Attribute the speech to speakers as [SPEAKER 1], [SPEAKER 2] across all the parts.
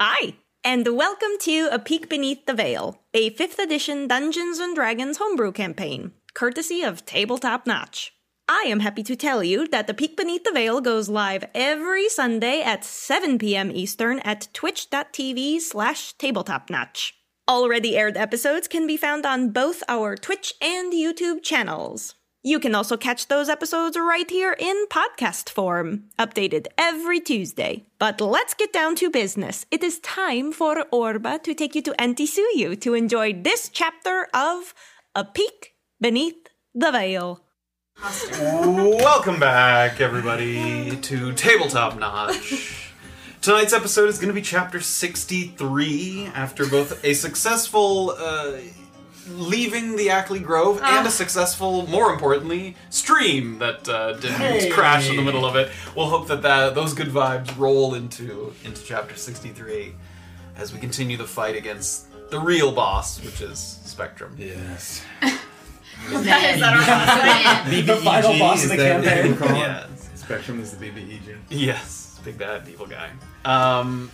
[SPEAKER 1] Hi, and welcome to A Peek Beneath the Veil, a 5th edition Dungeons and Dragons homebrew campaign, courtesy of Tabletop Notch. I am happy to tell you that The Peek Beneath the Veil goes live every Sunday at 7 p.m. Eastern at twitch.tv slash tabletopnotch. Already aired episodes can be found on both our Twitch and YouTube channels. You can also catch those episodes right here in podcast form, updated every Tuesday. But let's get down to business. It is time for Orba to take you to Antisuyu to enjoy this chapter of A Peek Beneath the Veil.
[SPEAKER 2] Welcome back, everybody, to Tabletop Notch. Tonight's episode is going to be chapter 63 after both a successful uh, leaving the Ackley Grove
[SPEAKER 3] Ah.
[SPEAKER 2] and a successful, more importantly, stream that uh, didn't crash in the middle of it. We'll hope that, that those good vibes roll into, into chapter 63 as we continue the fight against the real boss, which is Spectrum.
[SPEAKER 3] Yes.
[SPEAKER 4] That is our boss.
[SPEAKER 3] The E final boss of the campaign.
[SPEAKER 2] Yeah.
[SPEAKER 3] Spectrum is the E BBEG.
[SPEAKER 2] Yes, big bad evil guy. Um,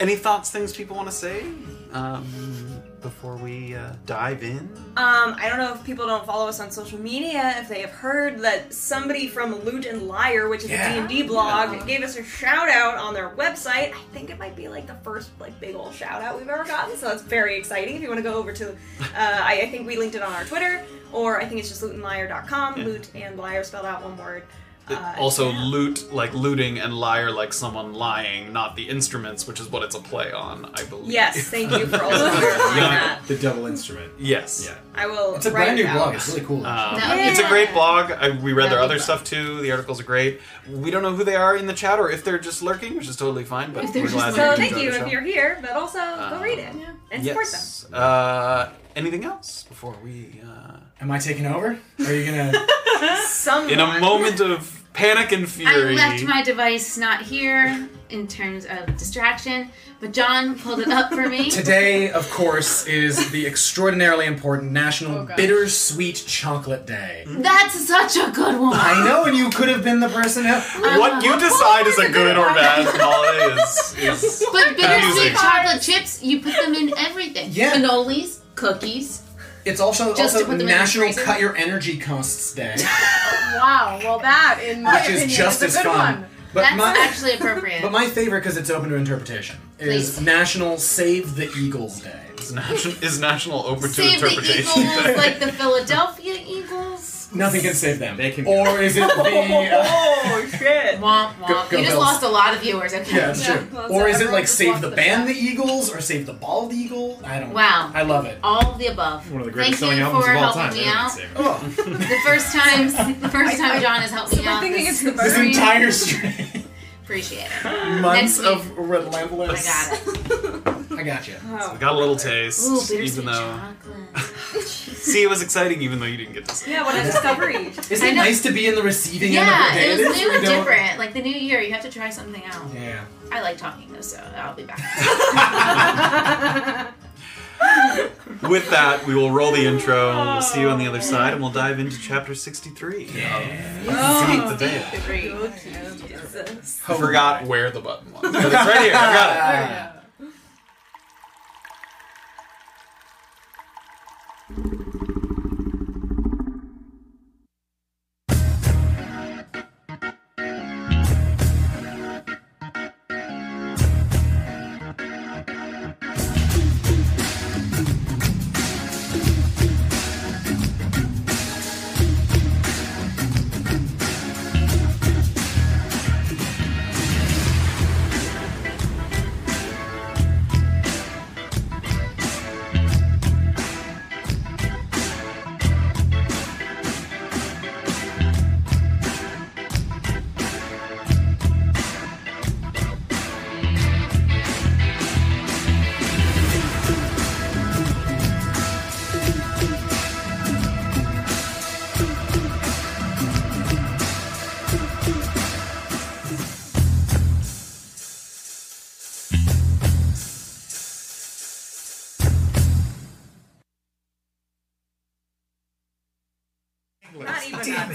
[SPEAKER 2] any thoughts, things people want to say um, before we uh, dive in?
[SPEAKER 4] Um, I don't know if people don't follow us on social media if they have heard that somebody from Loot and Liar, which is
[SPEAKER 3] Yeah.
[SPEAKER 4] a D&D blog, gave us a shout out on their website. I think it might be like the first like big old shout out we've ever gotten, so that's very exciting. If you want to go over to, uh, I, I think we linked it on our Twitter, or I think it's just lootandliar.com. Loot and liar spelled out one word. Uh,
[SPEAKER 2] also, loot like looting and liar like someone lying, not the instruments, which is what it's a play on, I believe.
[SPEAKER 4] yes, thank you for also clarifying that.
[SPEAKER 3] The double instrument.
[SPEAKER 2] Yes.
[SPEAKER 3] Yeah.
[SPEAKER 4] I will.
[SPEAKER 5] It's a
[SPEAKER 4] write
[SPEAKER 5] brand new
[SPEAKER 4] it out.
[SPEAKER 5] blog. It's really cool.
[SPEAKER 2] Um,
[SPEAKER 5] actually.
[SPEAKER 2] It's a great
[SPEAKER 4] Yeah.
[SPEAKER 2] blog. I, we read their
[SPEAKER 4] That'd
[SPEAKER 2] other
[SPEAKER 4] be fun.
[SPEAKER 2] stuff too. The articles are great. We don't know who they are in the chat or if they're just lurking, which is totally fine. But we're glad
[SPEAKER 4] So
[SPEAKER 2] that
[SPEAKER 4] thank
[SPEAKER 2] enjoy
[SPEAKER 4] you
[SPEAKER 2] the
[SPEAKER 4] if
[SPEAKER 2] show.
[SPEAKER 4] you're here, but also go read it
[SPEAKER 6] Uh,
[SPEAKER 4] and support them.
[SPEAKER 2] yes. Uh, anything else before we? Uh...
[SPEAKER 5] Am I taking over? Are you gonna?
[SPEAKER 4] Someone.
[SPEAKER 2] In a moment of panic and fury.
[SPEAKER 6] I left my device not here in terms of distraction, but John pulled it up for me.
[SPEAKER 5] Today, of course, is the extraordinarily important National
[SPEAKER 4] gosh.
[SPEAKER 5] Bittersweet Chocolate Day.
[SPEAKER 6] That's such a good one.
[SPEAKER 5] I know, and you could have been the person. Who-
[SPEAKER 2] what you decide is a good or bad holiday is, is
[SPEAKER 6] But bittersweet
[SPEAKER 2] Confusing.
[SPEAKER 6] chocolate chips, you put them in everything.
[SPEAKER 5] Yeah.
[SPEAKER 6] Cannolis, cookies.
[SPEAKER 5] it's also
[SPEAKER 6] Just
[SPEAKER 5] also
[SPEAKER 6] to put them in the
[SPEAKER 5] National
[SPEAKER 6] freezer?
[SPEAKER 5] Cut Your Energy Costs Day,
[SPEAKER 7] Wow, well that in my
[SPEAKER 5] which
[SPEAKER 7] opinion
[SPEAKER 5] is just
[SPEAKER 7] is
[SPEAKER 5] as
[SPEAKER 7] a good
[SPEAKER 5] fun.
[SPEAKER 7] one.
[SPEAKER 5] But
[SPEAKER 6] That's
[SPEAKER 5] my
[SPEAKER 6] actually appropriate.
[SPEAKER 5] but my favorite because it's open to interpretation is
[SPEAKER 6] Please.
[SPEAKER 5] National Save the Eagles Day.
[SPEAKER 2] is national, is national open to
[SPEAKER 6] Save the eagles,
[SPEAKER 2] interpretation.
[SPEAKER 6] like the Philadelphia Eagles.
[SPEAKER 5] Nothing can save them.
[SPEAKER 3] They can-
[SPEAKER 5] or is it the? uh,
[SPEAKER 4] Oh shit!
[SPEAKER 6] Womp womp.
[SPEAKER 5] Go- go
[SPEAKER 6] you just
[SPEAKER 5] Bills.
[SPEAKER 6] lost a lot of viewers. Okay.
[SPEAKER 5] Yeah, that's
[SPEAKER 7] Yeah,
[SPEAKER 5] true.
[SPEAKER 7] well,
[SPEAKER 5] or
[SPEAKER 7] so
[SPEAKER 5] is it
[SPEAKER 7] everyone
[SPEAKER 5] like
[SPEAKER 7] just
[SPEAKER 5] save
[SPEAKER 7] wants
[SPEAKER 5] the
[SPEAKER 7] the
[SPEAKER 5] band the
[SPEAKER 7] best.
[SPEAKER 5] Eagles or save the ball the eagle? I don't.
[SPEAKER 6] Wow.
[SPEAKER 5] I love it.
[SPEAKER 6] All of the above.
[SPEAKER 3] One of the greatest
[SPEAKER 6] Thank
[SPEAKER 3] selling
[SPEAKER 6] you
[SPEAKER 3] albums
[SPEAKER 6] for
[SPEAKER 3] of all
[SPEAKER 6] helping
[SPEAKER 3] time.
[SPEAKER 6] me
[SPEAKER 3] Everyone
[SPEAKER 6] out.
[SPEAKER 3] can save it.
[SPEAKER 5] Oh,
[SPEAKER 6] The first time, the first
[SPEAKER 7] I-
[SPEAKER 6] time
[SPEAKER 7] I-
[SPEAKER 6] John has helped me
[SPEAKER 7] we're
[SPEAKER 6] out.
[SPEAKER 7] thinking
[SPEAKER 6] this
[SPEAKER 7] it's the
[SPEAKER 5] this
[SPEAKER 6] very-
[SPEAKER 5] entire string.
[SPEAKER 6] Appreciate it.
[SPEAKER 5] Months
[SPEAKER 6] Next week.
[SPEAKER 5] of relentless.
[SPEAKER 6] I got it.
[SPEAKER 5] I got you.
[SPEAKER 2] We got a little taste,
[SPEAKER 6] Ooh, bittersweet
[SPEAKER 2] even though.
[SPEAKER 6] chocolate.
[SPEAKER 2] See, it was exciting, even though you didn't get to see. it.
[SPEAKER 4] Yeah, what a discovery!
[SPEAKER 5] Isn't it
[SPEAKER 6] know-
[SPEAKER 5] nice to be in the receiving
[SPEAKER 6] Yeah,
[SPEAKER 5] end of
[SPEAKER 6] it
[SPEAKER 5] the
[SPEAKER 6] was new
[SPEAKER 5] We
[SPEAKER 6] and
[SPEAKER 5] don't-
[SPEAKER 6] different. Like the new year, you have to try something out.
[SPEAKER 5] Yeah.
[SPEAKER 6] I like talking though, so I'll be back.
[SPEAKER 2] With that, we will roll the intro. We'll see you on the other side, and we'll dive into chapter sixty-three. Beneath the Veil.
[SPEAKER 4] Jesus.
[SPEAKER 6] Oh.
[SPEAKER 2] I forgot where the button was. But it's right here. I got it.
[SPEAKER 4] Not even Damn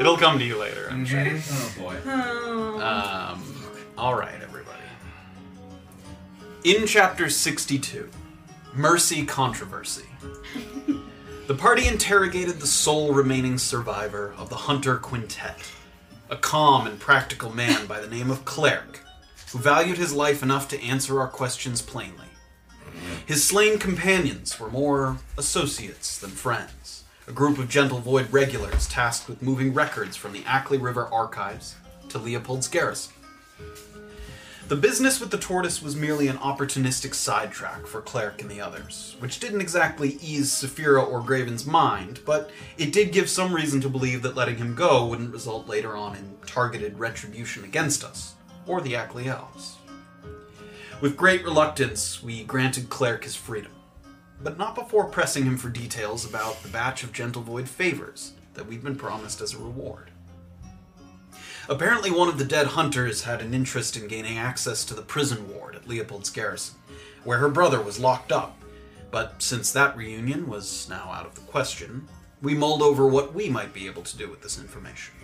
[SPEAKER 2] It'll come to you later, I'm sure.
[SPEAKER 5] Oh boy.
[SPEAKER 2] Uh, Um, all right, everybody. In chapter 62, Mercy Controversy, the party interrogated the sole remaining survivor of the Hunter Quintet, a calm and practical man by the name of Cleric, who valued his life enough to answer our questions plainly. His slain companions were more associates than friends, a group of gentle void regulars tasked with moving records from the Ackley River archives to Leopold's garrison. The business with the tortoise was merely an opportunistic sidetrack for Cleric and the others, which didn't exactly ease Saphira or Graven's mind, but it did give some reason to believe that letting him go wouldn't result later on in targeted retribution against us, or the Ackley Elves. With great reluctance, we granted Cleric his freedom, but not before pressing him for details about the batch of Gentle Void favors that we've been promised as a reward. Apparently, one of the dead hunters had an interest in gaining access to the prison ward at Leopold's garrison, where her brother was locked up. But since that reunion was now out of the question, we mulled over what we might be able to do with this information.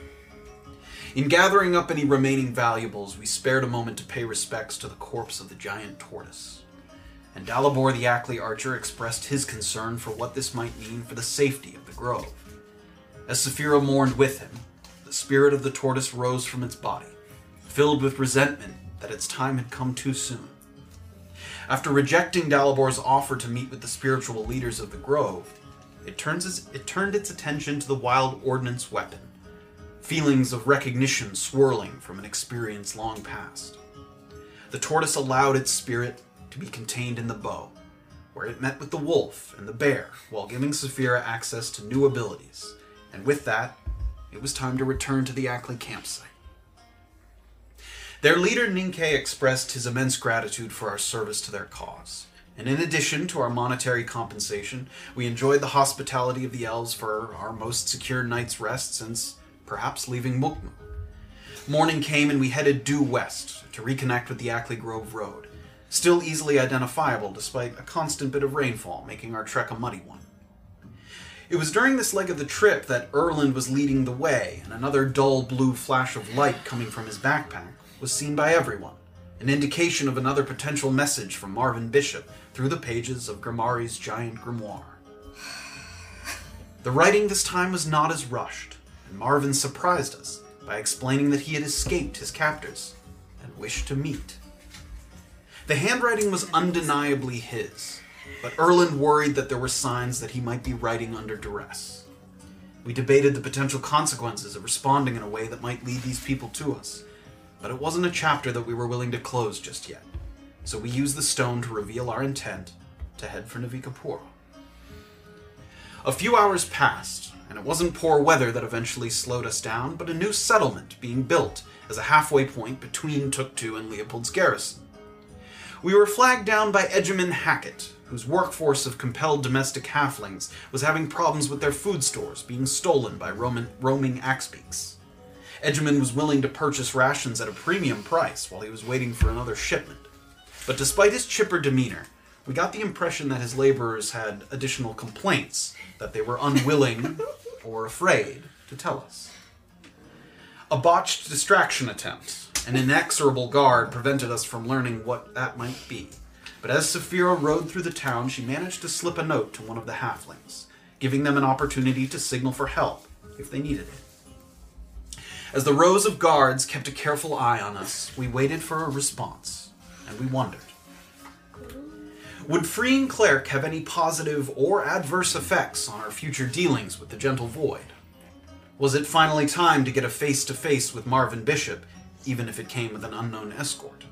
[SPEAKER 2] In gathering up any remaining valuables, we spared a moment to pay respects to the corpse of the giant tortoise. And Dalibor the Ackley archer expressed his concern for what this might mean for the safety of the grove. As Saphira mourned with him, the spirit of the tortoise rose from its body, filled with resentment that its time had come too soon. After rejecting Dalibor's offer to meet with the spiritual leaders of the grove, it, turns its, it turned its attention to the wild ordnance weapon, feelings of recognition swirling from an experience long past. The tortoise allowed its spirit to be contained in the bow, where it met with the wolf and the bear while giving Saphira access to new abilities, and with that, it was time to return to the Ackley campsite. Their leader Ninke expressed his immense gratitude for our service to their cause. And in addition to our monetary compensation, we enjoyed the hospitality of the elves for our most secure night's rest since perhaps leaving Mukmu. Morning came and we headed due west to reconnect with the Ackley Grove Road, still easily identifiable despite a constant bit of rainfall making our trek a muddy one. It was during this leg of the trip that Erland was leading the way, and another dull blue flash of light coming from his backpack was seen by everyone, an indication of another potential message from Marvin Bishop through the pages of Grimari's giant grimoire. The writing this time was not as rushed, and Marvin surprised us by explaining that he had escaped his captors and wished to meet. The handwriting was undeniably his, but Erland worried that there were signs that he might be writing under duress. We debated the potential consequences of responding in a way that might lead these people to us, but it wasn't a chapter that we were willing to close just yet, so we used the stone to reveal our intent to head for Navikapura. A few hours passed, and it wasn't poor weather that eventually slowed us down, but a new settlement being built as a halfway point between Tuktu and Leopold's garrison. We were flagged down by Edgeman Hackett, whose workforce of compelled domestic halflings was having problems with their food stores being stolen by Roman, roaming axebeaks. Edgeman was willing to purchase rations at a premium price while he was waiting for another shipment. But despite his chipper demeanor, we got the impression that his laborers had additional complaints that they were unwilling or afraid to tell us. A botched distraction attempt. An inexorable guard prevented us from learning what that might be. But as Saphira rode through the town, she managed to slip a note to one of the halflings, giving them an opportunity to signal for help if they needed it. As the rows of guards kept a careful eye on us, we waited for a response, and we wondered. Would freeing Cleric have any positive or adverse effects on our future dealings with the Gentle Void? Was it finally time to get a face to face with Marvin Bishop, even if it came with an unknown escort?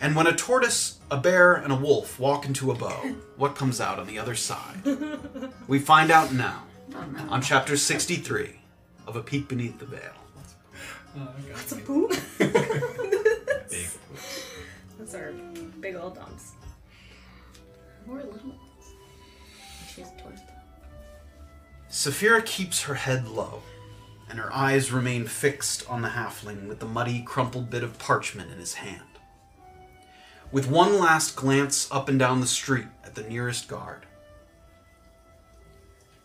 [SPEAKER 2] And when a tortoise, a bear, and a wolf walk into a bow, what comes out on the other side? We find out now on chapter 63 of A Peek Beneath the Veil.
[SPEAKER 4] Poop.
[SPEAKER 3] Big.
[SPEAKER 4] Those are big old dumps.
[SPEAKER 6] More little ones. She has a tortoise.
[SPEAKER 2] Saphira keeps her head low, and her eyes remain fixed on the halfling with the muddy, crumpled bit of parchment in his hand. With one last glance up and down the street at the nearest guard,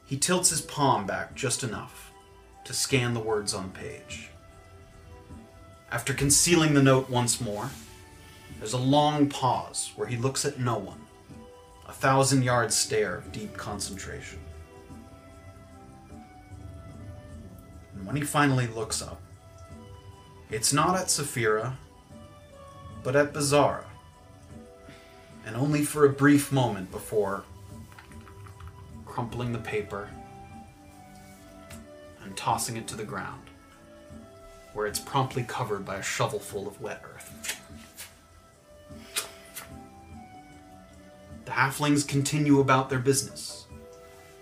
[SPEAKER 2] he tilts his palm back just enough to scan the words on the page. After concealing the note once more, There's a long pause where he looks at no one. A thousand yard stare of deep concentration. And when he finally looks up, it's not at Saphira, but at Bizarra. And only for a brief moment before crumpling the paper and tossing it to the ground, where it's promptly covered by a shovelful of wet earth. The halflings continue about their business.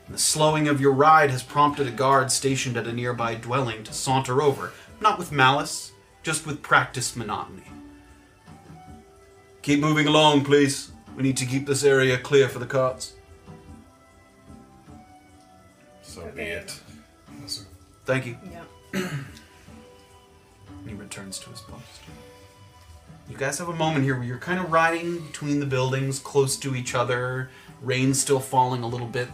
[SPEAKER 2] and The slowing of your ride has prompted a guard stationed at a nearby dwelling to saunter over, not with malice, just with practiced monotony. Keep moving along, please. We need to keep this area clear for the carts.
[SPEAKER 3] So be it.
[SPEAKER 2] Thank you.
[SPEAKER 7] Yeah.
[SPEAKER 2] And he returns to his post. You guys have a moment here where you're kind of riding between the buildings, close to each other, rain still falling a little bit.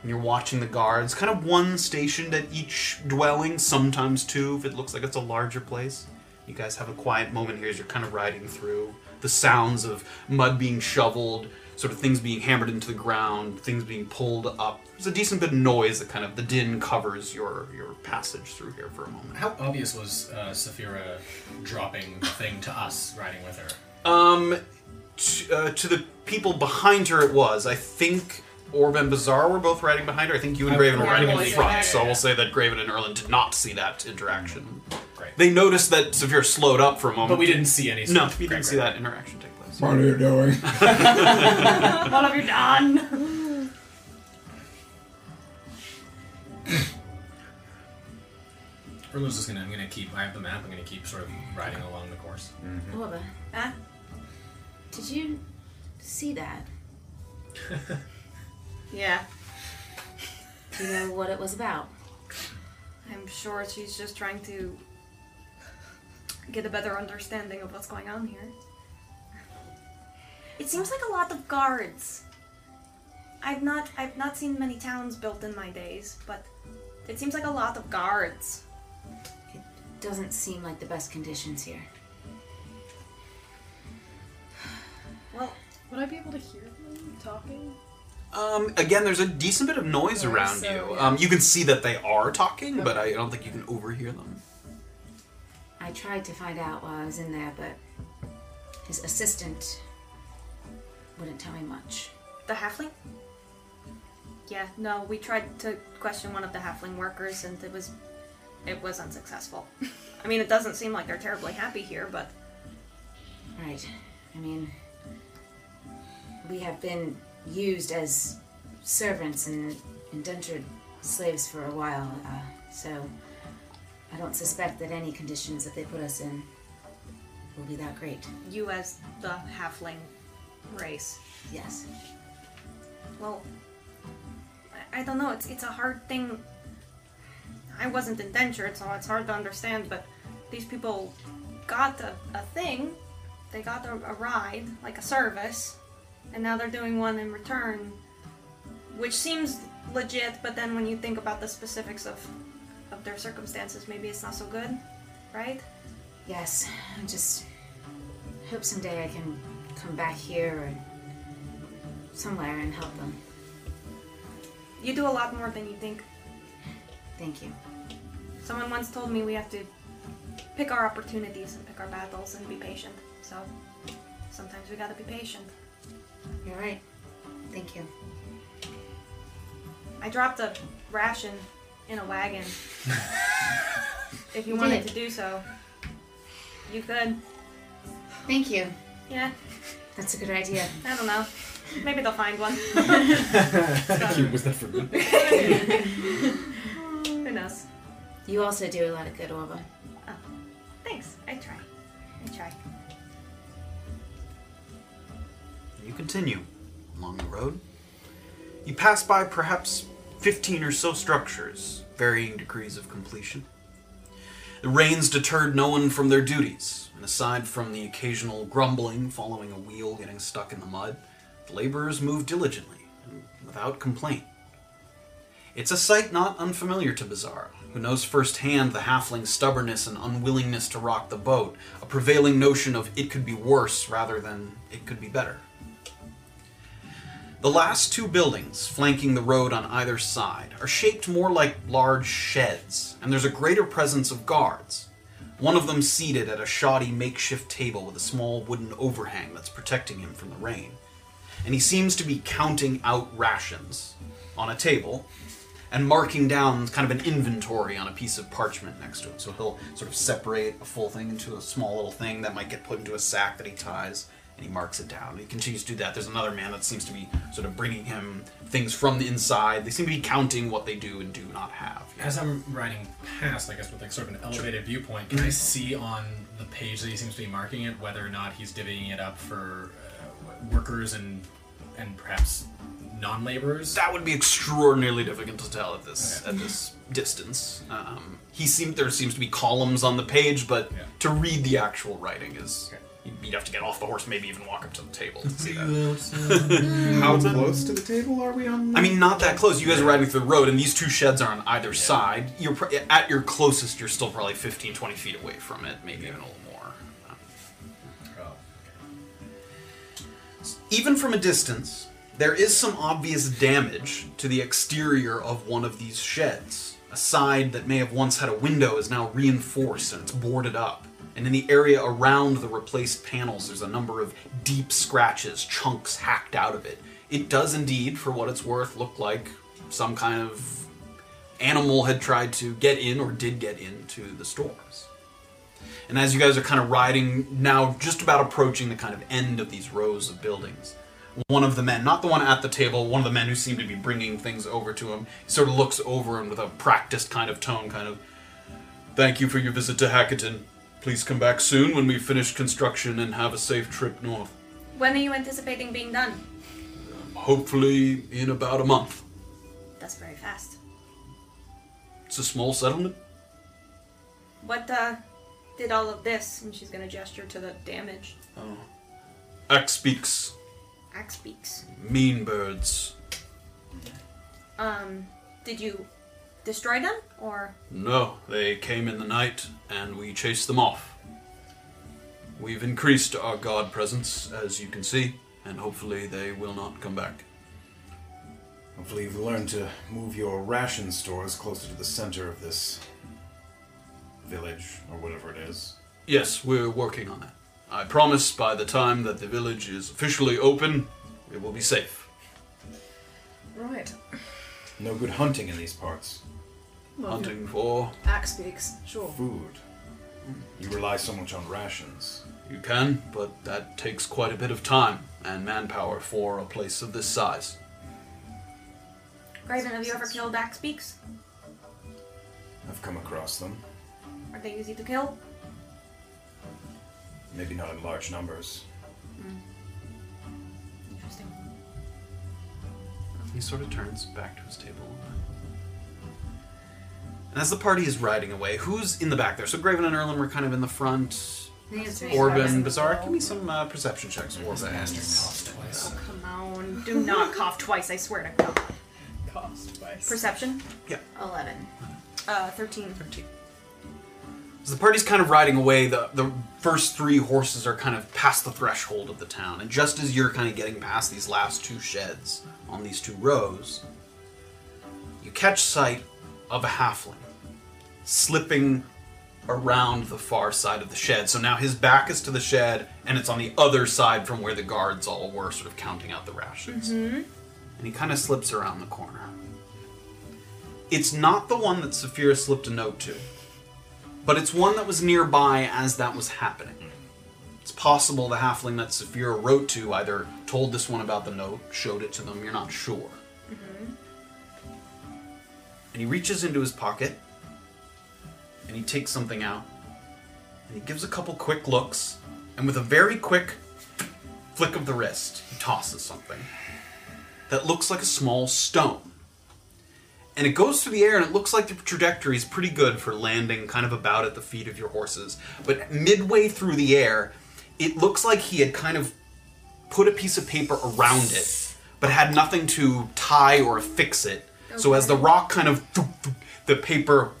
[SPEAKER 2] And you're watching the guards, kind of one stationed at each dwelling, sometimes two if it looks like it's a larger place. You guys have a quiet moment here as you're kind of riding through the sounds of mud being shoveled, sort of things being hammered into the ground, things being pulled up. There's a decent bit of noise that kind of the din covers your your passage through here for a moment.
[SPEAKER 5] How obvious was uh, Saphira dropping the thing to us riding with her?
[SPEAKER 2] Um, t- uh, to the people behind her, it was. I think Orb and Bazaar were both riding behind her. I think you and
[SPEAKER 5] I-
[SPEAKER 2] Graven were
[SPEAKER 5] yeah,
[SPEAKER 2] riding
[SPEAKER 5] I
[SPEAKER 2] in
[SPEAKER 5] believe
[SPEAKER 2] front.
[SPEAKER 5] so, yeah,
[SPEAKER 2] so
[SPEAKER 5] yeah,
[SPEAKER 2] we'll
[SPEAKER 5] yeah.
[SPEAKER 2] say that Graven and Erland did not see that interaction.
[SPEAKER 5] Great.
[SPEAKER 2] They noticed that Severe slowed up for a moment,
[SPEAKER 5] But we didn't see any.
[SPEAKER 2] No, we didn't see that interaction take place.
[SPEAKER 8] What are you doing?
[SPEAKER 4] What have you done?
[SPEAKER 5] Erlus is gonna. I'm gonna keep. I have the map. I'm gonna keep sort of riding along the course.
[SPEAKER 6] Orba,
[SPEAKER 4] Huh?
[SPEAKER 6] did you see that?
[SPEAKER 4] Yeah.
[SPEAKER 6] Do you know what it was about?
[SPEAKER 4] I'm sure she's just trying to get a better understanding of what's going on here. It seems like a lot of guards. I've not I've not seen many towns built in my days, but it seems like a lot of guards.
[SPEAKER 6] Doesn't seem like the best conditions here.
[SPEAKER 4] Well,
[SPEAKER 7] Would I be able to hear them talking?
[SPEAKER 2] Um, again, there's a decent bit of noise
[SPEAKER 7] Noise,
[SPEAKER 2] around
[SPEAKER 7] so,
[SPEAKER 2] you.
[SPEAKER 7] yeah.
[SPEAKER 2] Um, you can see that they are talking, but I don't think you can overhear them.
[SPEAKER 6] I tried to find out while I was in there, but his assistant wouldn't tell me much.
[SPEAKER 4] the halfling? Yeah, no, we tried to question one of the halfling workers and it was it was unsuccessful. I mean, it doesn't seem like they're terribly happy here, but
[SPEAKER 6] Right. I mean, we have been used as servants and indentured slaves for a while, uh, so I don't suspect that any conditions that they put us in will be that great.
[SPEAKER 4] you as the halfling race
[SPEAKER 6] Yes.
[SPEAKER 4] Well, I- I don't know. It's it's a hard thing. I wasn't indentured, so it's hard to understand. But these people got a, a thing. They got a, a ride, like a service, and now they're doing one in return, which seems legit. But then when you think about the specifics of of their circumstances, maybe it's not so good, right?
[SPEAKER 6] Yes. I just hope someday I can come back here and somewhere and help them.
[SPEAKER 4] You do a lot more than you think.
[SPEAKER 6] Thank you.
[SPEAKER 4] Someone once told me we have to pick our opportunities and pick our battles and be patient. So sometimes we gotta be patient.
[SPEAKER 6] You're right. Thank you.
[SPEAKER 4] I dropped a ration in a wagon. if you
[SPEAKER 6] You
[SPEAKER 4] wanted
[SPEAKER 6] did.
[SPEAKER 4] to do so, you could.
[SPEAKER 6] Thank you.
[SPEAKER 4] Yeah,
[SPEAKER 6] That's a good idea.
[SPEAKER 4] I don't know. Maybe they'll find one.
[SPEAKER 5] Thank you. Was that for me?
[SPEAKER 4] Who knows?
[SPEAKER 6] You also do a lot of good, Orba.
[SPEAKER 4] Thanks. I try. I try.
[SPEAKER 2] You continue along the road. You pass by perhaps 15 or so structures, varying degrees of completion. The rains deterred no one from their duties, and aside from the occasional grumbling following a wheel getting stuck in the mud, the laborers moved diligently and without complaint. It's a sight not unfamiliar to Bizarro, who knows firsthand the halfling's stubbornness and unwillingness to rock the boat, a prevailing notion of it could be worse rather than it could be better. The last two buildings flanking the road on either side are shaped more like large sheds, and there's a greater presence of guards. One of them seated at a shoddy makeshift table with a small wooden overhang that's protecting him from the rain. And he seems to be counting out rations on a table and marking down kind of an inventory on a piece of parchment next to it. So he'll sort of separate a full thing into a small little thing that might get put into a sack that he ties, and he marks it down. He continues to do that. There's another man that seems to be sort of bringing him things from the inside. They seem to be counting what they do and do not have.
[SPEAKER 5] As I'm riding past, I guess with like sort of an elevated viewpoint, can I see on the page that he seems to be marking it whether or not he's divvying it up for uh, workers and and perhaps non-laborers?
[SPEAKER 2] That would be extraordinarily difficult to tell at this
[SPEAKER 5] Okay.
[SPEAKER 2] at this distance. Um, he seemed there seems to be columns on the page, but
[SPEAKER 5] Yeah.
[SPEAKER 2] to read the actual writing is
[SPEAKER 5] Okay.
[SPEAKER 2] you'd have to get off the horse, maybe even walk up to the table to see that.
[SPEAKER 3] How close to the table are we on?
[SPEAKER 2] I mean, not that close. You guys are riding through the road, and these two sheds are on either side. You're pr- at your closest. You're still probably 15, 20 feet away from it, maybe even a little more.
[SPEAKER 5] Oh.
[SPEAKER 2] Even from a distance, there is some obvious damage to the exterior of one of these sheds. A side that may have once had a window is now reinforced and it's boarded up. And in the area around the replaced panels, there's a number of deep scratches, chunks hacked out of it. It does indeed, for what it's worth, look like some kind of animal had tried to get in or did get into the stores. And as you guys are kind of riding now, just about approaching the kind of end of these rows of buildings, one of the men, not the one at the table, one of the men who seemed to be bringing things over to him, sort of looks over and with a practiced kind of tone, kind of, Thank you for your visit to Hackerton. Please come back soon when we've finished construction and have a safe trip north.
[SPEAKER 4] When are you anticipating being done?
[SPEAKER 2] Hopefully in about a month.
[SPEAKER 4] That's very fast.
[SPEAKER 2] It's a small settlement.
[SPEAKER 4] What uh, did all of this? And she's gonna gesture to the damage.
[SPEAKER 2] Axe speaks.
[SPEAKER 4] Axe speaks.
[SPEAKER 2] Mean birds.
[SPEAKER 4] Um, did you destroy them or?
[SPEAKER 2] No, they came in the night and we chased them off. We've increased our guard presence, as you can see, and hopefully they will not come back.
[SPEAKER 3] Hopefully, you've learned to move your ration stores closer to the center of this village or whatever it is.
[SPEAKER 2] Yes, we're working on that. I promise by the time that the village is officially open, it will be safe.
[SPEAKER 7] Right.
[SPEAKER 3] No good hunting in these parts.
[SPEAKER 7] Well,
[SPEAKER 2] Hunting for
[SPEAKER 7] Axe speaks. Sure.
[SPEAKER 3] Food. You rely so much on rations.
[SPEAKER 2] you can, but that takes quite a bit of time and manpower for a place of this size.
[SPEAKER 4] Graven, have you ever killed axe beaks?
[SPEAKER 3] I've come across them.
[SPEAKER 4] Are they easy to kill?
[SPEAKER 3] Maybe not in large numbers.
[SPEAKER 4] Interesting.
[SPEAKER 2] He sort of turns back to his table. And as the party is riding away, who's in the back there? So Graven and Erlin were kind of in the front.
[SPEAKER 6] I think it's me.
[SPEAKER 2] Orban, Bizarre, give me some uh, perception checks. Orban.
[SPEAKER 5] Twice.
[SPEAKER 4] Come on, do not cough twice. I swear to God.
[SPEAKER 7] Cost twice.
[SPEAKER 4] Perception.
[SPEAKER 6] Eleven.
[SPEAKER 4] Uh, thirteen.
[SPEAKER 2] As the party's kind of riding away, the, the first three horses are kind of past the threshold of the town. And just as you're kind of getting past these last two sheds on these two rows, you catch sight of a halfling slipping around the far side of the shed. So now his back is to the shed, and it's on the other side from where the guards all were, sort of counting out the rations. And he kind of slips around the corner. It's not the one that Saphira slipped a note to but it's one that was nearby as that was happening. It's possible the halfling that Saphira wrote to either told this one about the note, showed it to them, you're not sure. And he reaches into his pocket and he takes something out and he gives a couple quick looks and with a very quick flick of the wrist, he tosses something that looks like a small stone and it goes through the air and it looks like the trajectory is pretty good for landing kind of about at the feet of your horses but midway through the air it looks like he had kind of put a piece of paper around it but had nothing to tie or affix it so as the rock kind of the paper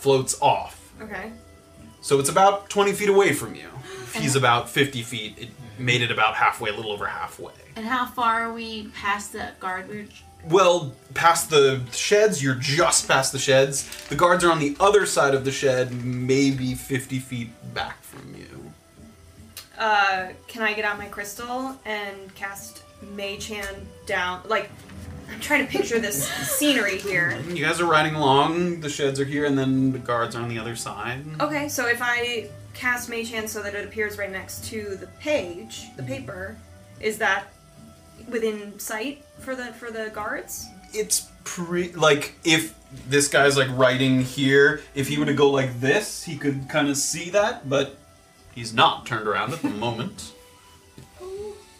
[SPEAKER 2] floats off.
[SPEAKER 4] Okay.
[SPEAKER 2] So it's about 20 feet away from you. If he's about 50 feet, it made it about halfway, a little over halfway.
[SPEAKER 8] And how far are we past the guard? We're
[SPEAKER 2] Well, past the sheds, you're just past the sheds. The guards are on the other side of the shed, maybe 50 feet back from you.
[SPEAKER 4] Uh, can I get out my crystal and cast Mage Hand down? Like, I'm trying to picture this scenery here.
[SPEAKER 2] You guys are riding along, the sheds are here, and then the guards are on the other side.
[SPEAKER 4] Okay, so if I cast Mage Hand so that it appears right next to the page,
[SPEAKER 2] Mm-hmm.
[SPEAKER 4] the paper, is that within sight for the for the guards?
[SPEAKER 2] It's pre. Like, if this guy's like riding here, if he were to go like this, he could kind of see that, but he's not turned around at the moment.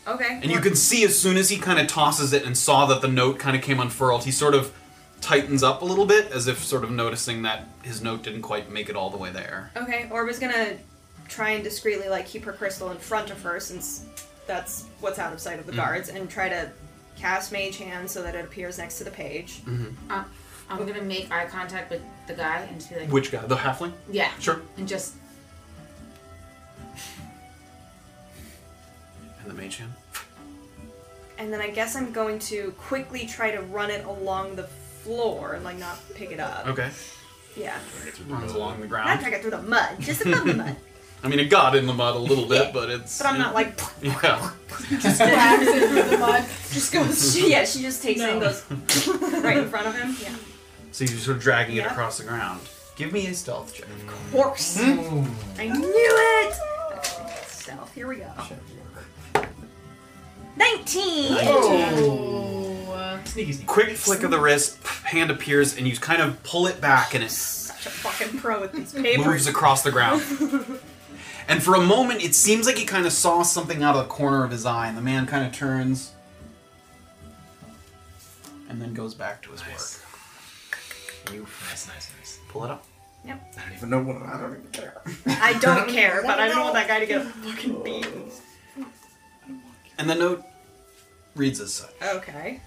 [SPEAKER 4] Okay.
[SPEAKER 2] And you can see as soon as he kind of tosses it and saw that the note kind of came unfurled, he sort of tightens up a little bit as if sort of noticing that his note didn't quite make it all the way there.
[SPEAKER 4] Okay, Orb is gonna try and discreetly like keep her crystal in front of her since that's what's out of sight
[SPEAKER 2] Mm-hmm.
[SPEAKER 4] of the guards, and try to cast Mage Hand so that it appears next to the page.
[SPEAKER 2] Mm-hmm.
[SPEAKER 6] Uh,
[SPEAKER 8] um,
[SPEAKER 6] I'm gonna make eye contact with the guy and just be like,
[SPEAKER 2] Which guy? The halfling?
[SPEAKER 6] yeah,
[SPEAKER 2] Sure.
[SPEAKER 6] and just
[SPEAKER 2] And the mage hand?
[SPEAKER 4] And then I guess I'm going to quickly try to run it along the floor and like not pick it up.
[SPEAKER 2] Okay. Uh,
[SPEAKER 4] Yeah.
[SPEAKER 2] Runs along the
[SPEAKER 4] Not
[SPEAKER 2] ground.
[SPEAKER 4] trying to get through the mud, just above the mud.
[SPEAKER 2] I mean, it got in the mud a little bit, but it's.
[SPEAKER 4] But I'm not like
[SPEAKER 2] Yeah.
[SPEAKER 7] Grabs it through the mud. Just goes.
[SPEAKER 4] she, yeah, she just takes it and
[SPEAKER 7] No.
[SPEAKER 4] goes right in front of him. Yeah.
[SPEAKER 2] So you're sort of dragging it
[SPEAKER 4] Yeah.
[SPEAKER 2] across the ground. Give me a stealth check.
[SPEAKER 4] Horse. I knew it! Stealth, here we go. 19!
[SPEAKER 7] Oh.
[SPEAKER 5] Sneaky, sneaky.
[SPEAKER 2] Quick flick of the wrist, hand appears, and you kind of pull it back, and it
[SPEAKER 4] Such a fucking pro with these papers.
[SPEAKER 2] moves across the ground. and for a moment, it seems like he kind of saw something out of the corner of his eye, and the man kind of turns and then goes back to his
[SPEAKER 5] Nice.
[SPEAKER 2] work. You
[SPEAKER 5] Nice, nice, nice.
[SPEAKER 2] pull it up.
[SPEAKER 3] I don't even know what. I don't even care.
[SPEAKER 4] I don't care, but I don't want that guy to get a fucking beat.
[SPEAKER 2] And the note reads as such
[SPEAKER 4] Okay.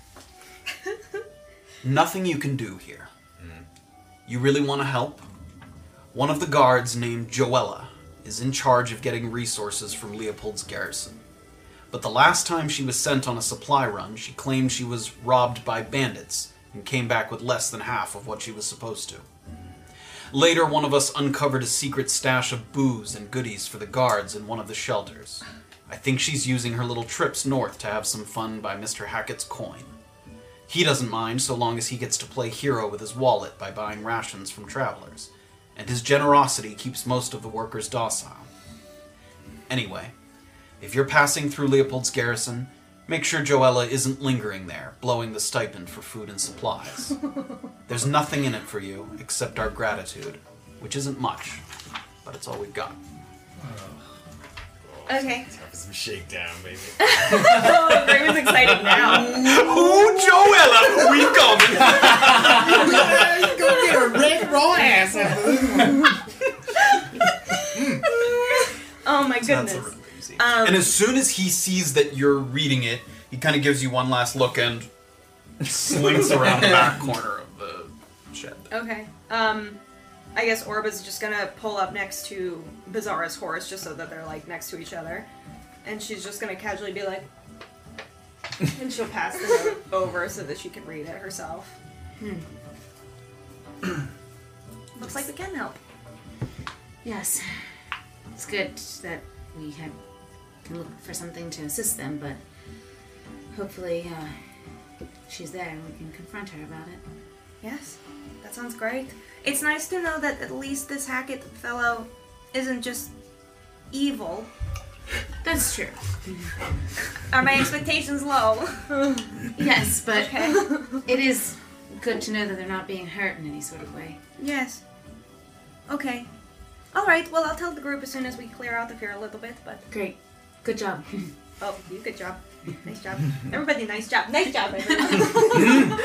[SPEAKER 2] Nothing you can do here. You really want to help? One of the guards named Joella is in charge of getting resources from Leopold's garrison. But the last time she was sent on a supply run, she claimed she was robbed by bandits and came back with less than half of what she was supposed to. Later, one of us uncovered a secret stash of booze and goodies for the guards in one of the shelters. I think she's using her little trips north to have some fun by Mr. Hackett's coin. He doesn't mind so long as he gets to play hero with his wallet by buying rations from travelers, and his generosity keeps most of the workers docile. Anyway, if you're passing through Leopold's garrison, make sure Joella isn't lingering there, blowing the stipend for food and supplies. There's nothing in it for you except our gratitude, which isn't much, but it's all we've got.
[SPEAKER 4] Okay.
[SPEAKER 3] Have some shakedown, baby.
[SPEAKER 4] Oh, Raven's excited now.
[SPEAKER 2] Ooh, Joella, we coming!
[SPEAKER 3] Go get a red raw ass after this.
[SPEAKER 4] Oh my
[SPEAKER 2] That's a
[SPEAKER 4] goodness.
[SPEAKER 2] really easy. and as soon as he sees that you're reading it, he kind of gives you one last look and slinks around the back corner of the shed.
[SPEAKER 4] Okay. Um, I guess Orb is just gonna pull up next to Bizarra's horse just so that they're like next to each other. And she's just gonna casually be like, and she'll pass the note over so that she can read it herself. Hmm. Looks like we can help.
[SPEAKER 6] yes. It's good that we had can look for something to assist them, but hopefully uh, she's there and we can confront her about it.
[SPEAKER 4] Yes, that sounds great. It's nice to know that at least this Hackett fellow isn't just evil.
[SPEAKER 8] That's true.
[SPEAKER 4] Are my expectations low?
[SPEAKER 6] Yes, but
[SPEAKER 4] Okay.
[SPEAKER 6] it is good to know that they're not being hurt in any sort of way.
[SPEAKER 4] Yes. Okay. All right. Well, I'll tell the group as soon as we clear out the fear a little bit. But
[SPEAKER 6] Great. Good job.
[SPEAKER 4] oh, you good job. Nice job. Everybody, nice job. Nice job. everyone.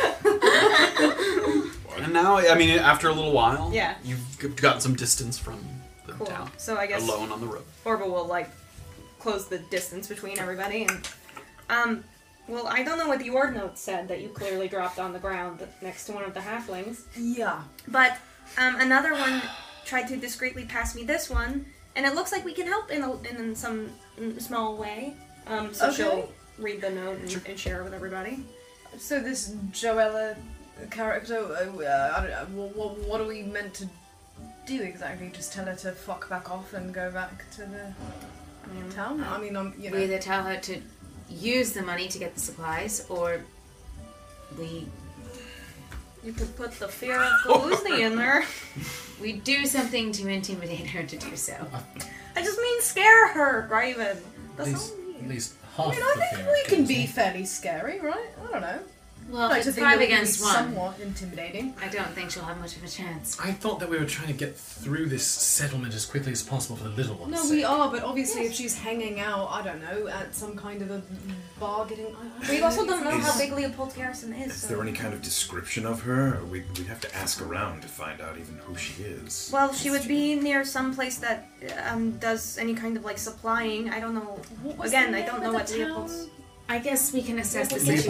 [SPEAKER 2] And now, I mean, after a little while,
[SPEAKER 4] Yeah.
[SPEAKER 2] you've g- gotten some distance from the
[SPEAKER 4] cool.
[SPEAKER 2] town.
[SPEAKER 4] So I guess
[SPEAKER 2] Alone on the road.
[SPEAKER 4] Orba will like close the distance between everybody and um. Well, I don't know what the ord note said that you clearly dropped on the ground next to one of the halflings,
[SPEAKER 7] Yeah.
[SPEAKER 4] but Um, another one tried to discreetly pass me this one, and it looks like we can help in, a, in, in some mm, small way. Um, so
[SPEAKER 7] Okay.
[SPEAKER 4] she'll read the note and, and share it with everybody.
[SPEAKER 7] So this Joella character, uh, uh, I don't know, what, what, what are we meant to do exactly? Just tell her to fuck back off and go back to the
[SPEAKER 6] Mm.
[SPEAKER 7] town? I mean, I'm, you know,
[SPEAKER 6] We either tell her to use the money to get the supplies, or we
[SPEAKER 4] You could put the fear of
[SPEAKER 7] Oh
[SPEAKER 4] Galuzny in there.
[SPEAKER 6] we do something to intimidate her to do so.
[SPEAKER 4] I just mean scare her, Graven.
[SPEAKER 5] At
[SPEAKER 4] That's
[SPEAKER 5] least,
[SPEAKER 4] all I
[SPEAKER 5] at
[SPEAKER 4] mean.
[SPEAKER 5] least half
[SPEAKER 7] I mean,
[SPEAKER 5] the
[SPEAKER 7] I
[SPEAKER 5] fear
[SPEAKER 7] think we
[SPEAKER 5] of
[SPEAKER 7] can
[SPEAKER 5] Kelsey.
[SPEAKER 7] be fairly scary, right? I don't know.
[SPEAKER 6] Well,
[SPEAKER 7] Like
[SPEAKER 6] if
[SPEAKER 7] to
[SPEAKER 6] it's
[SPEAKER 7] think
[SPEAKER 6] five
[SPEAKER 7] that we can be
[SPEAKER 6] against one,
[SPEAKER 7] Somewhat intimidating.
[SPEAKER 6] I don't think she'll have much of a chance.
[SPEAKER 5] I thought that we were trying to get through this settlement as quickly as possible for the little ones.
[SPEAKER 7] No, we are, but obviously if she's hanging out, I don't know, at some kind of a bar getting... I- I
[SPEAKER 4] We also don't know how
[SPEAKER 3] Is-
[SPEAKER 4] big Leopold Garrison is.
[SPEAKER 3] Is
[SPEAKER 4] So.
[SPEAKER 3] there any kind of description of her? Or We'd, we'd have to ask around to find out even who she is.
[SPEAKER 4] Well, she would be near some place that um, does any kind of like supplying. I don't know.
[SPEAKER 7] What was
[SPEAKER 4] Again,
[SPEAKER 7] the
[SPEAKER 4] I
[SPEAKER 7] name
[SPEAKER 4] don't
[SPEAKER 7] of
[SPEAKER 4] know
[SPEAKER 7] the
[SPEAKER 4] what
[SPEAKER 7] town?
[SPEAKER 4] Leopold's.
[SPEAKER 6] I guess we can assess the
[SPEAKER 5] Leopold's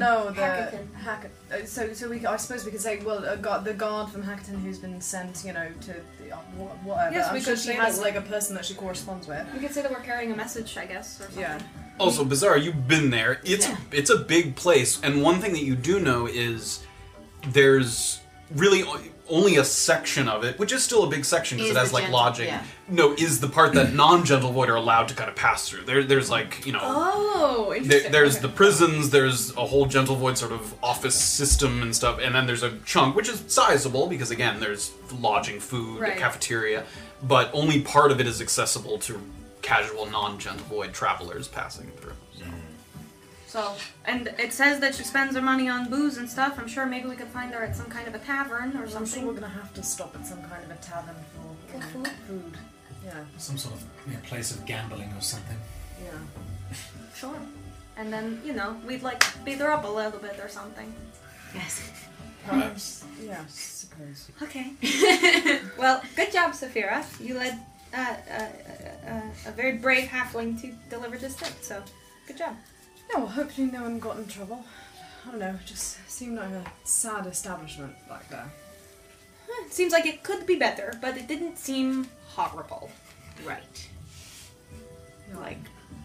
[SPEAKER 5] garrison?
[SPEAKER 7] No, the
[SPEAKER 4] Hackerton.
[SPEAKER 7] Hack- uh, so, so we. I suppose we could say, well, a gu- the guard from Hackerton who's been sent, you know, to the, uh, wh- whatever.
[SPEAKER 4] Yes,
[SPEAKER 7] I'm
[SPEAKER 4] we
[SPEAKER 7] sure
[SPEAKER 4] could
[SPEAKER 7] she
[SPEAKER 4] say
[SPEAKER 7] has
[SPEAKER 4] that.
[SPEAKER 7] like a person that she corresponds with.
[SPEAKER 4] We could say that we're carrying a message, I guess, or something.
[SPEAKER 7] Yeah.
[SPEAKER 2] Also, Bizarre, you've been there. It's
[SPEAKER 6] Yeah.
[SPEAKER 2] it's a big place, and one thing that you do know is there's really o- only a section of it, which is still a big section because
[SPEAKER 6] Is
[SPEAKER 2] it has
[SPEAKER 6] the
[SPEAKER 2] like
[SPEAKER 6] gentle-
[SPEAKER 2] lodging.
[SPEAKER 6] yeah.
[SPEAKER 2] No, is the part that non-gentlewood are allowed to kind of pass through. There, there's like you know.
[SPEAKER 4] Oh,
[SPEAKER 2] There,
[SPEAKER 4] interesting.
[SPEAKER 2] there's
[SPEAKER 4] Okay.
[SPEAKER 2] the prisons, there's a whole gentle void sort of office system and stuff, and then there's a chunk, which is sizable, because again, there's lodging, food,
[SPEAKER 4] Right.
[SPEAKER 2] a cafeteria, but only part of it is accessible to casual non gentle void travelers passing through.
[SPEAKER 4] So, and it says that she spends her money on booze and stuff. I'm sure maybe we could find her at some kind of a tavern or
[SPEAKER 7] I'm sure we're
[SPEAKER 4] something.
[SPEAKER 7] gonna have to stop at some kind of a tavern for you know,
[SPEAKER 4] Food?
[SPEAKER 7] food. Yeah,
[SPEAKER 5] Some sort of you know, place of gambling or something.
[SPEAKER 7] yeah.
[SPEAKER 4] Sure. And then, you know, we'd like beat her up a little bit or something.
[SPEAKER 6] Yes.
[SPEAKER 7] Perhaps. Yeah, I suppose.
[SPEAKER 4] Okay. well, good job, Saphira. You led uh, uh, uh, uh, a very brave halfling to deliver this tip, so good job.
[SPEAKER 7] Yeah, well, hopefully no one got in trouble. I don't know. it Just seemed like a sad establishment back there.
[SPEAKER 4] Huh, Seems like it could be better, but it didn't seem horrible.
[SPEAKER 6] Right.
[SPEAKER 4] Like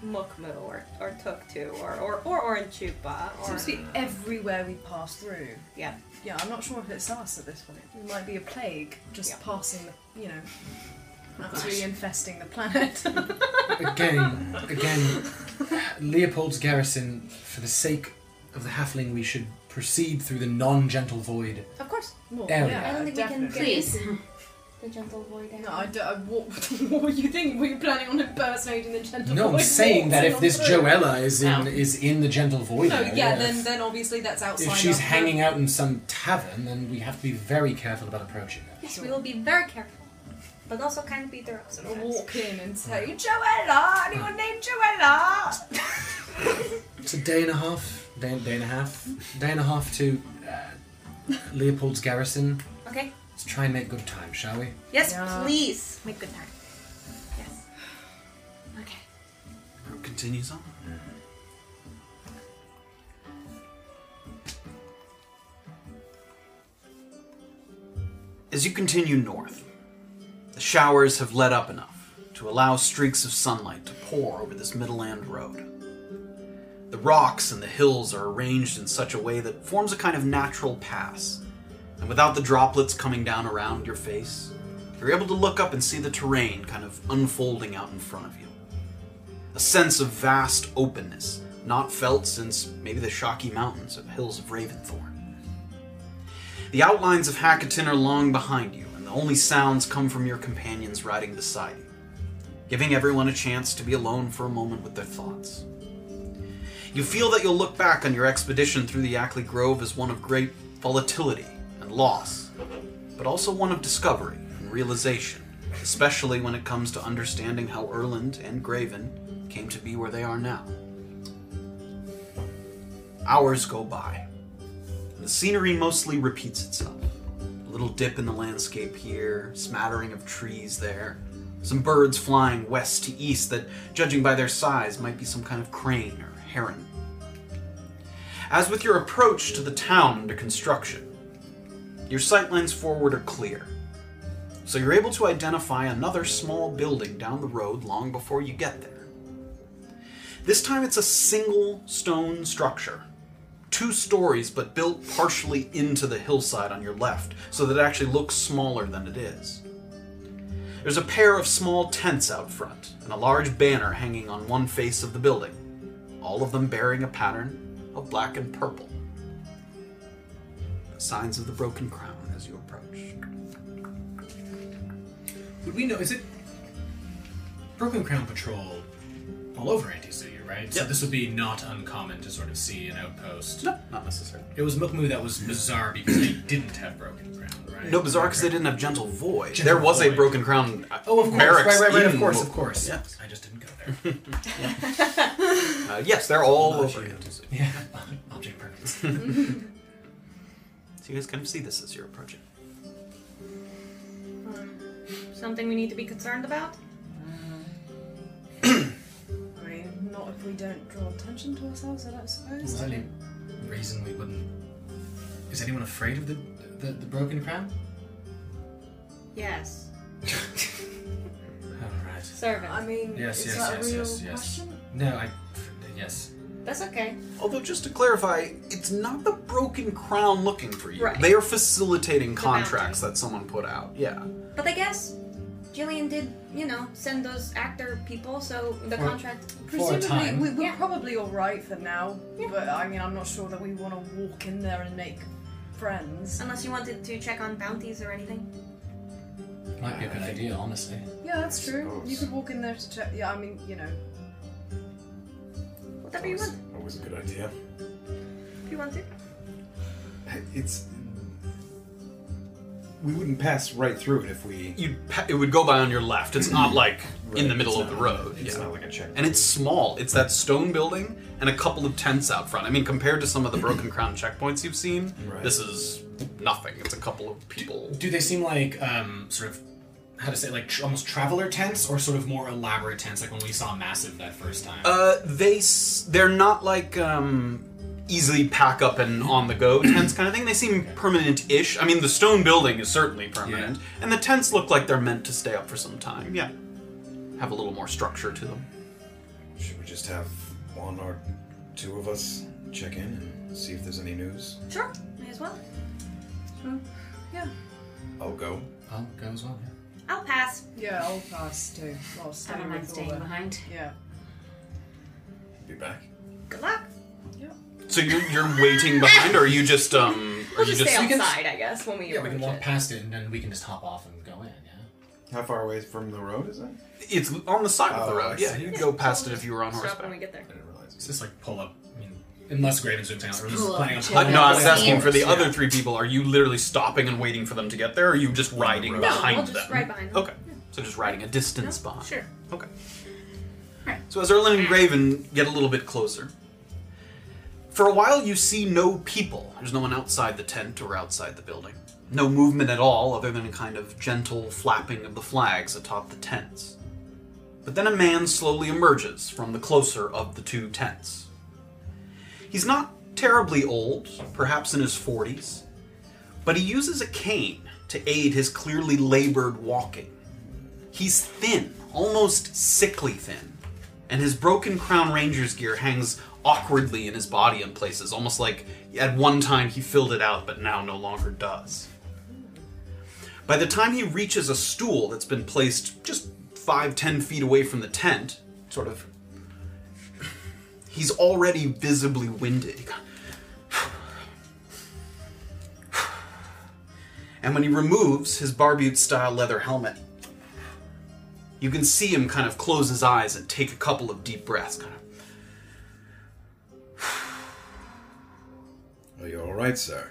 [SPEAKER 4] Mukmu or, or Tuktu or, or, or Orange Chupa
[SPEAKER 7] Seems
[SPEAKER 4] or.
[SPEAKER 7] to be everywhere we pass through.
[SPEAKER 4] Yeah.
[SPEAKER 7] Yeah, I'm not sure if it's us at this point. It might be a plague just
[SPEAKER 4] Yeah.
[SPEAKER 7] passing, the, you know, absolutely infesting the planet. yeah,
[SPEAKER 5] Again, again, Leopold's garrison, for the sake of the halfling, we should proceed through the non gentle void.
[SPEAKER 4] Of course.
[SPEAKER 7] well,
[SPEAKER 5] Area.
[SPEAKER 7] yeah,
[SPEAKER 4] I don't think we can
[SPEAKER 7] definitely.
[SPEAKER 4] get-
[SPEAKER 6] Please.
[SPEAKER 4] The gentle void.
[SPEAKER 7] No, I don't. I, what, what were you thinking? Were you planning on impersonating the gentleman?
[SPEAKER 5] No, I'm saying that if this Joella is in
[SPEAKER 6] Oh.
[SPEAKER 5] is in the gentle void
[SPEAKER 7] No,
[SPEAKER 5] area,
[SPEAKER 7] Oh, yeah,
[SPEAKER 5] if-
[SPEAKER 7] then then obviously that's outside.
[SPEAKER 5] if she's
[SPEAKER 7] our-
[SPEAKER 5] hanging out in some tavern, then we have to be very careful about approaching her.
[SPEAKER 4] Yes, we will be very careful, but also kind of beat her up
[SPEAKER 7] Or
[SPEAKER 4] sometimes.
[SPEAKER 7] walk in and say, Joella! Anyone named Joella?
[SPEAKER 5] It's a day and a half, day, day and a half, day and a half to uh, Leopold's garrison.
[SPEAKER 4] Okay.
[SPEAKER 5] Let's try and make good time, shall we?
[SPEAKER 4] Yes,
[SPEAKER 7] Yeah.
[SPEAKER 4] please. Make good time. Yes. Okay.
[SPEAKER 2] It continues on. As you continue north, the showers have let up enough to allow streaks of sunlight to pour over this middleland road. The rocks and the hills are arranged in such a way that forms a kind of natural pass, and without the droplets coming down around your face, you're able to look up and see the terrain kind of unfolding out in front of you a sense of vast openness not felt since maybe the Shocky Mountains or the hills of Raventhorn. The outlines of Hackerton are long behind you, and the only sounds come from your companions riding beside you, giving everyone a chance to be alone for a moment with their thoughts. You feel that you'll look back on your expedition through the Ackley Grove as one of great volatility and loss, but also one of discovery and realization, especially when it comes to understanding how Erland and Graven came to be where they are now. Hours go by, and the scenery mostly repeats itself. A little dip in the landscape here, smattering of trees there, some birds flying west to east that, judging by their size, might be some kind of crane or heron. As with your approach to the town under construction, Your sightlines forward are clear. So you're able to identify another small building down the road long before you get there. This time it's a single stone structure. Two stories, but built partially into the hillside on your left, so that it actually looks smaller than it is. There's a pair of small tents out front, and a large banner hanging on one face of the building, all of them bearing a pattern of black and purple. Signs of the broken crown as you approach.
[SPEAKER 5] Would we know? Is it Broken Crown Patrol all over Anti Studio, right? So
[SPEAKER 2] Yep.
[SPEAKER 5] this would be not uncommon to sort of see an outpost.
[SPEAKER 2] No, not necessarily.
[SPEAKER 5] It was a movie that was bizarre because they didn't have Broken Crown, right?
[SPEAKER 2] No, bizarre because they didn't have Gentle Void.
[SPEAKER 5] Gentle
[SPEAKER 2] there was a
[SPEAKER 5] Void.
[SPEAKER 2] Broken Crown. uh,
[SPEAKER 5] Oh, of course,
[SPEAKER 2] barracks
[SPEAKER 5] right, right, right,
[SPEAKER 2] in
[SPEAKER 5] of course,
[SPEAKER 2] Mo-
[SPEAKER 5] of course.
[SPEAKER 2] Yeah.
[SPEAKER 5] I just didn't go there.
[SPEAKER 2] Uh, yes, they're all over it.
[SPEAKER 5] yeah, object permanence.
[SPEAKER 2] So you guys kind of see this as you're approaching.
[SPEAKER 4] Something we need to be concerned about?
[SPEAKER 7] I mean, not if we don't draw attention to ourselves, I don't suppose.
[SPEAKER 5] Is there any reason we wouldn't? Is anyone afraid of the the, the Broken Crown?
[SPEAKER 4] Yes.
[SPEAKER 5] All right.
[SPEAKER 4] Servant.
[SPEAKER 7] I mean,
[SPEAKER 5] Yes,
[SPEAKER 7] is
[SPEAKER 5] yes,
[SPEAKER 7] that
[SPEAKER 5] yes,
[SPEAKER 7] a real
[SPEAKER 5] yes, yes.
[SPEAKER 7] question?
[SPEAKER 5] No, I. Yes.
[SPEAKER 4] That's okay.
[SPEAKER 2] Although, just to clarify, it's not the Broken Crown looking for you.
[SPEAKER 4] Right.
[SPEAKER 2] They are facilitating contracts
[SPEAKER 4] bounty.
[SPEAKER 2] that someone put out. Yeah.
[SPEAKER 4] But I guess Jillian did, you know, send those actor people, so the
[SPEAKER 5] For-
[SPEAKER 4] contract.
[SPEAKER 5] For a
[SPEAKER 7] Presumably,
[SPEAKER 5] time.
[SPEAKER 7] we, we're
[SPEAKER 4] Yeah.
[SPEAKER 7] probably all right for now. But I mean, I'm not sure that we want to walk in there and make friends.
[SPEAKER 4] Unless you wanted to check on bounties or anything.
[SPEAKER 5] Might be a good idea, honestly.
[SPEAKER 7] Yeah, that's true. You
[SPEAKER 3] Suppose.
[SPEAKER 7] could walk in there to check. Yeah, I mean, you know,
[SPEAKER 4] Whatever you want.
[SPEAKER 3] Always a good idea.
[SPEAKER 4] If you want to.
[SPEAKER 3] It's. We wouldn't pass right through it if we.
[SPEAKER 2] You, it would go by on your left. It's not like in the
[SPEAKER 3] Right,
[SPEAKER 2] middle
[SPEAKER 3] it's
[SPEAKER 2] of the
[SPEAKER 3] not-
[SPEAKER 2] road.
[SPEAKER 3] It's
[SPEAKER 2] yeah.
[SPEAKER 3] not like a check.
[SPEAKER 2] and it's small. It's that stone building and a couple of tents out front. I mean, compared to some of the Broken Crown checkpoints you've seen,
[SPEAKER 3] Right.
[SPEAKER 2] this is nothing. It's a couple of people.
[SPEAKER 5] Do they seem like um, sort of how to say like tr- almost traveler tents or sort of more elaborate tents, like when we saw Massive that first time?
[SPEAKER 2] Uh, they s- they're not like um, easily pack up and on the go tents kind of thing. They seem permanent-ish. I mean, the stone building is certainly permanent, and the tents look like they're meant to stay up for some time. Yeah, have a little more structure to them.
[SPEAKER 3] Should we just have one or two of us check in and see if there's any news?
[SPEAKER 4] Sure, may as well.
[SPEAKER 3] I'll go.
[SPEAKER 5] I'll Oh, go as well.
[SPEAKER 4] I'll pass.
[SPEAKER 7] yeah, I'll pass too. I'll stay
[SPEAKER 6] I don't mind
[SPEAKER 7] with all
[SPEAKER 6] staying
[SPEAKER 7] the-
[SPEAKER 6] behind.
[SPEAKER 7] Yeah.
[SPEAKER 3] Be back.
[SPEAKER 4] Good luck.
[SPEAKER 2] So you're you're waiting behind, or are you just um? Are
[SPEAKER 4] We'll
[SPEAKER 2] you
[SPEAKER 4] just, stay
[SPEAKER 5] you can-
[SPEAKER 4] outside, I guess, when we
[SPEAKER 5] Yeah, we can
[SPEAKER 4] approach
[SPEAKER 5] walk
[SPEAKER 4] it.
[SPEAKER 5] past it and then we can just hop off and go in. Yeah.
[SPEAKER 3] How far away from the road is that?
[SPEAKER 2] It's on the side of the
[SPEAKER 3] Oh, I
[SPEAKER 2] road. Yeah,
[SPEAKER 3] see.
[SPEAKER 2] you'd go past it if you were on
[SPEAKER 4] Stop when we
[SPEAKER 2] horseback.
[SPEAKER 4] get there.
[SPEAKER 3] I didn't realize.
[SPEAKER 5] It's just like pull up. I mean, unless Graven's doing something, else, we're just
[SPEAKER 6] Pull up,
[SPEAKER 5] planning on
[SPEAKER 6] check
[SPEAKER 5] pulling
[SPEAKER 2] Uh, no, I was
[SPEAKER 5] up.
[SPEAKER 2] asking for the
[SPEAKER 5] Yeah.
[SPEAKER 2] other three people. Are you literally stopping and waiting for them to get there, or are you just riding
[SPEAKER 3] No,
[SPEAKER 2] behind
[SPEAKER 4] we'll just
[SPEAKER 2] them?
[SPEAKER 4] ride behind them.
[SPEAKER 2] Okay, so just riding a distance behind.
[SPEAKER 4] Sure.
[SPEAKER 2] Okay.
[SPEAKER 8] Right.
[SPEAKER 2] So as Erlen and Graven get a little bit closer, for a while you see no people. There's no one outside the tent or outside the building. No movement at all, other than a kind of gentle flapping of the flags atop the tents. But then a man slowly emerges from the closer of the two tents. He's not terribly old, perhaps in his 40s, but he uses a cane to aid his clearly labored walking. He's thin, almost sickly thin, and his broken Crown Ranger's gear hangs awkwardly in his body in places, almost like at one time he filled it out but now no longer does. By the time he reaches a stool that's been placed just five, ten feet away from the tent, sort of, he's already visibly winded. He kind of- And when he removes his barbute style leather helmet, you can see him kind of close his eyes and take a couple of deep breaths, kind of.
[SPEAKER 3] Are you all right, sir?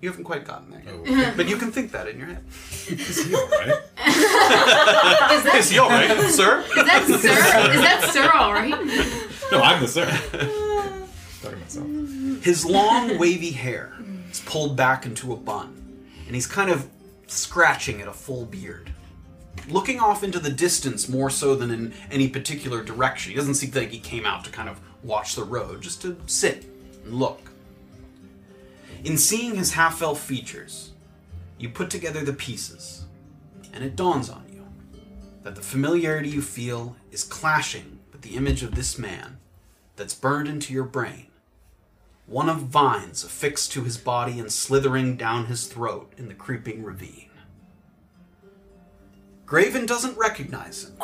[SPEAKER 2] You haven't quite gotten there yet.
[SPEAKER 3] Oh,
[SPEAKER 2] But you can think that in your head.
[SPEAKER 3] is he all right?
[SPEAKER 2] Is he all right, sir?
[SPEAKER 8] Is that Sir? Is that Sir all right?
[SPEAKER 3] no, I'm the sir. Talking to myself.
[SPEAKER 2] His long, wavy hair is pulled back into a bun, and he's kind of scratching at a full beard. Looking off into the distance more so than in any particular direction. He doesn't seem like he came out to kind of watch the road, just to sit and look. In seeing his half elf features, you put together the pieces, and it dawns on you that the familiarity you feel is clashing with the image of this man that's burned into your brain. One of vines affixed to his body and slithering down his throat in the creeping ravine. Graven doesn't recognize him,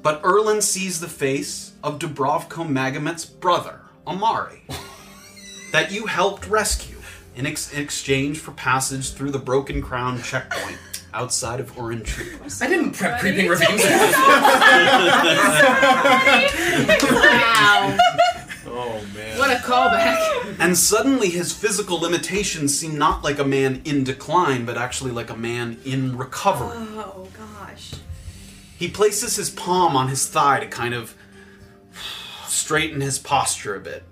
[SPEAKER 2] but Erlin sees the face of Dubrovko Magomet's brother, Amari, that you helped rescue in ex- exchange for passage through the Broken Crown checkpoint outside of Orin Tree.
[SPEAKER 5] I didn't prep creeping ravines. I
[SPEAKER 8] Wow.
[SPEAKER 3] Oh man.
[SPEAKER 8] What a callback.
[SPEAKER 2] And suddenly his physical limitations seem not like a man in decline, but actually like a man in recovery.
[SPEAKER 4] Oh gosh.
[SPEAKER 2] He places his palm on his thigh to kind of straighten his posture a bit.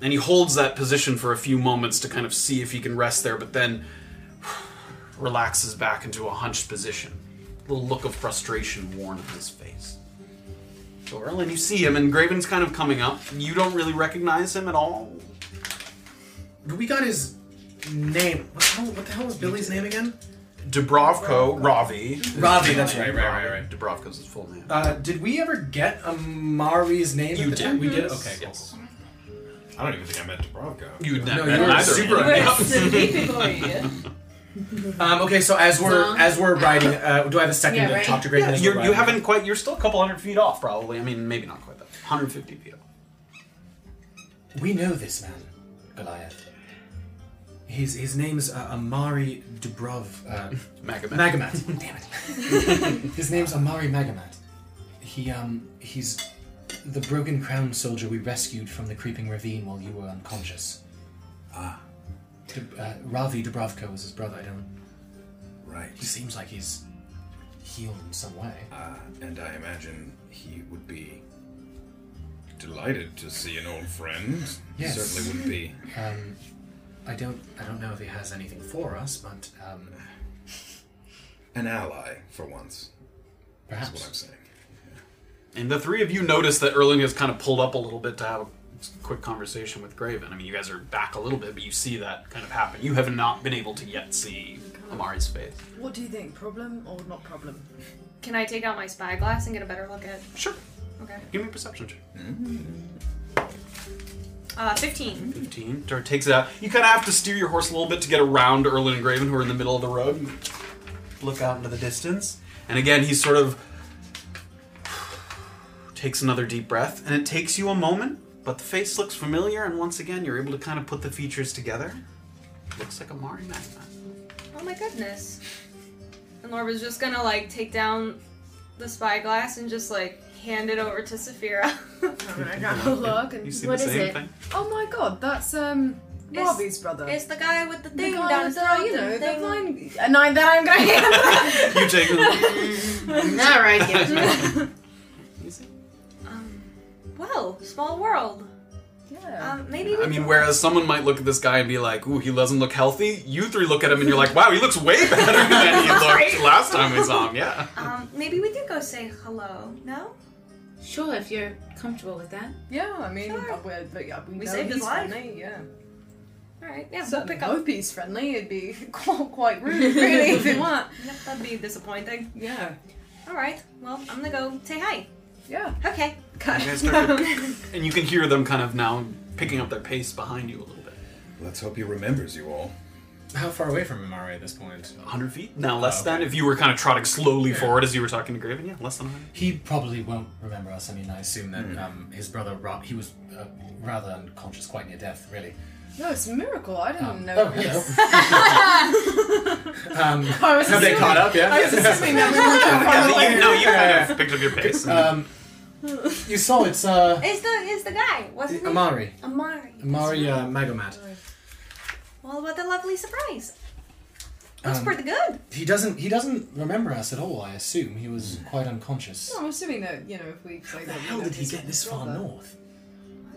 [SPEAKER 2] And he holds that position for a few moments to kind of see if he can rest there, but then relaxes back into a hunched position. A little look of frustration worn on his face. So Erlen, you see him, and Graven's kind of coming up. You don't really recognize him at all.
[SPEAKER 5] we got his name. What the hell, what the hell was Billy's name again?
[SPEAKER 2] Dubrovko, Ravi.
[SPEAKER 5] Ravi, that's right, right, right, right.
[SPEAKER 2] Dubrovko's his full name.
[SPEAKER 5] Uh, did we ever get Amari's name?
[SPEAKER 2] You
[SPEAKER 5] at the
[SPEAKER 2] did.
[SPEAKER 5] Time? We did.
[SPEAKER 2] Yes.
[SPEAKER 5] Okay. Cool.
[SPEAKER 2] Yes.
[SPEAKER 5] cool.
[SPEAKER 3] I don't even think I met Dubrovka.
[SPEAKER 2] You'd
[SPEAKER 5] No,
[SPEAKER 2] never
[SPEAKER 5] you were
[SPEAKER 2] neither
[SPEAKER 5] super
[SPEAKER 2] of you.
[SPEAKER 5] unhappy.
[SPEAKER 7] Specifically.
[SPEAKER 5] Um, okay. So as we're
[SPEAKER 8] Zong.
[SPEAKER 5] as we're riding, uh, do I have a second
[SPEAKER 8] Yeah,
[SPEAKER 5] to
[SPEAKER 8] right.
[SPEAKER 5] talk to Graven?
[SPEAKER 2] Yeah,
[SPEAKER 5] as
[SPEAKER 2] you're,
[SPEAKER 5] we're
[SPEAKER 2] you
[SPEAKER 5] riding?
[SPEAKER 2] haven't quite. You're still a couple hundred feet off, probably. I mean, maybe not quite that. 150 feet off.
[SPEAKER 5] We know this man, Goliath. His his name's uh, Amari Dubrov. Uh,
[SPEAKER 2] Magomed.
[SPEAKER 5] Magamat. Damn it. his name's Amari Magamat. He um he's the broken crown soldier we rescued from the creeping ravine while you were unconscious. Ah. uh, Ravi Dubrovko is his brother. I don't.
[SPEAKER 3] Right.
[SPEAKER 5] He seems like he's healed in some way.
[SPEAKER 3] Uh, and I imagine he would be delighted to see an old friend.
[SPEAKER 5] Yes.
[SPEAKER 3] He certainly would be.
[SPEAKER 5] Um, I don't I don't know if he has anything for us, but um,
[SPEAKER 3] An ally, for once, is what I'm
[SPEAKER 5] perhaps
[SPEAKER 3] saying.
[SPEAKER 2] And the three of you notice that Erling has kind of pulled up a little bit to have a quick conversation with Graven. I mean, you guys are back a little bit, but you see that kind of happen. You have not been able to yet see Amari's face.
[SPEAKER 7] What do you think? Problem or not problem?
[SPEAKER 4] Can I take out my spyglass and get a better look at?
[SPEAKER 2] Sure.
[SPEAKER 4] Okay.
[SPEAKER 2] Give me a perception check.
[SPEAKER 4] Uh, fifteen.
[SPEAKER 2] 15. Dart takes it out. You kind of have to steer your horse a little bit to get around Erlin and Graven, who are in the middle of the road. Look out into the distance. And again, he sort of takes another deep breath, and it takes you a moment, but the face looks familiar, and once again, you're able to kind of put the features together. Looks like a Mari Magma.
[SPEAKER 4] Oh my goodness. And Lorba's just gonna like take down the spyglass and just like hand it over to Saphira.
[SPEAKER 7] Alright, I got a look
[SPEAKER 2] You
[SPEAKER 7] and.
[SPEAKER 2] see
[SPEAKER 8] What
[SPEAKER 2] the
[SPEAKER 8] is
[SPEAKER 2] same
[SPEAKER 8] it?
[SPEAKER 2] thing?
[SPEAKER 7] Oh my god, that's um.
[SPEAKER 4] It's-
[SPEAKER 7] Robbie's brother.
[SPEAKER 4] it's the guy with the
[SPEAKER 7] the
[SPEAKER 4] thing
[SPEAKER 7] guy
[SPEAKER 4] down
[SPEAKER 7] with
[SPEAKER 4] his
[SPEAKER 7] the,
[SPEAKER 4] throat.
[SPEAKER 7] you know,
[SPEAKER 4] the
[SPEAKER 7] the
[SPEAKER 4] thing. Um,
[SPEAKER 7] vine. And I, that I'm
[SPEAKER 2] You
[SPEAKER 7] going to
[SPEAKER 2] take it.
[SPEAKER 8] All right. Yeah.
[SPEAKER 4] Um, well, small world.
[SPEAKER 7] Yeah.
[SPEAKER 4] Um, maybe. We
[SPEAKER 2] I mean,
[SPEAKER 4] can-
[SPEAKER 2] whereas someone might look at this guy and be like, ooh, he doesn't look healthy, you three look at him and you're like, wow, he looks way better than he looked last time we saw him, yeah.
[SPEAKER 4] Um, maybe we did go say hello. No.
[SPEAKER 8] Sure, if you're comfortable with that.
[SPEAKER 7] Yeah, I mean,
[SPEAKER 4] Sure.
[SPEAKER 7] uh, we're, but yeah, we,
[SPEAKER 4] We
[SPEAKER 7] know
[SPEAKER 4] saved his
[SPEAKER 7] he's
[SPEAKER 4] life.
[SPEAKER 7] friendly, yeah.
[SPEAKER 4] All right. Yeah.
[SPEAKER 7] Certainly
[SPEAKER 4] We'll pick up.
[SPEAKER 7] hope he's friendly. It'd be quite, quite rude, really, if it weren't.
[SPEAKER 4] Yep, that'd be disappointing.
[SPEAKER 7] Yeah.
[SPEAKER 4] All right. Well, I'm gonna go say hi.
[SPEAKER 7] Yeah.
[SPEAKER 4] Okay.
[SPEAKER 2] You guys start to- and you can hear them kind of now picking up their pace behind you a little bit.
[SPEAKER 3] Let's hope he remembers you all.
[SPEAKER 5] how far away from Amari at this point?
[SPEAKER 2] 100 feet? Now less
[SPEAKER 5] Oh,
[SPEAKER 2] than. If you were kind of trotting slowly forward as you were talking to Graven, yeah, less than 100.
[SPEAKER 5] He probably won't remember us. I mean, I assume that um, his brother, Ra- he was uh, rather unconscious, quite near death, really.
[SPEAKER 7] No, it's a miracle. I didn't know.
[SPEAKER 5] Oh,
[SPEAKER 7] this.
[SPEAKER 5] hello.
[SPEAKER 7] I was
[SPEAKER 5] Have they
[SPEAKER 7] assuming,
[SPEAKER 5] caught up?
[SPEAKER 7] I was
[SPEAKER 5] Yeah.
[SPEAKER 7] assuming that we were
[SPEAKER 2] You, no, you kind of picked up your pace. and-
[SPEAKER 5] um, you saw it's uh,
[SPEAKER 4] It's the it's the guy, wasn't it?
[SPEAKER 5] Amari.
[SPEAKER 4] Amari.
[SPEAKER 7] Oh,
[SPEAKER 5] Amari uh, Magomat.
[SPEAKER 4] Well, what a lovely surprise. Looks
[SPEAKER 5] Um,
[SPEAKER 4] pretty good.
[SPEAKER 5] He doesn't. He doesn't remember us at all. I assume he was quite unconscious.
[SPEAKER 7] I'm assuming that, you know, if we say
[SPEAKER 5] How the
[SPEAKER 7] that. we
[SPEAKER 5] hell
[SPEAKER 7] know
[SPEAKER 5] did he
[SPEAKER 7] his
[SPEAKER 5] get this far
[SPEAKER 7] brother.
[SPEAKER 5] north?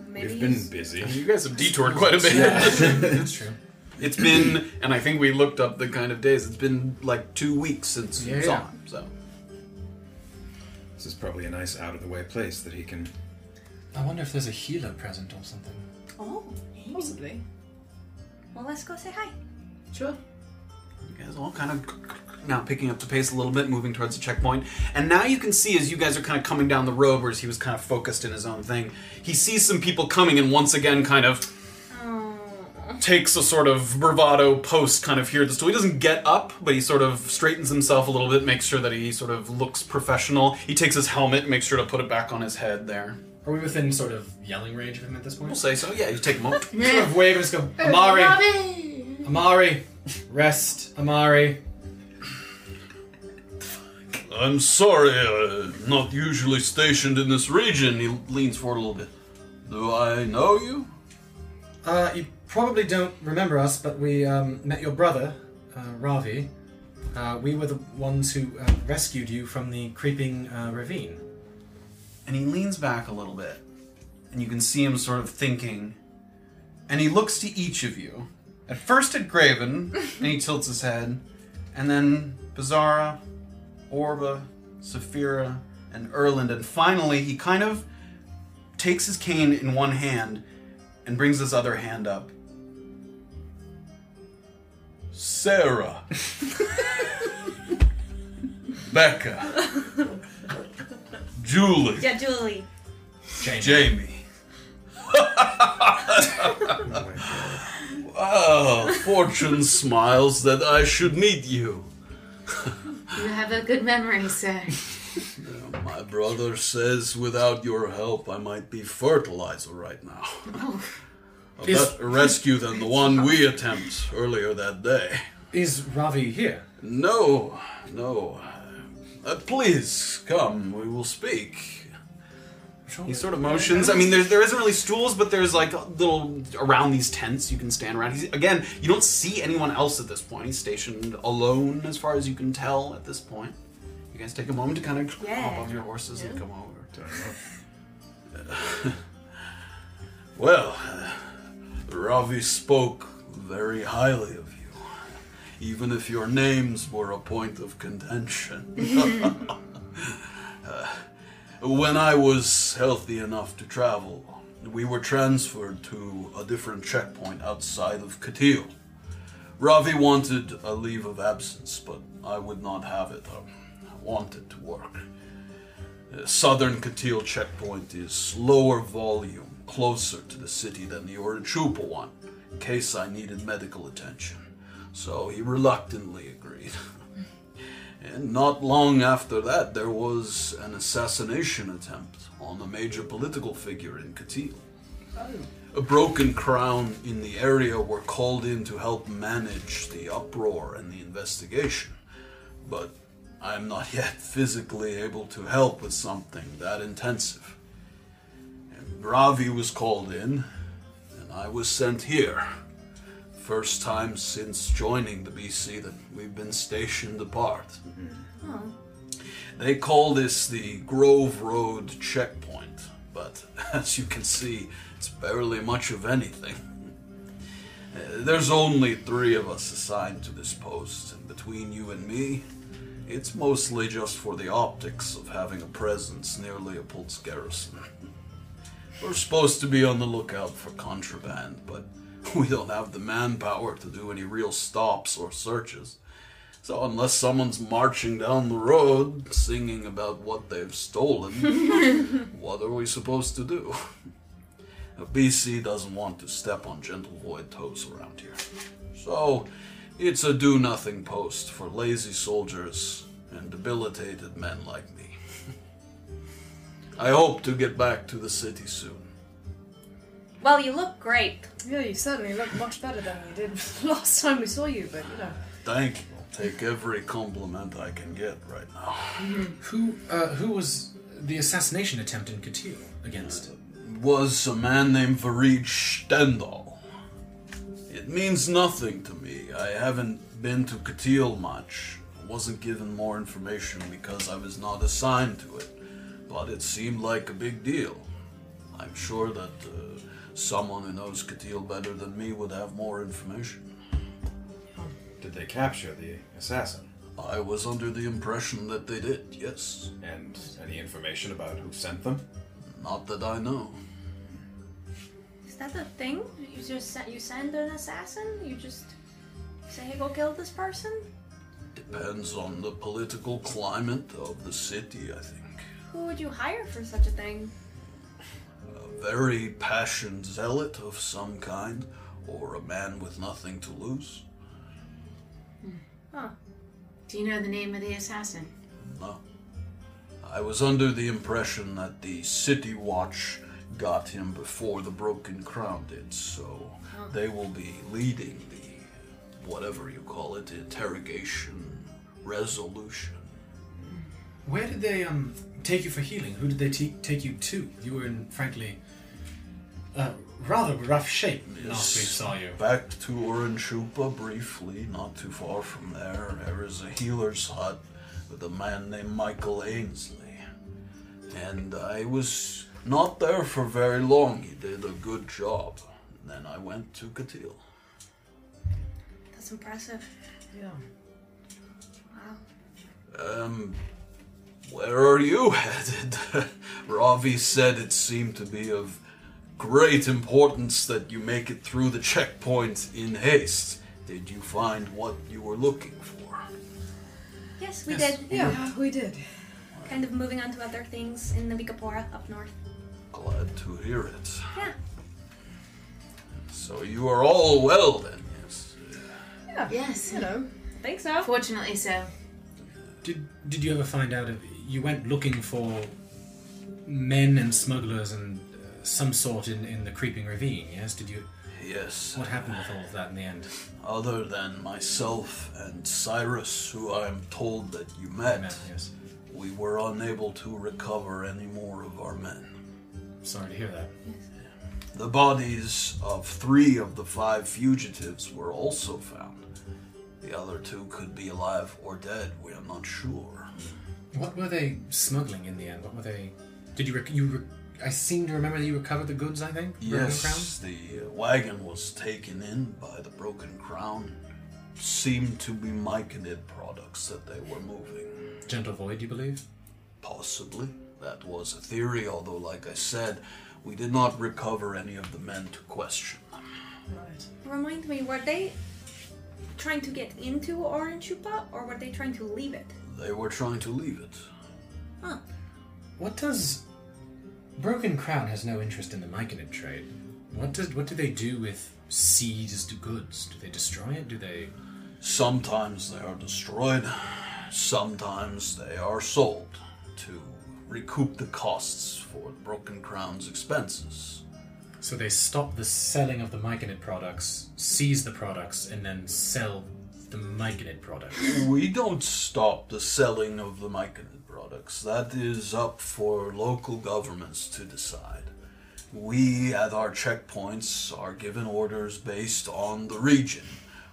[SPEAKER 4] Maybe
[SPEAKER 3] We've been
[SPEAKER 4] he's-
[SPEAKER 3] busy.
[SPEAKER 2] you guys have detoured quite a bit.
[SPEAKER 5] That's true.
[SPEAKER 2] It's been, and I think we looked up the kind of days, it's been like two weeks since you
[SPEAKER 5] Yeah,
[SPEAKER 2] saw
[SPEAKER 5] yeah.
[SPEAKER 2] him, so.
[SPEAKER 3] This is probably a nice out of the way place that he can.
[SPEAKER 5] I wonder if there's a healer present or something.
[SPEAKER 4] Oh.
[SPEAKER 7] Possibly.
[SPEAKER 4] Well, let's go say hi.
[SPEAKER 8] Sure.
[SPEAKER 2] You guys all kind of now picking up the pace a little bit, moving towards the checkpoint. And now you can see as you guys are kind of coming down the road, whereas he was kind of focused in his own thing, he sees some people coming and once again kind of takes a sort of bravado post kind of here at the stool. He doesn't get up, but he sort of straightens himself a little bit, makes sure that he sort of looks professional. He takes his helmet, makes sure to put it back on his head there.
[SPEAKER 5] Are we within sort of yelling range of him at this point?
[SPEAKER 2] We'll say so. Yeah, you take him out.
[SPEAKER 5] sort of wave and just go, Amari, Amari, rest, Amari.
[SPEAKER 2] I'm sorry, uh, not usually stationed in this region. He leans forward a little bit. Do I know you?
[SPEAKER 5] Uh, you probably don't remember us, but we um, met your brother, uh, Ravi. Uh, we were the ones who uh, rescued you from the creeping uh, ravine.
[SPEAKER 2] and he leans back a little bit and you can see him sort of thinking and he looks to each of you at first at graven and he tilts his head and then bizarra orba saphira and erland and finally he kind of takes his cane in one hand and brings his other hand up sarah becca julie
[SPEAKER 4] Yeah, Julie.
[SPEAKER 5] Jamie.
[SPEAKER 2] Jamie. wow, fortune smiles that I should meet you.
[SPEAKER 8] You have a good memory, sir.
[SPEAKER 2] My brother says without your help, I might be fertilizer right now. A
[SPEAKER 5] Is-
[SPEAKER 2] better rescue than the one we attempt earlier that day.
[SPEAKER 5] Is Ravi here?
[SPEAKER 2] No, no. Uh, please come, we will speak. He sort of motions. I mean, there, there isn't really stools, but there's like little around these tents you can stand around. He's, again, you don't see anyone else at this point. He's stationed alone, as far as you can tell at this point. You guys take a moment to kind of hop off your horses and come over. well, uh, Ravi spoke very highly of you, even if your names were a point of contention. Uh, When I was healthy enough to travel, we were transferred to a different checkpoint outside of Katil. Ravi wanted a leave of absence, but I would not have it. I wanted to work. Uh, Southern Katil checkpoint is lower volume, closer to the city than the Orinchupa one, in case I needed medical attention. So he reluctantly agreed. And not long after that, there was an assassination attempt on a major political figure in Katil. A broken crown in the area were called in to help manage the uproar and the investigation, but I am not yet physically able to help with something that intensive. And Ravi was called in, and I was sent here. First time since joining the BC that we've been stationed apart. They call this the Grove Road checkpoint, but as you can see, it's barely much of anything. Uh, There's only three of us assigned to this post, and between you and me, it's mostly just for the optics of having a presence near Leopold's garrison. We're supposed to be on the lookout for contraband, but we don't have the manpower to do any real stops or searches. So unless someone's marching down the road singing about what they've stolen, what are we supposed to do? Now, BC doesn't want to step on gentle void toes around here. So it's a do nothing post for lazy soldiers and debilitated men like me. I hope to get back to the city soon.
[SPEAKER 4] Well, you look great.
[SPEAKER 7] Yeah, you certainly look much better than you did last time we saw you, but you know.
[SPEAKER 2] Thank you. I'll take every compliment I can get right now.
[SPEAKER 5] Who uh, who was the assassination attempt in Katil against?
[SPEAKER 2] was a man named Farid Stendal. It means nothing to me. I haven't been to Katil much. I wasn't given more information because I was not assigned to it, but it seemed like a big deal. I'm sure that uh, someone who knows Katil better than me would have more information.
[SPEAKER 3] Did they capture the assassin?
[SPEAKER 2] I was under the impression that they did, yes.
[SPEAKER 3] And any information about who sent them?
[SPEAKER 2] Not that I know.
[SPEAKER 4] Is that the thing? You just send, you send an assassin? You just Say, hey, go kill this person?
[SPEAKER 2] Depends on the political climate of the city, I think.
[SPEAKER 4] Who would you hire for such a thing?
[SPEAKER 2] A very passionate zealot of some kind, or a man with nothing to lose.
[SPEAKER 4] Huh.
[SPEAKER 6] Do you know the name of the assassin?
[SPEAKER 2] No. I was under the impression that the City Watch got him before the Broken Crown did, so they will be leading the whatever you call it interrogation resolution.
[SPEAKER 5] Where did they um take you for healing? Who did they te- take you to? You were in, frankly, uh, rather rough shape last we saw you.
[SPEAKER 2] Back to Orinchupa briefly, not too far from there. There is a healer's hut with a man named Michael Ainsley. And I was not there for very long. He did a good job. Then I went to Katil.
[SPEAKER 4] That's impressive.
[SPEAKER 5] Yeah.
[SPEAKER 4] Wow.
[SPEAKER 2] Um, where are you headed? Ravi said it seemed to be of great importance that you make it through the checkpoint in haste. Did you find what you were looking for?
[SPEAKER 4] Yes, we
[SPEAKER 5] Yes.
[SPEAKER 4] did.
[SPEAKER 7] Yeah, we did.
[SPEAKER 4] Kind of moving on to other things in the Vikapora up north.
[SPEAKER 2] Glad to hear it.
[SPEAKER 4] Yeah.
[SPEAKER 2] So you are all well then, yes.
[SPEAKER 7] Yeah.
[SPEAKER 6] Yes.
[SPEAKER 7] You know.
[SPEAKER 4] Think so.
[SPEAKER 6] Fortunately so.
[SPEAKER 5] Did Did you ever find out if you went looking for men and smugglers and uh, some sort in in the creeping ravine? Yes. Did you?
[SPEAKER 2] Yes.
[SPEAKER 5] What happened with all of that in the end?
[SPEAKER 2] Other than myself and Cyrus, who I am told that you
[SPEAKER 5] Man,
[SPEAKER 2] met,
[SPEAKER 5] yes.
[SPEAKER 2] we were unable to recover any more of our men.
[SPEAKER 5] Sorry to hear that.
[SPEAKER 2] The bodies of three of the five fugitives were also found. The other two could be alive or dead, we are not sure.
[SPEAKER 5] What were they smuggling in the end? What were they? Did you? Rec- you? Rec- I seem to remember that you recovered the goods. I think. Broken Crown?
[SPEAKER 2] Yes, the uh, wagon was taken in by the Broken Crown. Seemed to be Myconid products that they were moving.
[SPEAKER 5] Gentle Void, you believe?
[SPEAKER 2] Possibly. That was a theory, although, like I said, we did not recover any of the men to question.
[SPEAKER 7] Right.
[SPEAKER 4] Remind me, were they trying to get into Orange Chupa or were they trying to leave it?
[SPEAKER 2] They were trying to leave it.
[SPEAKER 4] Huh.
[SPEAKER 5] What does Broken Crown has no interest in the Myconid trade. What does what do they do with seized goods? Do they destroy it? Do they
[SPEAKER 2] Sometimes they are destroyed, sometimes they are sold to recoup the costs for Broken Crown's expenses.
[SPEAKER 5] so they stop the selling of the Myconid products, seize the products, and then sell the Myconid products?
[SPEAKER 2] We don't stop the selling of the Myconid products. That is up for local governments to decide. We at our checkpoints are given orders based on the region.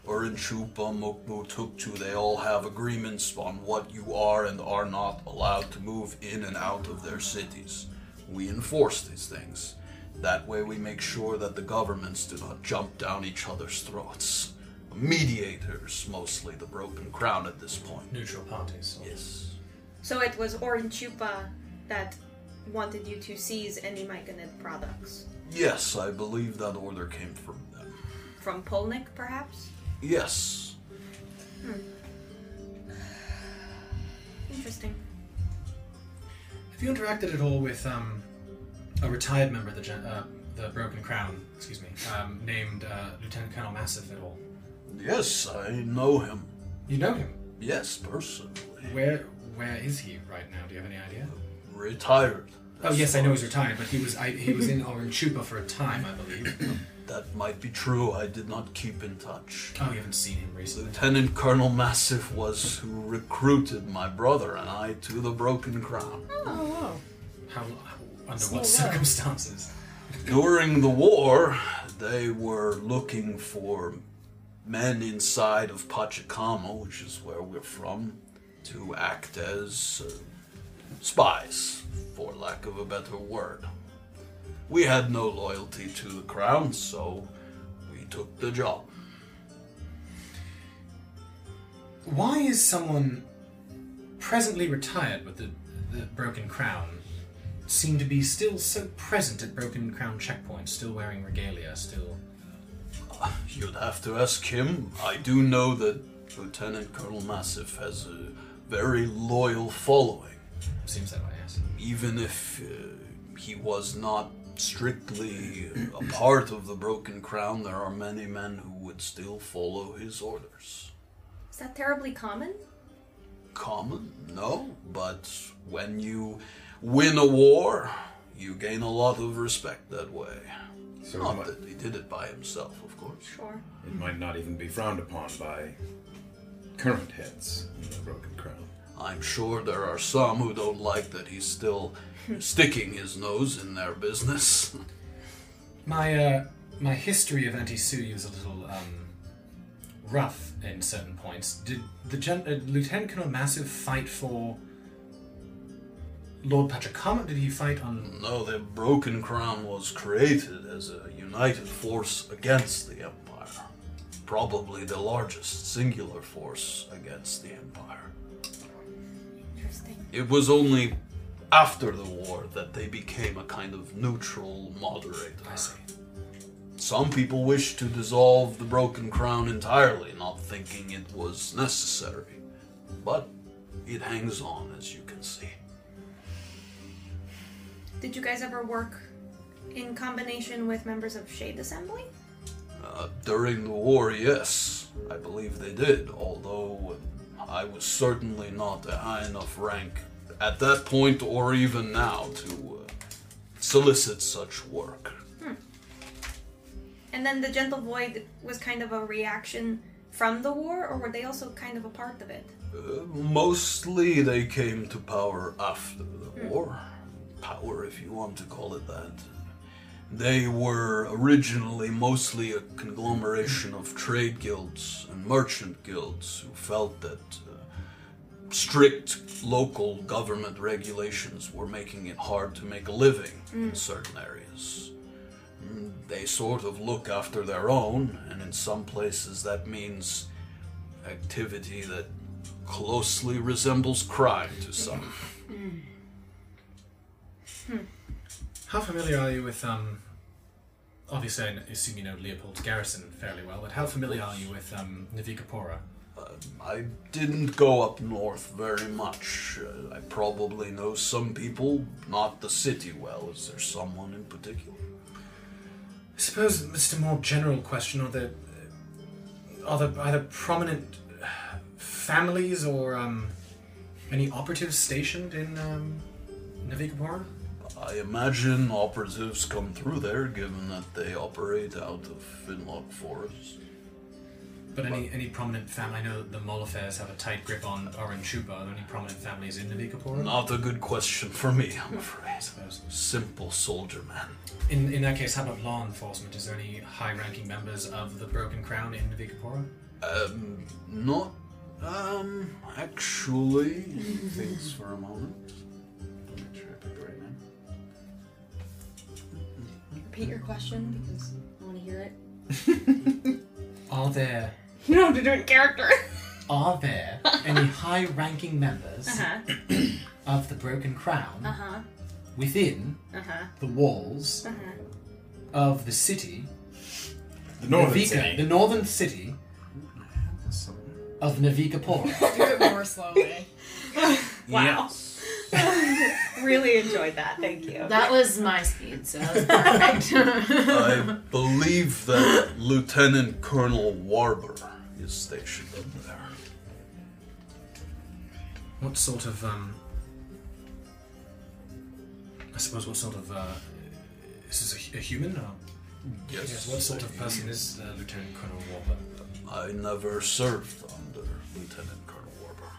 [SPEAKER 2] Urinchupa, Mukbu, Tuktu, they all have agreements on what you are and are not allowed to move in and out of their cities. We enforce these things. That way we make sure that the governments do not jump down each other's throats. Mediators, mostly the Broken Crown at this point.
[SPEAKER 5] Neutral parties.
[SPEAKER 2] Yes.
[SPEAKER 4] So it was Orange Chupa that wanted you to seize any Myconid products.
[SPEAKER 2] Yes, I believe that order came from them.
[SPEAKER 4] From Polnik, perhaps?
[SPEAKER 2] Yes.
[SPEAKER 4] Interesting.
[SPEAKER 5] Have you interacted at all with um, a retired member of the gen- uh, the Broken Crown? Excuse me, um, named uh, Lieutenant Colonel Massif at all?
[SPEAKER 2] Yes, I know him.
[SPEAKER 5] You know him.
[SPEAKER 2] Yes, personally.
[SPEAKER 5] Where where is he right now? Do you have any idea?
[SPEAKER 2] Retired.
[SPEAKER 5] Oh yes, I know he's retired, but he was I, he was in Oranchupa for a time, I believe.
[SPEAKER 2] That might be true. I did not keep in touch.
[SPEAKER 5] Oh, you haven't seen him recently.
[SPEAKER 2] Lieutenant Colonel Massif was who recruited my brother and I to the Broken Crown.
[SPEAKER 7] Oh wow.
[SPEAKER 5] How, how under what circumstances?
[SPEAKER 2] During the war, they were looking for men inside of Pachacama, which is where we're from, to act as uh, spies, for lack of a better word. We had no loyalty to the crown, so we took the job.
[SPEAKER 5] Why is someone presently retired with the, the broken crown seem to be still so present at broken crown checkpoints, still wearing regalia, still
[SPEAKER 2] You'd have to ask him. I do know that Lieutenant Colonel Massif has a very loyal following.
[SPEAKER 5] Seems that way, yes.
[SPEAKER 2] even if uh, he was not strictly a part of the Broken Crown, there are many men who would still follow his orders.
[SPEAKER 9] Is that terribly common?
[SPEAKER 2] Common? No, but when you win a war, you gain a lot of respect that way.
[SPEAKER 3] So it
[SPEAKER 2] Not
[SPEAKER 3] might,
[SPEAKER 2] that he did it by himself, of course.
[SPEAKER 9] Sure.
[SPEAKER 3] it might not even be frowned upon by current heads in the Broken Crown.
[SPEAKER 2] I'm sure there are some who don't like that he's still sticking his nose in their business.
[SPEAKER 5] My uh, my history of anti-Suyu is a little um, rough in certain points. Did the Gen- uh, Lieutenant Colonel Massive fight for Lord Patrick Carmot? Did he fight on?
[SPEAKER 2] No, the Broken Crown was created as a united force against the Empire. Probably the largest singular force against the Empire.
[SPEAKER 9] Interesting.
[SPEAKER 2] It was only after the war that they became a kind of neutral moderator.
[SPEAKER 5] I see.
[SPEAKER 2] Some people wish to dissolve the Broken Crown entirely, not thinking it was necessary. But it hangs on, as you can see.
[SPEAKER 9] Did you guys ever work in combination with members of Shade Assembly?
[SPEAKER 2] Uh, during the war, yes, I believe they did, although I was certainly not a high enough rank at that point or even now to uh, solicit such work.
[SPEAKER 9] And then the Gentle Void was kind of a reaction from the war, or were they also kind of a part of it?
[SPEAKER 2] Uh, mostly they came to power after the war. Power, if you want to call it that. They were originally mostly a conglomeration of trade guilds and merchant guilds who felt that uh, strict local government regulations were making it hard to make a living in certain areas. Mm, They sort of look after their own, and in some places that means activity that closely resembles crime to some.
[SPEAKER 5] How familiar are you with um? Obviously, I assume you know Leopold's garrison fairly well, but how familiar are you with um, Navikapura?
[SPEAKER 2] I didn't go up north very much. Uh, I probably know some people, not the city well. Is there someone in particular?
[SPEAKER 5] I suppose it's a more general question. Are there, are there either prominent uh, families or um, any operatives stationed in um, Navikapura?
[SPEAKER 2] I imagine operatives come through there, given that they operate out of Finlock Forest.
[SPEAKER 5] But any, any prominent family? I know that the Molifers have a tight grip on Oranchuba. Are there any prominent families in Navikapura?
[SPEAKER 2] Not a good question for me, I'm afraid.
[SPEAKER 5] I suppose.
[SPEAKER 2] Simple soldier man.
[SPEAKER 5] In, in that case, how about law enforcement? Is there any high ranking members of the Broken Crown in Navikapura?
[SPEAKER 2] Um, not. Um, actually. Thanks for a moment. Let me try to pick it right now.
[SPEAKER 9] Repeat your question because I want to hear it.
[SPEAKER 5] Are there
[SPEAKER 9] You don't have to do it in character.
[SPEAKER 5] are there any high ranking members
[SPEAKER 9] Uh-huh.
[SPEAKER 5] of the Broken Crown
[SPEAKER 9] Uh-huh.
[SPEAKER 5] within
[SPEAKER 9] Uh-huh.
[SPEAKER 5] the walls of the city,
[SPEAKER 3] The Northern
[SPEAKER 5] Navika,
[SPEAKER 3] City.
[SPEAKER 5] the northern city of Navikapura.
[SPEAKER 7] Do it more slowly.
[SPEAKER 9] Wow. really enjoyed that. Thank you.
[SPEAKER 6] That was my speed, so that was perfect.
[SPEAKER 2] I believe that Lieutenant Colonel Warber is stationed up there.
[SPEAKER 5] what sort of, um, I suppose, what sort of, uh, is this a, a human? Or?
[SPEAKER 2] Yes.
[SPEAKER 5] Yes, what sort of person is uh, Lieutenant Colonel Warburton?
[SPEAKER 2] I never served under Lieutenant Colonel Warber.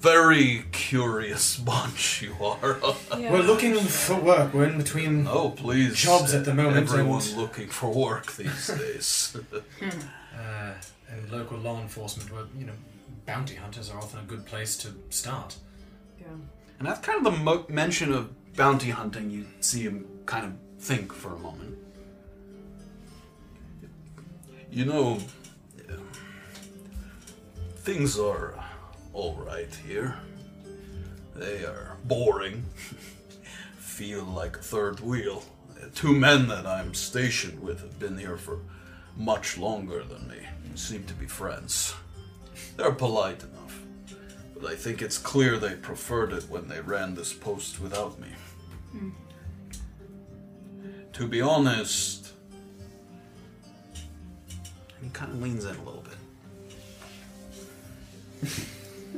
[SPEAKER 2] Very curious bunch you are.
[SPEAKER 5] We're looking for work. We're in between.
[SPEAKER 2] oh, please.
[SPEAKER 5] Jobs at the moment
[SPEAKER 2] Everyone's
[SPEAKER 5] and-
[SPEAKER 2] looking for work these days.
[SPEAKER 5] Uh, and local law enforcement, where, you know, bounty hunters are often a good place to start.
[SPEAKER 10] And that's kind of the mo- mention of bounty hunting you see him kind of think for a moment.
[SPEAKER 2] You know, uh, things are all right here. They are boring, feel like a third wheel. Two men that I'm stationed with have been here for much longer than me and seem to be friends. They're polite enough, but I think it's clear they preferred it when they ran this post without me. To be honest,
[SPEAKER 11] And he kind of leans in a little bit.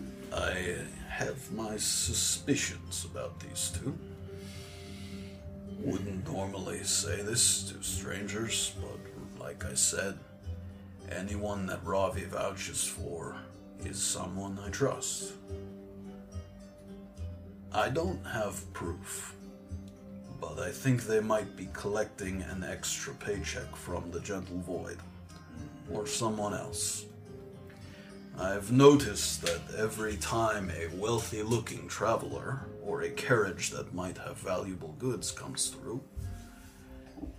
[SPEAKER 2] I have my suspicions about these two. Wouldn't normally say this to strangers, but like I said, anyone that Ravi vouches for is someone I trust. I don't have proof, but I think they might be collecting an extra paycheck from the Gentle Void or someone else. I've noticed that every time a wealthy looking traveler or a carriage that might have valuable goods comes through,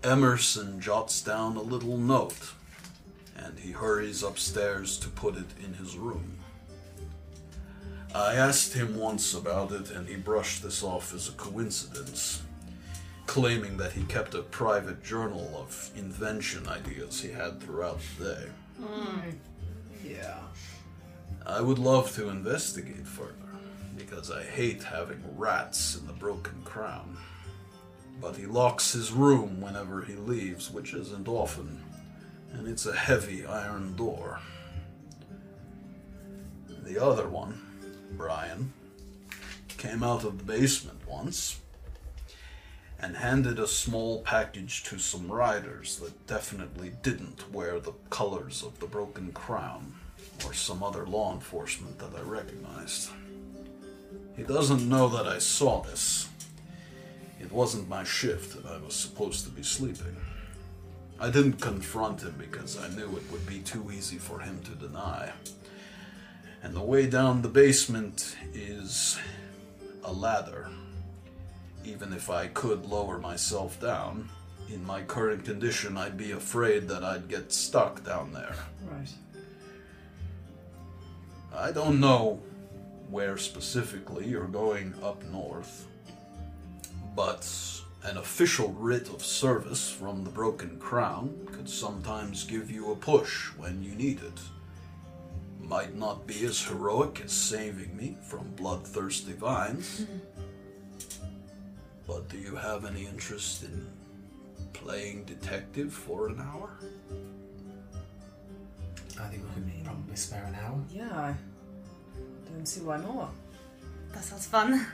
[SPEAKER 2] Emerson jots down a little note and he hurries upstairs to put it in his room. I asked him once about it and he brushed this off as a coincidence, claiming that he kept a private journal of invention ideas he had throughout the day.
[SPEAKER 5] Yeah.
[SPEAKER 2] I would love to investigate further, because I hate having rats in the broken crown. But he locks his room whenever he leaves, which isn't often, and it's a heavy iron door. The other one, Brian, came out of the basement once and handed a small package to some riders that definitely didn't wear the colors of the Broken Crown or some other law enforcement that I recognized. He doesn't know that I saw this. It wasn't my shift and I was supposed to be sleeping. I didn't confront him because I knew it would be too easy for him to deny. And the way down the basement is a ladder even if I could lower myself down, in my current condition, I'd be afraid that I'd get stuck down there.
[SPEAKER 6] Right.
[SPEAKER 2] I don't know where specifically you're going up north, but an official writ of service from the Broken Crown could sometimes give you a push when you need it. Might not be as heroic as saving me from bloodthirsty vines, but do you have any interest in playing detective for an hour?
[SPEAKER 5] I think we could probably spare an hour.
[SPEAKER 7] Yeah, I don't see why not.
[SPEAKER 9] That sounds fun.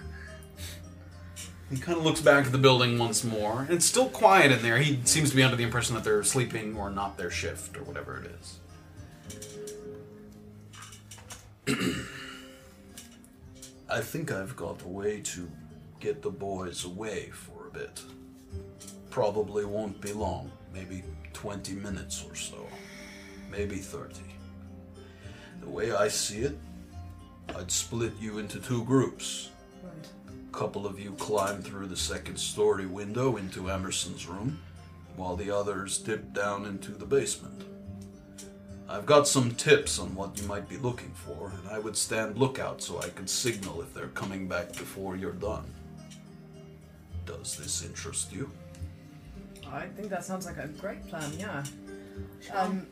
[SPEAKER 11] He kind of looks back at the building once more, and it's still quiet in there. He seems to be under the impression that they're sleeping or not their shift or whatever it is.
[SPEAKER 2] I think I've got a way to get the boys away for a bit. Probably won't be long, maybe 20 minutes or so, maybe 30. The way I see it, I'd split you into two groups.
[SPEAKER 7] Right.
[SPEAKER 2] couple of you climb through the second story window into Emerson's room, while the others dip down into the basement. I've got some tips on what you might be looking for, and I would stand lookout so I could signal if they're coming back before you're done. Does this interest you?
[SPEAKER 7] I think that sounds like a great plan. Yeah. Um.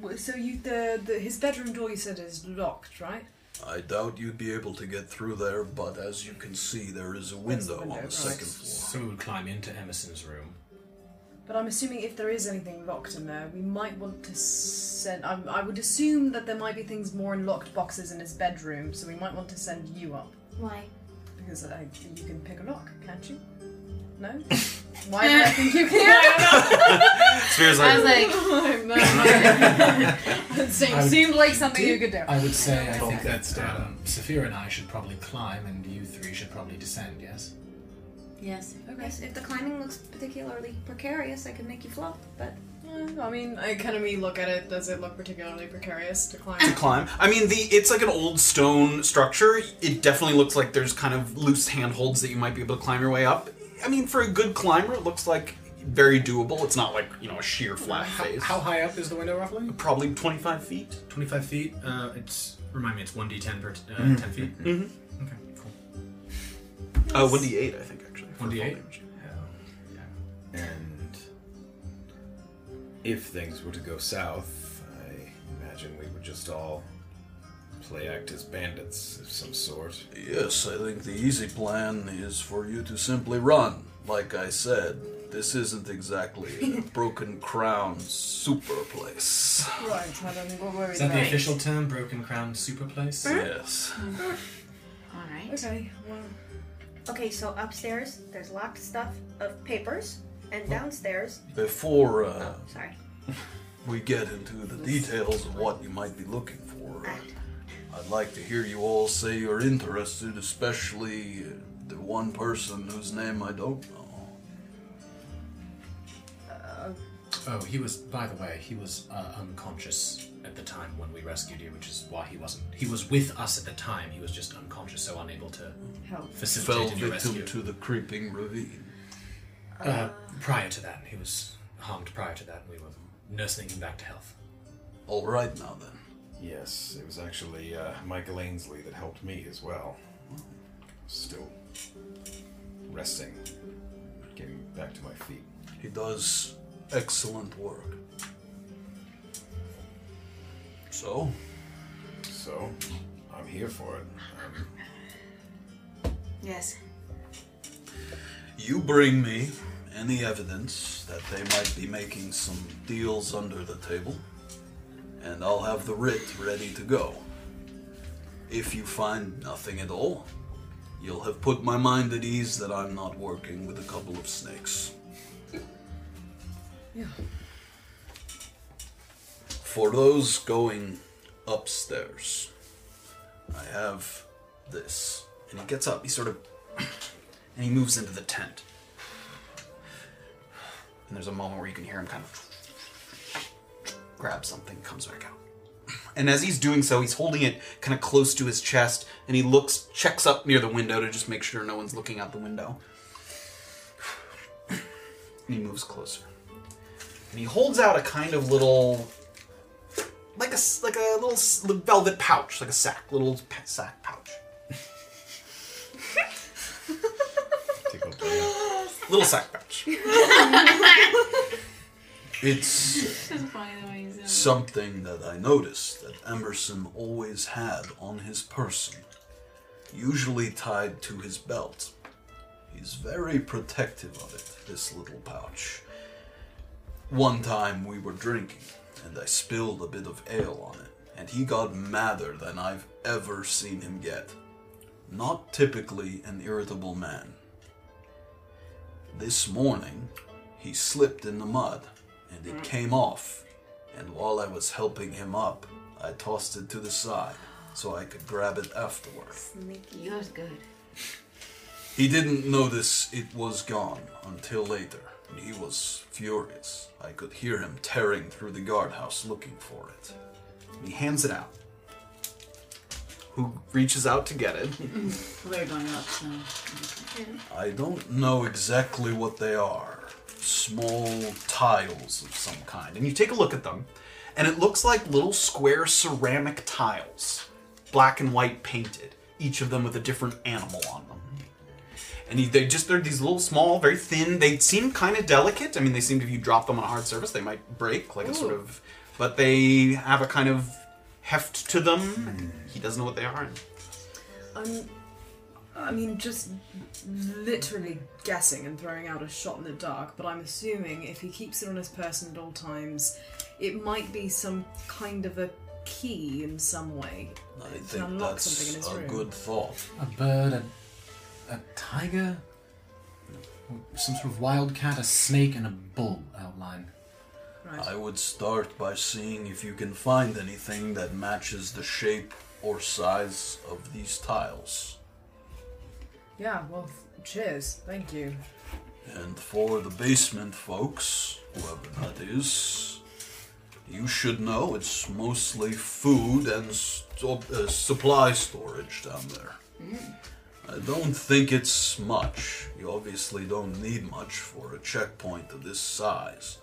[SPEAKER 7] w- So you the, the his bedroom door you said is locked, right?
[SPEAKER 2] I doubt you'd be able to get through there, but as you can see, there is a
[SPEAKER 7] There's a
[SPEAKER 2] window
[SPEAKER 7] window,
[SPEAKER 2] on the
[SPEAKER 7] right.
[SPEAKER 2] second floor.
[SPEAKER 5] So we would climb into Emerson's room.
[SPEAKER 7] But I'm assuming if there is anything locked in there, we might want to send. I, I would assume that there might be things more in locked boxes in his bedroom, so we might want to send you up
[SPEAKER 6] Why?
[SPEAKER 7] because I, you can pick a lock, can't you? No. Why do I think you can?
[SPEAKER 11] Spear's
[SPEAKER 6] I
[SPEAKER 11] like,
[SPEAKER 6] was like,
[SPEAKER 7] it seemed,
[SPEAKER 5] would-
[SPEAKER 7] seemed like something you could do.
[SPEAKER 5] I would say I
[SPEAKER 3] Don't
[SPEAKER 5] think
[SPEAKER 3] get
[SPEAKER 5] that um, Saphira and I should probably climb, and you three should probably descend. Yes.
[SPEAKER 6] yes.
[SPEAKER 9] Okay. If the climbing looks particularly precarious, I can make you flop, but
[SPEAKER 7] Yeah, I mean, I, can we look at it? Does it look particularly precarious to climb?
[SPEAKER 11] to climb. I mean, the it's like an old stone structure. It definitely looks like there's kind of loose handholds that you might be able to climb your way up. I mean, for a good climber, it looks like very doable. It's not like you know a sheer flat
[SPEAKER 5] How,
[SPEAKER 11] face.
[SPEAKER 5] how high up is the window roughly?
[SPEAKER 11] Probably 25 feet.
[SPEAKER 5] 25 feet. Uh, it's remind me, it's 1d10 per t- uh, 10 feet.
[SPEAKER 11] Mhm.
[SPEAKER 5] Okay, cool.
[SPEAKER 11] Uh, 1d8, I think, actually.
[SPEAKER 2] for full
[SPEAKER 5] 1d8?
[SPEAKER 2] damage.
[SPEAKER 3] And if things were to go south, I imagine we would just all play act as bandits of some sort.
[SPEAKER 2] Yes, I think the easy plan is for you to simply run. Like I said, this isn't exactly a Broken Crown super place.
[SPEAKER 7] Right, I don't think we're worried
[SPEAKER 5] Is that the
[SPEAKER 7] about.
[SPEAKER 5] official term? Broken Crown Super Place?
[SPEAKER 2] Yes.
[SPEAKER 6] All right.
[SPEAKER 7] Okay, well,
[SPEAKER 4] Okay, so upstairs there's locked stuff of papers, and downstairs.
[SPEAKER 2] Before uh,
[SPEAKER 4] Sorry.
[SPEAKER 2] we get into the details of what you might be looking for, I'd like to hear you all say you're interested, especially the one person whose name I don't know.
[SPEAKER 5] Oh, he was, by the way, he was uh, unconscious at the time when we rescued you, which is why he wasn't. He was with us at the time, he was just unconscious, so unable to
[SPEAKER 12] Help.
[SPEAKER 2] Fell
[SPEAKER 5] facilitate
[SPEAKER 2] victim
[SPEAKER 5] any rescue.
[SPEAKER 2] to the creeping ravine.
[SPEAKER 5] Uh, prior to that, he was harmed prior to that, and we were nursing him back to health.
[SPEAKER 2] All right, now then.
[SPEAKER 3] Yes, it was actually uh, Michael Ainsley that helped me as well. Still resting, getting back to my feet.
[SPEAKER 2] He does excellent work. So,
[SPEAKER 3] So, I'm here for it. I'm
[SPEAKER 6] Yes.
[SPEAKER 2] you bring me any evidence that they might be making some deals under the table, and I'll have the writ ready to go. If you find nothing at all, you'll have put my mind at ease that I'm not working with a couple of snakes. For those going upstairs, I have this. And he gets up, he sort of
[SPEAKER 13] and he moves into the tent. And there's a moment where you can hear him kind of grab something, comes back out. And as he's doing so, he's holding it kind of close to his chest, and he looks, checks up near the window to just make sure no one's looking out the window. And he moves closer. And he holds out a kind of little, like a s- like a little s- velvet pouch, like a sack, little pa- sack pouch,
[SPEAKER 3] tickled by that.
[SPEAKER 13] little sack pouch.
[SPEAKER 2] It's
[SPEAKER 12] It's funny the way you sound.
[SPEAKER 2] something that I noticed that Emerson always had on his person, usually tied to his belt. He's very protective of it, this little pouch. One time we were drinking, and I spilled a bit of ale on it, and he got madder than I've ever seen him get. Not typically an irritable man. This morning, he slipped in the mud, and it came off. And while I was helping him up, I tossed it to the side so I could grab it afterward.
[SPEAKER 6] You're good.
[SPEAKER 2] He didn't notice it was gone until later, and he was furious. I could hear him tearing through the guardhouse looking for it.
[SPEAKER 13] And he hands it out. Who reaches out to get it?
[SPEAKER 6] We're going up, so.
[SPEAKER 2] I don't know exactly what they are. Small tiles of some
[SPEAKER 13] some kind. And you take a look at them, and it looks like little square ceramic tiles, black and white painted, each of them with a different animal on them. And you- they just, they're these little small, very thin, they seem kind of delicate. I mean, they seem to, if you drop them on a hard surface, they might break, like a sort of, but they have a kind of heft to them. And he doesn't know what they are.
[SPEAKER 7] I'm. I mean, just literally guessing and throwing out a shot in the dark, but I'm assuming if he keeps it on his person at all times, it might be some kind of a key in some way.
[SPEAKER 2] I
[SPEAKER 7] It can
[SPEAKER 2] think
[SPEAKER 7] unlock something in
[SPEAKER 2] that's
[SPEAKER 7] his
[SPEAKER 2] a
[SPEAKER 7] room.
[SPEAKER 2] good thought.
[SPEAKER 5] A bird, a, a tiger, some sort of wild cat, a snake, and a bull outline.
[SPEAKER 2] I would start by seeing if you can find anything that matches the shape or size of these tiles.
[SPEAKER 7] Yeah, well, cheers. Thank you.
[SPEAKER 2] And for the basement folks, whoever that is, you should know it's mostly food and st- uh, supply storage down there. I don't think it's much. You obviously don't need much for a checkpoint of this size.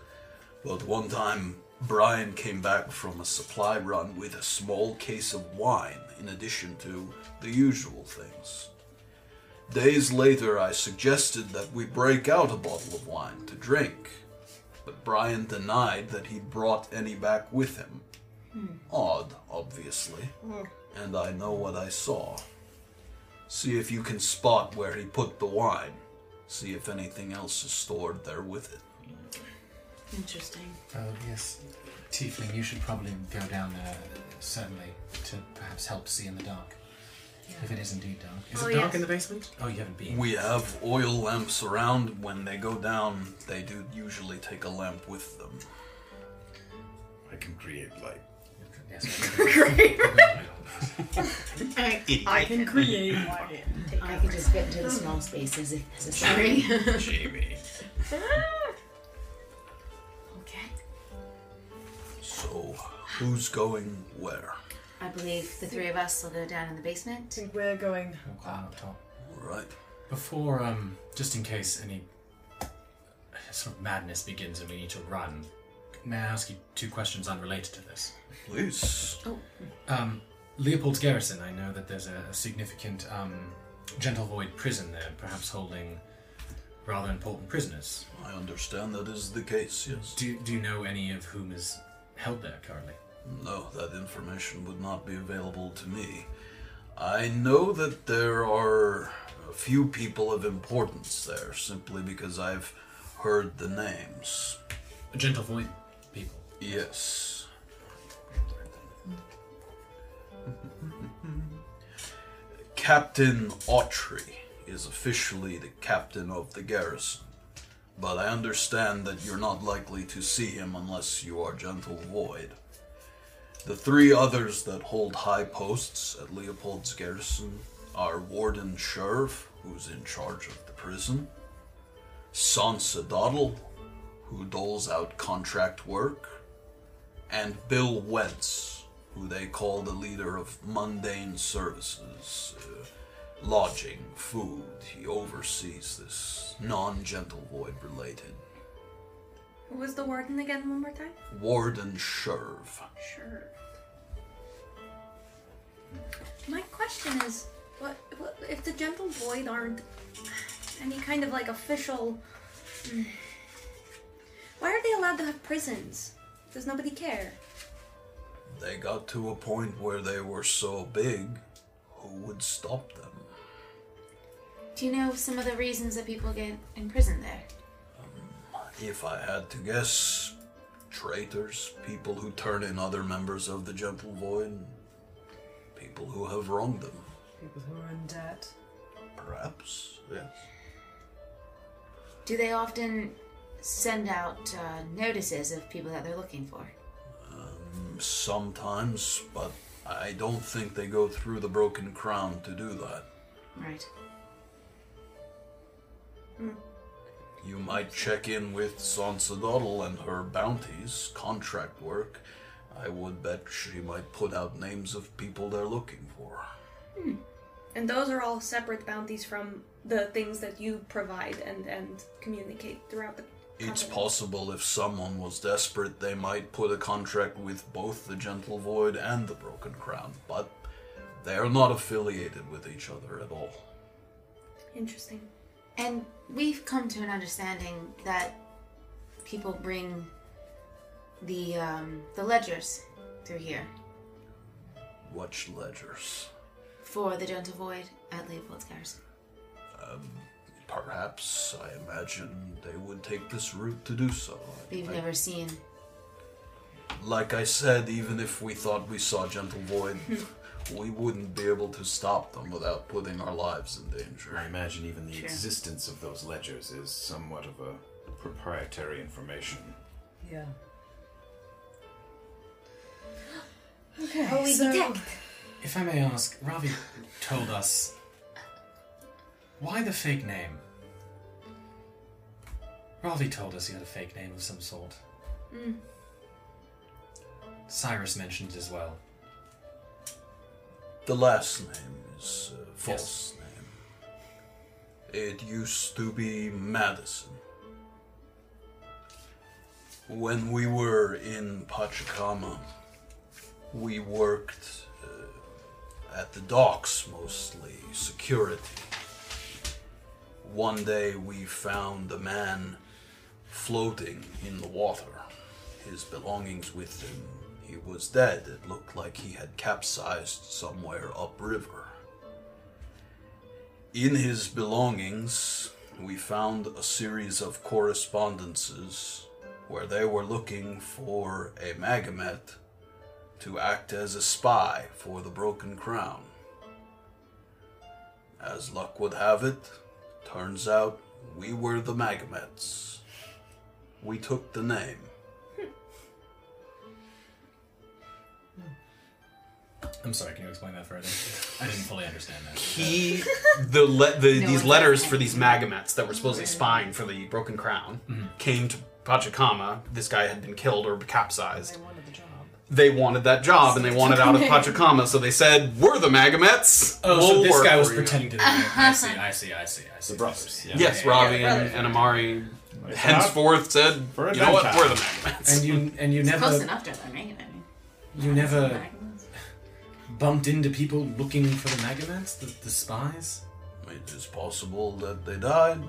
[SPEAKER 2] But one time, Brian came back from a supply run with a small case of wine in addition to the usual things. Days later, I suggested that we break out a bottle of wine to drink, but Brian denied that he brought any back with him. Odd, obviously, and I know what I saw. See if you can spot where he put the wine. See if anything else is stored there with it.
[SPEAKER 14] Interesting.
[SPEAKER 5] Oh, yes. Tiefling, you should probably go down there, certainly, to perhaps help see in the dark. If it is indeed dark. Is
[SPEAKER 14] Oh,
[SPEAKER 5] it dark
[SPEAKER 14] yes.
[SPEAKER 5] in the basement? Oh, you haven't been.
[SPEAKER 2] We have oil lamps around. When they go down, they do usually take a lamp with them.
[SPEAKER 3] I can create light.
[SPEAKER 5] Yes.
[SPEAKER 14] I can create light.
[SPEAKER 6] I can just fit into the small spaces if necessary.
[SPEAKER 3] Jamie.
[SPEAKER 6] okay.
[SPEAKER 2] So, who's going where?
[SPEAKER 6] I believe the three of us will go down in the basement.
[SPEAKER 7] think we're going.
[SPEAKER 5] Climb up top.
[SPEAKER 2] Right.
[SPEAKER 5] Before, um, just in case any sort of madness begins and we need to run, may I ask you two questions unrelated to this?
[SPEAKER 2] Please.
[SPEAKER 5] Um, Leopold's Garrison, I know that there's a, a significant um, Gentle Void prison there, perhaps holding rather important prisoners.
[SPEAKER 2] I understand that is the case, yes.
[SPEAKER 5] Do, do you know any of whom is held there currently?
[SPEAKER 2] No, that information would not be available to me. I know that there are a few people of importance there simply because I've heard the names.
[SPEAKER 5] Gentle Void people.
[SPEAKER 2] Yes. Captain Autry is officially the captain of the garrison, but I understand that you're not likely to see him unless you are Gentle Void. The three others that hold high posts at Leopold's garrison are Warden Sherv, who's in charge of the prison, Sansa Doddle, who doles out contract work, and Bill Wentz, who they call the leader of mundane services, uh, lodging, food. He oversees this non gentle void related.
[SPEAKER 9] Who was the warden again one more time?
[SPEAKER 2] Warden Sherv.
[SPEAKER 9] Sure. My question is, what, what if the Gentle Void aren't any kind of like official? mm, Why are they allowed to have prisons? Does nobody care?
[SPEAKER 2] They got to a point where they were so big, who would stop them?
[SPEAKER 6] Do you know some of the reasons that people get imprisoned there?
[SPEAKER 2] If I had to guess, traitors, people who turn in other members of the Gentle Void, people who have wronged them.
[SPEAKER 7] People who are in debt.
[SPEAKER 2] Perhaps, yes.
[SPEAKER 6] Do they often send out uh, notices of people that they're looking for?
[SPEAKER 2] Sometimes, but I don't think they go through the Broken Crown to do that.
[SPEAKER 6] Right.
[SPEAKER 2] You might check in with Sansa Doddle and her bounties, contract work. I would bet she might put out names of people they're looking for.
[SPEAKER 9] And those are all separate bounties from the things that you provide and and communicate throughout the.
[SPEAKER 2] It's
[SPEAKER 9] continent.
[SPEAKER 2] possible if someone was desperate, they might put a contract with both the Gentle Void and the Broken Crown, but they're not affiliated with each other at all.
[SPEAKER 9] Interesting.
[SPEAKER 6] And we've come to an understanding that people bring the um, the ledgers through here
[SPEAKER 2] Watch ledgers.
[SPEAKER 6] for the Gentle Void at Leopold's Garrison.
[SPEAKER 2] Perhaps, I imagine, they would take this route to do so.
[SPEAKER 6] We've
[SPEAKER 2] I-
[SPEAKER 6] never seen.
[SPEAKER 2] like I said, even if we thought we saw Gentle Void, we wouldn't be able to stop them without putting our lives in
[SPEAKER 3] I
[SPEAKER 2] danger.
[SPEAKER 3] imagine even the existence of those ledgers is somewhat of a proprietary information.
[SPEAKER 7] Yeah.
[SPEAKER 9] Holy detect.
[SPEAKER 5] If I may ask, Ravi told us why the fake name. Ravi told us he had a fake name of some sort.
[SPEAKER 6] Mm.
[SPEAKER 5] Cyrus mentioned it as well.
[SPEAKER 2] The last name is a false name. It used to be Madison. When we were in Pachacama, we worked uh, at the docks mostly, security. one day we found a man floating in the water, his belongings with him. He was dead. It looked like he had capsized somewhere upriver. In his belongings, we found a series of correspondences where they were looking for a Magomet to act as a spy for the Broken Crown. As luck would have it, turns out we were the Magomets. We took the name.
[SPEAKER 5] I'm sorry, can you explain that further? I didn't fully understand that.
[SPEAKER 15] He, the, le- the
[SPEAKER 6] No
[SPEAKER 15] these
[SPEAKER 6] one
[SPEAKER 15] letters
[SPEAKER 6] does.
[SPEAKER 15] for these magamets that were supposedly spying for the Broken Crown
[SPEAKER 5] Mm-hmm.
[SPEAKER 15] came to Pachacama. This guy had been killed or capsized.
[SPEAKER 16] wanted the job.
[SPEAKER 15] They wanted that job and they wanted out of Pachacama, so they said, "We're the magamets."
[SPEAKER 5] Oh, so
[SPEAKER 15] We'll
[SPEAKER 5] this
[SPEAKER 15] work
[SPEAKER 5] guy was
[SPEAKER 15] for you."
[SPEAKER 5] pretending to be. I see, I see, I see, I see. The
[SPEAKER 3] brothers.
[SPEAKER 5] Yeah.
[SPEAKER 15] Yes,
[SPEAKER 5] yeah,
[SPEAKER 15] Robbie
[SPEAKER 5] yeah.
[SPEAKER 15] and, and Amari
[SPEAKER 3] It's
[SPEAKER 15] henceforth said,
[SPEAKER 3] for a
[SPEAKER 15] "You know what?
[SPEAKER 3] time.
[SPEAKER 15] We're the magamets."
[SPEAKER 5] And you and you
[SPEAKER 6] Close
[SPEAKER 5] never Uh,
[SPEAKER 6] enough to the magnet. I mean.
[SPEAKER 5] you never bumped into people looking for the Magamats, the, the spies.
[SPEAKER 2] It is possible that they died.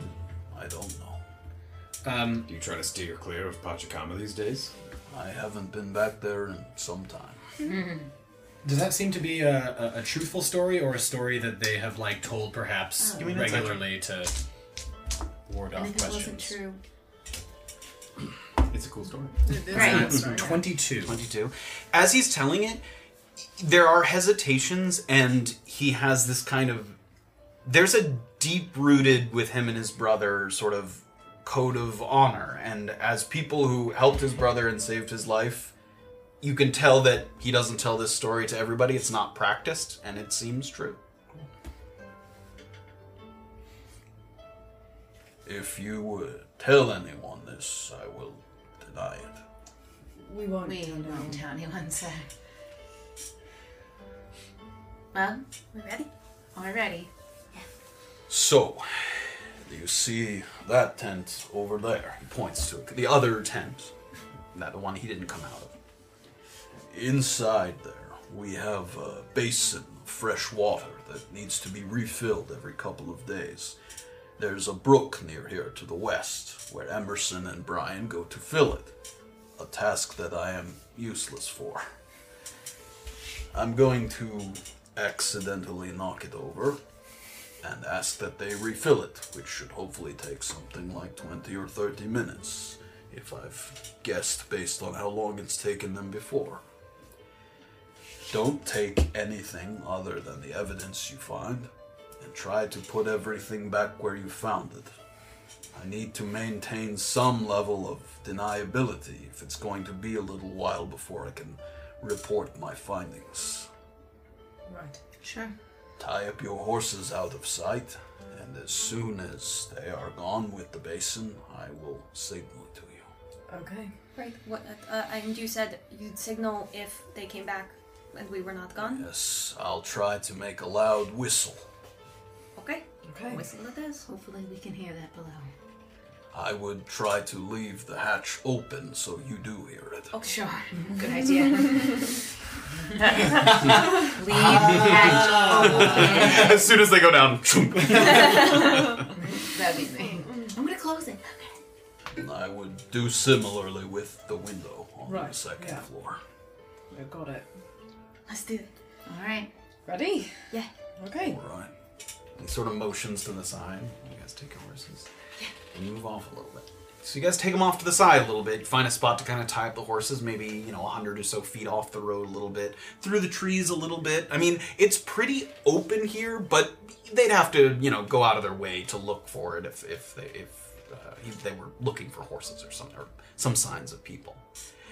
[SPEAKER 2] I don't know.
[SPEAKER 5] Um,
[SPEAKER 3] Do you try to steer clear of Pachacama these days?
[SPEAKER 2] I haven't been back there in some time.
[SPEAKER 5] Does that seem to be a, a, a truthful story or a story that they have like told
[SPEAKER 7] Oh.
[SPEAKER 5] perhaps
[SPEAKER 15] me an insight.
[SPEAKER 5] regularly to ward
[SPEAKER 16] And
[SPEAKER 5] off
[SPEAKER 16] if it wasn't true,
[SPEAKER 5] questions?
[SPEAKER 3] It's a cool story.
[SPEAKER 6] Right.
[SPEAKER 5] Mm-hmm. Twenty-two.
[SPEAKER 15] 22. As he's telling it, there are hesitations, and he has this kind of. There's a deep rooted with him and his brother sort of code of honor. And as people who helped his brother and saved his life, you can tell that he doesn't tell this story to everybody. It's not practiced, and it seems true.
[SPEAKER 2] If you would tell anyone this, I will deny it.
[SPEAKER 7] We won't.
[SPEAKER 6] We
[SPEAKER 7] tell them.
[SPEAKER 6] don't tell anyone, so. Well,
[SPEAKER 4] We ready?
[SPEAKER 6] are we ready?
[SPEAKER 2] So, do you see that tent over there?
[SPEAKER 15] He points to the other tent, that the one he didn't come out of.
[SPEAKER 2] Inside there, we have a basin of fresh water that needs to be refilled every couple of days. There's a brook near here to the west where Emerson and Brian go to fill it, a task that I am useless for. I'm going to accidentally knock it over and ask that they refill it, which should hopefully take something like 20 or 30 minutes, if I've guessed based on how long it's taken them before. Don't take anything other than the evidence you find, and try to put everything back where you found it. I need to maintain some level of deniability if it's going to be a little while before I can report my findings.
[SPEAKER 7] Right.
[SPEAKER 16] sure.
[SPEAKER 2] Tie up your horses out of sight, and as soon as they are gone with the basin, I will signal to you.
[SPEAKER 7] Okay.
[SPEAKER 4] Right. What? Uh, and you said you'd signal if they came back and we were not gone.
[SPEAKER 2] Yes, I'll try to make a loud whistle.
[SPEAKER 4] Okay.
[SPEAKER 7] Okay.
[SPEAKER 4] Whistle it is.
[SPEAKER 6] Hopefully, we can hear that below.
[SPEAKER 2] I would try to leave the hatch open so you do hear it.
[SPEAKER 6] Sure. Good idea. Leave that.
[SPEAKER 15] As soon as they go down,
[SPEAKER 6] That'd be me. I'm gonna close it.
[SPEAKER 2] And I would do similarly with the window on the
[SPEAKER 7] Right,
[SPEAKER 2] second
[SPEAKER 7] yeah.
[SPEAKER 2] floor.
[SPEAKER 7] We've got it.
[SPEAKER 4] Let's do it.
[SPEAKER 6] All right.
[SPEAKER 7] Ready?
[SPEAKER 4] Yeah.
[SPEAKER 7] Okay.
[SPEAKER 2] All right.
[SPEAKER 15] He sort of motions to the side. You guys take your horses and move off a little bit. So you guys take them off to the side a little bit. Find a spot to kind of tie up the horses, maybe you know, hundred or so feet off the road a little bit, through the trees a little bit. I mean, it's pretty open here, but they'd have to you know go out of their way to look for it if if they, if uh, if they were looking for horses or something or some signs of people.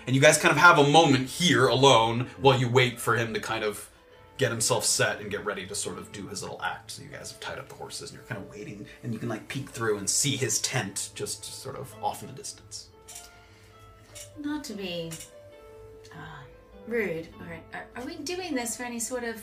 [SPEAKER 15] And you guys kind of have a moment here alone while you wait for him to kind of get himself set and get ready to sort of do his little act. So you guys have tied up the horses and you're kind of waiting, and you can like peek through and see his tent just sort of off in the distance.
[SPEAKER 6] Not to be uh, rude, or are, are we doing this for any sort of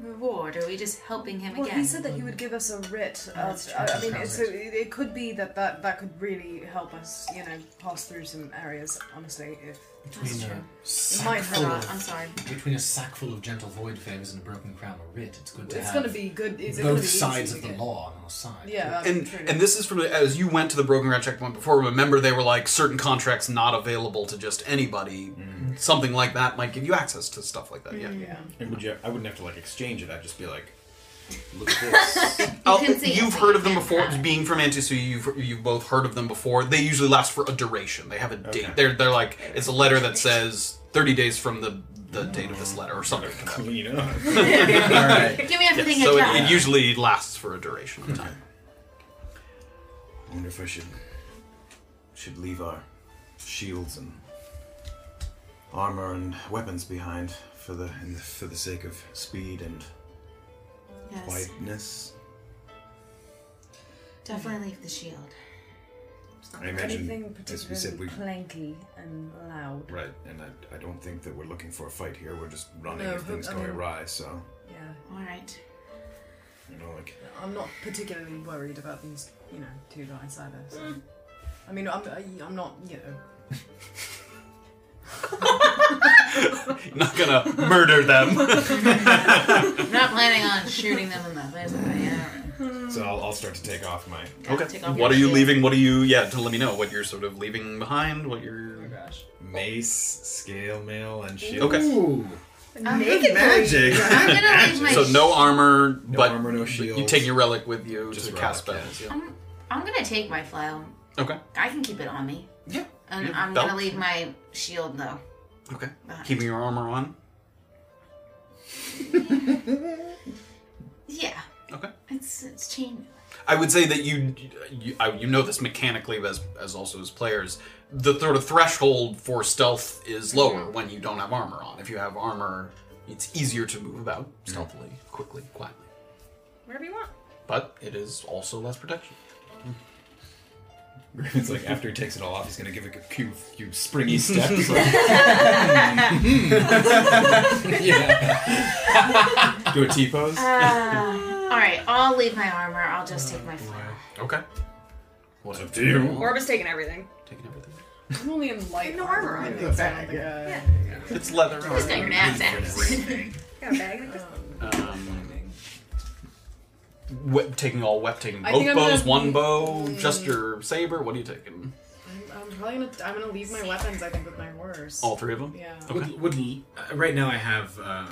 [SPEAKER 6] reward? Or are we just helping him
[SPEAKER 7] Well,
[SPEAKER 6] again?
[SPEAKER 7] he said that he would give us a writ.
[SPEAKER 6] that's
[SPEAKER 7] Of, I, I mean, it's- so it, it could be that, that that could really help us, you know, pass through some areas. Honestly, if
[SPEAKER 5] Between a
[SPEAKER 7] might
[SPEAKER 5] sack
[SPEAKER 7] have
[SPEAKER 5] full
[SPEAKER 7] that,
[SPEAKER 5] of-
[SPEAKER 7] I'm sorry.
[SPEAKER 5] Between a sack full of gentle void favors and a broken crown or writ, it's good to
[SPEAKER 7] It's
[SPEAKER 5] have
[SPEAKER 7] gonna be good. It's gonna
[SPEAKER 5] both
[SPEAKER 7] be easy
[SPEAKER 5] sides
[SPEAKER 7] to
[SPEAKER 5] of the
[SPEAKER 7] get.
[SPEAKER 5] law on our side.
[SPEAKER 7] Yeah,
[SPEAKER 2] and
[SPEAKER 7] true.
[SPEAKER 2] and this is from the, as you went to the broken ground checkpoint before. Remember, they were like certain contracts not available to just anybody. Something like that might give you access to stuff like that. Yeah.
[SPEAKER 7] yeah.
[SPEAKER 3] And would you, I wouldn't have to like exchange it. I'd just be like, look at this.
[SPEAKER 2] Oh,
[SPEAKER 6] can see it,
[SPEAKER 2] you've
[SPEAKER 6] so
[SPEAKER 2] heard
[SPEAKER 6] you
[SPEAKER 2] of them
[SPEAKER 6] can
[SPEAKER 2] before.
[SPEAKER 6] have it.
[SPEAKER 2] Being from Antisu, you've you've both heard of them before. They usually last for a duration. They have a date.
[SPEAKER 3] Okay.
[SPEAKER 2] They're they're like it's a letter that says thirty days from the the date of this letter or something. like that.
[SPEAKER 3] Clean up.
[SPEAKER 5] All right.
[SPEAKER 6] Give me everything
[SPEAKER 2] So
[SPEAKER 6] I
[SPEAKER 2] it,
[SPEAKER 6] got.
[SPEAKER 2] it usually lasts for a duration of time.
[SPEAKER 3] I wonder if I should should leave our shields and armor and weapons behind for the, in the for the sake of speed and
[SPEAKER 6] yes.
[SPEAKER 3] quietness.
[SPEAKER 6] Definitely leave the shield.
[SPEAKER 3] I imagine,
[SPEAKER 7] Anything
[SPEAKER 3] as we
[SPEAKER 7] particularly
[SPEAKER 3] said, we
[SPEAKER 7] clanky and loud.
[SPEAKER 3] right, and I, I don't think that we're looking for a fight here. We're just running
[SPEAKER 7] No,
[SPEAKER 3] if things
[SPEAKER 7] I
[SPEAKER 3] go
[SPEAKER 7] mean-
[SPEAKER 3] awry. So
[SPEAKER 7] Yeah,
[SPEAKER 6] All right.
[SPEAKER 3] you know, like
[SPEAKER 7] I'm not particularly worried about these, you know, two guys either. So.
[SPEAKER 6] Mm.
[SPEAKER 7] I mean, I'm, I- I'm not, you know.
[SPEAKER 2] Not gonna murder them.
[SPEAKER 6] I'm not planning on shooting them in the face. but yeah,
[SPEAKER 3] so, I'll, I'll start to take off my.
[SPEAKER 6] yeah,
[SPEAKER 2] okay.
[SPEAKER 6] take off
[SPEAKER 2] What
[SPEAKER 6] your
[SPEAKER 2] are you
[SPEAKER 6] shield.
[SPEAKER 2] leaving? What are you? Yeah, to let me know what you're sort of leaving behind. What you're.
[SPEAKER 7] gosh.
[SPEAKER 3] Mace, scale mail, and shield.
[SPEAKER 2] Okay.
[SPEAKER 5] Ooh.
[SPEAKER 3] Make magic.
[SPEAKER 6] I'm gonna leave my.
[SPEAKER 2] So no armor,
[SPEAKER 3] No
[SPEAKER 2] but
[SPEAKER 3] armor, no
[SPEAKER 2] but
[SPEAKER 3] shield.
[SPEAKER 2] you take your relic with you
[SPEAKER 3] Just
[SPEAKER 2] to
[SPEAKER 3] relic,
[SPEAKER 2] cast
[SPEAKER 3] yeah.
[SPEAKER 2] spells. Yeah.
[SPEAKER 6] I'm, I'm gonna take my flail.
[SPEAKER 2] Okay.
[SPEAKER 6] I can keep it on me,
[SPEAKER 2] Yeah.
[SPEAKER 6] and
[SPEAKER 2] Yeah,
[SPEAKER 6] I'm
[SPEAKER 2] belt.
[SPEAKER 6] gonna leave my shield though.
[SPEAKER 2] Okay.
[SPEAKER 6] behind.
[SPEAKER 2] Keeping your armor on.
[SPEAKER 6] Yeah,
[SPEAKER 2] Okay.
[SPEAKER 6] it's it's chain.
[SPEAKER 2] I would say that you, you, I- you know this mechanically as, as also as players. The sort of threshold for stealth is lower when you don't have armor on. If you have armor, it's easier to move about stealthily, quickly, quietly.
[SPEAKER 4] Wherever you want.
[SPEAKER 2] But it is also less protection.
[SPEAKER 3] It's like after he takes it all off, he's gonna give it a few, few springy steps. hmm. Do a T pose.
[SPEAKER 7] Uh,
[SPEAKER 6] all right, I'll leave my armor. I'll just take my flail.
[SPEAKER 2] Okay.
[SPEAKER 3] What's up to you?
[SPEAKER 4] Orba's taking everything.
[SPEAKER 2] Taking everything.
[SPEAKER 7] I'm only in light
[SPEAKER 4] No
[SPEAKER 7] armor.
[SPEAKER 4] armor
[SPEAKER 7] I
[SPEAKER 4] on
[SPEAKER 7] think, so I don't think, uh,
[SPEAKER 2] It's leather.
[SPEAKER 6] This guy mad ass.
[SPEAKER 4] Got a bag like this.
[SPEAKER 2] Um, we- taking all wep, taking
[SPEAKER 7] I
[SPEAKER 2] both
[SPEAKER 7] think I'm
[SPEAKER 2] bows,
[SPEAKER 7] gonna-
[SPEAKER 2] one bow, just your saber. What are you taking?
[SPEAKER 7] I'm, I'm probably gonna, I'm gonna leave my weapons. I think with my horse.
[SPEAKER 2] All three of them.
[SPEAKER 7] Yeah.
[SPEAKER 5] Would, would uh, right now I have uh,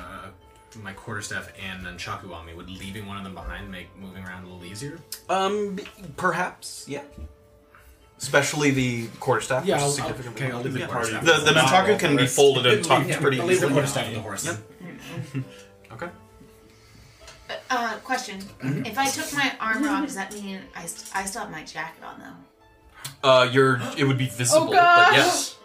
[SPEAKER 5] my quarterstaff and nunchaku on me. Would leaving one of them behind make moving around a little easier?
[SPEAKER 2] Um, b- perhaps, yeah. Especially the quarterstaff.
[SPEAKER 5] Yeah,
[SPEAKER 2] which is
[SPEAKER 5] I'll-
[SPEAKER 2] significantly
[SPEAKER 5] okay, I'll
[SPEAKER 2] more-
[SPEAKER 5] leave the
[SPEAKER 2] yeah.
[SPEAKER 5] quarterstaff.
[SPEAKER 2] The, the
[SPEAKER 5] I'll
[SPEAKER 2] nunchaku
[SPEAKER 5] roll
[SPEAKER 2] can
[SPEAKER 5] the
[SPEAKER 2] be
[SPEAKER 5] rest.
[SPEAKER 2] folded and tucked
[SPEAKER 5] Yeah,
[SPEAKER 2] pretty
[SPEAKER 5] I'll
[SPEAKER 2] easily.
[SPEAKER 5] leave the quarterstaff and the horse.
[SPEAKER 2] Yep. Okay.
[SPEAKER 6] Uh, question: If I took my armor off, does that mean I, st- I still have my jacket on though?
[SPEAKER 2] Uh, your it would be visible, but
[SPEAKER 7] gosh!
[SPEAKER 2] yes.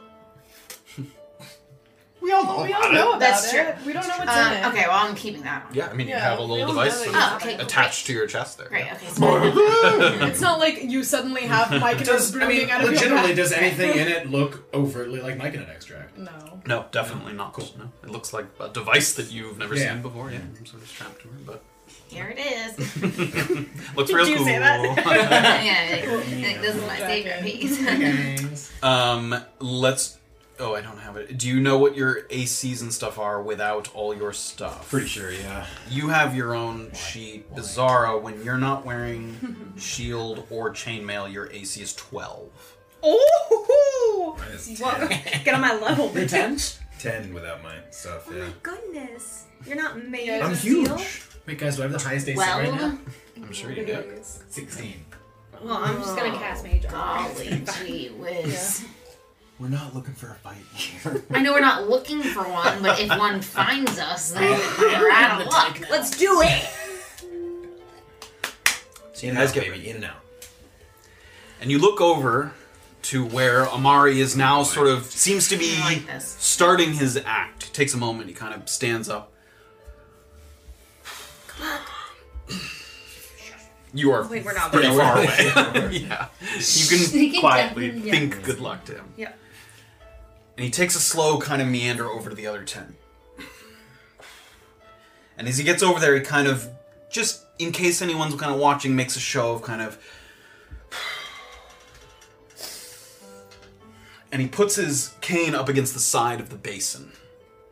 [SPEAKER 7] We all know. We all know about
[SPEAKER 6] That's
[SPEAKER 7] it.
[SPEAKER 6] true.
[SPEAKER 7] We don't know what's in it.
[SPEAKER 6] Uh, okay, well I'm keeping that one.
[SPEAKER 2] Yeah, I mean you
[SPEAKER 7] Yeah,
[SPEAKER 2] have a
[SPEAKER 7] we
[SPEAKER 2] little
[SPEAKER 7] all
[SPEAKER 2] device
[SPEAKER 7] know
[SPEAKER 2] sort
[SPEAKER 7] that
[SPEAKER 2] of
[SPEAKER 6] Oh, okay, cool.
[SPEAKER 2] attached to your chest there.
[SPEAKER 6] Great. Okay. So
[SPEAKER 7] It's not like you suddenly have Mike
[SPEAKER 5] Does I mean
[SPEAKER 7] brooding out of your
[SPEAKER 5] legitimately
[SPEAKER 7] back.
[SPEAKER 5] does anything in it look overtly like Myconid extract?
[SPEAKER 7] No.
[SPEAKER 2] No, definitely not. No, it looks like a device that you've never
[SPEAKER 5] Yeah.
[SPEAKER 2] seen before. Yeah, I'm sort of strapped to her, but
[SPEAKER 6] here it is.
[SPEAKER 2] looks real
[SPEAKER 4] you
[SPEAKER 2] cool.
[SPEAKER 4] say
[SPEAKER 6] yeah, like, like, this is my favorite piece.
[SPEAKER 2] um, let's. Oh, I don't have it. Do you know what your ACs and stuff are without all your stuff?
[SPEAKER 3] Pretty sure, yeah.
[SPEAKER 2] You have your own sheet. Bizarro, when you're not wearing shield or chainmail, your AC is 12.
[SPEAKER 4] Oh!
[SPEAKER 3] Minus
[SPEAKER 4] Whoa. Get on my level, bitch.
[SPEAKER 3] Ten without my stuff.
[SPEAKER 4] Oh
[SPEAKER 3] Yeah.
[SPEAKER 4] my goodness. You're not made
[SPEAKER 7] I'm
[SPEAKER 4] of steel.
[SPEAKER 5] Wait, guys, do I have the highest AC right now?
[SPEAKER 6] Well,
[SPEAKER 2] I'm sure you do.
[SPEAKER 5] Sixteen.
[SPEAKER 4] Well, I'm just gonna cast Mage Armor.
[SPEAKER 6] golly gee whiz.
[SPEAKER 3] We're not looking for a fight here.
[SPEAKER 6] I know we're not looking for one, but if one finds us, then we're out of luck. Let's do it.
[SPEAKER 3] in
[SPEAKER 2] and out,
[SPEAKER 3] in and out.
[SPEAKER 2] And you look over to where Amari is now sort of seems to be
[SPEAKER 6] I like this.
[SPEAKER 2] starting his act. Takes a moment, he kind of stands up. You are
[SPEAKER 4] Wait, we're not
[SPEAKER 2] pretty
[SPEAKER 4] there.
[SPEAKER 2] far away. yeah. You can
[SPEAKER 6] Sneaking
[SPEAKER 2] quietly
[SPEAKER 6] down, yeah.
[SPEAKER 2] think good luck to him.
[SPEAKER 4] Yep.
[SPEAKER 2] And he takes a slow kind of meander over to the other ten. And as he gets over there, he kind of, just in case anyone's kind of watching, makes a show of kind of. and he puts his cane up against the side of the basin.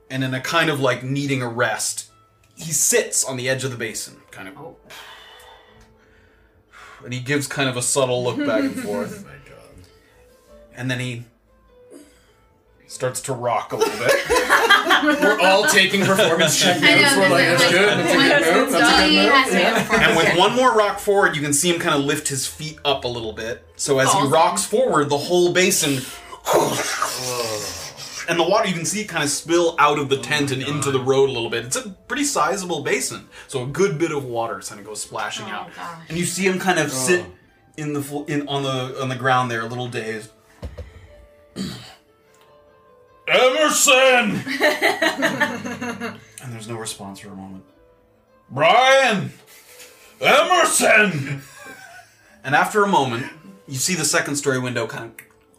[SPEAKER 2] And in a kind of like needing a rest, he sits on the edge of the basin, kind of. And he gives kind of a subtle look back and forth. And then he starts to rock a little bit.
[SPEAKER 5] We're all taking performance check
[SPEAKER 17] I know,
[SPEAKER 5] notes. We're like,
[SPEAKER 17] that's
[SPEAKER 5] that's
[SPEAKER 17] it,
[SPEAKER 5] good.
[SPEAKER 17] like,
[SPEAKER 5] That's a good
[SPEAKER 17] when-
[SPEAKER 5] move. That's a
[SPEAKER 17] Dolly
[SPEAKER 5] good move.
[SPEAKER 17] has
[SPEAKER 5] Yeah.
[SPEAKER 17] it.
[SPEAKER 2] and with one more rock forward, you can see him kind of lift his feet up a little bit. So as he
[SPEAKER 17] Awesome.
[SPEAKER 2] rocks forward, the whole basin. And the water you can see kind of spill out of the tent and into the road a little bit. It's a pretty sizable basin, so a good bit of water kind of goes splashing out.
[SPEAKER 6] gosh.
[SPEAKER 2] And you see him kind of sit in the fl- in on the on the ground there, a little dazed. Emerson. and there's no response for a moment. Brian! Emerson! and after a moment, you see the second story window kind of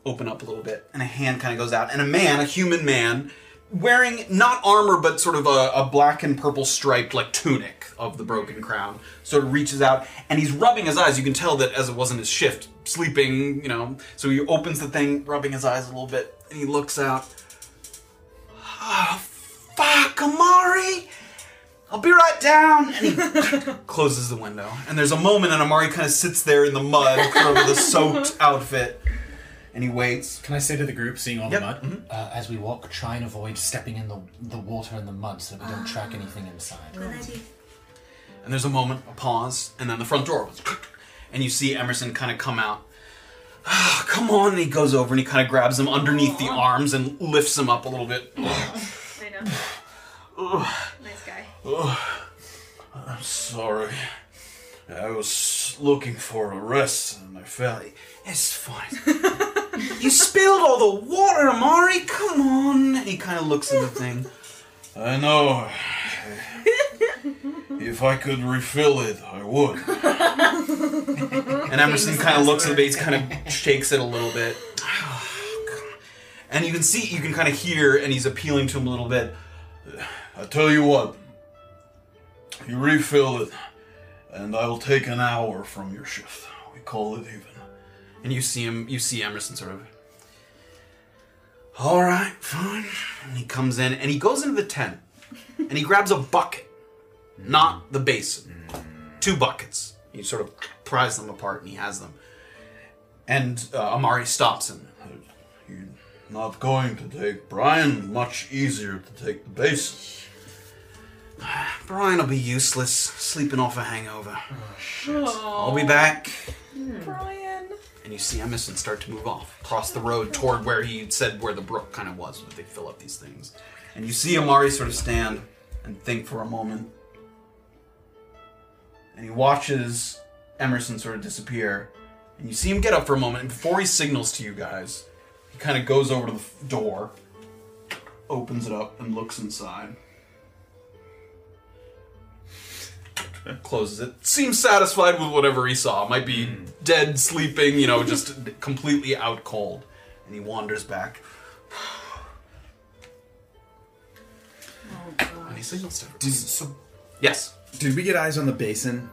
[SPEAKER 2] open up a little bit, and a hand kind of goes out, and a man, a human man, wearing not armor, but sort of a, a black and purple striped, like, tunic of the broken crown, sort of reaches out, and he's rubbing his eyes. You can tell that as it wasn't his shift, sleeping, you know. So he opens the thing, rubbing his eyes a little bit, and he looks out. Ah, fuck, Amari! I'll be right down. And he closes the window. And there's a moment, and Amari kind of sits there in the mud, sort of with a soaked outfit. And he waits.
[SPEAKER 5] Can I say to the group, seeing all
[SPEAKER 2] Yep.
[SPEAKER 5] the mud?
[SPEAKER 18] Uh, as we walk, try and avoid stepping in the, the water and the mud so that we don't track anything inside.
[SPEAKER 2] And there's a moment, a pause, and then the front door opens. And you see Emerson kind of come out. "Ah, come on. And he goes over and he kind of grabs him underneath the arms and lifts him up a little bit.
[SPEAKER 9] I know. nice guy.
[SPEAKER 4] Sorry. I was looking for a rest and I fell.
[SPEAKER 2] It's fine. you spilled all the water, Amari. Come on. And he kind of looks at the thing.
[SPEAKER 4] I know. if I could refill it, I would.
[SPEAKER 2] And Emerson kind of looks at the bass, kind of shakes it a little bit. And you can see, you can kind of hear, and he's appealing to him a little bit.
[SPEAKER 4] I tell you what. You refill it, and I'll take an hour from your shift. We call it even.
[SPEAKER 2] And you see him, you see Emerson sort of. All right, fine. And he comes in, and he goes into the tent, and he grabs a bucket, not the basin, two buckets. He sort of pries them apart, and he has them. And uh, Amari stops him.
[SPEAKER 4] You're not going to take Brian. Much easier to take the bases.
[SPEAKER 2] Brian will be useless, sleeping off a hangover. I'll be back.
[SPEAKER 19] Brian.
[SPEAKER 2] and you see Emerson start to move off across the road toward where he said where the brook kind of was, where they fill up these things. And you see Amari sort of stand and think for a moment. And he watches Emerson sort of disappear. And you see him get up for a moment, and before he signals to you guys, he kind of goes over to the f- door, opens it up, and looks inside. closes it. Seems satisfied with whatever he saw. Might be dead, sleeping, you know, just completely out cold. And he wanders back. and he signals to everybody.
[SPEAKER 3] So,
[SPEAKER 2] Yes.
[SPEAKER 3] did we get eyes on the basin?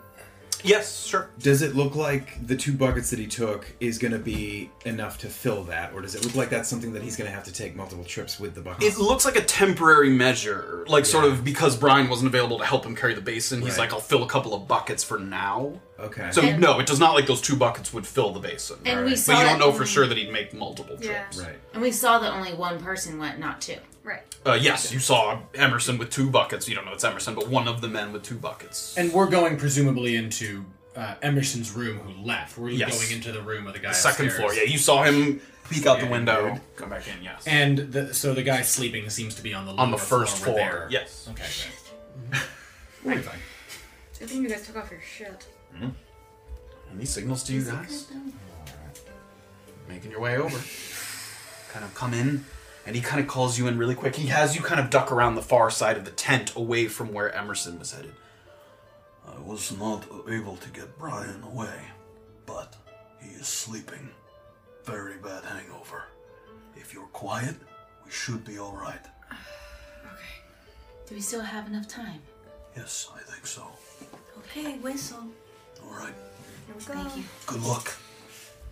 [SPEAKER 2] Yes, sure.
[SPEAKER 3] Does it look like the two buckets that he took is going to be enough to fill that, or does it look like that's something that he's going to have to take multiple trips with the buckets?
[SPEAKER 2] It looks like a temporary measure, like sort of because Brian wasn't available to help him carry the basin. He's
[SPEAKER 3] Right.
[SPEAKER 2] like, I'll fill a couple of buckets for now.
[SPEAKER 3] okay.
[SPEAKER 2] So no, it does not like those two buckets would fill the basin.
[SPEAKER 6] And we saw
[SPEAKER 2] But you
[SPEAKER 6] that
[SPEAKER 2] don't know for
[SPEAKER 6] only-
[SPEAKER 2] sure that he'd make multiple
[SPEAKER 9] Yeah.
[SPEAKER 2] trips.
[SPEAKER 3] right.
[SPEAKER 6] And we saw that only one person went, not two.
[SPEAKER 9] Right.
[SPEAKER 2] Uh, yes, you saw Emerson with two buckets. You don't know it's Emerson, but one of the men with two buckets.
[SPEAKER 5] And we're going presumably into uh, Emerson's room, who left. We're
[SPEAKER 2] Yes.
[SPEAKER 5] going into the room with the guy.
[SPEAKER 2] Second floor.
[SPEAKER 5] upstairs.
[SPEAKER 2] Yeah, you saw him peek out
[SPEAKER 5] Yeah,
[SPEAKER 2] the window.
[SPEAKER 5] dude.
[SPEAKER 2] Come back in. Yes.
[SPEAKER 5] And the, so the guy sleeping seems to be on the
[SPEAKER 2] on the
[SPEAKER 5] lower
[SPEAKER 2] first
[SPEAKER 5] floor.
[SPEAKER 2] floor.
[SPEAKER 5] we're there.
[SPEAKER 2] Yes.
[SPEAKER 5] Okay. Mm-hmm.
[SPEAKER 9] It's a Good thing you guys took off your shit.
[SPEAKER 2] And he signals to you guys. Making your way over. kind of come in, and he kind of calls you in really quick. He has you kind of duck around the far side of the tent, away from where Emerson was headed.
[SPEAKER 4] I was not able to get Brian away, but he is sleeping. Very bad hangover. If you're quiet, we should be alright.
[SPEAKER 6] Do we still have enough time?
[SPEAKER 4] Yes, I think so.
[SPEAKER 17] Okay, whistle.
[SPEAKER 4] Alright,
[SPEAKER 9] Here we go.
[SPEAKER 4] good luck.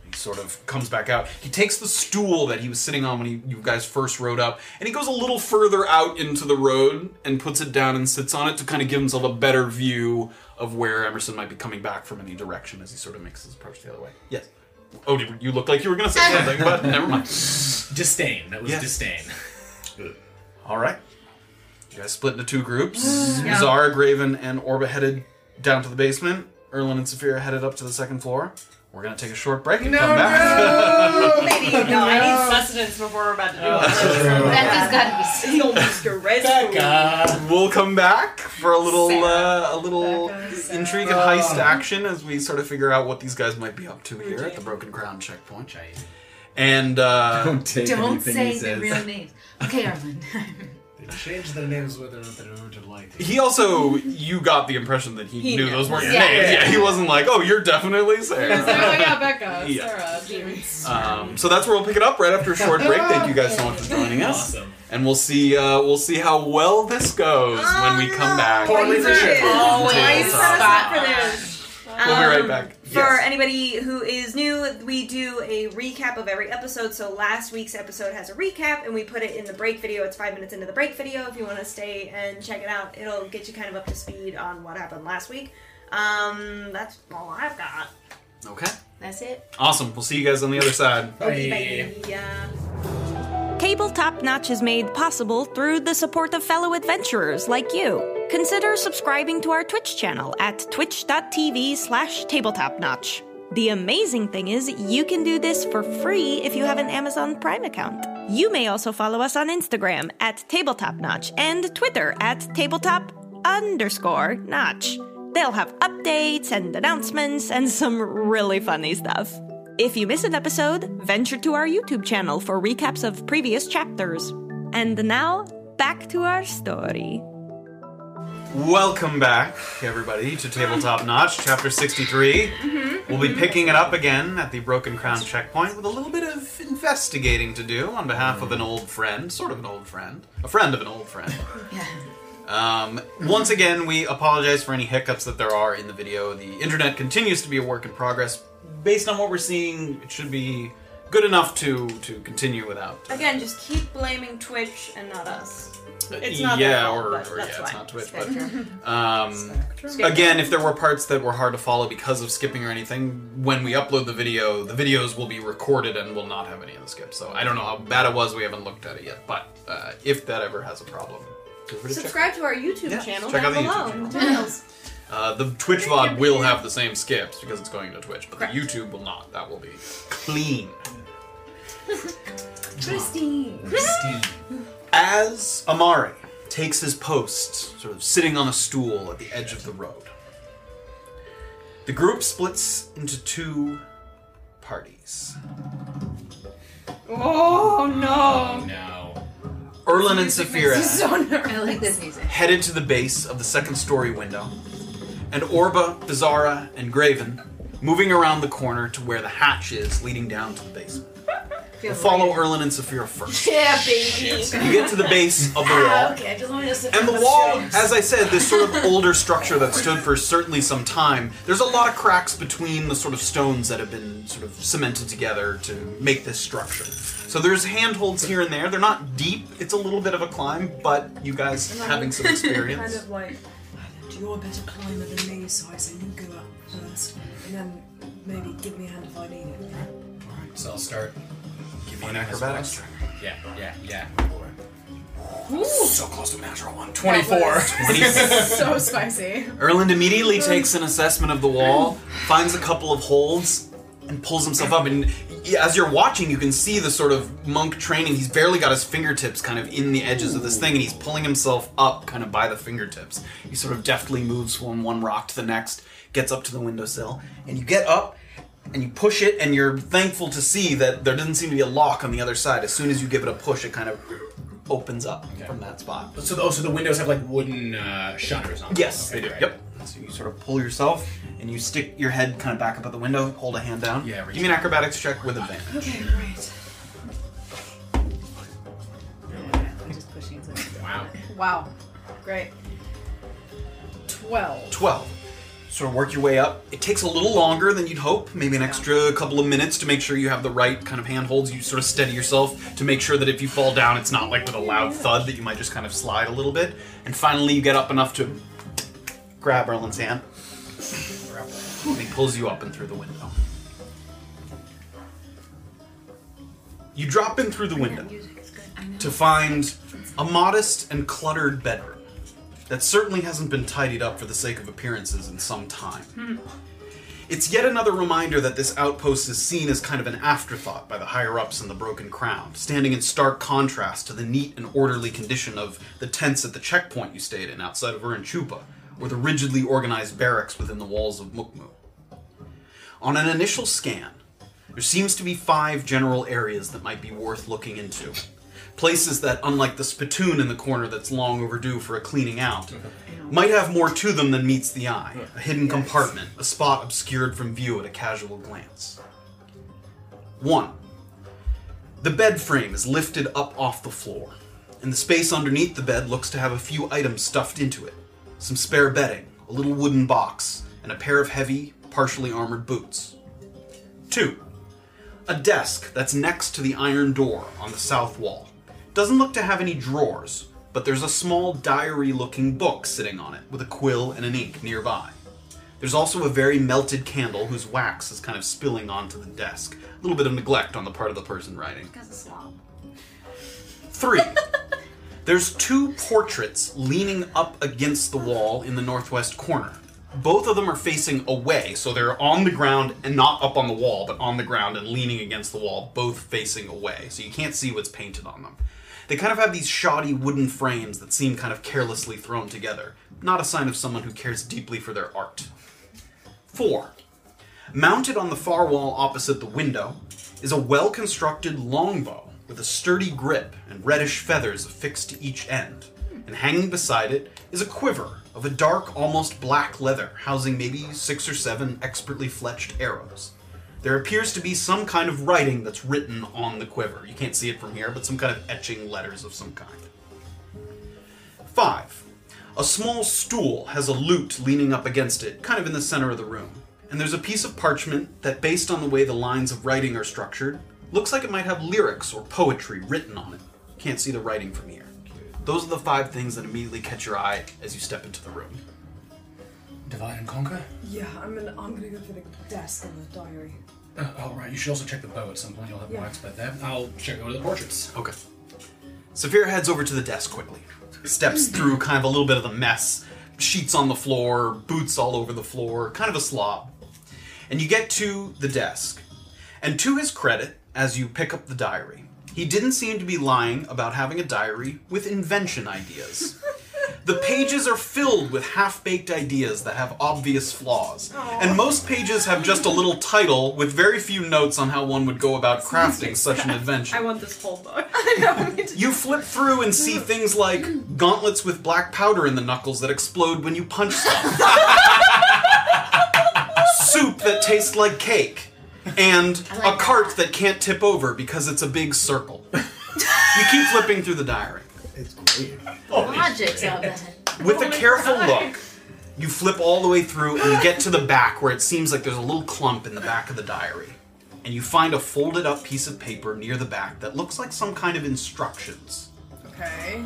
[SPEAKER 2] He sort of comes back out. He takes the stool that he was sitting on when he, you guys first rode up, and he goes a little further out into the road and puts it down and sits on it to kind of give himself a better view of where Emerson might be coming back from any direction as he sort of makes his approach the other way. Yes. Oh, did- you look like you were going to say something, but never mind.
[SPEAKER 5] Disdain. That was
[SPEAKER 2] Yes.
[SPEAKER 5] disdain.
[SPEAKER 2] All right. You guys split into two groups.
[SPEAKER 7] Mm,
[SPEAKER 5] Yeah.
[SPEAKER 2] Zara, Graven, and Orba headed down to the basement. Erlen and Saphira headed up to the second floor. We're gonna take a short break and
[SPEAKER 7] No,
[SPEAKER 2] come back.
[SPEAKER 7] no!
[SPEAKER 4] Maybe no. I
[SPEAKER 7] No.
[SPEAKER 4] need sustenance before we're about to do
[SPEAKER 2] Oh,
[SPEAKER 4] all this.
[SPEAKER 2] that's
[SPEAKER 3] Uh,
[SPEAKER 2] true. Becca's
[SPEAKER 4] gotta be still Mr.
[SPEAKER 2] Becca. We'll come back for a little uh, a little intrigue and heist
[SPEAKER 20] Sarah.
[SPEAKER 2] action as we sort of figure out what these guys might be up to here at the Broken Crown checkpoint. And uh, don't
[SPEAKER 6] Don't say their real names. Okay, Arlen.
[SPEAKER 21] They changed their names whether or not they were to like.
[SPEAKER 2] He also, you got the impression that he,
[SPEAKER 21] He
[SPEAKER 2] knew
[SPEAKER 21] knows.
[SPEAKER 2] those weren't
[SPEAKER 21] Yeah.
[SPEAKER 2] names.
[SPEAKER 21] Yeah.
[SPEAKER 2] Yeah, he wasn't like, oh, you're definitely Sarah.
[SPEAKER 7] Becca,
[SPEAKER 2] Yeah.
[SPEAKER 7] Sarah, Jamie.
[SPEAKER 2] Um, so that's where we'll pick it up right after a short break. Thank you guys so much for joining us,
[SPEAKER 5] Awesome.
[SPEAKER 2] and we'll see uh, we'll see how well this goes when we
[SPEAKER 4] Oh,
[SPEAKER 2] come back.
[SPEAKER 4] Ah, Always set us up for this.
[SPEAKER 2] We'll be right
[SPEAKER 4] Um,
[SPEAKER 2] back.
[SPEAKER 4] For anybody who is new, we do a recap of every episode. So last week's episode has a recap, and we put it in the break video. It's five minutes into the break video. If you want to stay and check it out, it'll get you kind of up to speed on what happened last week. Um, that's all I've got.
[SPEAKER 2] Okay.
[SPEAKER 4] That's it.
[SPEAKER 2] Awesome. We'll see you guys on the other side.
[SPEAKER 4] Yeah.
[SPEAKER 1] Tabletop Notch is made possible through the support of fellow adventurers like you. Consider subscribing to our Twitch channel at twitch.tv slash tabletopnotch. The amazing thing is, you can do this for free if you have an Amazon Prime account. You may also follow us on Instagram at tabletopnotch and Twitter at tabletop underscore notch. They'll have updates and announcements and some really funny stuff. If you miss an episode, venture to our YouTube channel for recaps of previous chapters. And now, back to our story.
[SPEAKER 2] Welcome back, everybody, to Tabletop Notch, Chapter 63. We'll be picking it up again at the Broken Crown checkpoint with a little bit of investigating to do on behalf of an old friend, sort of an old friend, a friend of an old friend. Um, once again, we apologize for any hiccups that there are in the video. The internet continues to be a work in progress. Based on what we're seeing, it should be good enough to to continue without.
[SPEAKER 4] Again, just keep blaming Twitch and not us. It's
[SPEAKER 2] E, yeah,
[SPEAKER 4] not their fault,
[SPEAKER 2] or,
[SPEAKER 4] but
[SPEAKER 2] or yeah,
[SPEAKER 4] that's
[SPEAKER 2] it's
[SPEAKER 4] fine.
[SPEAKER 2] not Twitch.
[SPEAKER 4] Spectrum.
[SPEAKER 2] But um, again, if there were parts that were hard to follow because of skipping or anything, when we upload the video, the videos will be recorded and will not have any of the skips. So I don't know how bad it was. We haven't looked at it yet, but uh, if that ever has a problem, feel free to check.
[SPEAKER 4] Subscribe to our YouTube channel
[SPEAKER 2] check out
[SPEAKER 4] down
[SPEAKER 2] the YouTube
[SPEAKER 4] below.
[SPEAKER 2] channel.
[SPEAKER 4] Tutorials.
[SPEAKER 2] Uh, the Twitch VOD will have the same skips because it's going to Twitch, but
[SPEAKER 4] Correct.
[SPEAKER 2] the YouTube will not. That will be clean.
[SPEAKER 4] Christine.
[SPEAKER 2] As Amari takes his post, sort of sitting on a stool at the edge of the road, the group splits into two parties.
[SPEAKER 4] Oh no.
[SPEAKER 5] No.
[SPEAKER 2] Erlen and
[SPEAKER 6] This is so
[SPEAKER 2] Saphira
[SPEAKER 6] nerve- I like this music.
[SPEAKER 2] headed to the base of the second story window, and Orba, Bizarra, and Graven moving around the corner to where the hatch is leading down to the basement. We'll follow Erlen and Saphira first.
[SPEAKER 7] Yeah, baby.
[SPEAKER 2] You get to the base of the wall.
[SPEAKER 7] Ah, okay, I just wanted to sit
[SPEAKER 2] And the
[SPEAKER 7] down.
[SPEAKER 2] wall, as I said, this sort of older structure that stood for certainly some time, there's a lot of cracks between the sort of stones that have been sort of cemented together to make this structure. So there's handholds here and there. They're not deep, it's a little bit of a climb, but you guys having some
[SPEAKER 9] Kind
[SPEAKER 2] experience.
[SPEAKER 9] of like
[SPEAKER 7] You're a better climber than me, so I say you go up first, and then maybe give me a hand if I need it.
[SPEAKER 5] So I'll start.
[SPEAKER 2] Give
[SPEAKER 5] me
[SPEAKER 2] an acrobatics.
[SPEAKER 5] Yeah, yeah, yeah.
[SPEAKER 2] So close to a natural one.
[SPEAKER 9] so spicy.
[SPEAKER 2] Erland immediately takes an assessment of the wall, finds a couple of holds, and pulls himself up. And y- as you're watching, you can see the sort of monk training. He's barely got his fingertips kind of in the edges of this thing, and he's pulling himself up kind of by the fingertips. He sort of deftly moves from one rock to the next, gets up to the windowsill, and you get up. And you push it, and you're thankful to see that there doesn't seem to be a lock on the other side. As soon as you give it a push, it kind of opens up from that spot.
[SPEAKER 5] So, the, oh, so the windows have like wooden uh, shutters on them.
[SPEAKER 2] Yes,
[SPEAKER 5] Okay,
[SPEAKER 2] they do.
[SPEAKER 5] great.
[SPEAKER 2] Yep. So you sort of pull yourself and you stick your head kind of back up at the window, hold a hand down. Yeah. Give me an acrobatics check with advantage.
[SPEAKER 7] Okay, great.
[SPEAKER 5] Wow.
[SPEAKER 9] Wow. Great. Twelve.
[SPEAKER 2] Twelve. sort of work your way up. It takes a little longer than you'd hope, maybe an extra couple of minutes to make sure you have the right kind of handholds. You sort of steady yourself to make sure that if you fall down, it's not like with a loud thud that you might just kind of slide a little bit. And finally, you get up enough to grab Erlen's hand. And he pulls you up and through the window. You drop in through the window to find a modest and cluttered bedroom that certainly hasn't been tidied up for the sake of appearances in some time. It's yet another reminder that this outpost is seen as kind of an afterthought by the higher ups in the Broken Crown, standing in stark contrast to the neat and orderly condition of the tents at the checkpoint you stayed in outside of Urinchupa, or the rigidly organized barracks within the walls of Mukmu. On an initial scan, there seems to be five general areas that might be worth looking into. Places that, unlike the spittoon in the corner that's long overdue for a cleaning out, might have more to them than meets the eye. A hidden compartment, a spot obscured from view at a casual glance. One, the bed frame is lifted up off the floor, and the space underneath the bed looks to have a few items stuffed into it some spare bedding, a little wooden box, and a pair of heavy, partially armored boots. Two, a desk that's next to the iron door on the south wall. Doesn't look to have any drawers, but there's a small diary looking book sitting on it with a quill and an ink nearby. There's also a very melted candle whose wax is kind of spilling onto the desk. A little bit of neglect on the part of the person writing.
[SPEAKER 4] Because of swamp.
[SPEAKER 2] Three. There's two portraits leaning up against the wall in the northwest corner. Both of them are facing away, so they're on the ground and not up on the wall, but on the ground and leaning against the wall, both facing away. So you can't see what's painted on them. They kind of have these shoddy wooden frames that seem kind of carelessly thrown together. Not a sign of someone who cares deeply for their art. Four. Mounted on the far wall opposite the window is a well constructed longbow with a sturdy grip and reddish feathers affixed to each end. And hanging beside it is a quiver of a dark, almost black leather housing maybe six or seven expertly fletched arrows. There appears to be some kind of writing that's written on the quiver. You can't see it from here, but some kind of etching letters of some kind. Five. A small stool has a lute leaning up against it, kind of in the center of the room. And there's a piece of parchment that, based on the way the lines of writing are structured, looks like it might have lyrics or poetry written on it. Can't see the writing from here. Those are the five things that immediately catch your eye as you step into the room.
[SPEAKER 22] Divide and conquer?
[SPEAKER 7] Yeah, I'm gonna, I'm gonna go for the desk and the diary.
[SPEAKER 5] Uh, all right, you should also check the bow at some point. You'll have more
[SPEAKER 7] Yeah.
[SPEAKER 5] wax about that. I'll check over the portraits.
[SPEAKER 2] Okay. Saphira heads over to the desk quickly, steps through kind of a little bit of the mess sheets on the floor, boots all over the floor, kind of a slob. And you get to the desk. And to his credit, as you pick up the diary, he didn't seem to be lying about having a diary with invention ideas. The pages are filled with half baked ideas that have obvious flaws. And most pages have just a little title with very few notes on how one would go about crafting such an invention.
[SPEAKER 4] I want this whole book.
[SPEAKER 2] You flip through and see things like gauntlets with black powder in the knuckles that explode when you punch stuff, soup that tastes like cake, and a cart that can't tip over because it's a big circle. you keep flipping through the diary. It's great.
[SPEAKER 23] Logic's out there.
[SPEAKER 2] With a careful look, you flip all the way through and you get to the back where it seems like there's a little clump in the back of the diary. And you find a folded up piece of paper near the back that looks like some kind of instructions.
[SPEAKER 24] Okay.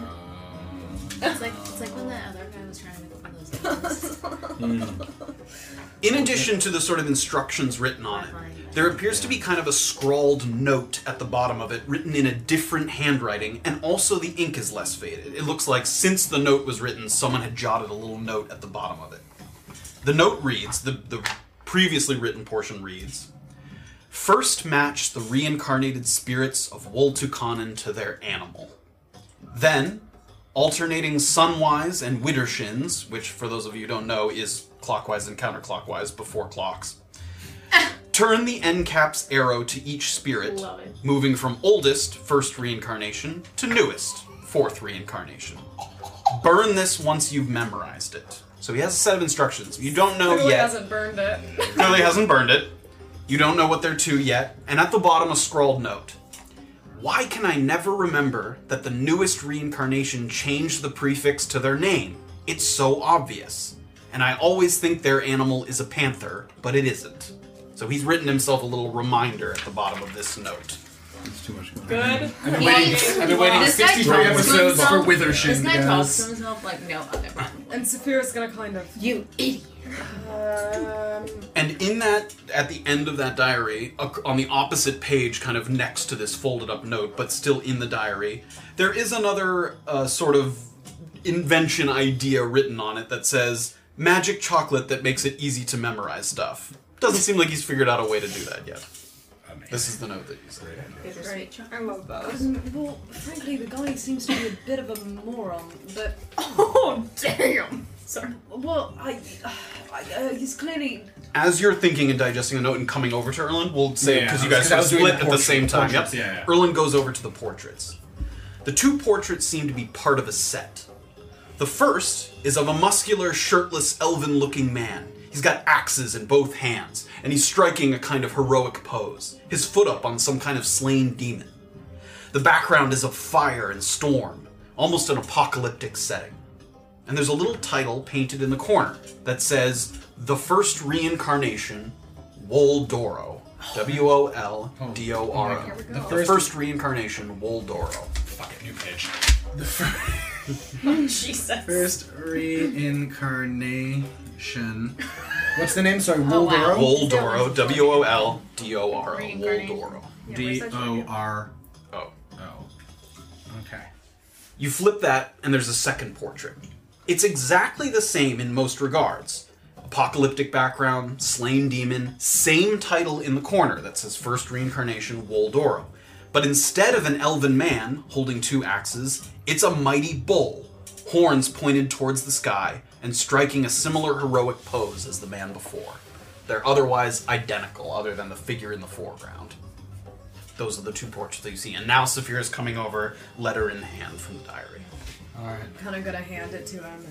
[SPEAKER 6] It's like it's like when that other guy was trying to make one of those.
[SPEAKER 2] In addition to the sort of instructions written on it, there appears to be kind of a scrawled note at the bottom of it written in a different handwriting, and also the ink is less faded. It looks like since the note was written, someone had jotted a little note at the bottom of it. The note reads, the, the previously written portion reads, First match the reincarnated spirits of Woltukanen to their animal. Then, alternating sunwise and widdershins, which for those of you who don't know is clockwise and counterclockwise before clocks. Turn the end cap's arrow to each spirit,
[SPEAKER 6] Love it.
[SPEAKER 2] moving from oldest, first reincarnation, to newest, fourth reincarnation. Burn this once you've memorized it. So he has a set of instructions. You don't know
[SPEAKER 24] Clearly
[SPEAKER 2] yet.
[SPEAKER 24] hasn't burned it.
[SPEAKER 2] Clearly hasn't burned it. You don't know what they're to yet. And at the bottom, a scrawled note. Why can I never remember that the newest reincarnation changed the prefix to their name? It's so obvious. And and I always think their animal is a panther, but it isn't. So he's written himself a little reminder at the bottom of this note.
[SPEAKER 3] It's too much.
[SPEAKER 6] Good.
[SPEAKER 2] I've been waiting- I've been waiting
[SPEAKER 6] This guy
[SPEAKER 2] 63
[SPEAKER 6] talks to
[SPEAKER 2] episodes
[SPEAKER 6] himself-
[SPEAKER 2] for Withershin,
[SPEAKER 6] This guy talks
[SPEAKER 2] guys.
[SPEAKER 6] to himself like no other.
[SPEAKER 7] And Saphira's gonna kind of.
[SPEAKER 6] You idiot.
[SPEAKER 7] Um,
[SPEAKER 2] And in that, at the end of that diary, ac- on the opposite page, kind of next to this folded up note, but still in the diary, there is another uh, sort of invention idea written on it that says magic chocolate that makes it easy to memorize stuff. Doesn't seem like he's figured out a way to do that yet. This is the note that he's reading.
[SPEAKER 4] I love
[SPEAKER 7] because,
[SPEAKER 4] those.
[SPEAKER 7] Um, well, frankly, the guy seems to be a bit of a moron, but.
[SPEAKER 4] Oh, damn! Sorry.
[SPEAKER 7] Well, I. I uh, he's clearly.
[SPEAKER 2] As you're thinking and digesting the note and coming over to Erlen, we'll say
[SPEAKER 5] Yeah,
[SPEAKER 2] because you
[SPEAKER 5] I
[SPEAKER 2] guys sort
[SPEAKER 5] was- 'cause I
[SPEAKER 2] of
[SPEAKER 5] was doing
[SPEAKER 2] split
[SPEAKER 5] the
[SPEAKER 2] at the
[SPEAKER 5] portrait-
[SPEAKER 2] same time. Yep.
[SPEAKER 5] portraits, yeah, yeah.
[SPEAKER 2] Erlen goes over to the portraits. The two portraits seem to be part of a set. The first is of a muscular, shirtless, elven-looking man. He's got axes in both hands, and he's striking a kind of heroic pose. His foot up on some kind of slain demon. The background is of fire and storm, almost an apocalyptic setting. And there's a little title painted in the corner that says "The First Reincarnation, Woldoro." W O L D O R
[SPEAKER 5] Here
[SPEAKER 2] O.
[SPEAKER 5] we go.
[SPEAKER 2] The
[SPEAKER 7] Oh.
[SPEAKER 5] The first-
[SPEAKER 2] first reincarnation, Woldoro.
[SPEAKER 5] Fuck it, new page.
[SPEAKER 4] Jesus.
[SPEAKER 5] First reincarnation. What's the name? Sorry,
[SPEAKER 2] Oh, wow.
[SPEAKER 5] Woldoro.
[SPEAKER 2] Woldoro. W O L D O R O. Woldoro. Oh.
[SPEAKER 5] D O R
[SPEAKER 2] O.
[SPEAKER 5] O. Okay.
[SPEAKER 2] You flip that, and there's a second portrait. It's exactly the same in most regards. Apocalyptic background, slain demon, same title in the corner that says First Reincarnation Woldoro. But instead of an elven man holding two axes, it's a mighty bull, horns pointed towards the sky, and striking a similar heroic pose as the man before. They're otherwise identical, other than the figure in the foreground. Those are the two portraits that you see. And now Saphir is coming over, letter in hand from the diary.
[SPEAKER 25] All right.
[SPEAKER 7] Kind of gonna hand it to him.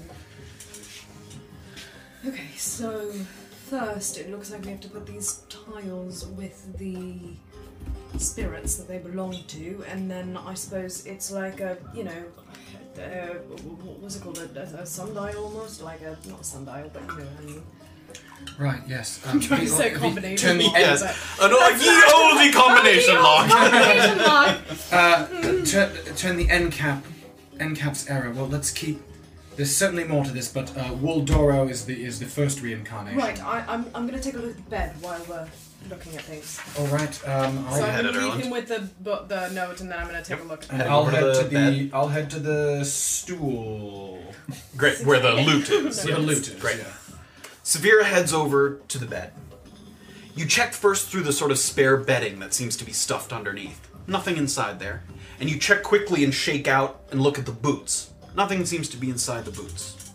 [SPEAKER 7] And... Okay, so first it looks like we have to put these tiles with the spirits that they belong to, and then I suppose it's like a, you know, uh, what was it called? A, a, a sundial almost? Like a, not a sundial, but you know what I mean.
[SPEAKER 25] Right. Yes.
[SPEAKER 5] um,
[SPEAKER 7] I'm trying to say a combination lock,
[SPEAKER 25] Yes.
[SPEAKER 7] but-
[SPEAKER 25] An old- ye olde combination lock.
[SPEAKER 7] Combination lock.
[SPEAKER 5] Uh, turn, turn the end cap. End cap's error. Well, let's keep. There's certainly more to this, but uh, Woldoro is the is the first reincarnation.
[SPEAKER 7] Right, I, I'm, I'm gonna take a look at the bed while we're looking at things.
[SPEAKER 5] All right. Um, I'll
[SPEAKER 7] So I'm gonna leave him with the, bu- the note and then I'm gonna take a look.
[SPEAKER 5] And I'll head to the I'll head to the stool.
[SPEAKER 2] Great, where the loot is.
[SPEAKER 5] Where the loot is.
[SPEAKER 2] Great. Severa heads over to the bed. You check first through the sort of spare bedding that seems to be stuffed underneath. Nothing inside there. And you check quickly and shake out and look at the boots. Nothing seems to be inside the boots.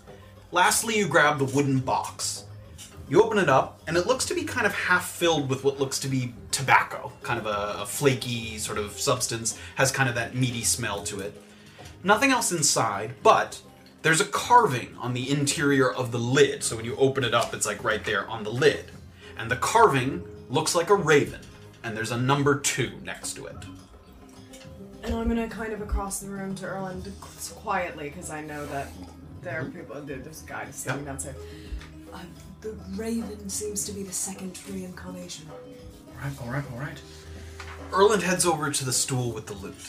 [SPEAKER 2] Lastly, you grab the wooden box. You open it up, and it looks to be kind of half filled with what looks to be tobacco, kind of a, a flaky sort of substance, has kind of that meaty smell to it. Nothing else inside, but there's a carving on the interior of the lid. So when you open it up, it's like right there on the lid. And the carving looks like a raven, and there's a number two next to it.
[SPEAKER 7] And I'm gonna kind of across the room to Erland qu- quietly because I know that there are people. there- There's a guy just sitting downstairs. Uh,
[SPEAKER 26] Um, the raven seems to be the second reincarnation.
[SPEAKER 5] All right. All right. All right.
[SPEAKER 2] Erland heads over to the stool with the loot.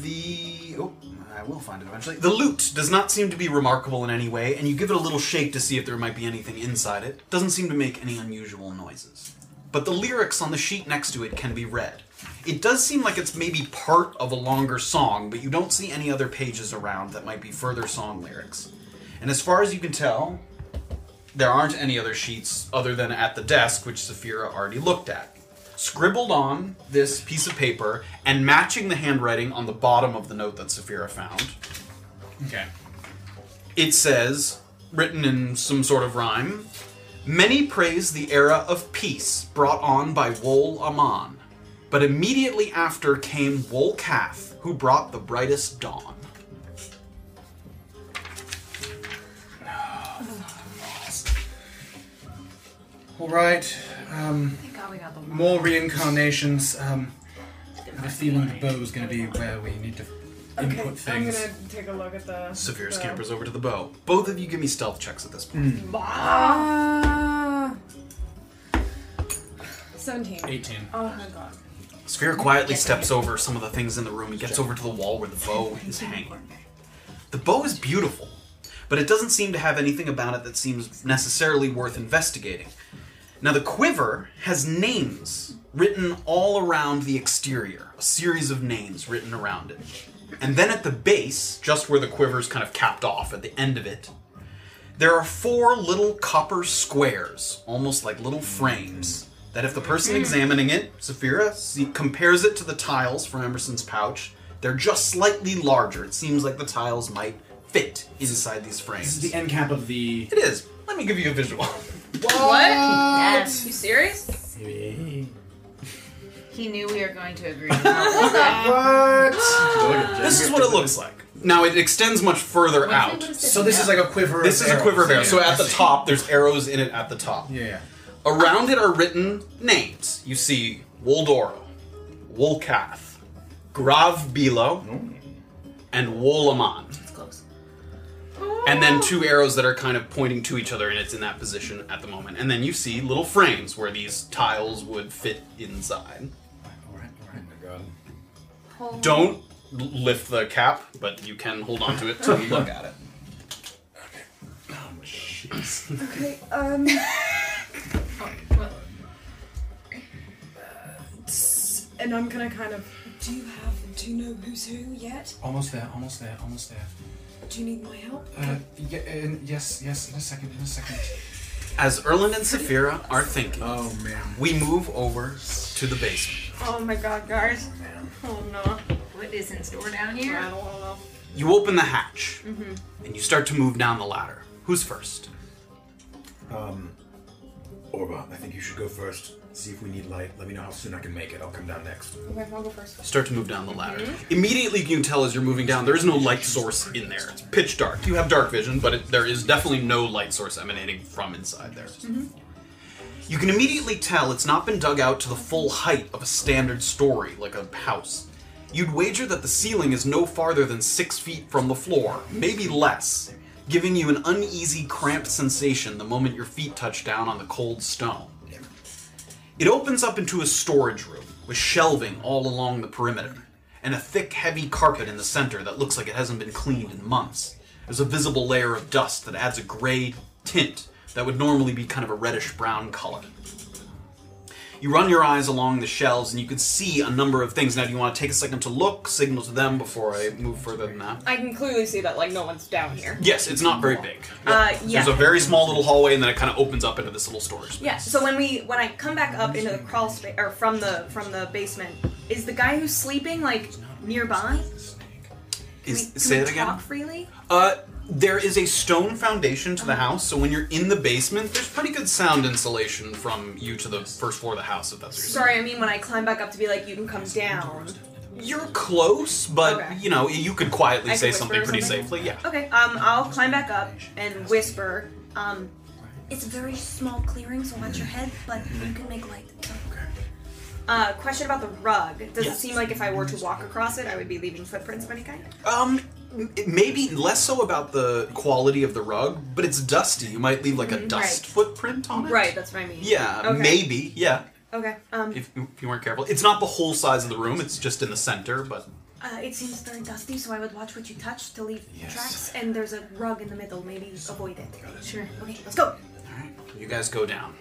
[SPEAKER 2] The. Oh, I will find it eventually. The loot does not seem to be remarkable in any way, and you give it a little shake to see if there might be anything inside it. Doesn't seem to make any unusual noises. But the lyrics on the sheet next to it can be read. It does seem like it's maybe part of a longer song, but you don't see any other pages around that might be further song lyrics. And as far as you can tell, there aren't any other sheets other than at the desk, which Saphira already looked at. Scribbled on this piece of paper and matching the handwriting on the bottom of the note that Saphira found,
[SPEAKER 5] Okay.
[SPEAKER 2] it says, written in some sort of rhyme, Many praise the era of peace brought on by Wol Aman, but immediately after came Wol Kaf, who brought the brightest dawn.
[SPEAKER 5] All right. Um,
[SPEAKER 6] Thank God we got the one.
[SPEAKER 5] more reincarnations. Um, I have a feeling the bow is going to be where we need to
[SPEAKER 7] Okay,
[SPEAKER 2] input
[SPEAKER 7] I'm
[SPEAKER 2] things.
[SPEAKER 7] gonna take a look at the
[SPEAKER 2] Severe
[SPEAKER 7] the-
[SPEAKER 2] scampers over to the bow. Both of you give me stealth checks at this point.
[SPEAKER 7] Ah. Seventeen.
[SPEAKER 2] 18.
[SPEAKER 7] Oh my god.
[SPEAKER 2] Sphere quietly steps over some of the things in the room and gets over to the wall where the bow is hanging. The bow is beautiful, but it doesn't seem to have anything about it that seems necessarily worth investigating. Now, the quiver has names written all around the exterior, a series of names written around it. And then at the base, just where the quiver's kind of capped off, at the end of it, there are four little copper squares, almost like little frames, that if the
[SPEAKER 5] Hmm.
[SPEAKER 2] person examining it, Saphira, see, compares it to the tiles from Emerson's pouch, they're just slightly larger. It seems like the tiles might fit inside these frames.
[SPEAKER 5] This is the end cap of the.
[SPEAKER 2] It is. Let me give you a visual.
[SPEAKER 4] What? You serious?
[SPEAKER 27] He knew we were going to agree.
[SPEAKER 2] This is what it looks like. Now it extends much further out.
[SPEAKER 5] So this is like a quiver.
[SPEAKER 2] This
[SPEAKER 5] of
[SPEAKER 2] is a quiver of arrows.
[SPEAKER 5] arrows.
[SPEAKER 2] So
[SPEAKER 5] Yeah.
[SPEAKER 2] at the top, there's arrows in it at the top.
[SPEAKER 5] Yeah.
[SPEAKER 2] Around it are written names. You see Woldoro, Wolcath, Grav Bilo, and Wolaman. That's
[SPEAKER 6] close.
[SPEAKER 2] And then two arrows that are kind of pointing to each other, and it's in that position at the moment. And then you see little frames where these tiles would fit inside. Oh Don't l- lift the cap, but you can hold on to it to look at it.
[SPEAKER 7] Okay. Um.
[SPEAKER 28] S- And I'm gonna kind of. Do you have? Do you know who's who yet?
[SPEAKER 5] Almost there. Almost there. Almost there.
[SPEAKER 28] Do you need my help?
[SPEAKER 5] Uh, yeah, uh, yes. Yes. In a second. In a second.
[SPEAKER 2] As Erland and Saphira are thinking, oh man, we move over to the basement.
[SPEAKER 4] Oh my god, guys. Oh no.
[SPEAKER 27] What is in store down here?
[SPEAKER 4] I don't know.
[SPEAKER 2] You open the hatch
[SPEAKER 4] Mm-hmm.
[SPEAKER 2] and you start to move down the ladder. Who's first?
[SPEAKER 3] Um, Orba, I think you should go first. See if we need light. Let me know how soon I can make it. I'll come down next.
[SPEAKER 4] Okay, I'll go first.
[SPEAKER 2] Start to move down the ladder. Immediately, you can tell as you're moving down, there is no light source in there. It's pitch dark. You have dark vision, but it, there is definitely no light source emanating from inside there. You can immediately tell it's not been dug out to the full height of a standard story, like a house. You'd wager that the ceiling is no farther than six feet from the floor, maybe less, giving you an uneasy, cramped sensation the moment your feet touch down on the cold stone. It opens up into a storage room with shelving all along the perimeter and a thick, heavy carpet in the center that looks like it hasn't been cleaned in months. There's a visible layer of dust that adds a gray tint that would normally be kind of a reddish brown color. You run your eyes along the shelves and you can see a number of things. Now, do you want to take a second to look, signal to them before I move further than that?
[SPEAKER 4] I can clearly see that like no one's down here.
[SPEAKER 2] Yes, it's not very big.
[SPEAKER 4] Uh, yeah.
[SPEAKER 2] There's a very small little hallway and then it kind of opens up into this little storage.
[SPEAKER 4] Yeah. So when we when I come back up into the crawl space or from the from the basement, is the guy who's sleeping like nearby?
[SPEAKER 2] Is,
[SPEAKER 4] Can
[SPEAKER 2] say
[SPEAKER 4] we
[SPEAKER 2] it again?
[SPEAKER 4] Talk freely.
[SPEAKER 2] Uh, there is a stone foundation to the house, so when you're in the basement, there's pretty good sound insulation from you to the first floor of the house, if that's what you're saying.
[SPEAKER 4] Sorry, I mean when I climb back up to be like you can come down.
[SPEAKER 2] You're close, but you know you could quietly
[SPEAKER 4] I
[SPEAKER 2] say
[SPEAKER 4] could
[SPEAKER 2] something
[SPEAKER 4] whisper
[SPEAKER 2] pretty
[SPEAKER 4] something?
[SPEAKER 2] safely. Yeah.
[SPEAKER 4] Okay. Um, I'll climb back up and whisper. Um, it's a very small clearing, so watch your head, but you can make light. Uh, question about the rug. Does it
[SPEAKER 2] Yes.
[SPEAKER 4] seem like if I were to walk across it, I would be leaving footprints of any kind?
[SPEAKER 2] Um, it- maybe less so about the quality of the rug, but it's dusty. You might leave like a
[SPEAKER 4] Mhm,
[SPEAKER 2] dust
[SPEAKER 4] right.
[SPEAKER 2] footprint on it.
[SPEAKER 4] Right. That's what I mean.
[SPEAKER 2] Yeah,
[SPEAKER 4] Okay.
[SPEAKER 2] maybe. Yeah,
[SPEAKER 4] Okay. Um,
[SPEAKER 2] if, if you weren't careful, it's not the whole size of the room. It's just in the center, but
[SPEAKER 4] Uh, it seems very dusty, so I would watch what you touch to leave tracks. And there's a rug in the middle. Maybe avoid it. Sure. Okay, let's go.
[SPEAKER 2] you guys go down.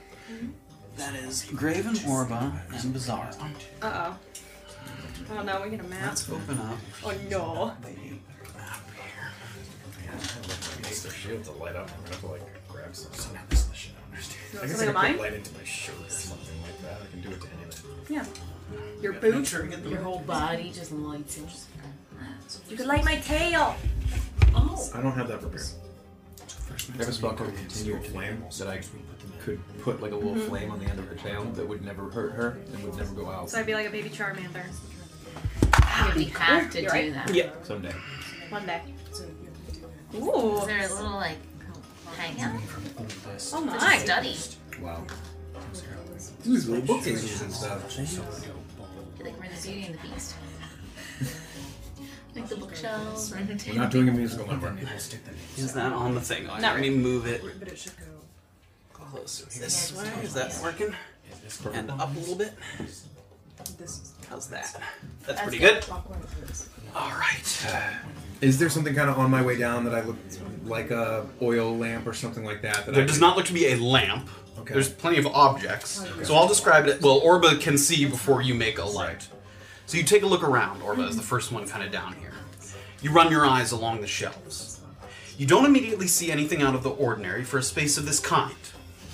[SPEAKER 2] That is Graven Orba and Bazaar.
[SPEAKER 4] Uh oh. Oh no, we get a map.
[SPEAKER 2] Let's open up.
[SPEAKER 4] Oh no.
[SPEAKER 3] Their shields will light up. I'm gonna have to like grab something.
[SPEAKER 4] You
[SPEAKER 3] I
[SPEAKER 4] want
[SPEAKER 3] guess
[SPEAKER 4] something
[SPEAKER 3] I
[SPEAKER 4] of
[SPEAKER 3] can
[SPEAKER 4] mine?
[SPEAKER 3] put light into my shirt or something like that. I can do it to anything.
[SPEAKER 4] Yeah. Your boot.
[SPEAKER 6] Your whole body just lights up.
[SPEAKER 4] You could light my tail.
[SPEAKER 9] Oh.
[SPEAKER 3] I don't have that prepared. I have a spell called Continual Flame that I could put like a little
[SPEAKER 6] Mm-hmm.
[SPEAKER 4] Mhm.
[SPEAKER 3] flame on the end of her tail that would never hurt her and would never go out.
[SPEAKER 4] So I'd be like a baby Charmander.
[SPEAKER 6] We have to do
[SPEAKER 4] You're right.
[SPEAKER 6] that.
[SPEAKER 3] Someday.
[SPEAKER 4] One day. Ooh.
[SPEAKER 6] Is there a little like hangout?
[SPEAKER 4] Oh my.
[SPEAKER 6] To study.
[SPEAKER 3] Wow. These little bookcases and stuff.
[SPEAKER 6] Like we're in the Beauty and the Beast. like
[SPEAKER 9] the bookshelves.
[SPEAKER 29] We're not doing a musical number.
[SPEAKER 30] Is that on the thing?
[SPEAKER 9] Not
[SPEAKER 30] Let me
[SPEAKER 9] really.
[SPEAKER 30] move it
[SPEAKER 8] But it should go.
[SPEAKER 30] closer. This way? Is that working? And up a little bit? How's that? That's pretty good. All right.
[SPEAKER 29] Is there something kind of on my way down that I look like a oil lamp or something like that? that
[SPEAKER 2] There
[SPEAKER 29] I
[SPEAKER 2] does
[SPEAKER 29] can-
[SPEAKER 2] not look to be a lamp.
[SPEAKER 29] Okay.
[SPEAKER 2] There's plenty of objects.
[SPEAKER 29] Okay.
[SPEAKER 2] So I'll describe it. Well, Orba can see before you make a light. So you take a look around, Orba, is the first one kind of down here. You run your eyes along the shelves. You don't immediately see anything out of the ordinary for a space of this kind.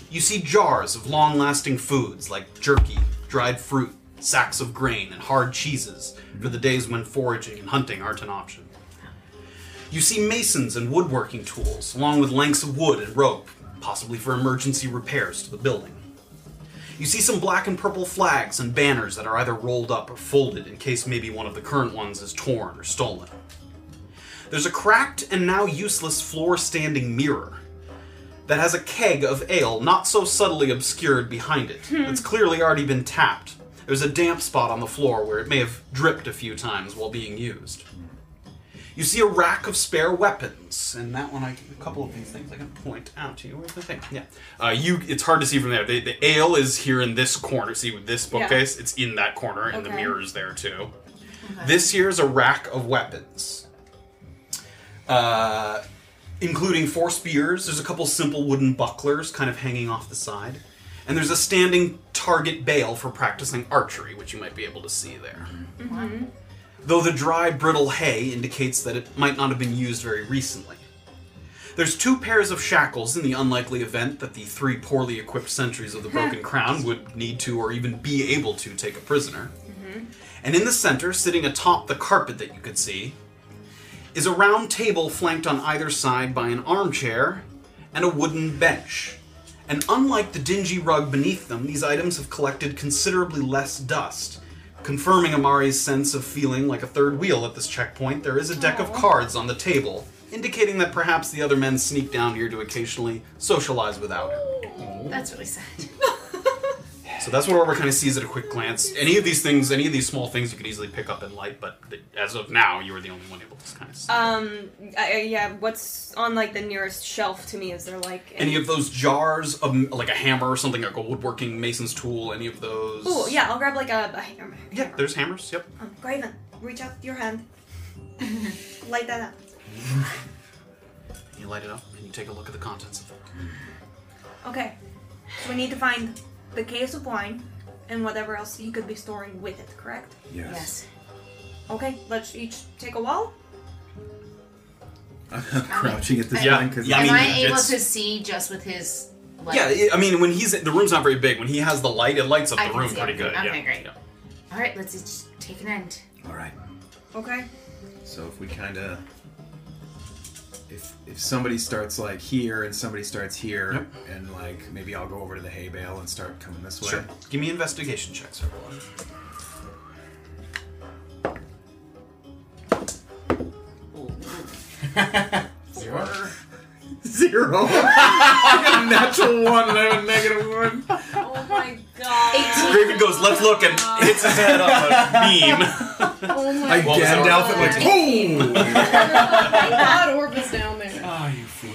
[SPEAKER 2] You see jars of long lasting foods like jerky, dried fruit, sacks of grain, and hard cheeses for the days when foraging and hunting aren't an option. You see masons and woodworking tools, along with lengths of wood and rope, possibly for emergency repairs to the building. You see some black and purple flags and banners that are either rolled up or folded in case maybe one of the current ones is torn or stolen. There's a cracked and now useless floor standing mirror that has a keg of ale not so subtly obscured behind it.
[SPEAKER 29] Hmm.
[SPEAKER 2] It's clearly already been tapped. There's a damp spot on the floor where it may have dripped a few times while being used. You see a rack of spare weapons, and that one, I, a couple of these things I can point out to you. Where's the thing? Yeah. Uh, you, it's hard to see from there. The, the ale is here in this corner. See with this
[SPEAKER 29] Yeah.
[SPEAKER 2] bookcase, it's in that corner, and the
[SPEAKER 29] Okay.
[SPEAKER 2] mirror's there too. This here is a rack of weapons, uh, including four spears. There's a couple simple wooden bucklers kind of hanging off the side, and there's a standing target bale for practicing archery, which you might be able to see there.
[SPEAKER 9] Mm-hmm.
[SPEAKER 2] Though the dry, brittle hay indicates that it might not have been used very recently. There's two pairs of shackles in the unlikely event that the three poorly equipped sentries of the Broken Crown would need to or even be able to take a prisoner. And in the center, sitting atop the carpet that you could see, is a round table flanked on either side by an armchair and a wooden bench. And unlike the dingy rug beneath them, these items have collected considerably less dust, confirming Amari's sense of feeling like a third wheel at this checkpoint. There is a deck of cards on the table, indicating that perhaps the other men sneak down here to occasionally socialize without him.
[SPEAKER 9] That's really sad.
[SPEAKER 2] So that's what Orber kind of sees at a quick glance. Any of these things, any of these small things, you could easily pick up in light, but th- as of now, you are the only one able to kind of see.
[SPEAKER 4] Um, I, I- yeah, what's on like the nearest shelf to me? Is there like
[SPEAKER 2] Any of those jars of like a hammer or something, like a woodworking mason's tool, any of those?
[SPEAKER 4] Oh yeah, I'll grab like a, a hammer.
[SPEAKER 2] Yeah, there's hammers. Yep.
[SPEAKER 4] Um, Graven, reach out your hand. Light that up.
[SPEAKER 2] You light it up and you take a look at the contents of it.
[SPEAKER 4] Okay, so we need to find the case of wine and whatever else you could be storing with it. Correct?
[SPEAKER 29] Yes. Yes.
[SPEAKER 4] Okay, let's each take a wall.
[SPEAKER 29] I'm not crouching at this
[SPEAKER 2] Yeah.
[SPEAKER 29] time because
[SPEAKER 2] Yeah, I mean,
[SPEAKER 9] Am I able
[SPEAKER 2] it's-
[SPEAKER 9] to see just with his? Light?
[SPEAKER 2] Yeah, it- I mean, when he's the room's not very big. When he has the light, it lights up
[SPEAKER 9] I
[SPEAKER 2] the
[SPEAKER 9] can
[SPEAKER 2] room
[SPEAKER 9] see
[SPEAKER 2] pretty
[SPEAKER 9] it.
[SPEAKER 2] good.
[SPEAKER 9] Okay,
[SPEAKER 2] yeah.
[SPEAKER 9] great. All right, let's each take an end.
[SPEAKER 29] All right.
[SPEAKER 4] Okay.
[SPEAKER 29] So if we kind of, if if somebody starts like here and somebody starts here, and like maybe I'll go over to the hay bale and start coming this way.
[SPEAKER 2] Sure. Give me investigation checks, everyone.
[SPEAKER 29] Zero. Zero. I got a natural one and I have a negative one.
[SPEAKER 7] Oh my god.
[SPEAKER 9] Oh
[SPEAKER 2] Raven goes, let's look, and hits his head on a beam.
[SPEAKER 7] Oh my
[SPEAKER 29] I
[SPEAKER 2] What was that?
[SPEAKER 29] Gandalf it like, boom!
[SPEAKER 7] Thank God Orba's down there.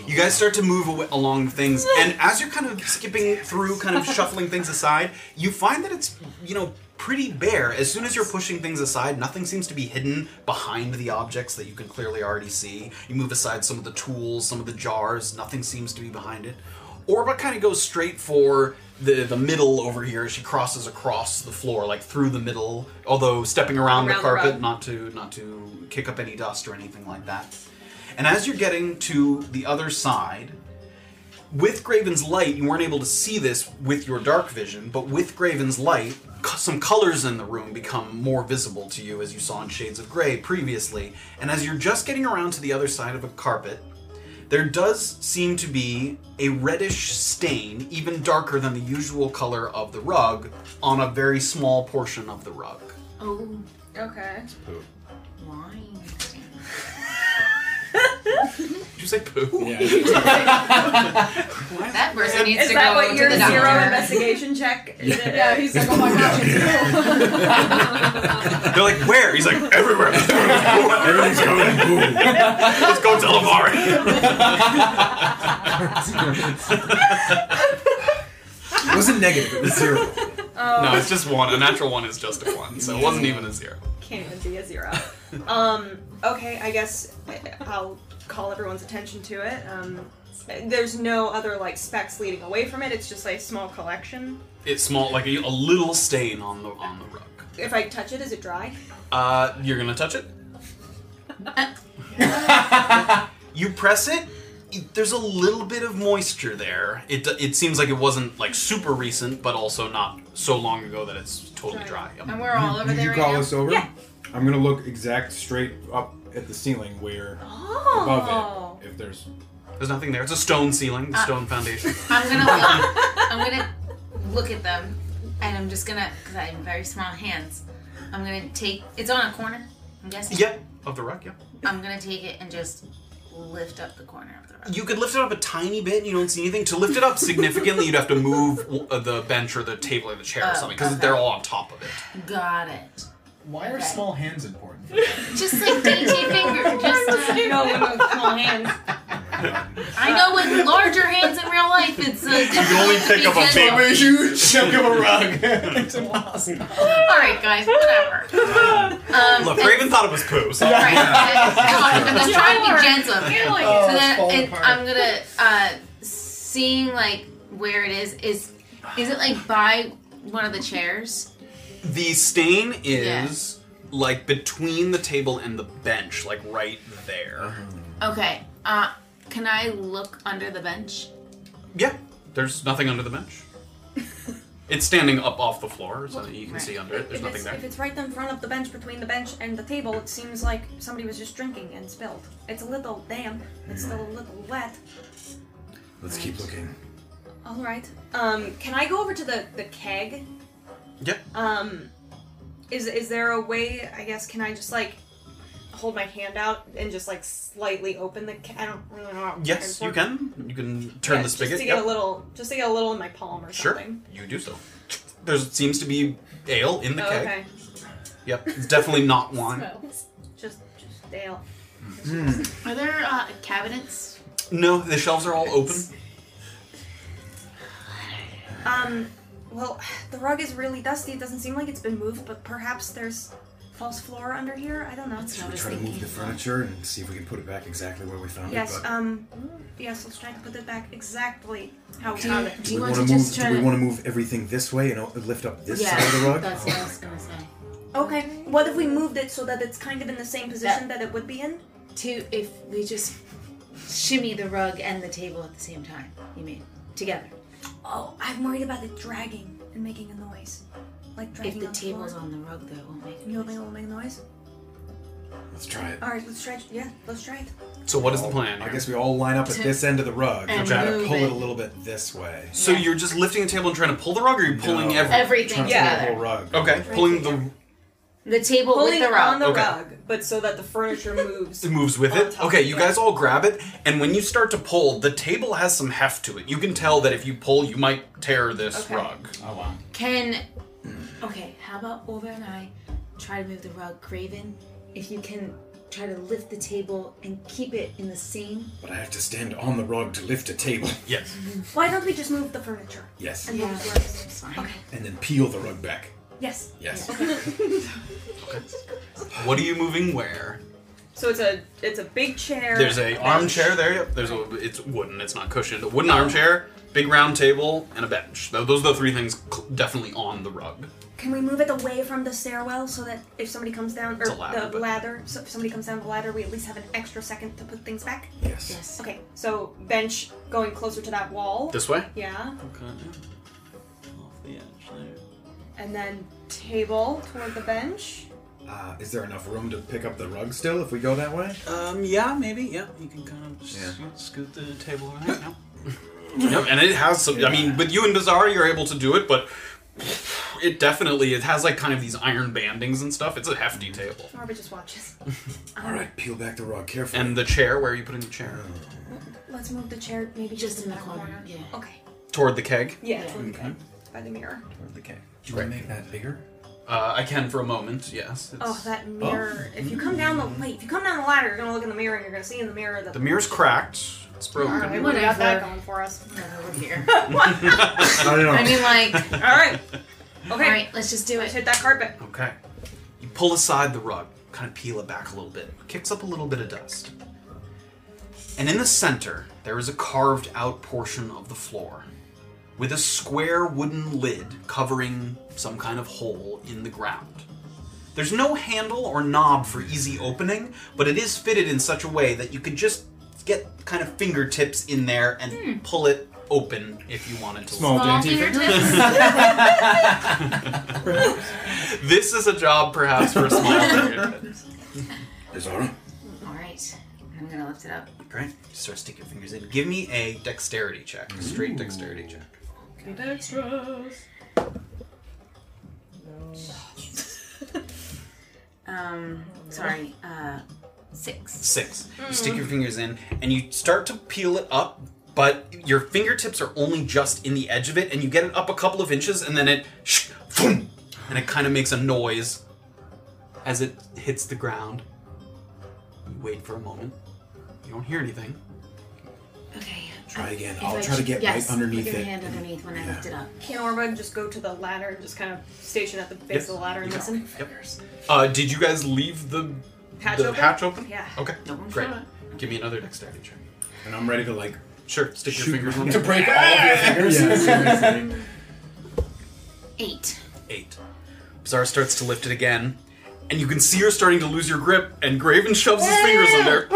[SPEAKER 2] You guys start to move away along things, and as you're kind of skipping through, kind of shuffling things aside, you find that it's, you know, pretty bare. As soon as you're pushing things aside, nothing seems to be hidden behind the objects that you can clearly already see. You move aside some of the tools, some of the jars, nothing seems to be behind it. Orba kind of goes straight for the, the middle over here. She crosses across the floor, like through the middle, although stepping around,
[SPEAKER 30] Around
[SPEAKER 2] the
[SPEAKER 30] the
[SPEAKER 2] carpet,
[SPEAKER 30] rug.
[SPEAKER 2] not to not to kick up any dust or anything like that. And as you're getting to the other side, with Graven's light, you weren't able to see this with your dark vision, but with Graven's light, co- some colors in the room become more visible to you as you saw in Shades of Grey previously. And as you're just getting around to the other side of a carpet, there does seem to be a reddish stain, even darker than the usual color of the rug, on a very small portion of the rug.
[SPEAKER 9] Oh.
[SPEAKER 4] Okay.
[SPEAKER 9] Wine.
[SPEAKER 2] you say poo?
[SPEAKER 6] That person needs
[SPEAKER 4] Is
[SPEAKER 6] to
[SPEAKER 4] that
[SPEAKER 6] go
[SPEAKER 4] what
[SPEAKER 6] to
[SPEAKER 4] your
[SPEAKER 6] the
[SPEAKER 4] zero
[SPEAKER 6] doctor.
[SPEAKER 4] investigation check?
[SPEAKER 2] Yeah.
[SPEAKER 4] yeah, he's like, oh my gosh, it's cool.
[SPEAKER 2] They're like, where? He's like, everywhere. Everything's going poo. Let's go to
[SPEAKER 1] It wasn't negative, it was zero.
[SPEAKER 2] No, it's just one. A natural one is just a one, so it wasn't even a zero.
[SPEAKER 4] Can't even be a zero. um, okay, I guess I- I'll call everyone's attention to it. Um, there's no other like specs leading away from it. It's just like, a small collection.
[SPEAKER 2] It's small, like a, a little stain on the on the rug.
[SPEAKER 4] If I touch it, is it dry?
[SPEAKER 2] Uh, you're gonna touch it. you press it. There's a little bit of moisture there. It it seems like it wasn't like super recent, but also not so long ago that it's totally dry. Yep.
[SPEAKER 6] And we're all
[SPEAKER 1] You-
[SPEAKER 6] over
[SPEAKER 1] you
[SPEAKER 6] there right
[SPEAKER 1] call
[SPEAKER 6] now.
[SPEAKER 1] us over? I'm gonna look exact straight up at the ceiling where
[SPEAKER 4] Oh.
[SPEAKER 6] Oh.
[SPEAKER 1] above it, if there's
[SPEAKER 2] There's nothing there. It's a stone ceiling, the stone foundation.
[SPEAKER 6] I'm gonna look. I'm gonna look at them, and I'm just gonna because I have very small hands. I'm gonna take. It's on a corner. I'm guessing.
[SPEAKER 2] Yep, of the rug. Yep.
[SPEAKER 6] I'm gonna take it and just lift up the corner of the rug.
[SPEAKER 2] You could lift it up a tiny bit and you don't see anything. To lift it up significantly, you'd have to move w- uh, the bench or the table or the chair or
[SPEAKER 6] Oh,
[SPEAKER 2] something because
[SPEAKER 6] okay.
[SPEAKER 2] they're all on top of it.
[SPEAKER 6] Got it.
[SPEAKER 5] Why are small hands important?
[SPEAKER 6] Just like dainty finger. Just uh,
[SPEAKER 4] No, no, small hands.
[SPEAKER 6] I know with larger hands in real life, it's uh, difficult to be gentle.
[SPEAKER 5] huge chunk of a rug. it's impossible.
[SPEAKER 6] All right, guys, whatever. Um,
[SPEAKER 2] Look, Raven thought it was poo. So.
[SPEAKER 6] Right. I'm just trying to be gentle.
[SPEAKER 2] Oh,
[SPEAKER 6] so then
[SPEAKER 2] it's
[SPEAKER 6] it, I'm gonna uh, seeing like where it is. Is is it like by one of the chairs?
[SPEAKER 2] The stain is like between the table and the bench, like right there.
[SPEAKER 6] Okay. Uh, can I look under the bench?
[SPEAKER 2] Yeah, there's nothing under the bench. it's standing up off the floor, so you can
[SPEAKER 4] Right.
[SPEAKER 2] see under it. There's
[SPEAKER 4] if
[SPEAKER 2] nothing
[SPEAKER 4] it's,
[SPEAKER 2] there.
[SPEAKER 4] If it's right in front of the bench, between the bench and the table, it seems like somebody was just drinking and spilled. It's a little damp. It's still a little wet.
[SPEAKER 3] Let's keep looking.
[SPEAKER 4] All right. Um, can I go over to the the keg?
[SPEAKER 2] Yeah.
[SPEAKER 4] Um, is is there a way? I guess can I just like hold my hand out and just like slightly open the? Ke- I don't really know. How
[SPEAKER 2] Yes, you can. You can turn
[SPEAKER 4] Yeah,
[SPEAKER 2] the spigot.
[SPEAKER 4] Just to get
[SPEAKER 2] yep.
[SPEAKER 4] a little, just to get a little in my palm or
[SPEAKER 2] Sure,
[SPEAKER 4] something.
[SPEAKER 2] you do so. There seems to be ale in the
[SPEAKER 4] Oh,
[SPEAKER 2] keg.
[SPEAKER 4] okay.
[SPEAKER 2] Yep, it's definitely not wine.
[SPEAKER 6] Smells.
[SPEAKER 4] Just just ale.
[SPEAKER 6] Are there uh, cabinets?
[SPEAKER 2] No, the shelves are all open.
[SPEAKER 4] Um, well, the rug is really dusty. It doesn't seem like it's been moved, but perhaps there's false floor under here. I don't know.
[SPEAKER 3] Should we try to move the furniture and see if we can put it back exactly where we found
[SPEAKER 4] Yes,
[SPEAKER 3] it? but
[SPEAKER 4] um, yes, let's try to put it back exactly how we
[SPEAKER 6] Do
[SPEAKER 4] found
[SPEAKER 6] you-
[SPEAKER 4] it.
[SPEAKER 6] do
[SPEAKER 3] do we
[SPEAKER 6] want
[SPEAKER 3] want
[SPEAKER 6] to
[SPEAKER 3] move?
[SPEAKER 6] just try
[SPEAKER 3] do we
[SPEAKER 6] to-
[SPEAKER 3] want to move everything this way and o- lift up this
[SPEAKER 6] yeah,
[SPEAKER 3] side of the rug?
[SPEAKER 6] that's what I was gonna say.
[SPEAKER 4] Okay, what if we moved it so that it's kind of in the same position that, it would be in?
[SPEAKER 6] To if we just shimmy the rug and the table at the same time. You mean together?
[SPEAKER 4] Oh, I'm worried about it dragging and making a noise. Like
[SPEAKER 6] If
[SPEAKER 4] dragging
[SPEAKER 6] the
[SPEAKER 4] on
[SPEAKER 6] table's
[SPEAKER 4] floor.
[SPEAKER 6] on the rug, though, it won't make.
[SPEAKER 4] You don't think it will make a noise?
[SPEAKER 3] Let's try it.
[SPEAKER 4] Alright, let's try it. Yeah, let's try it.
[SPEAKER 2] So what is the plan?
[SPEAKER 3] I guess we all line up at this end of the rug
[SPEAKER 4] And
[SPEAKER 3] and try to
[SPEAKER 4] move
[SPEAKER 3] pull
[SPEAKER 4] it.
[SPEAKER 3] it a little bit this way.
[SPEAKER 2] So you're just lifting a table and trying to pull the rug, or you're pulling
[SPEAKER 3] No.
[SPEAKER 2] everything?
[SPEAKER 6] Everything
[SPEAKER 3] Trying to pull the
[SPEAKER 6] together.
[SPEAKER 3] whole rug.
[SPEAKER 2] Okay, pulling the
[SPEAKER 6] The table
[SPEAKER 4] Pulling
[SPEAKER 6] with the rug.
[SPEAKER 4] on the
[SPEAKER 2] Okay.
[SPEAKER 4] rug, but so that the furniture moves.
[SPEAKER 2] it moves with it. Okay, you guys all grab it, and when you start to pull, the table has some heft to it. You can tell that if you pull, you might tear this
[SPEAKER 6] Okay.
[SPEAKER 2] rug.
[SPEAKER 3] Mm-hmm.
[SPEAKER 2] Oh wow!
[SPEAKER 6] Can okay? How about Olga and I try to move the rug, Craven? If you can try to lift the table and keep it in the same.
[SPEAKER 3] But I have to stand on the rug to lift a table.
[SPEAKER 2] Yes.
[SPEAKER 4] Why don't we just move the furniture?
[SPEAKER 3] Yes.
[SPEAKER 4] And yeah.
[SPEAKER 6] Okay.
[SPEAKER 3] And then peel the rug back.
[SPEAKER 4] Yes.
[SPEAKER 3] Yes.
[SPEAKER 2] What are you moving where?
[SPEAKER 4] So it's a it's a big chair.
[SPEAKER 2] There's a armchair there. Yep. There's a. It's wooden. It's not cushioned. A wooden armchair, big round table, and a bench. Tho- Those are the three things cl- definitely on the rug.
[SPEAKER 4] Can we move it away from the stairwell so that if somebody comes down or
[SPEAKER 2] It's a ladder,
[SPEAKER 4] the
[SPEAKER 2] but-
[SPEAKER 4] ladder, so if somebody comes down the ladder, we at least have an extra second to put things back?
[SPEAKER 3] Yes.
[SPEAKER 6] Yes.
[SPEAKER 4] Okay. So bench going closer to that wall.
[SPEAKER 2] This way?
[SPEAKER 4] Yeah.
[SPEAKER 2] Okay. Off the edge
[SPEAKER 4] And then table toward the bench.
[SPEAKER 3] Uh, is there enough room to pick up the rug still if we go that way?
[SPEAKER 2] Um. Yeah. Maybe. Yeah. You can kind of
[SPEAKER 3] Yeah.
[SPEAKER 2] scoot the table around. Yep, and it has some. I mean, with you and Bizarre, you're able to do it, but it definitely it has like kind of these iron bandings and stuff. It's a hefty table.
[SPEAKER 4] Marva just watches.
[SPEAKER 3] All right, peel back the rug carefully.
[SPEAKER 2] And the chair, where are you putting the chair?
[SPEAKER 4] Let's move the chair maybe just, in the corner. Yeah. Okay.
[SPEAKER 2] Toward the keg.
[SPEAKER 4] Yeah.
[SPEAKER 2] Okay.
[SPEAKER 4] By the mirror.
[SPEAKER 2] Toward the keg.
[SPEAKER 31] Do you want to make that bigger?
[SPEAKER 2] Uh, I can for a moment. Yes. It's-
[SPEAKER 4] Oh, that mirror. If you come down the wait, if you come down the ladder, you're gonna look in the mirror and you're gonna see in the mirror that
[SPEAKER 2] The mirror's cracked. It's broken.
[SPEAKER 4] Alright,
[SPEAKER 2] Right,
[SPEAKER 4] we got that
[SPEAKER 9] going for us. Over here.
[SPEAKER 2] I don't know.
[SPEAKER 9] I mean, like.
[SPEAKER 4] All right. Okay.
[SPEAKER 9] All right. Let's just do it.
[SPEAKER 4] hit that carpet.
[SPEAKER 2] Okay. You pull aside the rug, kind of peel it back a little bit, kicks up a little bit of dust. And in the center, there is a carved out portion of the floor with a square wooden lid covering some kind of hole in the ground. There's no handle or knob for easy opening, but it is fitted in such a way that you could just get kind of fingertips in there and pull it open if you wanted to.
[SPEAKER 29] Small, Small dainty fingertips.
[SPEAKER 2] this is a job perhaps for small fingertips.
[SPEAKER 3] Is Ara?
[SPEAKER 9] All right. I'm gonna lift it up.
[SPEAKER 2] Great. Just start sticking your fingers in. Give me a dexterity check. a Straight dexterity check.
[SPEAKER 8] Be dexterous.
[SPEAKER 9] Um. Sorry. Uh. Six.
[SPEAKER 2] Six. You stick
[SPEAKER 9] Mm.
[SPEAKER 2] your fingers in and you start to peel it up, but your fingertips are only just in the edge of it, and you get it up a couple of inches, and then it sh- boom, and it kind of makes a noise as it hits the ground. You wait for a moment. You don't hear anything.
[SPEAKER 9] Okay.
[SPEAKER 3] Try again.
[SPEAKER 9] If
[SPEAKER 3] I'll
[SPEAKER 9] I
[SPEAKER 3] try to
[SPEAKER 9] should-
[SPEAKER 3] get
[SPEAKER 9] yes,
[SPEAKER 3] right underneath
[SPEAKER 9] put your
[SPEAKER 3] it.
[SPEAKER 9] hand underneath when I lift it up.
[SPEAKER 4] Can Orba just go to the ladder and just kind of station at the base
[SPEAKER 2] Yes.
[SPEAKER 4] of the ladder and
[SPEAKER 2] Yeah.
[SPEAKER 4] listen?
[SPEAKER 2] Yep. Uh, did you guys leave the
[SPEAKER 4] Hatch
[SPEAKER 2] the
[SPEAKER 4] open?
[SPEAKER 2] hatch open?
[SPEAKER 4] Yeah.
[SPEAKER 2] Okay.
[SPEAKER 4] No, I'm
[SPEAKER 2] Great.
[SPEAKER 4] sure.
[SPEAKER 2] Give me another dexterity check.
[SPEAKER 3] And I'm ready to like.
[SPEAKER 2] Sure. Stick
[SPEAKER 3] shoot
[SPEAKER 2] your fingers
[SPEAKER 3] my-
[SPEAKER 2] in.
[SPEAKER 3] To break all of your fingers?
[SPEAKER 2] Yeah, seriously.
[SPEAKER 9] Eight.
[SPEAKER 2] Eight. Bizarre starts to lift it again, and you can see her starting to lose your grip, and Graven shoves his fingers under,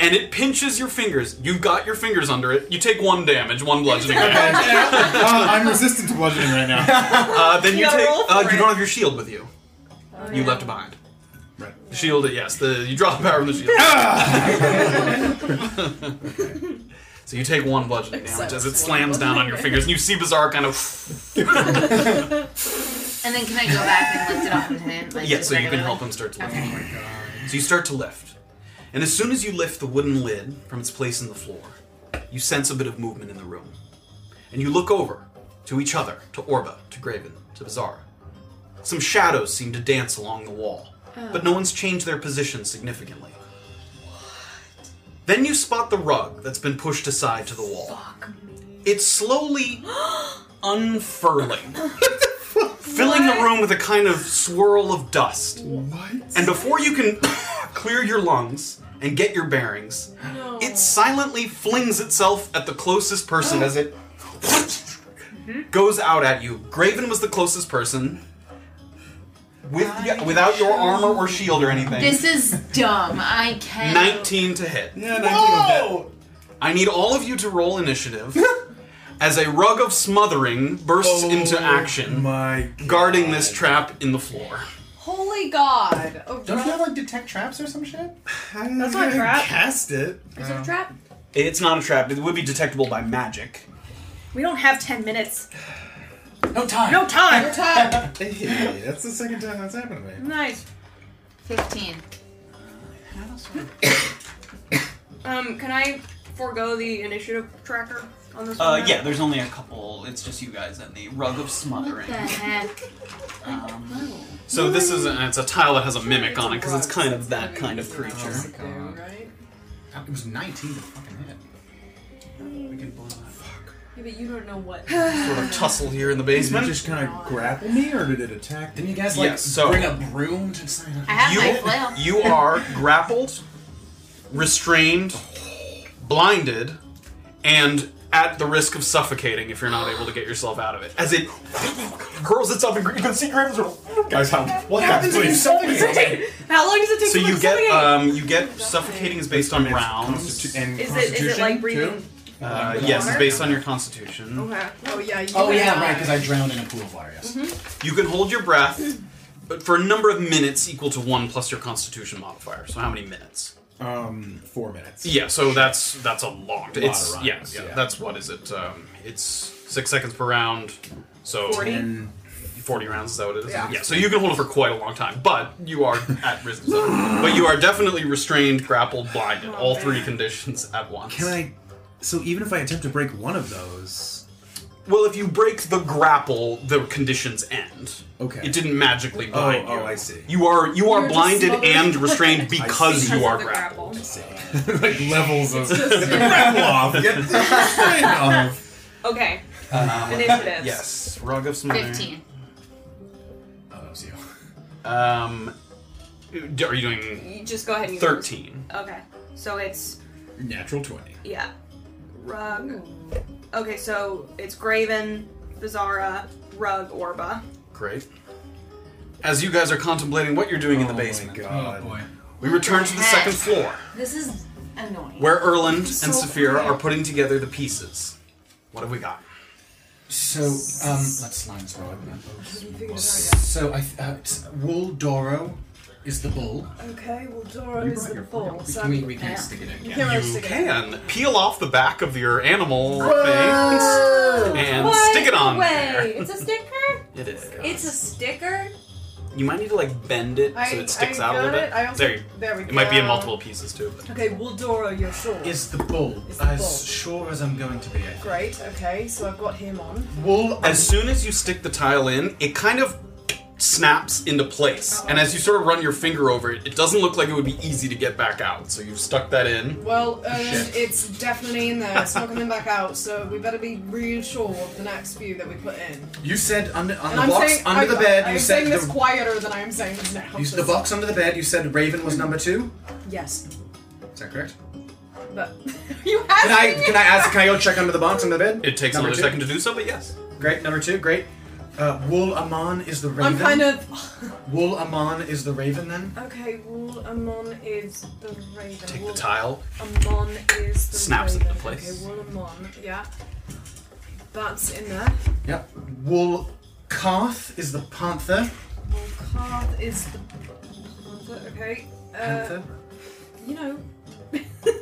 [SPEAKER 2] and it pinches your fingers. You've got your fingers under it. You take one damage, one bludgeoning damage.
[SPEAKER 29] I'm resistant to bludgeoning right now.
[SPEAKER 2] Uh, then you
[SPEAKER 29] You gotta
[SPEAKER 2] take.
[SPEAKER 29] roll for
[SPEAKER 2] Uh, you
[SPEAKER 29] it. Oh,
[SPEAKER 2] don't have your shield with you. you left it behind. Right. The shield, yes. The you draw the power of the shield. so you take one bludgeoning damage as it slams down on your fingers, and you see Bizarre kind of.
[SPEAKER 9] And then can I go back and lift it off with him? Like,
[SPEAKER 2] yeah,
[SPEAKER 9] just
[SPEAKER 2] so you can
[SPEAKER 9] regularly?
[SPEAKER 2] help him start to lift.
[SPEAKER 9] Okay. Oh
[SPEAKER 2] So you start to lift. And as soon as you lift the wooden lid from its place in the floor, you sense a bit of movement in the room. And you look over to each other, to Orba, to Graven, to Bizarre. Some shadows seem to dance along the wall, but
[SPEAKER 9] Oh.
[SPEAKER 2] no one's changed their position significantly. Then you spot the rug that's been pushed aside to the wall. It's slowly unfurling, filling the room with a kind of swirl of dust. And before you can clear your lungs and get your bearings, it silently flings itself at the closest person as it goes out at you. Graven was the closest person. With, yeah, without your armor or shield or anything.
[SPEAKER 9] This is dumb. I can.
[SPEAKER 2] 19 to hit. Yeah, 19 to hit. I need all of you to roll initiative as a rug of smothering bursts into action, guarding this trap in the floor.
[SPEAKER 7] Holy God!
[SPEAKER 29] Don't you have like detect traps or some shit?
[SPEAKER 7] That's not a trap.
[SPEAKER 29] Cast it.
[SPEAKER 7] Is it a trap?
[SPEAKER 2] It's not a trap. It would be detectable by magic.
[SPEAKER 4] We don't have ten minutes.
[SPEAKER 31] No time.
[SPEAKER 4] No time. No time.
[SPEAKER 29] Hey, that's the second time that's happened to me.
[SPEAKER 4] nice.
[SPEAKER 9] Fifteen.
[SPEAKER 4] Um, can I forego the initiative tracker on this
[SPEAKER 2] Uh,
[SPEAKER 4] one?
[SPEAKER 2] yeah, there's only a couple. It's just you guys and the rug of smothering.
[SPEAKER 9] heck?
[SPEAKER 2] Um, so this is a, it's a tile that has a mimic on it because it's kind of that kind of creature.
[SPEAKER 5] Uh, It was 19 to fucking hit.
[SPEAKER 2] We can blow
[SPEAKER 7] Yeah, but you don't know what.
[SPEAKER 2] Sort of tussle here in the basement. just kind of
[SPEAKER 29] Grapple me or did it attack? Didn't you
[SPEAKER 5] guys, like, bring a
[SPEAKER 29] broom to sign
[SPEAKER 9] I have my flail.
[SPEAKER 2] You are grappled, restrained, blinded, and at the risk of suffocating if you're not able to get yourself out of it. As it curls itself, and you can see Graham's guys help. What happens when you suffocate?
[SPEAKER 4] How long does it take
[SPEAKER 2] So
[SPEAKER 4] to
[SPEAKER 2] you
[SPEAKER 4] like,
[SPEAKER 2] get
[SPEAKER 4] suffocate?
[SPEAKER 2] um, you get suffocating is based on rounds.
[SPEAKER 4] Is it- is it like breathing?
[SPEAKER 2] Uh, yes, it's based on your constitution.
[SPEAKER 4] Okay.
[SPEAKER 7] Oh yeah. You
[SPEAKER 31] Oh
[SPEAKER 7] and
[SPEAKER 31] yeah,
[SPEAKER 7] I.
[SPEAKER 31] right. Because I drowned in a pool of water. Yes.
[SPEAKER 9] Mm-hmm.
[SPEAKER 2] You can hold your breath, but for a number of minutes equal to one plus your constitution modifier. So how many minutes?
[SPEAKER 29] Um, four minutes.
[SPEAKER 2] Yeah, so that's that's a lot.
[SPEAKER 29] Lot of
[SPEAKER 2] It's
[SPEAKER 29] rounds,
[SPEAKER 2] yeah, yeah,
[SPEAKER 29] yeah.
[SPEAKER 2] That's what is it? Um, it's six seconds per round. So
[SPEAKER 4] 40?
[SPEAKER 2] 10, 40 rounds, is that what it is?
[SPEAKER 4] Yeah.
[SPEAKER 2] so you can hold it for quite a long time, but you are at risen zone. But you are definitely restrained, grappled, blinded, all three conditions at once.
[SPEAKER 3] Can I? So even if I attempt to break one of those,
[SPEAKER 2] Well, if you break the grapple, the conditions end.
[SPEAKER 3] Okay.
[SPEAKER 2] It didn't magically
[SPEAKER 3] Oh,
[SPEAKER 2] bind you.
[SPEAKER 3] oh, I see.
[SPEAKER 2] You are you are
[SPEAKER 3] You're just
[SPEAKER 2] blinded
[SPEAKER 3] smothered.
[SPEAKER 2] and
[SPEAKER 3] I
[SPEAKER 2] restrained
[SPEAKER 3] see.
[SPEAKER 2] because
[SPEAKER 3] Because
[SPEAKER 2] you
[SPEAKER 3] of
[SPEAKER 2] are
[SPEAKER 3] the
[SPEAKER 2] grappled.
[SPEAKER 3] like levels of
[SPEAKER 4] just-
[SPEAKER 3] grapple off, get the restraint off.
[SPEAKER 4] Okay.
[SPEAKER 2] Uh,
[SPEAKER 4] Initiatives.
[SPEAKER 2] Yes, Rog of Smother.
[SPEAKER 32] Oh, that was you.
[SPEAKER 2] Um, d- are you doing
[SPEAKER 4] You just go ahead and use yours.
[SPEAKER 2] 13?
[SPEAKER 4] Okay. So it's
[SPEAKER 2] Natural 20.
[SPEAKER 4] yeah. Rug. Okay, so it's Graven, Bizarra, Rug, Orba.
[SPEAKER 2] Great. As you guys are contemplating what you're doing in the basement,
[SPEAKER 3] Oh, boy.
[SPEAKER 2] we return to the second floor,
[SPEAKER 6] This is annoying.
[SPEAKER 2] where Erland
[SPEAKER 6] So
[SPEAKER 2] and Saphira
[SPEAKER 6] quiet.
[SPEAKER 2] are putting together the pieces. What have we got?
[SPEAKER 5] So, um, let's line this roll. So, I, th- uh, it's Wool Doro is the bull.
[SPEAKER 7] Okay, well, Doro
[SPEAKER 5] You
[SPEAKER 7] is
[SPEAKER 5] brought
[SPEAKER 7] the
[SPEAKER 5] your
[SPEAKER 7] bull.
[SPEAKER 5] fucking-
[SPEAKER 7] So
[SPEAKER 5] we-
[SPEAKER 7] I'm-
[SPEAKER 5] we can't
[SPEAKER 7] yeah.
[SPEAKER 5] stick it in,
[SPEAKER 7] You
[SPEAKER 5] can
[SPEAKER 7] can't
[SPEAKER 2] you
[SPEAKER 7] really stick it in.
[SPEAKER 2] can peel off the back of your animal
[SPEAKER 4] Whoa!
[SPEAKER 2] thing and stick it on
[SPEAKER 4] Wait,
[SPEAKER 2] there.
[SPEAKER 4] It's a sticker?
[SPEAKER 2] It is.
[SPEAKER 4] It's a sticker?
[SPEAKER 2] You might need to like bend it
[SPEAKER 7] I-
[SPEAKER 2] so it sticks
[SPEAKER 7] I
[SPEAKER 2] out a little
[SPEAKER 7] got
[SPEAKER 2] bit.
[SPEAKER 7] it. I also-
[SPEAKER 2] there, you-
[SPEAKER 7] there we
[SPEAKER 2] It might be in
[SPEAKER 7] go.
[SPEAKER 2] multiple pieces too. but-
[SPEAKER 7] Okay, well, Doro, you're sure.
[SPEAKER 5] Is the bull.
[SPEAKER 7] Is the
[SPEAKER 5] as
[SPEAKER 7] bull.
[SPEAKER 5] sure as I'm going to be. I
[SPEAKER 7] Great, okay, so I've got him on.
[SPEAKER 5] Wool.
[SPEAKER 2] As soon as you stick the tile in, it kind of snaps into place. And as you sort of run your finger over it, it doesn't look like it would be easy to get back out. So you've stuck that in.
[SPEAKER 7] Well,
[SPEAKER 3] Oh,
[SPEAKER 7] um,
[SPEAKER 2] Shit.
[SPEAKER 7] it's definitely in there. It's not coming back out, so we better be real sure of the next few that we put in.
[SPEAKER 3] You said under on
[SPEAKER 7] And
[SPEAKER 3] the
[SPEAKER 7] I'm
[SPEAKER 3] box
[SPEAKER 7] saying,
[SPEAKER 3] under
[SPEAKER 7] I,
[SPEAKER 3] the bed.
[SPEAKER 7] I,
[SPEAKER 3] you
[SPEAKER 7] I'm
[SPEAKER 3] said
[SPEAKER 7] saying
[SPEAKER 3] the,
[SPEAKER 7] this quieter than I am saying this now.
[SPEAKER 3] you, the box under the bed. You said Raven was number two.
[SPEAKER 7] Yes,
[SPEAKER 3] Is that correct?
[SPEAKER 7] but you
[SPEAKER 3] Can I can I ask? Can I go check under the box under the bed?
[SPEAKER 2] It takes
[SPEAKER 3] Number
[SPEAKER 2] another
[SPEAKER 3] two?
[SPEAKER 2] second to do so, but yes.
[SPEAKER 3] Great. Number two. Great.
[SPEAKER 5] Uh, Wool Aman is the raven.
[SPEAKER 7] I'm kind of
[SPEAKER 5] Wool Aman is the raven then?
[SPEAKER 7] okay. Well, Amon is the raven.
[SPEAKER 2] Take the
[SPEAKER 7] Wool-
[SPEAKER 2] tile.
[SPEAKER 7] Amon is the
[SPEAKER 2] Snaps it
[SPEAKER 7] raven.
[SPEAKER 2] into place.
[SPEAKER 7] Okay, well, Amon, yeah. That's in there.
[SPEAKER 5] Yep. Wool Carth is the panther.
[SPEAKER 7] Well, Carth is the panther. Okay. Uh,
[SPEAKER 5] Panther.
[SPEAKER 7] You know.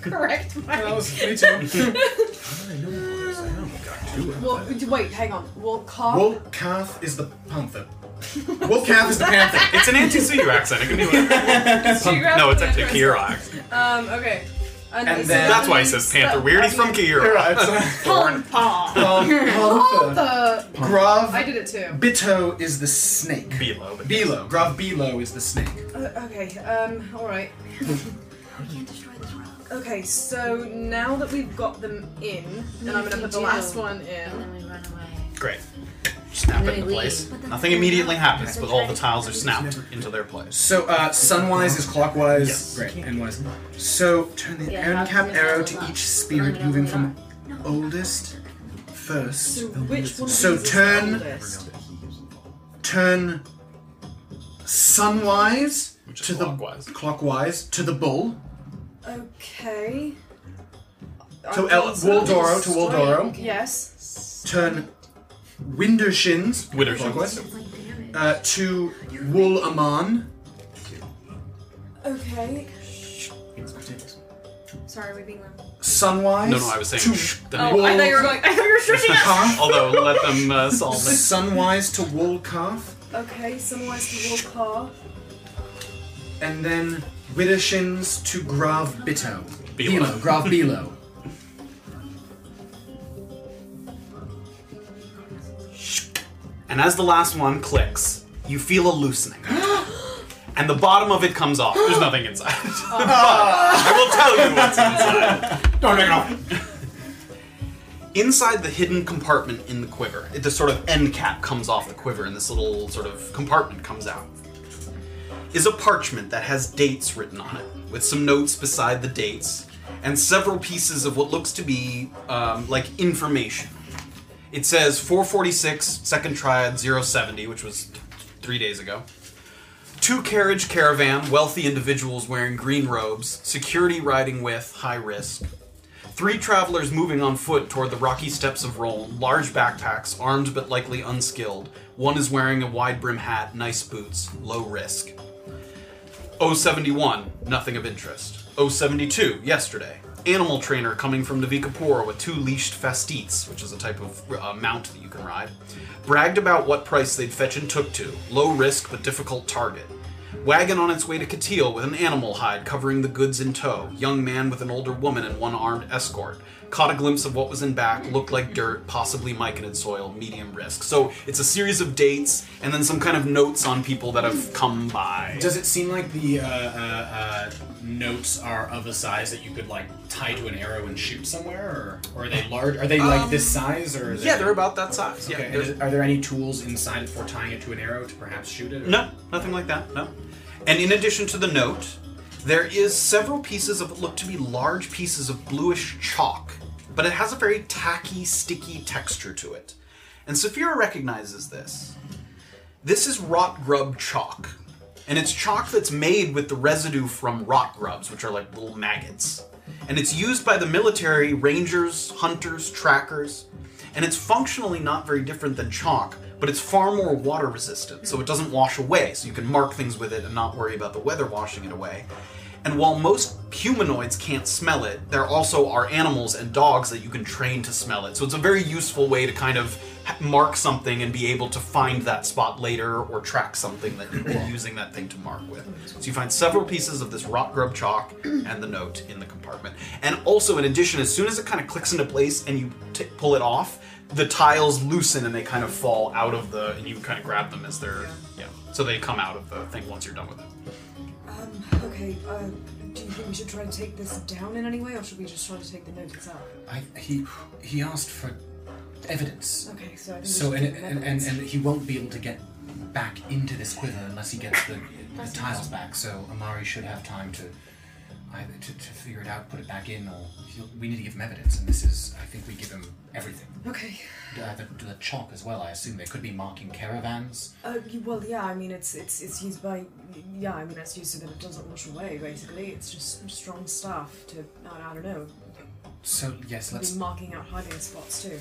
[SPEAKER 7] Correct, Mike.
[SPEAKER 3] That was me too. I know what it is, I know. Got two of
[SPEAKER 7] Well,
[SPEAKER 3] them.
[SPEAKER 7] wait, hang on. Well, Carth.
[SPEAKER 5] Wool Carth is the panther.
[SPEAKER 3] Wool Calf is the panther.
[SPEAKER 2] It's an anti Suyu accent. It can do whatever. no, it's actually a Kiera accent.
[SPEAKER 7] Um, okay. And,
[SPEAKER 2] And
[SPEAKER 7] so
[SPEAKER 2] then, that's why he says Panther Weird. He's from Kiera.
[SPEAKER 7] Paw. Panther.
[SPEAKER 5] Grav
[SPEAKER 7] Uh, I did it too.
[SPEAKER 5] Bitto is the snake.
[SPEAKER 2] Bilo.
[SPEAKER 5] Bilo. Grav Bilo is the snake.
[SPEAKER 7] Uh, okay, um, alright. Okay, so now that we've got them in, and I'm gonna put the last one in.
[SPEAKER 2] Great. Snap it into
[SPEAKER 7] Really?
[SPEAKER 2] place.
[SPEAKER 7] But
[SPEAKER 2] Nothing immediately happens, but all the tiles are snapped into their place.
[SPEAKER 5] So uh, sunwise is clockwise. Great.
[SPEAKER 32] And was
[SPEAKER 5] So turn the
[SPEAKER 32] Yeah,
[SPEAKER 5] Aaron
[SPEAKER 32] how's
[SPEAKER 5] cap
[SPEAKER 32] it
[SPEAKER 5] arrow
[SPEAKER 32] gonna
[SPEAKER 5] to
[SPEAKER 32] look?
[SPEAKER 5] each spirit, moving from oldest first.
[SPEAKER 7] So which one
[SPEAKER 5] So
[SPEAKER 7] of these
[SPEAKER 5] turn-
[SPEAKER 7] is the oldest?
[SPEAKER 5] turn sunwise to the clockwise. to the bull
[SPEAKER 7] Okay.
[SPEAKER 5] to El- Waldoro to Waldoro.
[SPEAKER 7] Yes.
[SPEAKER 5] Turn window shins
[SPEAKER 2] Window shins.
[SPEAKER 5] clockwise, uh, to wool aman.
[SPEAKER 7] Okay.
[SPEAKER 4] Oh,
[SPEAKER 7] Sorry, we're being loud.
[SPEAKER 5] Sunwise.
[SPEAKER 2] No, no, I was saying
[SPEAKER 5] to
[SPEAKER 2] sh- the
[SPEAKER 7] Oh, I thought you were going. I thought you were stretching out.
[SPEAKER 5] calf.
[SPEAKER 2] Although, let them uh, solve it.
[SPEAKER 5] Sunwise to wool calf,
[SPEAKER 7] Okay, sunrise to Wolcar.
[SPEAKER 5] and then window shins to grav bitto.
[SPEAKER 2] Bilo.
[SPEAKER 5] grav bilo.
[SPEAKER 2] And as the last one clicks, you feel a loosening. and the bottom of it comes off. There's nothing inside. but I will tell you what's inside. Oh. Don't take it off. Inside the hidden compartment in the quiver, it, the sort of end cap comes off the quiver, and this little sort of compartment comes out. Is a parchment that has dates written on it, with some notes beside the dates, and several pieces of what looks to be um, like information. It says 446, second triad, 070, which was th- three days ago. Two carriage caravan, wealthy individuals wearing green robes, security riding with, high risk. Three travelers moving on foot toward the rocky steps of Rolln, large backpacks, armed but likely unskilled. One is wearing a wide brim hat, nice boots, low risk. 071, nothing of interest. 072, yesterday. animal trainer coming from Navikapura with two leashed fastites, which is a type of uh, mount that you can ride, bragged about what price they'd fetch and took to low risk but difficult target. Wagon on its way to Katil with an animal hide covering the goods in tow, young man with an older woman and one armed escort. Caught a glimpse of what was in back, looked like dirt, possibly micated soil, medium risk. So it's a series of dates and then some kind of notes on people that have come by.
[SPEAKER 5] Does it seem like the uh, uh, uh, notes are of a size that you could like tie to an arrow and shoot somewhere, or, or are they large? Are they like
[SPEAKER 2] Um,
[SPEAKER 5] this size, or are
[SPEAKER 2] yeah, they're about that size. Yeah,
[SPEAKER 5] Okay, and
[SPEAKER 2] there's-
[SPEAKER 5] is- are there any tools inside it for tying it to an arrow to perhaps shoot it? or-
[SPEAKER 2] No, nothing like that. No. And in addition to the note, there is several pieces of what look to be large pieces of bluish chalk, but it has a very tacky, sticky texture to it. And Saphira recognizes this. This is rot grub chalk. And it's chalk that's made with the residue from rot grubs, which are like little maggots. And it's used by the military, rangers, hunters, trackers. And it's functionally not very different than chalk, but it's far more water resistant, so it doesn't wash away, so you can mark things with it and not worry about the weather washing it away. And while most humanoids can't smell it, there also are animals and dogs that you can train to smell it. So it's a very useful way to kind of ha- mark something and be able to find that spot later or track something that you're using that thing to mark with. So you find several pieces of this rot grub chalk and the note in the compartment. And also, in addition, as soon as it kind of clicks into place and you t- pull it off, the tiles loosen and they kind of fall out of the, and you kind of grab them as they're, yeah. So they come out of the thing once you're done with it.
[SPEAKER 8] Um, okay, uh, do you think we should try to take this down in any way, or should we just try to take the note itself?
[SPEAKER 31] I, he he asked for evidence.
[SPEAKER 8] Okay, so I think we
[SPEAKER 31] so
[SPEAKER 8] should
[SPEAKER 31] and,
[SPEAKER 8] give him
[SPEAKER 31] and, and
[SPEAKER 8] evidence.
[SPEAKER 31] and he won't be able to get back into this quiver unless he gets the, the
[SPEAKER 8] That's
[SPEAKER 31] tiles
[SPEAKER 8] awesome.
[SPEAKER 31] back. So Amari should have time to either to, to figure it out, put it back in, or he'll, we need to give him evidence. And this is, I think, we give him everything.
[SPEAKER 8] Okay.
[SPEAKER 31] Uh, the, the chalk as well. I assume there could be marking caravans.
[SPEAKER 8] Uh, y- well, yeah. I mean, it's it's it's used by yeah. I mean, that's used so that it doesn't wash away. Basically, it's just strong stuff to I, I don't know.
[SPEAKER 31] So yes,
[SPEAKER 8] Be
[SPEAKER 31] let's.
[SPEAKER 8] marking out hiding spots too.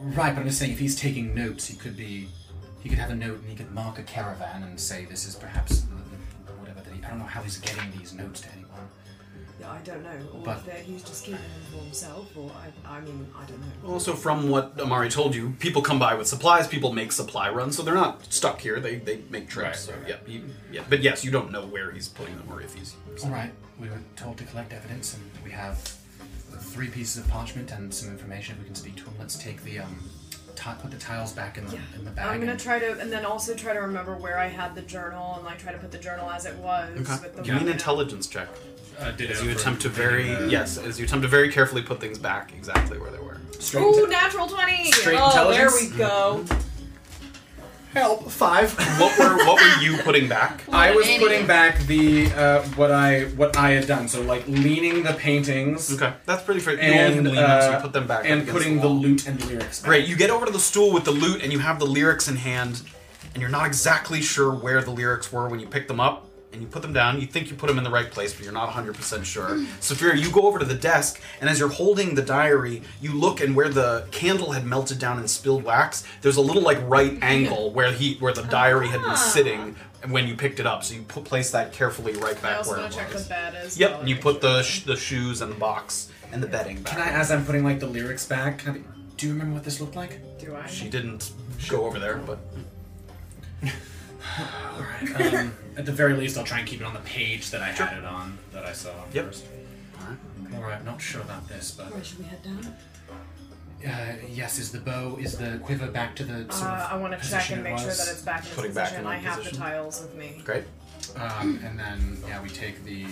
[SPEAKER 31] Right, but I'm just saying, if he's taking notes, he could be, he could have a note and he could mark a caravan and say this is perhaps the- the- whatever. That he, I don't know how he's getting these notes to anyone.
[SPEAKER 8] Yeah, I don't know. Or
[SPEAKER 31] But-
[SPEAKER 8] if they're- he's just keeping them for himself, or I, I mean, I don't know.
[SPEAKER 2] Also, from what Amari told you, people come by with supplies. People make supply runs, so they're not stuck here. They they make trips. so yeah, you, yeah. But yes, you don't know where he's putting them or if he's.
[SPEAKER 31] All right, we were told to collect evidence, and we have three pieces of parchment and some information. If we can speak to him, let's take the um, ti put the tiles back in the in the bag.
[SPEAKER 7] I'm gonna
[SPEAKER 31] and-
[SPEAKER 7] try to, and then also try to remember where I had the journal, and like try to put the journal as it was. With the
[SPEAKER 2] Give me an intelligence check.
[SPEAKER 5] Uh, ditto
[SPEAKER 2] as you
[SPEAKER 5] for
[SPEAKER 2] attempt to very
[SPEAKER 5] taking the-
[SPEAKER 2] yes, as you attempt to very carefully put things back exactly where they were.
[SPEAKER 4] Ooh, natural 20!
[SPEAKER 2] Straight
[SPEAKER 4] oh, there we
[SPEAKER 2] intelligence? Mm-hmm.
[SPEAKER 4] go.
[SPEAKER 5] Help, five.
[SPEAKER 2] what were what were you putting back?
[SPEAKER 5] I was
[SPEAKER 4] What an
[SPEAKER 5] putting
[SPEAKER 4] idiot.
[SPEAKER 5] back the uh, what I what I had done, so like leaning the paintings.
[SPEAKER 2] Okay, that's pretty fair. You
[SPEAKER 5] And
[SPEAKER 2] only lean them, so
[SPEAKER 5] uh,
[SPEAKER 2] you put them back up
[SPEAKER 5] and
[SPEAKER 2] against
[SPEAKER 5] putting
[SPEAKER 2] the
[SPEAKER 5] the, loot and lyrics. Back.
[SPEAKER 2] Great. You get over to the stool with the loot and you have the lyrics in hand, and you're not exactly sure where the lyrics were when you picked them up. And you put them down. You think you put them in the right place, but you're not 100% sure.
[SPEAKER 7] Mm.
[SPEAKER 2] Saphira, you go over to the desk, and as you're holding the diary, you look and where the candle had melted down and spilled wax. There's a little like right angle where he where the diary had
[SPEAKER 7] Ah.
[SPEAKER 2] been sitting when you picked it up. So you put, place that carefully right
[SPEAKER 7] I
[SPEAKER 2] back
[SPEAKER 7] also
[SPEAKER 2] where
[SPEAKER 7] wanna
[SPEAKER 2] it
[SPEAKER 7] check
[SPEAKER 2] was.
[SPEAKER 7] the bed as
[SPEAKER 2] Yep.
[SPEAKER 7] well.
[SPEAKER 2] And you put the sh- the shoes and the box and the bedding back.
[SPEAKER 5] Can I, as I'm putting like the lyrics back, can I be, do you remember what this looked like?
[SPEAKER 7] Do I?
[SPEAKER 2] She didn't go over there, but
[SPEAKER 5] All right. Um, at the very least, I'll try and keep it on the page that I had it on that I saw
[SPEAKER 2] Yep.
[SPEAKER 5] first. All right. Not sure about this, but
[SPEAKER 8] Where should we head down?
[SPEAKER 31] Uh, yes, is the bow is the quiver back to the sort
[SPEAKER 7] Uh,
[SPEAKER 31] of
[SPEAKER 7] I want to check
[SPEAKER 31] position
[SPEAKER 7] and
[SPEAKER 31] it
[SPEAKER 7] make sure
[SPEAKER 31] was?
[SPEAKER 7] that it's back in its
[SPEAKER 31] Putting
[SPEAKER 7] position.
[SPEAKER 31] back in
[SPEAKER 7] I
[SPEAKER 31] the
[SPEAKER 7] have
[SPEAKER 31] position.
[SPEAKER 7] the tiles with me.
[SPEAKER 2] Great.
[SPEAKER 31] Um, and then yeah, we take the.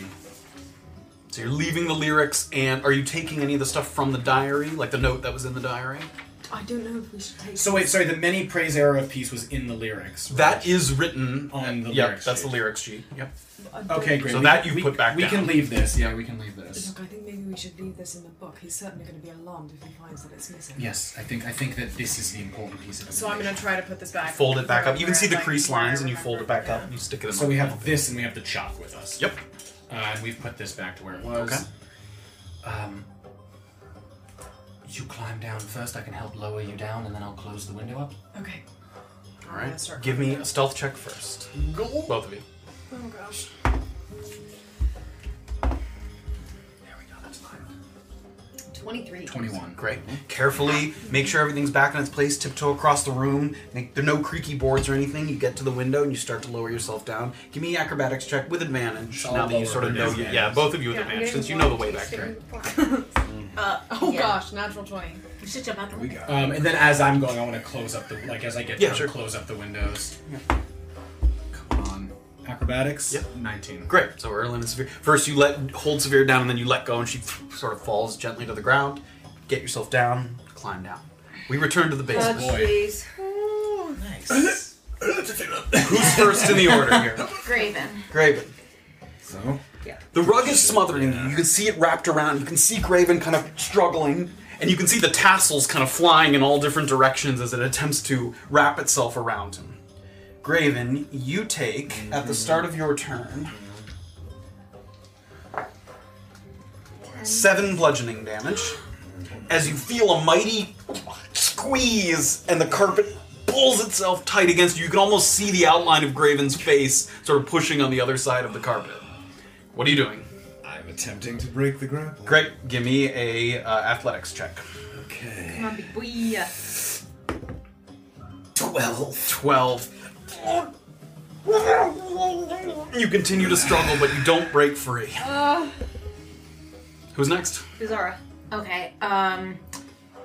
[SPEAKER 2] So you're leaving the lyrics, and are you taking any of the stuff from the diary, like the note that was in the diary?
[SPEAKER 8] I don't know if we should take.
[SPEAKER 5] So wait, sorry. The many praise arrow piece was in the lyrics.
[SPEAKER 2] That is written
[SPEAKER 5] on the
[SPEAKER 2] yep,
[SPEAKER 5] lyrics.
[SPEAKER 2] that's
[SPEAKER 5] sheet.
[SPEAKER 2] the lyrics sheet. Yep.
[SPEAKER 5] Okay, great.
[SPEAKER 2] So
[SPEAKER 5] We
[SPEAKER 2] that
[SPEAKER 5] can-
[SPEAKER 2] you
[SPEAKER 5] we-
[SPEAKER 2] put back.
[SPEAKER 5] we can
[SPEAKER 2] down.
[SPEAKER 5] leave this. Yeah, we can leave this.
[SPEAKER 8] Look, I think maybe we should leave this in the book. He's certainly going to be alarmed if he finds that it's missing.
[SPEAKER 31] Yes, I think I think that this is the important piece of it.
[SPEAKER 7] So I'm gonna try to put this back.
[SPEAKER 2] Fold it back up. You can see the
[SPEAKER 7] Like,
[SPEAKER 2] crease
[SPEAKER 7] where I
[SPEAKER 2] lines, and you
[SPEAKER 7] remember.
[SPEAKER 2] fold it back up, and you stick it in.
[SPEAKER 5] So
[SPEAKER 2] the-
[SPEAKER 5] we have this, and we have the chalk with us.
[SPEAKER 2] Yep.
[SPEAKER 5] Uh, and we've put this back to where it was.
[SPEAKER 31] Okay. Um, you climb down first. I can help lower you down, and then I'll close the window up.
[SPEAKER 8] Okay.
[SPEAKER 2] All right. Give me a stealth check first. Both of you.
[SPEAKER 8] Oh gosh.
[SPEAKER 31] There we go. That's fine.
[SPEAKER 4] 23.
[SPEAKER 33] 21.
[SPEAKER 2] Great. Carefully make sure everything's back in its place, tiptoe across the room, make there are no creaky boards or anything. You get to the window and you start to lower yourself down. Give me acrobatics check with advantage.
[SPEAKER 34] I'll
[SPEAKER 2] now that you
[SPEAKER 34] lower
[SPEAKER 2] sort of
[SPEAKER 34] with
[SPEAKER 2] know you,
[SPEAKER 34] advantage.
[SPEAKER 2] yeah, both of you with
[SPEAKER 7] Yeah, I'm
[SPEAKER 2] advantage,
[SPEAKER 7] getting
[SPEAKER 2] since you know the way
[SPEAKER 7] one,
[SPEAKER 2] back
[SPEAKER 7] two,
[SPEAKER 2] there.
[SPEAKER 7] Uh, oh gosh, natural 20.
[SPEAKER 6] We should jump out the window.
[SPEAKER 5] Um, and then as I'm going, I want to close up the like as I get
[SPEAKER 2] Yeah,
[SPEAKER 5] down,
[SPEAKER 2] sure.
[SPEAKER 5] close up the windows. Come on, acrobatics. Yep, nineteen.
[SPEAKER 2] Great. So Erlin is severe. First, you let hold severe down, and then you let go, and she sort of falls gently to the ground. Get yourself down, climb down. We return to the basement.
[SPEAKER 35] please.
[SPEAKER 5] Nice.
[SPEAKER 2] Who's first in the order here?
[SPEAKER 6] Graven.
[SPEAKER 2] Graven.
[SPEAKER 3] So?
[SPEAKER 4] Yeah.
[SPEAKER 2] The rug is smothering you. You can see it wrapped around. You can see Graven kind of struggling. And you can see the tassels kind of flying in all different directions as it attempts to wrap itself around him. Graven, you take, at the start of your turn, seven bludgeoning damage as you feel a mighty squeeze and the carpet pulls itself tight against you. You can almost see the outline of Graven's face sort of pushing on the other side of the carpet. What are you doing?
[SPEAKER 3] I'm attempting to break the grapple.
[SPEAKER 2] Great. Give me a uh, athletics check.
[SPEAKER 3] Okay.
[SPEAKER 4] Come on, big boy.
[SPEAKER 2] 12. 12. You continue to struggle, but you don't break free.
[SPEAKER 4] Uh,
[SPEAKER 2] Who's next?
[SPEAKER 4] Bizarra.
[SPEAKER 6] Okay, um,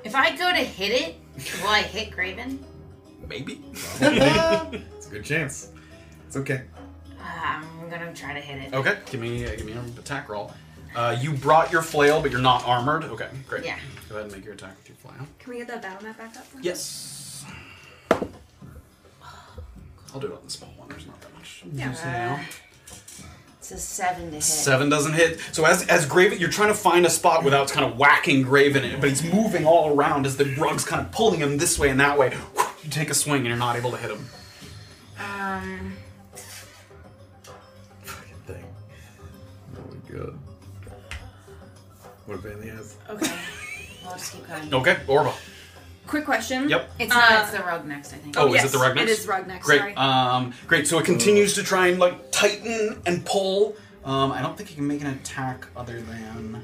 [SPEAKER 6] if I go to hit it, will I hit Graven?
[SPEAKER 2] Maybe.
[SPEAKER 3] it's a good chance. It's okay.
[SPEAKER 6] Uh, I'm gonna try to hit it.
[SPEAKER 2] Okay. Give me uh, give me an attack roll. Uh, you brought your flail, but you're not armored. Okay, great.
[SPEAKER 6] Yeah.
[SPEAKER 2] Go ahead and make your attack with your flail.
[SPEAKER 4] Can we get that battle map back up?
[SPEAKER 2] Yes. I'll do it on the small one. There's not that much.
[SPEAKER 6] Yeah.
[SPEAKER 2] So now-
[SPEAKER 6] It's a seven to hit.
[SPEAKER 2] Seven doesn't hit. So as as Graven, you're trying to find a spot without kind of whacking Graven in it, but he's moving all around as the rug's kind of pulling him this way and that way. You take a swing and you're not able to hit him.
[SPEAKER 6] Um,
[SPEAKER 3] Thing. Oh my god. What if Bailey has?
[SPEAKER 6] okay. I'll just keep going.
[SPEAKER 2] Okay, Orba.
[SPEAKER 4] Quick question.
[SPEAKER 2] Yep.
[SPEAKER 6] It's not, it's the rug next, I think.
[SPEAKER 2] Oh, is it the rug next?
[SPEAKER 4] Oh, It is rug next.
[SPEAKER 2] Great.
[SPEAKER 4] Sorry.
[SPEAKER 2] Um, great. So it continues to try and like tighten and pull. Um, I don't think you can make an attack other than.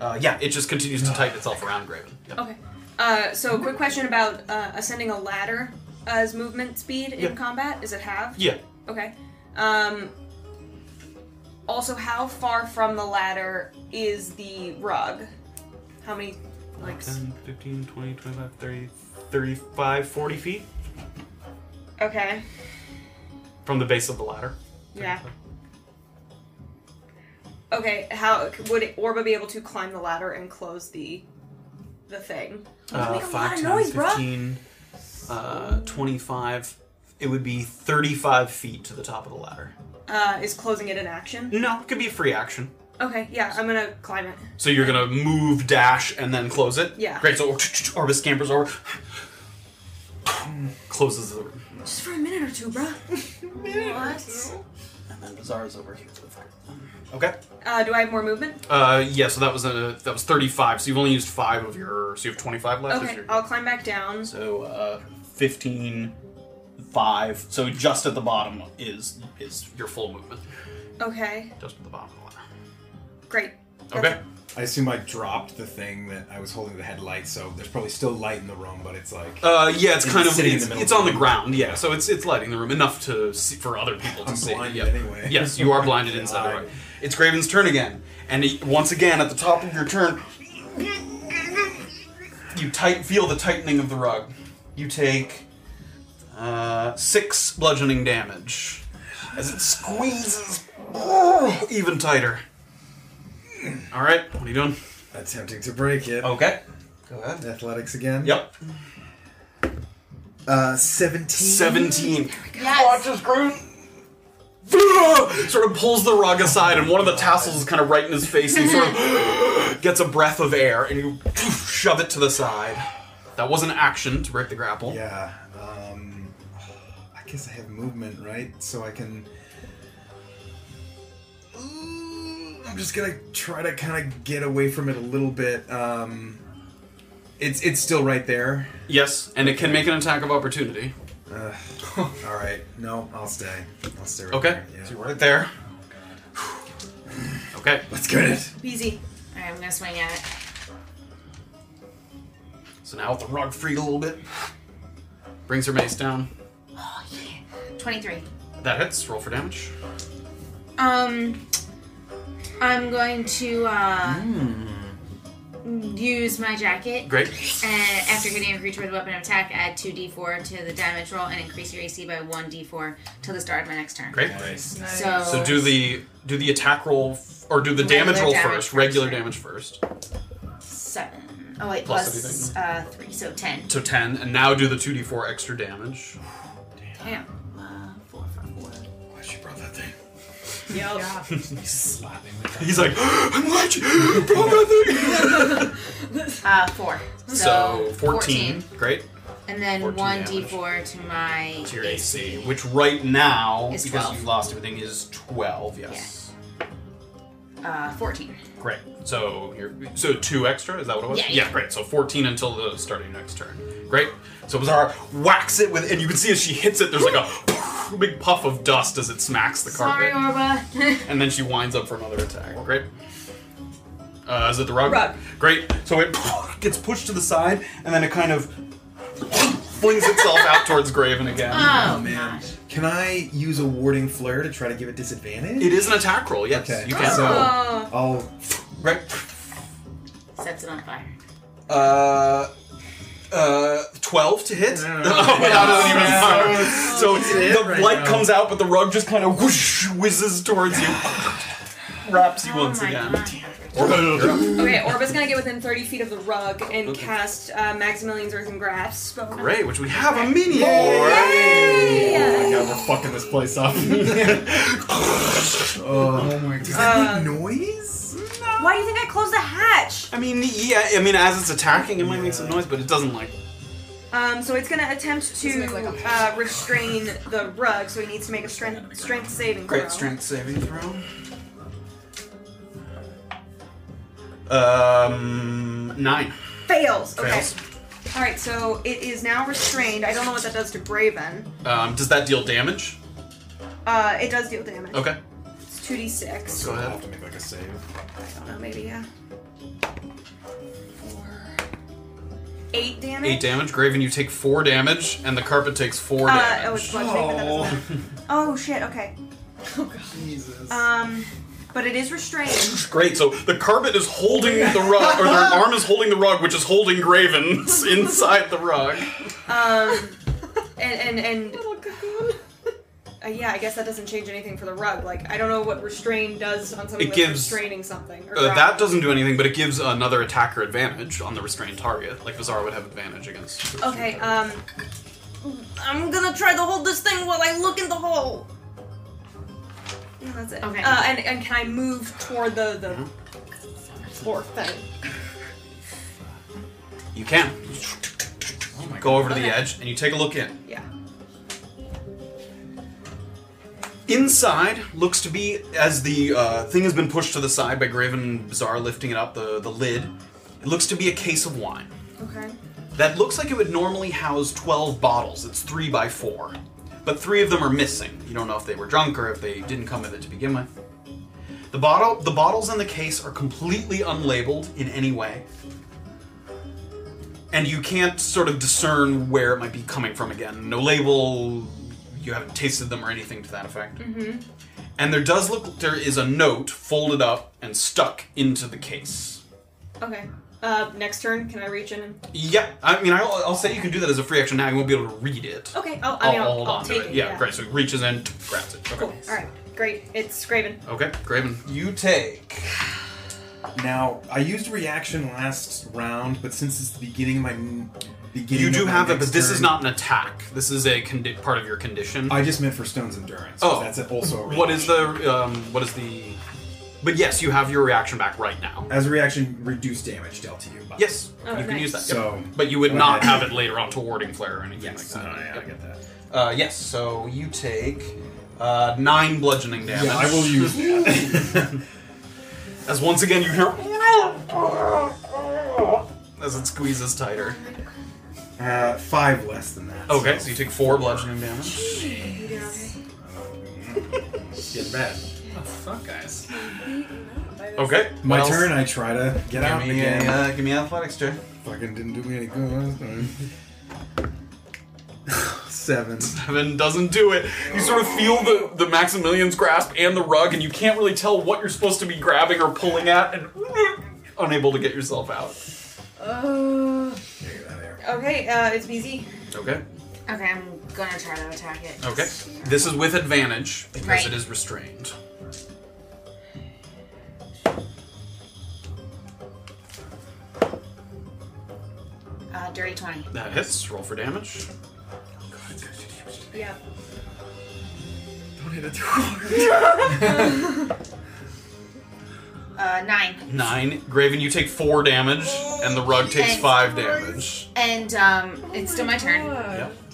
[SPEAKER 2] Uh, yeah, it just continues to tighten itself around Graven. Yep.
[SPEAKER 4] Okay. Uh, so, quick question about uh, ascending a ladder as movement speed in
[SPEAKER 2] Yeah.
[SPEAKER 4] combat. Is it half?
[SPEAKER 2] Yeah.
[SPEAKER 4] Okay. Um, also, how far from the ladder is the rug? How many, like, s-
[SPEAKER 34] 10, 15, 20, 25, 30, 35, 40 feet
[SPEAKER 4] okay.
[SPEAKER 34] from the base of the ladder.
[SPEAKER 4] Yeah. Okay, how would Orba be able to climb the ladder and close the the thing?
[SPEAKER 2] Uh, 5, 10, 15, uh, 25. It would be 35 feet to the top of the ladder.
[SPEAKER 4] Uh, is closing it an action?
[SPEAKER 2] No, it could be a free action.
[SPEAKER 4] Okay, yeah, I'm gonna climb it.
[SPEAKER 2] So you're gonna move, dash, and then close it.
[SPEAKER 4] Yeah.
[SPEAKER 2] Great. So Orbis scampers over, closes the room,
[SPEAKER 4] Just for a minute or two, bruh. what?
[SPEAKER 2] and then Bizarre's over here to the fire. Okay.
[SPEAKER 4] Uh, do I have more movement?
[SPEAKER 2] Uh, yeah. So that was a that was 35. So you've only used five of your. So you have 25 left. is
[SPEAKER 4] Okay,
[SPEAKER 2] your-
[SPEAKER 4] I'll climb back down.
[SPEAKER 2] So uh, 15, five. So just at the bottom is is your full movement.
[SPEAKER 4] Okay,
[SPEAKER 2] Just at the bottom of the ladder.
[SPEAKER 4] great.
[SPEAKER 2] Okay.
[SPEAKER 3] I assume I dropped the thing that I was holding the headlight, so there's probably still light in the room, but it's like.
[SPEAKER 2] Uh, yeah, it's kind of
[SPEAKER 3] sitting
[SPEAKER 2] it's,
[SPEAKER 3] in the middle
[SPEAKER 2] it's
[SPEAKER 3] of
[SPEAKER 2] on the ground. Yeah, so it's it's lighting the room enough to see, for other people to
[SPEAKER 3] I'm
[SPEAKER 2] see.
[SPEAKER 3] blinded
[SPEAKER 2] yeah.
[SPEAKER 3] anyway.
[SPEAKER 2] Yes, you are blinded inside. Right. It's Graven's turn again, and he, once again at the top of your turn, you tight feel the tightening of the rug. You take uh, six bludgeoning damage as it squeezes even tighter. All right, what are you doing?
[SPEAKER 3] Attempting to break it.
[SPEAKER 2] Okay, go ahead.
[SPEAKER 3] Athletics again.
[SPEAKER 2] Yep.
[SPEAKER 3] Uh, 17.
[SPEAKER 2] 17. Watches Groot. Ah! Sort of pulls the rug aside, and one of the tassels is kind of right in his face, and he sort of gets a breath of air, and you shove it to the side. That was an action to break the grapple.
[SPEAKER 3] Yeah. Um, I guess I have movement, right? So I can. Ooh, mm, I'm just gonna try to kind of get away from it a little bit. Um, it's it's still right there.
[SPEAKER 2] Yes, and it can make an attack of opportunity.
[SPEAKER 3] Uh, all right. No, I'll stay. I'll stay. Right
[SPEAKER 2] Okay,
[SPEAKER 3] There. Yeah.
[SPEAKER 2] so you're right there. Okay,
[SPEAKER 3] Let's get it.
[SPEAKER 4] Easy.
[SPEAKER 6] Alright, I'm gonna swing at it.
[SPEAKER 2] So now with the rug freed a little bit, brings her mace down.
[SPEAKER 6] 23.
[SPEAKER 2] That hits. Roll for damage.
[SPEAKER 6] Um, I'm going to uh,
[SPEAKER 2] Hmm.
[SPEAKER 6] use my jacket.
[SPEAKER 2] Great.
[SPEAKER 6] And Uh, after hitting a creature with a weapon of attack, add 2d4 to the damage roll and increase your AC by 1d4 till the start of my next turn.
[SPEAKER 2] Great.
[SPEAKER 6] So,
[SPEAKER 2] So do the do the attack roll f- or do the
[SPEAKER 6] Regular
[SPEAKER 2] damage roll
[SPEAKER 6] damage
[SPEAKER 2] first. Regular damage first.
[SPEAKER 6] seven. Oh wait,
[SPEAKER 2] Plus
[SPEAKER 6] plus, plus uh, three, so ten.
[SPEAKER 2] So ten, and now do the two d four extra damage.
[SPEAKER 6] Damn. Uh, four for four.
[SPEAKER 2] Why she brought that thing?
[SPEAKER 6] Yeah.
[SPEAKER 2] He's slapping. He's like, I'm glad you brought that thing.
[SPEAKER 6] uh, four.
[SPEAKER 2] So, 14. Great.
[SPEAKER 6] And then
[SPEAKER 2] 14
[SPEAKER 6] one
[SPEAKER 2] damage.
[SPEAKER 6] d4 to my
[SPEAKER 2] To your AC, which right now,
[SPEAKER 6] Is
[SPEAKER 2] because
[SPEAKER 6] 12.
[SPEAKER 2] you've lost everything, is 12, yes.
[SPEAKER 6] uh, 14.
[SPEAKER 2] Great. So you're, so two extra, is that what it was?
[SPEAKER 6] Yeah, yeah.
[SPEAKER 2] great. So 14 until the start of your next turn. Great. So Bizarre whacks it with, and you can see as she hits it, there's like a big puff of dust as it smacks the
[SPEAKER 6] Sorry,
[SPEAKER 2] carpet.
[SPEAKER 6] Orba.
[SPEAKER 2] And then she winds up for another attack. Great. Uh, is it the rug? Great. So it gets pushed to the side, and then it kind of flings itself out towards Graven again.
[SPEAKER 6] Oh,
[SPEAKER 3] man. Can I use a warding flare to try to give it disadvantage?
[SPEAKER 2] It is an attack roll, yes.
[SPEAKER 3] Okay.
[SPEAKER 2] You can.
[SPEAKER 3] So
[SPEAKER 6] Oh.
[SPEAKER 3] I'll
[SPEAKER 2] right.
[SPEAKER 6] Sets it on fire.
[SPEAKER 2] Uh, uh, 12 to hit. No,
[SPEAKER 36] no, no.
[SPEAKER 2] not even
[SPEAKER 36] Yeah.
[SPEAKER 2] hard.
[SPEAKER 36] Oh,
[SPEAKER 2] So
[SPEAKER 36] it's hit
[SPEAKER 2] the
[SPEAKER 36] right
[SPEAKER 2] light
[SPEAKER 36] now.
[SPEAKER 2] comes out, but the rug just kind of whoosh, whizzes towards you, wraps you once again. Or- you're up.
[SPEAKER 4] Okay, Orba's gonna get within 30 feet of the rug and cast uh, Maximilian's Earthen Grasp.
[SPEAKER 2] Great, which we have a mini for.
[SPEAKER 4] Yay!
[SPEAKER 2] God, we're fucking this place up.
[SPEAKER 3] oh my
[SPEAKER 4] that
[SPEAKER 3] noise?
[SPEAKER 4] Why do you think I closed the hatch?
[SPEAKER 2] I mean, yeah, I mean, as it's attacking, it might make some noise, but it doesn't like.
[SPEAKER 4] Um, so it's gonna attempt to uh, restrain the rug, so he needs to make a strength strength saving throw.
[SPEAKER 2] Great strength saving throw. Um, nine.
[SPEAKER 4] Fails. Okay.
[SPEAKER 2] Fails.
[SPEAKER 4] All right, so it is now restrained. I don't know what that does to Graven.
[SPEAKER 2] Um, does that deal damage?
[SPEAKER 4] Uh, it does deal damage.
[SPEAKER 2] Okay.
[SPEAKER 4] It's two d six.
[SPEAKER 2] Go ahead.
[SPEAKER 3] to make like a save.
[SPEAKER 4] I don't know, maybe yeah. Four. Eight damage.
[SPEAKER 2] Eight damage. Graven, you take four damage, and the carpet takes four
[SPEAKER 4] Uh, oh, it's
[SPEAKER 2] damage.
[SPEAKER 4] bludgeoning, but that doesn't matter. Oh shit. Okay. Oh god. Jesus. Um, but it is restrained.
[SPEAKER 2] Great. So the carpet is holding the rug, or their arm is holding the rug, which is holding Graven inside the rug.
[SPEAKER 4] Um, and and and. Little cocoon. Uh, yeah, I guess that doesn't change anything for the rug. Like, I don't know what restrain does on something
[SPEAKER 2] It
[SPEAKER 4] that's
[SPEAKER 2] gives-
[SPEAKER 4] restraining something. Or
[SPEAKER 2] Uh, that doesn't do anything, but it gives another attacker advantage on the restrained target. Like Bizarre would have advantage against.
[SPEAKER 4] Okay, um. I'm gonna try to hold this thing while I look in the hole! Yeah, that's it.
[SPEAKER 6] Okay.
[SPEAKER 4] Uh, and, and can I move toward the. the
[SPEAKER 2] Mm-hmm.
[SPEAKER 4] fork thing?
[SPEAKER 2] You can. Go over to the edge and you take a look in.
[SPEAKER 4] Yeah.
[SPEAKER 2] Inside looks to be as the uh, thing has been pushed to the side by Graven and Bizarre lifting it up the, the lid. It looks to be a case of wine
[SPEAKER 4] Okay.
[SPEAKER 2] that looks like it would normally house 12 bottles. It's three by four, but three of them are missing. You don't know if they were drunk or if they didn't come with it to begin with. The bottle, the bottles in the case are completely unlabeled in any way, and you can't sort of discern where it might be coming from. Again, no label. You haven't tasted them or anything to that effect.
[SPEAKER 37] Mm-hmm.
[SPEAKER 2] And there does look there is a note folded up and stuck into the case.
[SPEAKER 4] Okay. Uh, next turn, can I reach in and.
[SPEAKER 2] Yeah, I mean, I'll, I'll say you can do that as a free action now. You won't be able to read it.
[SPEAKER 4] Okay, I'll, Oh, I mean, I'll,
[SPEAKER 2] hold
[SPEAKER 4] I'll
[SPEAKER 2] on
[SPEAKER 4] take
[SPEAKER 2] to
[SPEAKER 4] it.
[SPEAKER 2] it. Yeah, great. So he reaches in, grabs it. Okay.
[SPEAKER 4] Alright, great. It's Graven.
[SPEAKER 2] Okay, Graven. You take.
[SPEAKER 3] Now, I used reaction last round, but since it's the beginning of my m- beginning,
[SPEAKER 2] You
[SPEAKER 3] of
[SPEAKER 2] do
[SPEAKER 3] my
[SPEAKER 2] have it,
[SPEAKER 3] next
[SPEAKER 2] but this is
[SPEAKER 3] turn-
[SPEAKER 2] not an attack. This is a condi- part of your condition.
[SPEAKER 3] I just meant for Stone's endurance. 'cause
[SPEAKER 2] Oh,
[SPEAKER 3] that's it also. a
[SPEAKER 2] What is the um? What is the? But yes, you have your reaction back right now.
[SPEAKER 3] As a reaction, reduce damage dealt to you. By
[SPEAKER 2] Yes,
[SPEAKER 3] Oh,
[SPEAKER 2] you can
[SPEAKER 3] nice.
[SPEAKER 2] use that. yep.
[SPEAKER 3] So-
[SPEAKER 2] but you would
[SPEAKER 3] Okay.
[SPEAKER 2] not have it later on to warding flare or anything like that.
[SPEAKER 3] Oh, yeah, I
[SPEAKER 2] Yep.
[SPEAKER 3] get that.
[SPEAKER 2] Uh, yes, so you take uh, nine bludgeoning damage.
[SPEAKER 3] Yeah, I will use
[SPEAKER 2] that. as once again you hear as it squeezes tighter.
[SPEAKER 3] Uh, five less than that.
[SPEAKER 2] Okay, so you take four bludgeoning damage.
[SPEAKER 3] Get bad.
[SPEAKER 2] Oh,
[SPEAKER 5] fuck, guys?
[SPEAKER 2] Okay.
[SPEAKER 29] My
[SPEAKER 2] Well-
[SPEAKER 29] turn. I try to get
[SPEAKER 2] Give
[SPEAKER 29] out
[SPEAKER 2] me a,
[SPEAKER 29] again.
[SPEAKER 2] uh,
[SPEAKER 29] give me athletics, Jay. Fucking didn't do me any good last time.
[SPEAKER 2] Seven. Seven doesn't do it. You sort of feel the, the Maximilian's grasp and the rug, and you can't really tell what you're supposed to be grabbing or pulling at, and unable to get yourself out.
[SPEAKER 4] Oh. Okay, uh, it's BZ.
[SPEAKER 2] Okay.
[SPEAKER 6] Okay, I'm gonna try to attack it.
[SPEAKER 2] Okay. This is with advantage because
[SPEAKER 6] Right.
[SPEAKER 2] it is restrained.
[SPEAKER 6] Uh, dirty 20.
[SPEAKER 2] That hits. Roll for damage.
[SPEAKER 4] Yeah.
[SPEAKER 2] Don't hit it
[SPEAKER 6] Uh, 9.
[SPEAKER 2] Nine. Graven, you take four damage, and the rug takes
[SPEAKER 6] And-
[SPEAKER 2] five damage.
[SPEAKER 6] And um, it's still my, turn.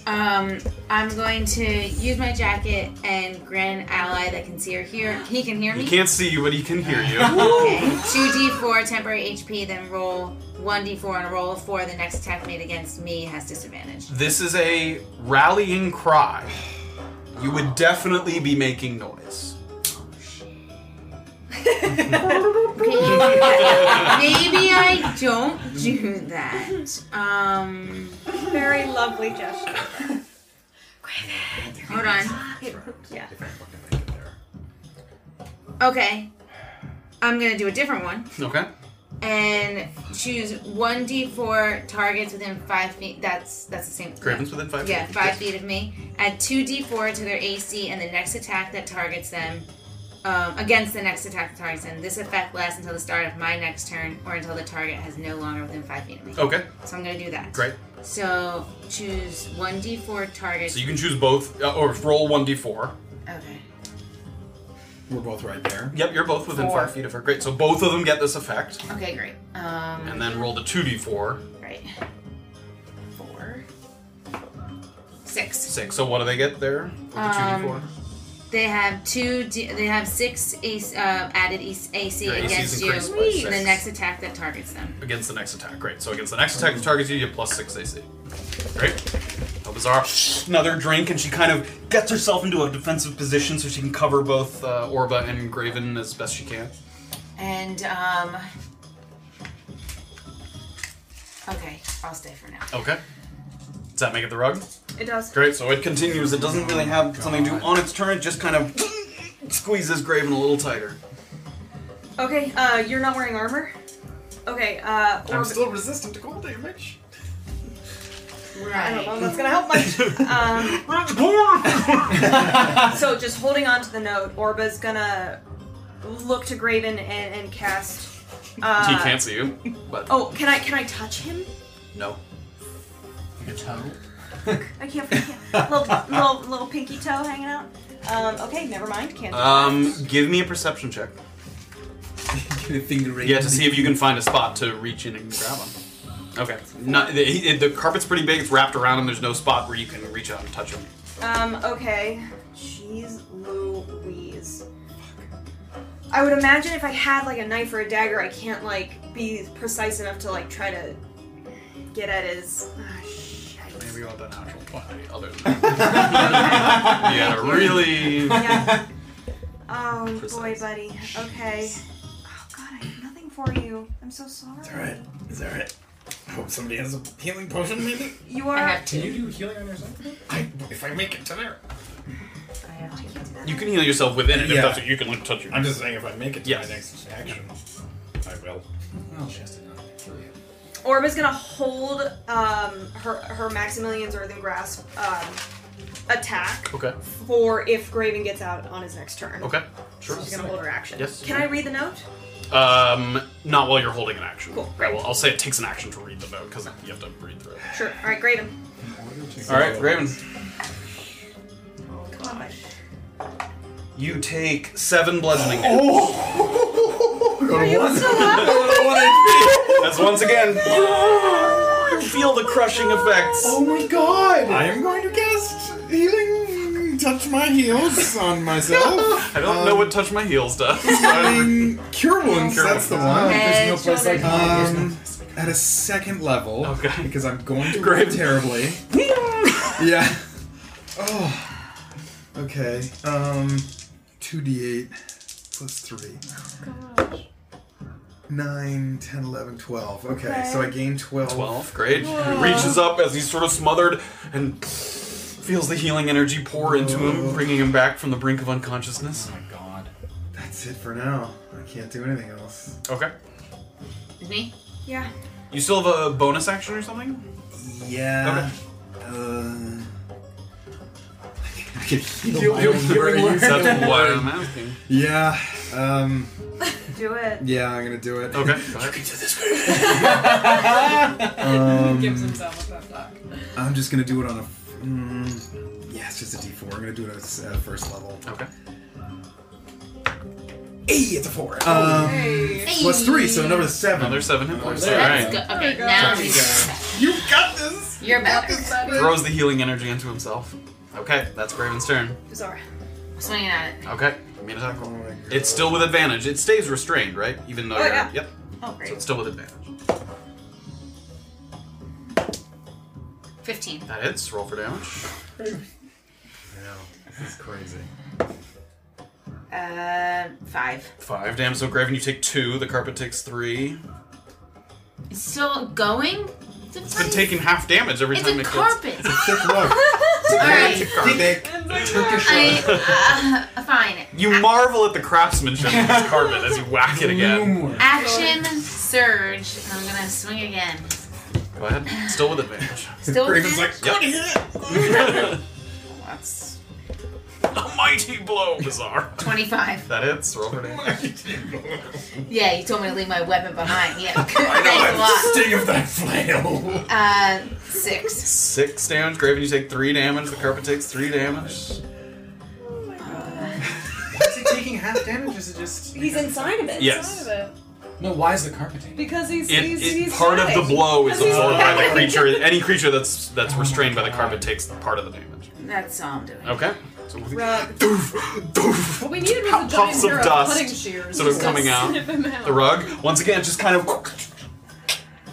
[SPEAKER 6] Um, I'm going to use my jacket and grant ally that can see or hear. He can hear me.
[SPEAKER 2] He can't see you, but he can hear you.
[SPEAKER 6] Okay. 2d4 temporary HP, then roll 1d4 and a roll of 4. The next attack made against me has disadvantage.
[SPEAKER 2] This is a rallying cry. You would definitely be making noise.
[SPEAKER 6] Maybe I don't do that. Um,
[SPEAKER 4] Very lovely gesture.
[SPEAKER 6] hold on.
[SPEAKER 4] Yeah.
[SPEAKER 6] Okay. I'm gonna do a different one
[SPEAKER 2] Okay.
[SPEAKER 6] and choose one d4 targets within five feet. That's that's the same.
[SPEAKER 2] Graven's within five
[SPEAKER 6] Yeah,
[SPEAKER 2] feet.
[SPEAKER 6] five
[SPEAKER 2] Yes.
[SPEAKER 6] feet of me. Add two d4 to their AC, and the next attack that targets them um, against the next attack that targets them. This effect lasts until the start of my next turn, or until the target has no longer within five feet of me.
[SPEAKER 2] Okay.
[SPEAKER 6] So I'm gonna do that.
[SPEAKER 2] Oh. Great.
[SPEAKER 6] So choose one d4 targets.
[SPEAKER 2] So you can choose both, uh, or roll 1d4.
[SPEAKER 6] Okay.
[SPEAKER 2] We're both right there. Yep, you're both within
[SPEAKER 6] Four.
[SPEAKER 2] five feet of her. Great. So both of them get this effect,
[SPEAKER 6] Okay, great. Um,
[SPEAKER 2] and then roll the 2d4.
[SPEAKER 6] right. Four. Six.
[SPEAKER 2] Six. So what do they get there? With the
[SPEAKER 6] Um,
[SPEAKER 2] 2d4?
[SPEAKER 6] They have two. D- they have six AC, uh, added AC, AC
[SPEAKER 2] Your AC is
[SPEAKER 6] against you.
[SPEAKER 2] increased by Sweet.
[SPEAKER 6] The
[SPEAKER 2] six.
[SPEAKER 6] next attack that targets them.
[SPEAKER 2] Against the next attack. Great. So against the next attack that targets you, you get plus 6 AC. Great. Elbazar, another drink, and she kind of gets herself into a defensive position so she can cover both uh, Orba and Graven as best she can.
[SPEAKER 6] And um. Okay, I'll stay for now.
[SPEAKER 2] Okay. Does that make it the rug?
[SPEAKER 6] It does.
[SPEAKER 2] Great, so it continues. It doesn't really have something to do on its turn, it just kind of squeezes Graven a little tighter.
[SPEAKER 4] Okay, uh, you're not wearing armor? Okay, uh,
[SPEAKER 2] I'm still
[SPEAKER 4] resistant to cold damage.
[SPEAKER 6] Right.
[SPEAKER 4] I don't know if Oh, that's gonna help much. Um, so just holding on to the note, Orba's gonna look to Graven and, and cast. Uh,
[SPEAKER 2] he can't see you, but
[SPEAKER 4] Oh, can I can I touch him?
[SPEAKER 2] no.
[SPEAKER 31] Your toe?
[SPEAKER 4] I can't. I can't. little, little little pinky toe hanging out. Um, okay, never mind. Can't. do
[SPEAKER 2] Um, give me a perception check. Yeah, to see if you can find a spot to reach in and grab him. Okay. Not, the, he- the carpet's pretty big. It's wrapped around him. There's no spot where you can reach out and touch him.
[SPEAKER 4] Um, okay. Jeez Louise. I would imagine if I had like a knife or a dagger, I can't like be precise enough to like try to get at his. ah,
[SPEAKER 2] Maybe you want the natural twenty. Other than that, you gotta really.
[SPEAKER 4] Yeah. Oh boy,
[SPEAKER 2] Precise.
[SPEAKER 4] buddy. Okay. Oh god, I have nothing for you. I'm so sorry.
[SPEAKER 29] Alright, is that right? I hope somebody has a healing potion, maybe?
[SPEAKER 4] You are.
[SPEAKER 5] Can you do healing on yourself?
[SPEAKER 29] I, if I make it to there.
[SPEAKER 4] Oh,
[SPEAKER 2] You can heal yourself within it
[SPEAKER 29] Yeah.
[SPEAKER 2] if that's what you can like, touch your.
[SPEAKER 29] I'm just saying, if I make it to
[SPEAKER 2] Yes.
[SPEAKER 29] my next action, I will.
[SPEAKER 5] Well, she has to not Oh, kill you.
[SPEAKER 4] Orb is gonna hold um, her her Maximilian's Earthen Grasp um, attack
[SPEAKER 2] Okay.
[SPEAKER 4] for if Graven gets out on his next turn.
[SPEAKER 2] Okay.
[SPEAKER 4] Sure. She's gonna hold her action.
[SPEAKER 2] Yes.
[SPEAKER 4] Can I read the note?
[SPEAKER 2] Um, not while you're holding an action.
[SPEAKER 4] Cool,
[SPEAKER 2] Right, well, I'll say it takes an action to read the note because you have to read through it.
[SPEAKER 4] Sure. All right, Graven.
[SPEAKER 2] All right, Raven.
[SPEAKER 5] Oh
[SPEAKER 4] Come on, buddy.
[SPEAKER 2] You take seven bludgeoning damage. That's once again. Oh, You feel the crushing effects.
[SPEAKER 29] Oh my god!
[SPEAKER 2] I
[SPEAKER 29] I
[SPEAKER 2] am
[SPEAKER 29] am going to cast healing. Touch my heels on myself.
[SPEAKER 2] I don't know
[SPEAKER 3] Um,
[SPEAKER 2] what touch my heels does.
[SPEAKER 29] Cure wounds.
[SPEAKER 2] Cure
[SPEAKER 29] that's the
[SPEAKER 2] wounds.
[SPEAKER 29] one.
[SPEAKER 2] There's no place like home.
[SPEAKER 29] Um, at a second level.
[SPEAKER 2] Okay.
[SPEAKER 29] Because I'm going to
[SPEAKER 2] Great.
[SPEAKER 29] roll terribly. yeah. Oh. Okay. Um. Two d eight.
[SPEAKER 3] that's three.
[SPEAKER 2] Oh,
[SPEAKER 3] Nine, ten, eleven, twelve. Okay, so I
[SPEAKER 2] Okay.
[SPEAKER 3] gained 12.
[SPEAKER 2] 12, great.
[SPEAKER 3] Whoa.
[SPEAKER 2] Reaches up as he's sort of smothered and feels the healing energy pour into him, bringing him back from the brink of unconsciousness. Oh my god.
[SPEAKER 3] That's it for now. I can't do anything else.
[SPEAKER 2] Okay.
[SPEAKER 6] me?
[SPEAKER 4] Yeah.
[SPEAKER 2] You still have a bonus action or something?
[SPEAKER 3] Yeah. Uh, I can heal
[SPEAKER 2] You'll-
[SPEAKER 3] my
[SPEAKER 2] you'll-
[SPEAKER 3] own
[SPEAKER 2] you'll
[SPEAKER 3] brain.
[SPEAKER 2] learn. That's why I'm asking.
[SPEAKER 3] Yeah. Um,
[SPEAKER 4] Do it.
[SPEAKER 3] yeah, I'm gonna do it.
[SPEAKER 2] Okay.
[SPEAKER 3] Um,
[SPEAKER 7] Gives himself a pep talk.
[SPEAKER 3] I'm just gonna do it on a. Mm, yeah, it's just a D4. I'm gonna do it at s- uh, first level.
[SPEAKER 2] Okay.
[SPEAKER 3] Hey, it's a four. Um,
[SPEAKER 2] Oh, Hey.
[SPEAKER 3] Plus three, so another seven.
[SPEAKER 2] Another seven hit points.
[SPEAKER 3] There
[SPEAKER 2] All
[SPEAKER 3] we
[SPEAKER 2] right.
[SPEAKER 3] go.
[SPEAKER 6] Okay,
[SPEAKER 3] Oh,
[SPEAKER 6] now
[SPEAKER 3] God.
[SPEAKER 6] he's-
[SPEAKER 3] You got this.
[SPEAKER 6] You're back.
[SPEAKER 2] Throws the healing energy into himself. Okay, that's Graven's turn.
[SPEAKER 6] Bizarre. Swinging at it.
[SPEAKER 2] Okay, mean attack.
[SPEAKER 3] Oh
[SPEAKER 2] it's still with advantage. It stays restrained, right? Even though
[SPEAKER 6] Oh,
[SPEAKER 2] you're.
[SPEAKER 6] yeah.
[SPEAKER 2] Yep.
[SPEAKER 6] Oh,
[SPEAKER 2] So
[SPEAKER 6] great.
[SPEAKER 2] it's still with advantage.
[SPEAKER 6] Fifteen.
[SPEAKER 2] That hits. Roll for damage.
[SPEAKER 3] This is crazy.
[SPEAKER 6] Uh, five.
[SPEAKER 2] Five damage. So Graven, you take two. The carpet takes three.
[SPEAKER 6] It's still going.
[SPEAKER 2] It's been taking half damage every
[SPEAKER 6] It's
[SPEAKER 2] time
[SPEAKER 6] a
[SPEAKER 2] it
[SPEAKER 6] carpet.
[SPEAKER 2] gets. It's a thick
[SPEAKER 6] rug. All right.
[SPEAKER 2] It's a carpet.
[SPEAKER 6] I, uh, fine.
[SPEAKER 2] You marvel at the craftsmanship of this carpet as you whack it again.
[SPEAKER 6] Action surge. And I'm gonna swing again.
[SPEAKER 2] Go ahead. Still with advantage.
[SPEAKER 6] Still with Graven's
[SPEAKER 2] like,
[SPEAKER 6] Yep. That's
[SPEAKER 2] A mighty blow, Bizarre.
[SPEAKER 6] 25.
[SPEAKER 2] That hits. Roll for damage.
[SPEAKER 6] Yeah, you told me to leave my weapon behind. Yeah.
[SPEAKER 2] I
[SPEAKER 6] Thanks a lot.
[SPEAKER 2] sting of that flail.
[SPEAKER 6] Uh, six.
[SPEAKER 2] Six damage. Graven, you take three damage. The carpet takes three damage.
[SPEAKER 5] Is it taking half damage? Is it just
[SPEAKER 4] He's inside of it.
[SPEAKER 2] Yes.
[SPEAKER 5] No, why is the carpet taking?
[SPEAKER 4] Because he's,
[SPEAKER 2] It,
[SPEAKER 4] he's,
[SPEAKER 2] it-
[SPEAKER 4] he's
[SPEAKER 2] part of
[SPEAKER 4] shouting.
[SPEAKER 2] the blow is
[SPEAKER 4] Because he's
[SPEAKER 2] absorbed by the
[SPEAKER 4] shouting.
[SPEAKER 2] creature. Any creature that's that's restrained by the carpet takes part of the damage.
[SPEAKER 6] That's all I'm doing.
[SPEAKER 2] Okay. So
[SPEAKER 7] Rug. What we needed was a giant
[SPEAKER 2] puffs of
[SPEAKER 7] pair pudding
[SPEAKER 2] dust
[SPEAKER 7] shears.
[SPEAKER 2] sort of
[SPEAKER 7] Just
[SPEAKER 2] coming out.
[SPEAKER 7] snip him out.
[SPEAKER 2] The rug once again just kind of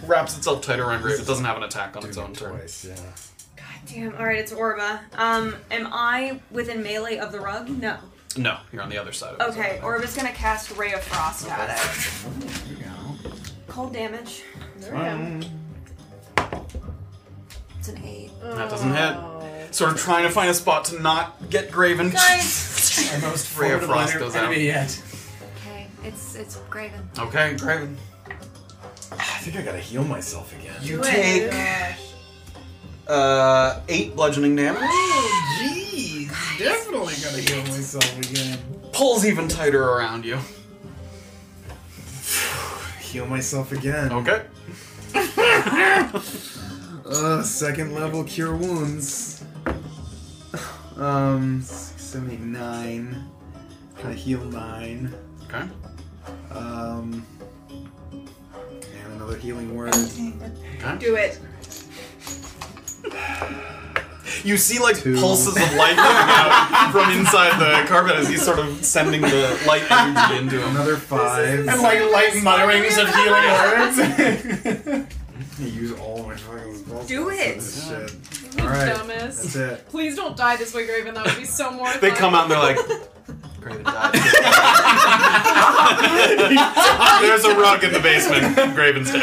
[SPEAKER 2] wraps itself tighter around Grave. It doesn't have an attack on its own turn.
[SPEAKER 4] Damn. All right, it's Orba. Um, am I within melee of the rug? No.
[SPEAKER 2] No, you're on the other side. of it.
[SPEAKER 4] Okay, Orba's gonna cast Ray of Frost at it. Cold damage. It's an eight.
[SPEAKER 2] That doesn't hit. Sort of trying to find a spot to not get Graven.
[SPEAKER 4] Guys.
[SPEAKER 2] Our most Ray of
[SPEAKER 5] formidable
[SPEAKER 2] Frost
[SPEAKER 5] enemy
[SPEAKER 2] goes out.
[SPEAKER 5] yet.
[SPEAKER 38] Okay, it's it's Graven.
[SPEAKER 2] Okay, Graven.
[SPEAKER 3] I think I gotta heal myself again.
[SPEAKER 2] You take uh, eight bludgeoning damage.
[SPEAKER 3] Jeez, definitely gotta heal myself again.
[SPEAKER 2] Pulls even tighter around you.
[SPEAKER 3] Heal myself again.
[SPEAKER 2] Okay.
[SPEAKER 3] uh, second level cure wounds. Um, six, seven, eight, nine. I heal nine.
[SPEAKER 2] Okay.
[SPEAKER 3] Um, and another healing word.
[SPEAKER 4] Do it.
[SPEAKER 2] You see like pulses of light coming out from inside the carpet as he's sort of sending the light energy into him.
[SPEAKER 3] Another five.
[SPEAKER 5] And like light mutterings of healing words.
[SPEAKER 3] I use all my fucking spells.
[SPEAKER 7] Do
[SPEAKER 3] for
[SPEAKER 7] it.
[SPEAKER 3] This
[SPEAKER 7] Yeah.
[SPEAKER 3] shit.
[SPEAKER 7] You
[SPEAKER 3] All right.
[SPEAKER 7] dumbass.
[SPEAKER 3] That's it.
[SPEAKER 7] Please don't die this way, Graven. That would be so mortifying.
[SPEAKER 2] They come out and they're like, Graven died. There's a rug in the basement. Graven's dead.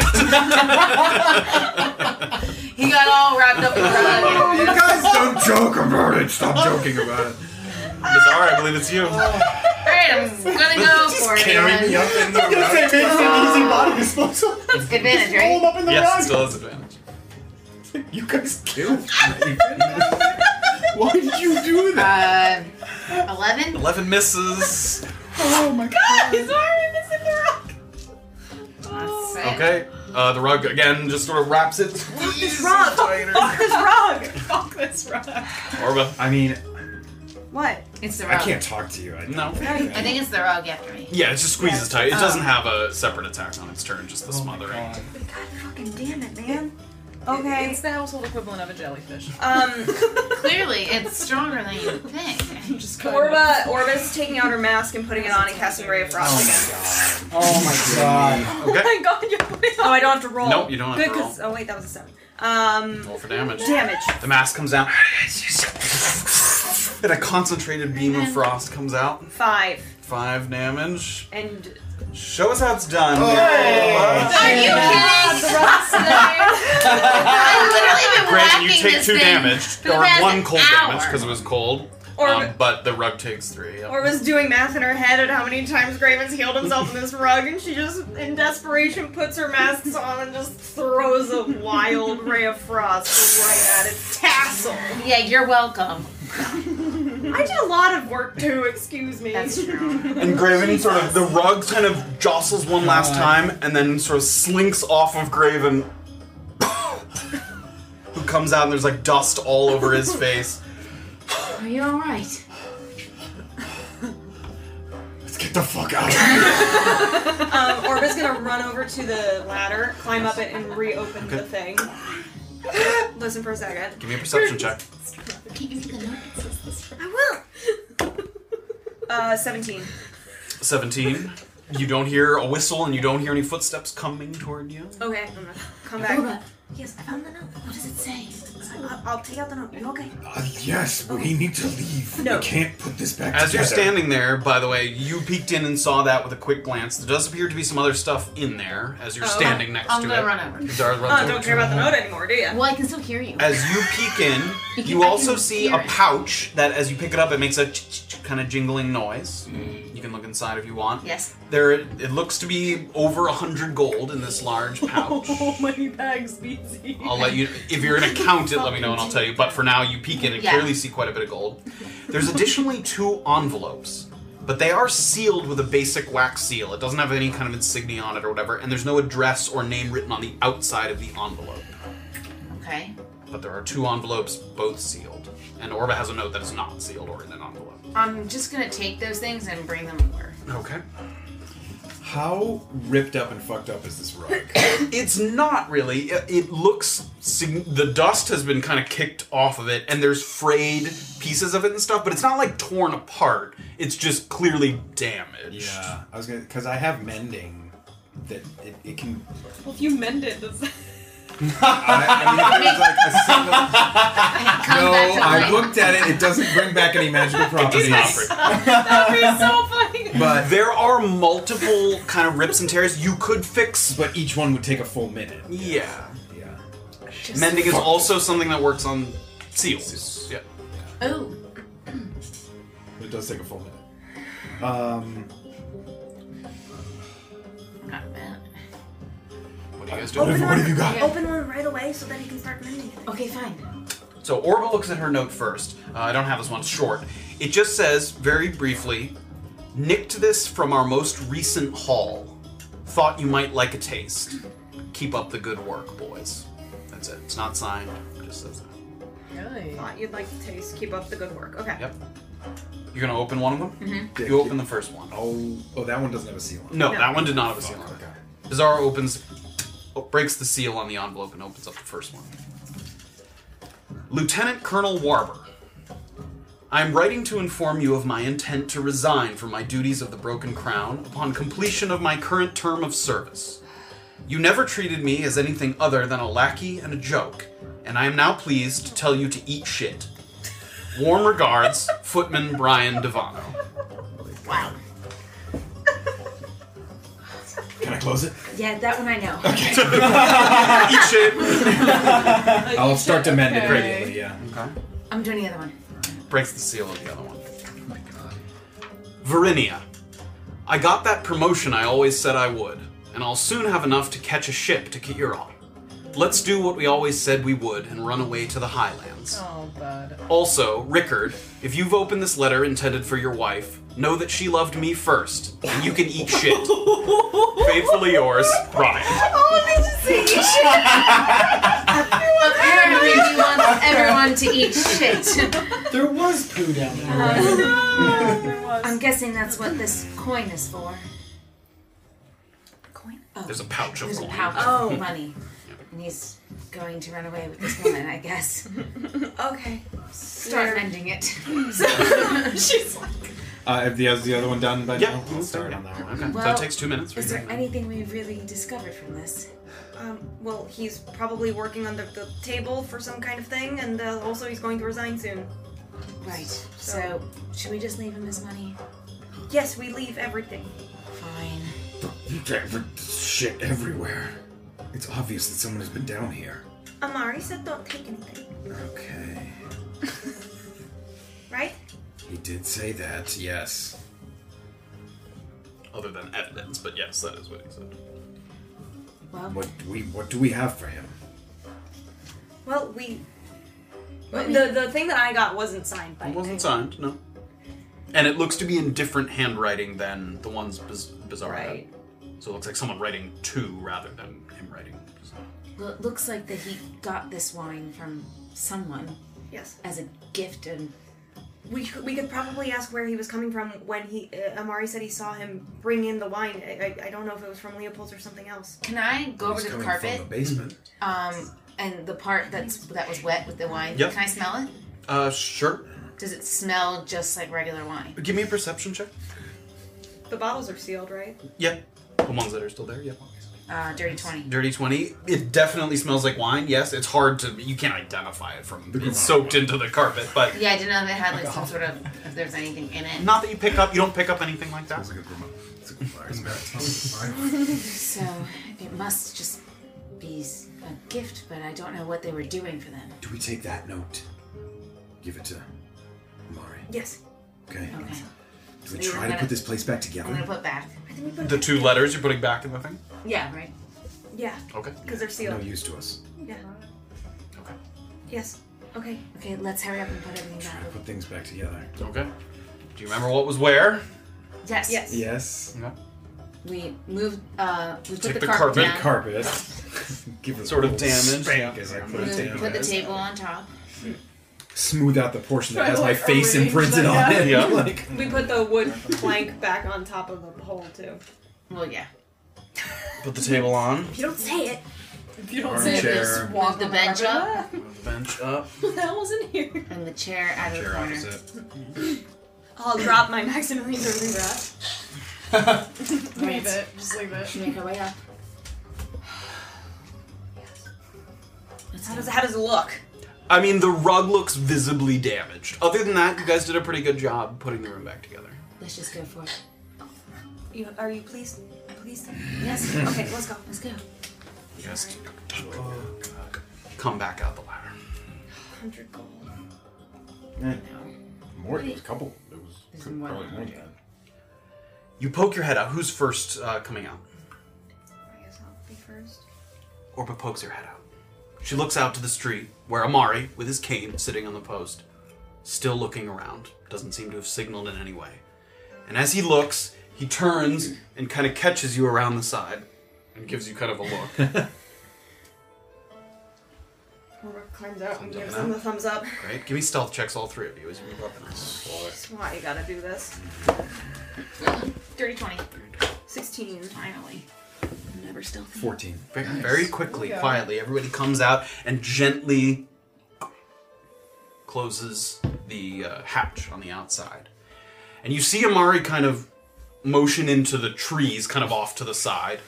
[SPEAKER 6] He got all wrapped up in
[SPEAKER 3] You
[SPEAKER 6] the rug.
[SPEAKER 3] guys don't joke about it. Stop joking about it.
[SPEAKER 2] Bizarre, I believe it's you.
[SPEAKER 6] Alright, I'm gonna go for it.
[SPEAKER 3] Carry me
[SPEAKER 6] again.
[SPEAKER 3] up in the Ah."
[SPEAKER 6] gonna
[SPEAKER 3] rug.
[SPEAKER 6] say, make it an easy body
[SPEAKER 3] disposal.
[SPEAKER 6] Advantage,
[SPEAKER 2] Oh
[SPEAKER 6] right?
[SPEAKER 2] yes, it still has advantage.
[SPEAKER 3] You guys killed Why did you do
[SPEAKER 6] that? Uh, eleven.
[SPEAKER 2] Eleven misses.
[SPEAKER 6] Oh my god! He's already missing the rock. Oh,
[SPEAKER 2] Okay. Uh, the rug again just sort of wraps it.
[SPEAKER 4] Fuck this rug. Fuck this rug. Fuck this rug.
[SPEAKER 2] Orba.
[SPEAKER 3] I mean,
[SPEAKER 4] What?
[SPEAKER 6] It's the
[SPEAKER 3] I
[SPEAKER 6] rug.
[SPEAKER 3] can't talk to you. I
[SPEAKER 2] no.
[SPEAKER 6] I think it's the rug after me.
[SPEAKER 2] Yeah, it just squeezes tight. It
[SPEAKER 6] Oh.
[SPEAKER 5] Uh.
[SPEAKER 2] doesn't have a separate attack on its turn, just the
[SPEAKER 5] Oh
[SPEAKER 2] smothering.
[SPEAKER 4] Fucking damn it, man. Okay.
[SPEAKER 7] It's the household equivalent of a jellyfish.
[SPEAKER 4] Um,
[SPEAKER 6] Clearly, it's stronger than you think.
[SPEAKER 7] Just kind of-
[SPEAKER 4] Orba, Orba's taking out her mask and putting it on and casting Ray of Frost again.
[SPEAKER 5] Oh my god.
[SPEAKER 4] Oh my god, you're putting Oh, I don't have to roll.
[SPEAKER 2] Nope, you don't have
[SPEAKER 4] Good,
[SPEAKER 2] to roll.
[SPEAKER 4] 'cause- Oh, wait, that was a seven. Um,
[SPEAKER 2] Roll for damage.
[SPEAKER 4] Damage.
[SPEAKER 2] The mask comes down. And a concentrated beam of frost comes out.
[SPEAKER 4] Five.
[SPEAKER 2] Five damage.
[SPEAKER 4] And
[SPEAKER 2] Show us how it's done.
[SPEAKER 4] Are you kidding?
[SPEAKER 6] I've literally been
[SPEAKER 2] Granted,
[SPEAKER 6] whacking
[SPEAKER 2] you take
[SPEAKER 6] this
[SPEAKER 2] two
[SPEAKER 6] thing
[SPEAKER 2] damage,
[SPEAKER 6] for the
[SPEAKER 2] or
[SPEAKER 6] past
[SPEAKER 2] one cold
[SPEAKER 6] hour.
[SPEAKER 2] damage because it was cold.
[SPEAKER 4] Or-
[SPEAKER 2] um, but the rug takes three. yep.
[SPEAKER 4] Or was doing math in her head at how many times Graven's healed himself in this rug, and she just, in desperation, puts her masks on and just throws a wild ray of frost right at its tassel.
[SPEAKER 6] Yeah, you're welcome.
[SPEAKER 4] I did a lot of work too. Excuse me. That's true.
[SPEAKER 2] And Graven sort of the rug kind of jostles one last time, and then sort of slinks off of Graven, who comes out and there's like dust all over his face.
[SPEAKER 6] Are you all right?
[SPEAKER 2] Let's get the fuck out.
[SPEAKER 4] um, Orba's gonna run over to the ladder, climb up it, and reopen the thing. Listen for a second.
[SPEAKER 2] Give me a perception check.
[SPEAKER 4] I will. Uh, seventeen.
[SPEAKER 2] Seventeen. You don't hear a whistle, and you don't hear any footsteps coming toward you.
[SPEAKER 4] Okay, Oh, I'm gonna come back. Yes, I found the note. What does it say? Uh, I'll, I'll take out the note. You okay?
[SPEAKER 39] Yes, we need to leave.
[SPEAKER 4] No.
[SPEAKER 39] We can't put this back
[SPEAKER 2] As you're
[SPEAKER 39] together.
[SPEAKER 2] standing there, by the way, you peeked in and saw that with a quick glance. There does appear to be some other stuff in there as you're
[SPEAKER 4] Oh,
[SPEAKER 2] standing
[SPEAKER 4] okay.
[SPEAKER 2] next
[SPEAKER 4] I'm
[SPEAKER 2] to
[SPEAKER 4] gonna
[SPEAKER 2] it.
[SPEAKER 4] run over.
[SPEAKER 2] Zara runs
[SPEAKER 4] Oh,
[SPEAKER 2] over
[SPEAKER 4] don't
[SPEAKER 2] to
[SPEAKER 4] care about the
[SPEAKER 2] it.
[SPEAKER 4] note anymore, do you?
[SPEAKER 6] Well, I can still hear you.
[SPEAKER 2] As you peek in,
[SPEAKER 6] You can-
[SPEAKER 2] you
[SPEAKER 6] I
[SPEAKER 2] also
[SPEAKER 6] can
[SPEAKER 2] see
[SPEAKER 6] hear
[SPEAKER 2] a
[SPEAKER 6] it.
[SPEAKER 2] pouch that, as you pick it up, it makes a kind of jingling noise. You can look inside if you want.
[SPEAKER 6] Yes.
[SPEAKER 2] There, it looks to be over a hundred gold in this large pouch.
[SPEAKER 40] How many bags, BZ?
[SPEAKER 2] I'll let you. If you're gonna count it, let me know and I'll tell you. But for now, you peek in and
[SPEAKER 40] Yeah.
[SPEAKER 2] clearly see quite a bit of gold. There's additionally two envelopes, but they are sealed with a basic wax seal. It doesn't have any kind of insignia on it or whatever, and there's no address or name written on the outside of the envelope.
[SPEAKER 6] Okay.
[SPEAKER 2] But there are two envelopes, both sealed, and Orba has a note that is not sealed or in an envelope.
[SPEAKER 6] I'm just gonna take those things and bring them over.
[SPEAKER 2] Okay.
[SPEAKER 3] How ripped up and fucked up is this rug?
[SPEAKER 2] It's not really. It, it looks. Sig- the dust has been kind of kicked off of it, and there's frayed pieces of it and stuff, but it's not like torn apart. It's just clearly damaged.
[SPEAKER 3] Yeah, I was gonna because I have mending that it, it can.
[SPEAKER 40] Well, if you mend it, does that...
[SPEAKER 3] I mean, if it was like a single. no,
[SPEAKER 40] back to
[SPEAKER 3] I
[SPEAKER 40] life.
[SPEAKER 3] looked at it. It doesn't bring back any magical properties.
[SPEAKER 40] That'd be so funny.
[SPEAKER 2] But there are multiple kind of rips and tears you could fix,
[SPEAKER 3] but each one would take a full minute.
[SPEAKER 2] Yeah. Mending is also something that works on seals. Yeah.
[SPEAKER 6] Oh,
[SPEAKER 3] It does take a full minute. Um,
[SPEAKER 6] not bad.
[SPEAKER 2] What do you guys do?
[SPEAKER 4] Open one- Open one right away so that he can start mending.
[SPEAKER 6] Okay, fine.
[SPEAKER 2] So Orba looks at her note first. Uh, I don't have this one it's short. It just says very briefly, "Nicked this from our most recent haul. Thought you might like a taste. Keep up the good work, boys." That's it. It's not signed. It just says that.
[SPEAKER 4] Really? Thought you'd like to taste. Keep up the good work. Okay.
[SPEAKER 2] Yep. You're gonna open one of them.
[SPEAKER 4] Mhm.
[SPEAKER 2] You open the first one.
[SPEAKER 3] Oh, oh, that one doesn't have a seal on. it.
[SPEAKER 2] No, that one did not have a seal on. it. Bizarro opens, oh, breaks the seal on the envelope and opens up the first one. Lieutenant Colonel Warber, I am writing to inform you of my intent to resign from my duties of the Broken Crown upon completion of my current term of service. You never treated me as anything other than a lackey and a joke, and I am now pleased to tell you to eat shit. Warm regards, Footman Brian Devano.
[SPEAKER 6] Wow.
[SPEAKER 3] Can I close it?
[SPEAKER 6] Yeah, that one I know.
[SPEAKER 2] Eat shit.
[SPEAKER 3] I'll start to mend it
[SPEAKER 6] Okay.
[SPEAKER 3] immediately. Yeah.
[SPEAKER 2] Okay.
[SPEAKER 6] I'm doing the other one.
[SPEAKER 2] breaks the seal of the other one. Verinia. I got that promotion I always said I would, and I'll soon have enough to catch a ship to Kiira. Let's do what we always said we would and run away to the Highlands.
[SPEAKER 40] Oh, bud.
[SPEAKER 2] Also, Rickard, if you've opened this letter intended for your wife, know that she loved me first, and you can eat shit. Faithfully yours, Brian.
[SPEAKER 6] Oh, did you see? Apparently, he wants everyone to eat shit.
[SPEAKER 41] There was poo down there.
[SPEAKER 6] I'm guessing that's what this coin is for.
[SPEAKER 2] There's a pouch of
[SPEAKER 6] There's a
[SPEAKER 2] gold.
[SPEAKER 6] pouch
[SPEAKER 4] Oh.
[SPEAKER 6] of money, and he's going to run away with this woman, I guess.
[SPEAKER 4] Okay.
[SPEAKER 6] Start
[SPEAKER 4] Weird.
[SPEAKER 6] mending it.
[SPEAKER 4] She's like,
[SPEAKER 3] Uh, if the, is the other one done by
[SPEAKER 2] Yeah,
[SPEAKER 3] now?
[SPEAKER 2] we'll
[SPEAKER 3] Oh, start on that one. Okay.
[SPEAKER 6] Well,
[SPEAKER 2] for
[SPEAKER 6] Is there anything we really discovered from this?
[SPEAKER 4] um, well, he's probably working on the, the table for some kind of thing, and uh, also he's going to resign soon.
[SPEAKER 6] Right. So, should we just leave him his money?
[SPEAKER 4] Yes, we leave everything.
[SPEAKER 6] Fine.
[SPEAKER 3] Shit everywhere. It's obvious that someone has been down here.
[SPEAKER 4] Amari said don't take anything,
[SPEAKER 3] Okay.
[SPEAKER 4] right?
[SPEAKER 3] He did say that, yes.
[SPEAKER 2] Other than evidence, but yes, that is what he said.
[SPEAKER 6] Well,
[SPEAKER 3] What do we what do we have for him?
[SPEAKER 4] Well, we.
[SPEAKER 2] Let me-
[SPEAKER 4] The, the thing that I got wasn't signed by.
[SPEAKER 2] It wasn't signed, no. And it looks to be in different handwriting than the ones Biz- Bizarre
[SPEAKER 4] Right.
[SPEAKER 2] had. So it looks like someone writing to rather than him writing.
[SPEAKER 6] Well, it looks like that he got this wine from someone.
[SPEAKER 4] Yes.
[SPEAKER 6] As a gift, and
[SPEAKER 4] We, c- we could probably ask where he was coming from when he uh, Amari said he saw him bring in the wine. I, I, I don't know if it was from Leopold's or something else.
[SPEAKER 6] Can I go over
[SPEAKER 4] He's
[SPEAKER 6] to the
[SPEAKER 4] coming from
[SPEAKER 6] carpet?
[SPEAKER 4] the
[SPEAKER 3] basement.
[SPEAKER 6] Um, and the part that's that was wet with the wine.
[SPEAKER 2] Yep.
[SPEAKER 6] Can I smell it?
[SPEAKER 2] Uh, sure.
[SPEAKER 6] Does it smell just like regular wine?
[SPEAKER 2] Give me a perception check.
[SPEAKER 4] The bottles are sealed, right?
[SPEAKER 2] Yeah. The ones that are still there, yeah.
[SPEAKER 6] Uh, dirty twenty.
[SPEAKER 2] Dirty 20. It definitely smells like wine, yes. It's hard to, you can't identify it from, it's soaked into the carpet, but
[SPEAKER 6] Yeah, I didn't know if it had like some sort of if there's anything in it.
[SPEAKER 2] not that you pick up, you don't pick up anything like that.
[SPEAKER 6] so it must just be s- a gift, but I don't know what they were doing for them.
[SPEAKER 3] Do we take that note? Give it to Amari.
[SPEAKER 4] Yes.
[SPEAKER 3] Okay.
[SPEAKER 6] Okay.
[SPEAKER 3] Do we
[SPEAKER 6] So you're
[SPEAKER 3] try to
[SPEAKER 6] gonna-
[SPEAKER 3] put this place back
[SPEAKER 6] I'm gonna
[SPEAKER 3] together?
[SPEAKER 6] put back.
[SPEAKER 2] The two letters you're putting back in the thing?
[SPEAKER 6] Yeah. Right.
[SPEAKER 4] Yeah.
[SPEAKER 2] Okay.
[SPEAKER 4] Because they're sealed.
[SPEAKER 3] No use to us.
[SPEAKER 4] Yeah. Okay. Yes. Okay.
[SPEAKER 6] Okay. Let's hurry up and put everything back.
[SPEAKER 3] Put things back together.
[SPEAKER 2] Okay. Do you remember what was where?
[SPEAKER 6] Yes.
[SPEAKER 3] Yes.
[SPEAKER 6] We moved. Uh, we put
[SPEAKER 2] Take
[SPEAKER 6] the,
[SPEAKER 2] the
[SPEAKER 6] carpet,
[SPEAKER 2] carpet.
[SPEAKER 6] down.
[SPEAKER 3] Carpet. Give it
[SPEAKER 2] Sort of
[SPEAKER 3] a little
[SPEAKER 2] damage.
[SPEAKER 3] spank as I put it
[SPEAKER 6] Moved-
[SPEAKER 3] down.
[SPEAKER 6] put the table on top.
[SPEAKER 3] Smooth out the portion that
[SPEAKER 4] Try
[SPEAKER 3] has
[SPEAKER 4] to,
[SPEAKER 3] my
[SPEAKER 4] like,
[SPEAKER 3] face
[SPEAKER 4] arrange
[SPEAKER 3] imprinted
[SPEAKER 4] that,
[SPEAKER 3] on it.
[SPEAKER 4] yeah.
[SPEAKER 3] Like,
[SPEAKER 4] We put the wood plank back on top of the hole too.
[SPEAKER 6] Well, yeah.
[SPEAKER 2] Put the table on.
[SPEAKER 4] If you don't say it,
[SPEAKER 7] If
[SPEAKER 2] you don't say it, Armchair. just
[SPEAKER 6] Move the bench up.
[SPEAKER 2] Bench up.
[SPEAKER 6] What the hell was in here? And the chair out of the corner.
[SPEAKER 4] I'll drop my Maximilian Derby breath.
[SPEAKER 7] Leave it. Just leave it.
[SPEAKER 6] Make our way up.
[SPEAKER 4] How does how does it look?
[SPEAKER 2] I mean, the rug looks visibly damaged. Other than that, you guys did a pretty good job putting the room back together.
[SPEAKER 6] Let's just go for it.
[SPEAKER 4] You, are you pleased? Pleased?
[SPEAKER 6] Yes.
[SPEAKER 4] Okay, let's go.
[SPEAKER 6] Let's go.
[SPEAKER 2] Just come back out the ladder.
[SPEAKER 4] Hundred gold.
[SPEAKER 3] More, it was a couple. It was
[SPEAKER 6] There's
[SPEAKER 3] probably
[SPEAKER 6] more
[SPEAKER 3] more
[SPEAKER 6] than
[SPEAKER 3] than that.
[SPEAKER 2] You poke your head out. Who's first uh, coming out?
[SPEAKER 4] I guess I'll be first.
[SPEAKER 2] Orpa pokes her head out. She looks out to the street, where Amari, with his cane sitting on the post, still looking around, doesn't seem to have signaled in any way. And as he looks, he turns and kind of catches you around the side and gives you kind of a look.
[SPEAKER 4] Homer climbs out and
[SPEAKER 2] Thumbs
[SPEAKER 4] gives
[SPEAKER 2] up.
[SPEAKER 4] him the thumbs up.
[SPEAKER 2] Great. Give me stealth checks, all three of you, as you move up and out.
[SPEAKER 4] That's why you gotta do this.
[SPEAKER 6] Dirty twenty.
[SPEAKER 4] Sixteen.
[SPEAKER 6] Finally. Never still.
[SPEAKER 3] 14.
[SPEAKER 2] Very, very quickly,
[SPEAKER 6] Yeah.
[SPEAKER 2] quietly, everybody comes out and gently closes the uh, hatch on the outside. And you see Amari kind of motion into the trees, kind of off to the side.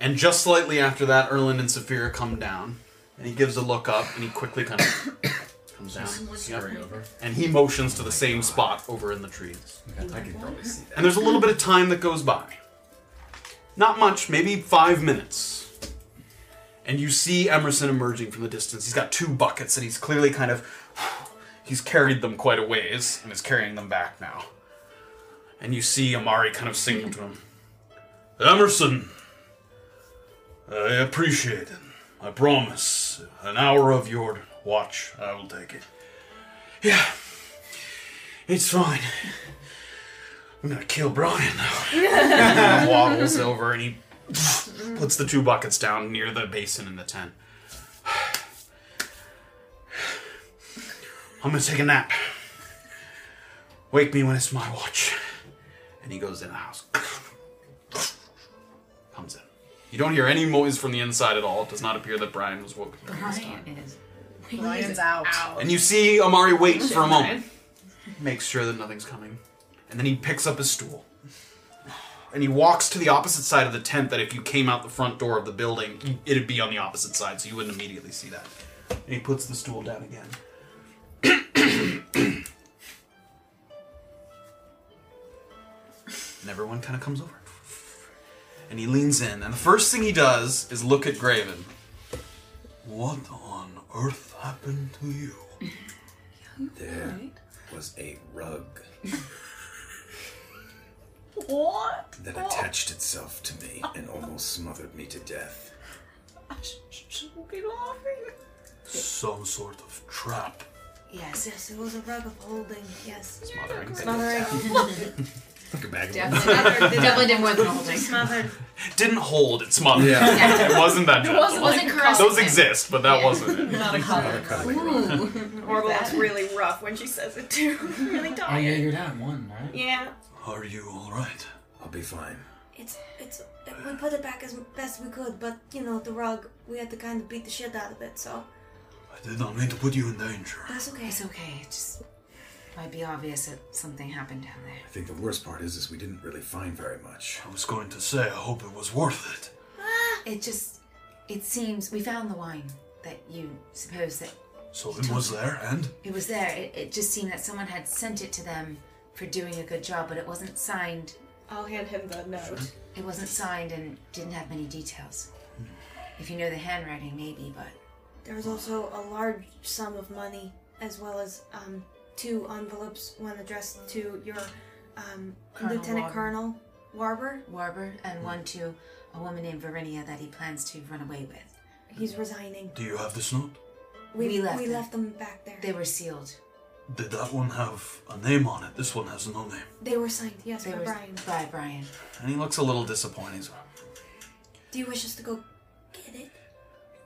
[SPEAKER 2] and just slightly after that, Erland and Saphira come down. And he gives a look up and he quickly kind of comes down. Yep. And he motions to the same spot over in the trees.
[SPEAKER 29] I can probably see that.
[SPEAKER 2] And there's a little bit of time that goes by. Not much, maybe five minutes. And you see Emerson emerging from the distance. He's got two buckets and he's clearly kind of. He's carried them quite a ways and is carrying them back now. And you see Amari kind of singing to him Emerson! I appreciate it. I promise. An hour of your watch, I will take it. Yeah. It's fine. I'm gonna kill Brian though. and he waddles over and he puts the two buckets down near the basin in the tent. I'm gonna take a nap. Wake me when it's my watch. And he goes in the house. Comes in. You don't hear any noise from the inside at all. It does not appear that Brian was woken.
[SPEAKER 6] Brian is.
[SPEAKER 7] Brian's out.
[SPEAKER 2] And you see Amari wait for a moment, makes sure that nothing's coming, and then he picks up his stool. And he walks to the opposite side of the tent. That if you came out the front door of the building, you- it'd be on the opposite side, so you wouldn't immediately see that. And he puts the stool down again. and everyone kind of comes over. And he leans in, and the first thing he does is look at Graven. What on earth happened to you?
[SPEAKER 3] There was a rug
[SPEAKER 42] What?
[SPEAKER 3] that attached itself to me and almost smothered me to death.
[SPEAKER 42] I sh- sh- shouldn't be laughing.
[SPEAKER 2] Some sort of trap.
[SPEAKER 9] Yes, yes, it was a rug of holding. Yes.
[SPEAKER 2] Smothering.
[SPEAKER 9] Smothering.
[SPEAKER 2] Like a bag of
[SPEAKER 9] Definitely-
[SPEAKER 2] worms.
[SPEAKER 9] definitely didn't more than holding. Smothered.
[SPEAKER 2] Didn't hold, it smothered.
[SPEAKER 43] Yeah.
[SPEAKER 2] it wasn't that
[SPEAKER 43] It
[SPEAKER 2] gentle.
[SPEAKER 43] wasn't like
[SPEAKER 4] Wasn't a caressing.
[SPEAKER 2] Those exist, but that wasn't it.
[SPEAKER 4] Not a color. Ooh. Orba looks really rough when she says it too. really
[SPEAKER 44] Oh yeah,
[SPEAKER 4] tired.
[SPEAKER 44] you're down one, right?
[SPEAKER 4] Yeah.
[SPEAKER 2] Are you alright?
[SPEAKER 3] I'll be fine.
[SPEAKER 9] It's it's we put it back as best we could, but you know the rug we had to kind of beat the shit out of it, so
[SPEAKER 2] I did not mean to put you in danger.
[SPEAKER 9] that's okay.
[SPEAKER 6] It's okay. It just might be obvious that something happened down there.
[SPEAKER 3] I think the worst part is, is we didn't really find very much.
[SPEAKER 2] I was going to say, I hope it was worth it.
[SPEAKER 6] It just it seems we found the wine that you suppose that
[SPEAKER 2] So it was there, and?
[SPEAKER 6] it was there. It, it just seemed that someone had sent it to them for doing a good job, but it wasn't signed.
[SPEAKER 4] I'll hand him the note.
[SPEAKER 6] It wasn't signed and didn't have many details.
[SPEAKER 2] Hmm.
[SPEAKER 6] If you know the handwriting, maybe, but
[SPEAKER 9] There was also a large sum of money, as well as um, two envelopes, one addressed to your um,
[SPEAKER 6] Colonel Warburg.
[SPEAKER 9] Lieutenant Colonel Warber.
[SPEAKER 6] Warber and one to a woman named Verinia that he plans to run away with.
[SPEAKER 9] He's resigning.
[SPEAKER 2] Do you have this note?
[SPEAKER 9] We,
[SPEAKER 6] We left
[SPEAKER 9] we
[SPEAKER 6] them.
[SPEAKER 9] left them back there.
[SPEAKER 6] They were sealed.
[SPEAKER 2] Did that one have a name on it? This one has no name.
[SPEAKER 9] They were signed, yes,
[SPEAKER 6] They
[SPEAKER 9] by
[SPEAKER 6] were
[SPEAKER 9] Brian.
[SPEAKER 6] by Brian.
[SPEAKER 2] And he looks a little disappointed. He's like,
[SPEAKER 9] Do you wish us to go get it?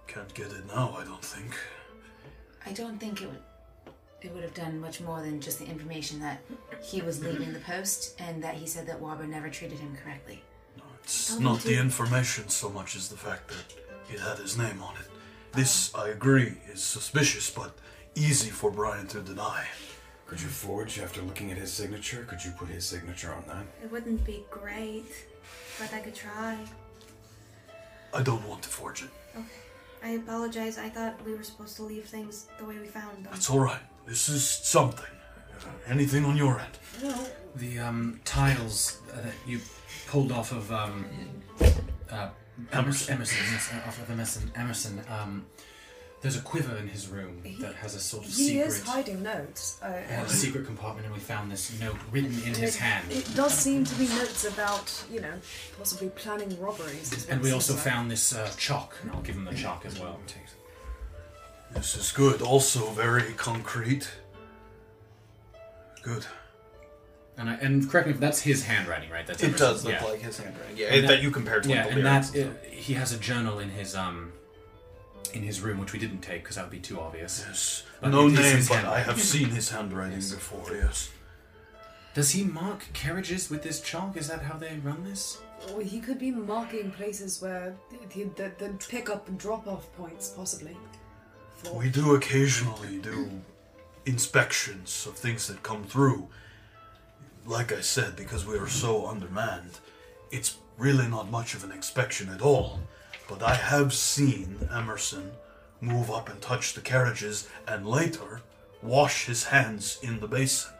[SPEAKER 2] Can't get it now, I don't think.
[SPEAKER 6] I don't think it would it would have done much more than just the information that he was leaving the post and that he said that Warber never treated him correctly.
[SPEAKER 2] It's
[SPEAKER 6] Oh,
[SPEAKER 2] not the
[SPEAKER 6] dear.
[SPEAKER 2] information so much as the fact that it had his name on it. This, I agree, is suspicious, but easy for Brian to deny.
[SPEAKER 3] Could you forge after looking at his signature? Could you put his signature on that?
[SPEAKER 9] It wouldn't be great, but I could try.
[SPEAKER 2] I don't want to forge it.
[SPEAKER 9] Okay. I apologize. I thought we were supposed to leave things the way we found them.
[SPEAKER 2] It's alright. This is something. Uh, anything on your end?
[SPEAKER 9] No.
[SPEAKER 5] The um, tiles uh, that you pulled off of um, uh, Emerson, Emerson, yes, uh, off of Emerson, Emerson. Um, there's a quiver in his room that has a sort of
[SPEAKER 7] He
[SPEAKER 5] secret,
[SPEAKER 7] is hiding notes. I-
[SPEAKER 5] it has a secret compartment, and we found this note written in his
[SPEAKER 7] it-
[SPEAKER 5] hand.
[SPEAKER 7] It does seem to be notes about, you know, possibly planning robberies. is what
[SPEAKER 5] And we
[SPEAKER 7] it
[SPEAKER 5] also
[SPEAKER 7] seems like.
[SPEAKER 5] found this uh, chalk, and I'll give him the chalk as well.
[SPEAKER 2] This is good. Also, very concrete. Good.
[SPEAKER 5] And, I, and correct me if that's his handwriting, right? That's
[SPEAKER 2] It
[SPEAKER 5] Emerson's,
[SPEAKER 2] does look like his handwriting, yeah,
[SPEAKER 5] And
[SPEAKER 2] that you compare to, like,
[SPEAKER 5] yeah,
[SPEAKER 2] the
[SPEAKER 5] and
[SPEAKER 2] lyrics
[SPEAKER 5] that it- he has a journal in his um in his room, which we didn't take because that would be too obvious.
[SPEAKER 2] Yes,
[SPEAKER 5] But
[SPEAKER 2] no
[SPEAKER 5] it is
[SPEAKER 2] name,
[SPEAKER 5] his
[SPEAKER 2] but I
[SPEAKER 5] handwriting.
[SPEAKER 2] have seen his handwriting before, yes.
[SPEAKER 5] Does he mark carriages with this chalk? Is that how they run this?
[SPEAKER 7] Or he could be marking places where the, the, the pick up and drop off points, possibly. For
[SPEAKER 2] We do occasionally do inspections of things that come through. Like I said, because we are so undermanned, it's really not much of an inspection at all. But I have seen Emerson move up and touch the carriages and later wash his hands in the basin.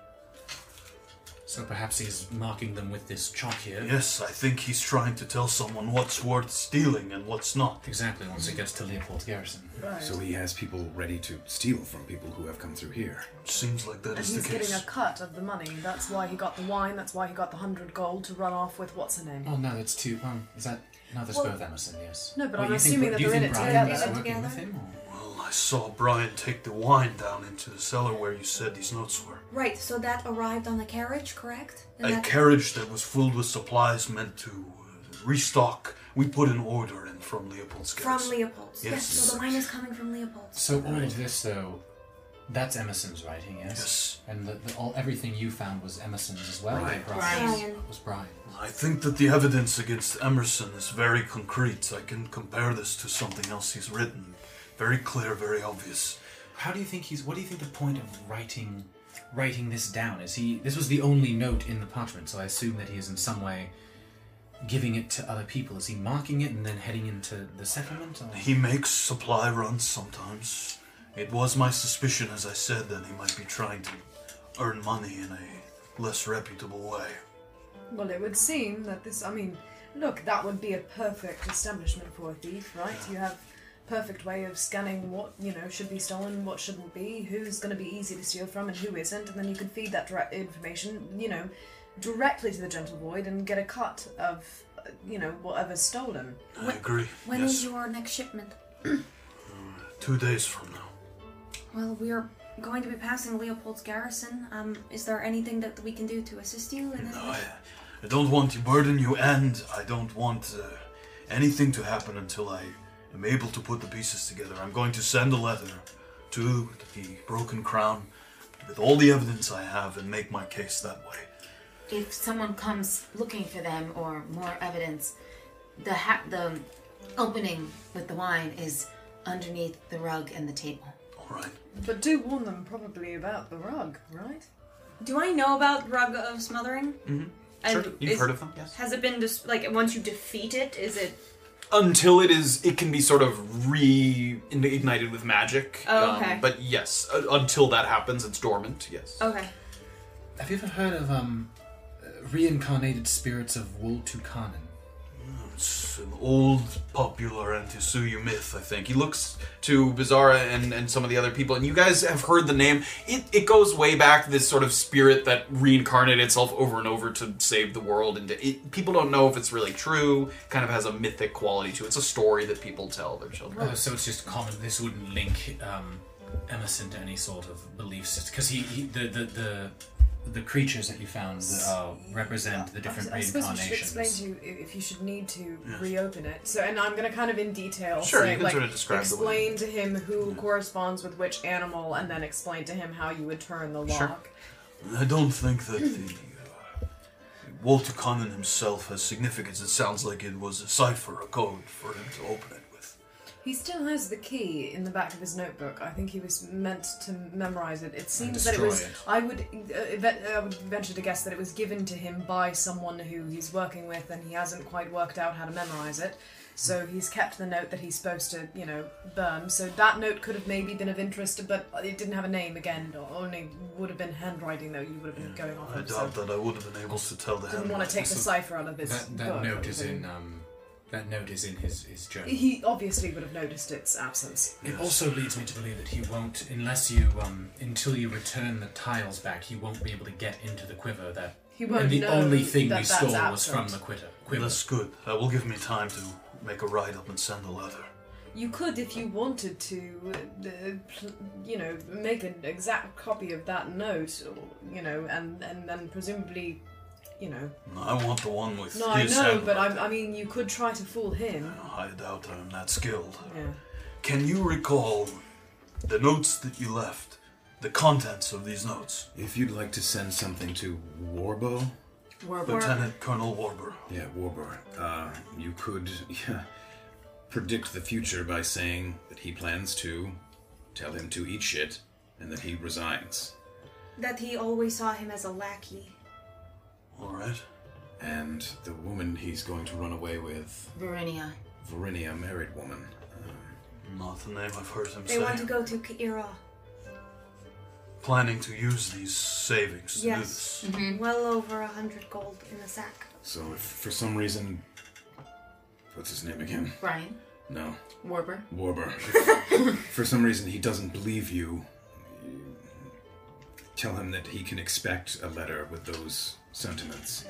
[SPEAKER 5] So perhaps he's marking them with this chalk here.
[SPEAKER 2] Yes, I think he's trying to tell someone what's worth stealing and what's not.
[SPEAKER 5] Exactly, once it gets to Leopold Garrison.
[SPEAKER 3] So he has people ready to steal from people who have come through here.
[SPEAKER 2] Seems like that
[SPEAKER 7] And he's getting a cut of the money. That's why he got the wine. That's why he got the hundred gold to run off with what's her name.
[SPEAKER 5] Oh no, that's two. Um, is that no? That's
[SPEAKER 7] Well-
[SPEAKER 5] both Emerson. Yes.
[SPEAKER 7] No, but
[SPEAKER 5] What,
[SPEAKER 7] I'm
[SPEAKER 5] you think- what-
[SPEAKER 7] assuming that
[SPEAKER 5] do you
[SPEAKER 7] they're in
[SPEAKER 5] think
[SPEAKER 7] it
[SPEAKER 5] Brian
[SPEAKER 7] together.
[SPEAKER 5] is
[SPEAKER 7] They're
[SPEAKER 5] working with
[SPEAKER 7] together.
[SPEAKER 5] him, or-
[SPEAKER 2] Well, I saw Brian take the wine down into the cellar where you said these notes were.
[SPEAKER 9] Right, so that arrived on a carriage, correct? And
[SPEAKER 2] A
[SPEAKER 9] that-
[SPEAKER 2] carriage that was filled with supplies meant to uh, restock. We put an order in from Leopold's
[SPEAKER 9] From
[SPEAKER 2] Garrison.
[SPEAKER 9] Leopold's. Yes. so the wine is coming from Leopold's.
[SPEAKER 5] So all of this, though, that's Emerson's writing, yes. Yes. And the, the, all everything you found was Emerson's as well.
[SPEAKER 2] Right.
[SPEAKER 5] Brian's?
[SPEAKER 9] Brian.
[SPEAKER 5] Was Brian.
[SPEAKER 2] I think that the evidence against Emerson is very concrete. I can compare this to something else he's written. Very clear, very obvious.
[SPEAKER 5] How do you think he's? What do you think the point of writing, writing this down is? He. This was the only note in the parchment, so I assume that he is in some way giving it to other people. Is he marking it and then heading into the settlement? Or?
[SPEAKER 2] He makes supply runs sometimes. It was my suspicion, as I said, that he might be trying to earn money in a less reputable way.
[SPEAKER 7] Well, it would seem that this. I mean, look, that would be a perfect establishment for a thief, right? You have perfect way of scanning what you know should be stolen, what shouldn't be, who's going to be easy to steal from, and who isn't, and then you could feed that direct information, you know, directly to the gentle void and get a cut of, uh, you know, whatever's stolen.
[SPEAKER 2] I agree.
[SPEAKER 9] When
[SPEAKER 2] yes.
[SPEAKER 9] is your next shipment?
[SPEAKER 2] Two days from now.
[SPEAKER 9] Well, we are going to be passing Leopold's garrison. Um, is there anything that we can do to assist you? In no,
[SPEAKER 2] I, I don't want to burden you, and I don't want uh, anything to happen until I am able to put the pieces together. I'm going to send a letter to the Broken Crown with all the evidence I have and make my case that way.
[SPEAKER 6] If someone comes looking for them or more evidence, the ha- the opening with the wine is underneath the rug and the table.
[SPEAKER 2] All right.
[SPEAKER 7] But do warn them probably about the rug, right?
[SPEAKER 4] Do I know about Rug of Smothering?
[SPEAKER 45] Mm-hmm.
[SPEAKER 4] And
[SPEAKER 45] Sure, you've
[SPEAKER 4] is-
[SPEAKER 45] heard of them, yes.
[SPEAKER 4] Has it been just like once you defeat it, is it
[SPEAKER 45] Until it is, it can be sort of reignited with magic.
[SPEAKER 4] Oh, okay.
[SPEAKER 45] but yes, uh, until that happens, it's dormant. Yes.
[SPEAKER 4] okay?
[SPEAKER 5] Have you ever heard of um, uh, reincarnated spirits of Woltukanen?
[SPEAKER 2] It's an old popular Antisuyu myth, I think.
[SPEAKER 45] He looks to Bizarra and, and some of the other people, and you guys have heard the name. It, it goes way back, this sort of spirit that reincarnated itself over and over to save the world. And it, people don't know if it's really true, kind of has a mythic quality to it. It's a story that people tell their children.
[SPEAKER 5] Oh, so it's just common. This wouldn't link um, Emerson to any sort of belief system because he, he the, the the the creatures that you found uh, represent the different
[SPEAKER 7] I suppose we should
[SPEAKER 5] reincarnations.
[SPEAKER 7] explain to you i- if you should need to reopen it. So, and I'm going to kind of in detail.
[SPEAKER 5] Sure,
[SPEAKER 7] say,
[SPEAKER 5] you can
[SPEAKER 7] like,
[SPEAKER 5] sort of describe the way.
[SPEAKER 7] Explain to him who corresponds with which animal, and then explain to him how you would turn the lock.
[SPEAKER 2] Sure. I don't think that the uh, Walter Conan himself has significance. It sounds like it was a cipher, a code for him to open it with.
[SPEAKER 7] He still has the key in the back of his notebook. I think he was meant to memorize it. It seems that it was.
[SPEAKER 2] destroy it.
[SPEAKER 7] I would, uh, ev- I would venture to guess that it was given to him by someone who he's working with, and he hasn't quite worked out how to memorize it. So he's kept the note that he's supposed to, you know, burn. So that note could have maybe been of interest, but it didn't have a name again. or Only would have been handwriting, though. You would have been going off.
[SPEAKER 2] I
[SPEAKER 7] of, so
[SPEAKER 5] uh,
[SPEAKER 2] doubt that I would have been able to tell the
[SPEAKER 7] Didn't
[SPEAKER 2] hand.
[SPEAKER 7] want to take the cipher out of his
[SPEAKER 5] that that
[SPEAKER 7] book.
[SPEAKER 5] note is in um, that note is in his his journal.
[SPEAKER 7] He obviously would have noticed its absence.
[SPEAKER 5] It also leads me to believe that he won't, unless you, um, until you return the tiles back, he won't be able to get into the quiver that.
[SPEAKER 7] He won't
[SPEAKER 5] and the
[SPEAKER 7] know
[SPEAKER 5] only thing
[SPEAKER 7] that
[SPEAKER 5] we
[SPEAKER 7] that's
[SPEAKER 5] stole was
[SPEAKER 7] absent.
[SPEAKER 5] from the quitter. quiver.
[SPEAKER 2] That's good. That will give me time to make a write up and send a letter.
[SPEAKER 7] You could, if you wanted to, uh, pl- you know, make an exact copy of that note, or, you know, and and then presumably, you know.
[SPEAKER 2] No, I want the one with
[SPEAKER 7] No, I
[SPEAKER 2] his
[SPEAKER 7] know,
[SPEAKER 2] handwriting.
[SPEAKER 7] but I, I mean, you could try to fool him.
[SPEAKER 2] I doubt I'm that skilled.
[SPEAKER 7] Yeah.
[SPEAKER 2] Can you recall the notes that you left? The contents of these notes?
[SPEAKER 3] If you'd like to send something to Warbo,
[SPEAKER 6] Warbo.
[SPEAKER 2] Lieutenant Colonel Warburg.
[SPEAKER 3] yeah, Warbo, uh, you could yeah, predict the future by saying that he plans to tell him to eat shit and that he resigns.
[SPEAKER 9] That he always saw him as a lackey.
[SPEAKER 2] All right.
[SPEAKER 3] And the woman he's going to run away with,
[SPEAKER 6] Verinia.
[SPEAKER 3] Verinia, married woman. um,
[SPEAKER 2] Not the name I've heard him
[SPEAKER 9] They
[SPEAKER 2] say.
[SPEAKER 9] want to go to Kaira.
[SPEAKER 2] Planning to use these savings to do this.
[SPEAKER 9] Yes.
[SPEAKER 7] Mm-hmm.
[SPEAKER 9] Well over a hundred gold in a sack.
[SPEAKER 3] So if for some reason, what's his name again?
[SPEAKER 6] Brian.
[SPEAKER 3] No,
[SPEAKER 6] Warber.
[SPEAKER 3] Warber. If for some reason he doesn't believe you, you- tell him that he can expect a letter with those sentiments.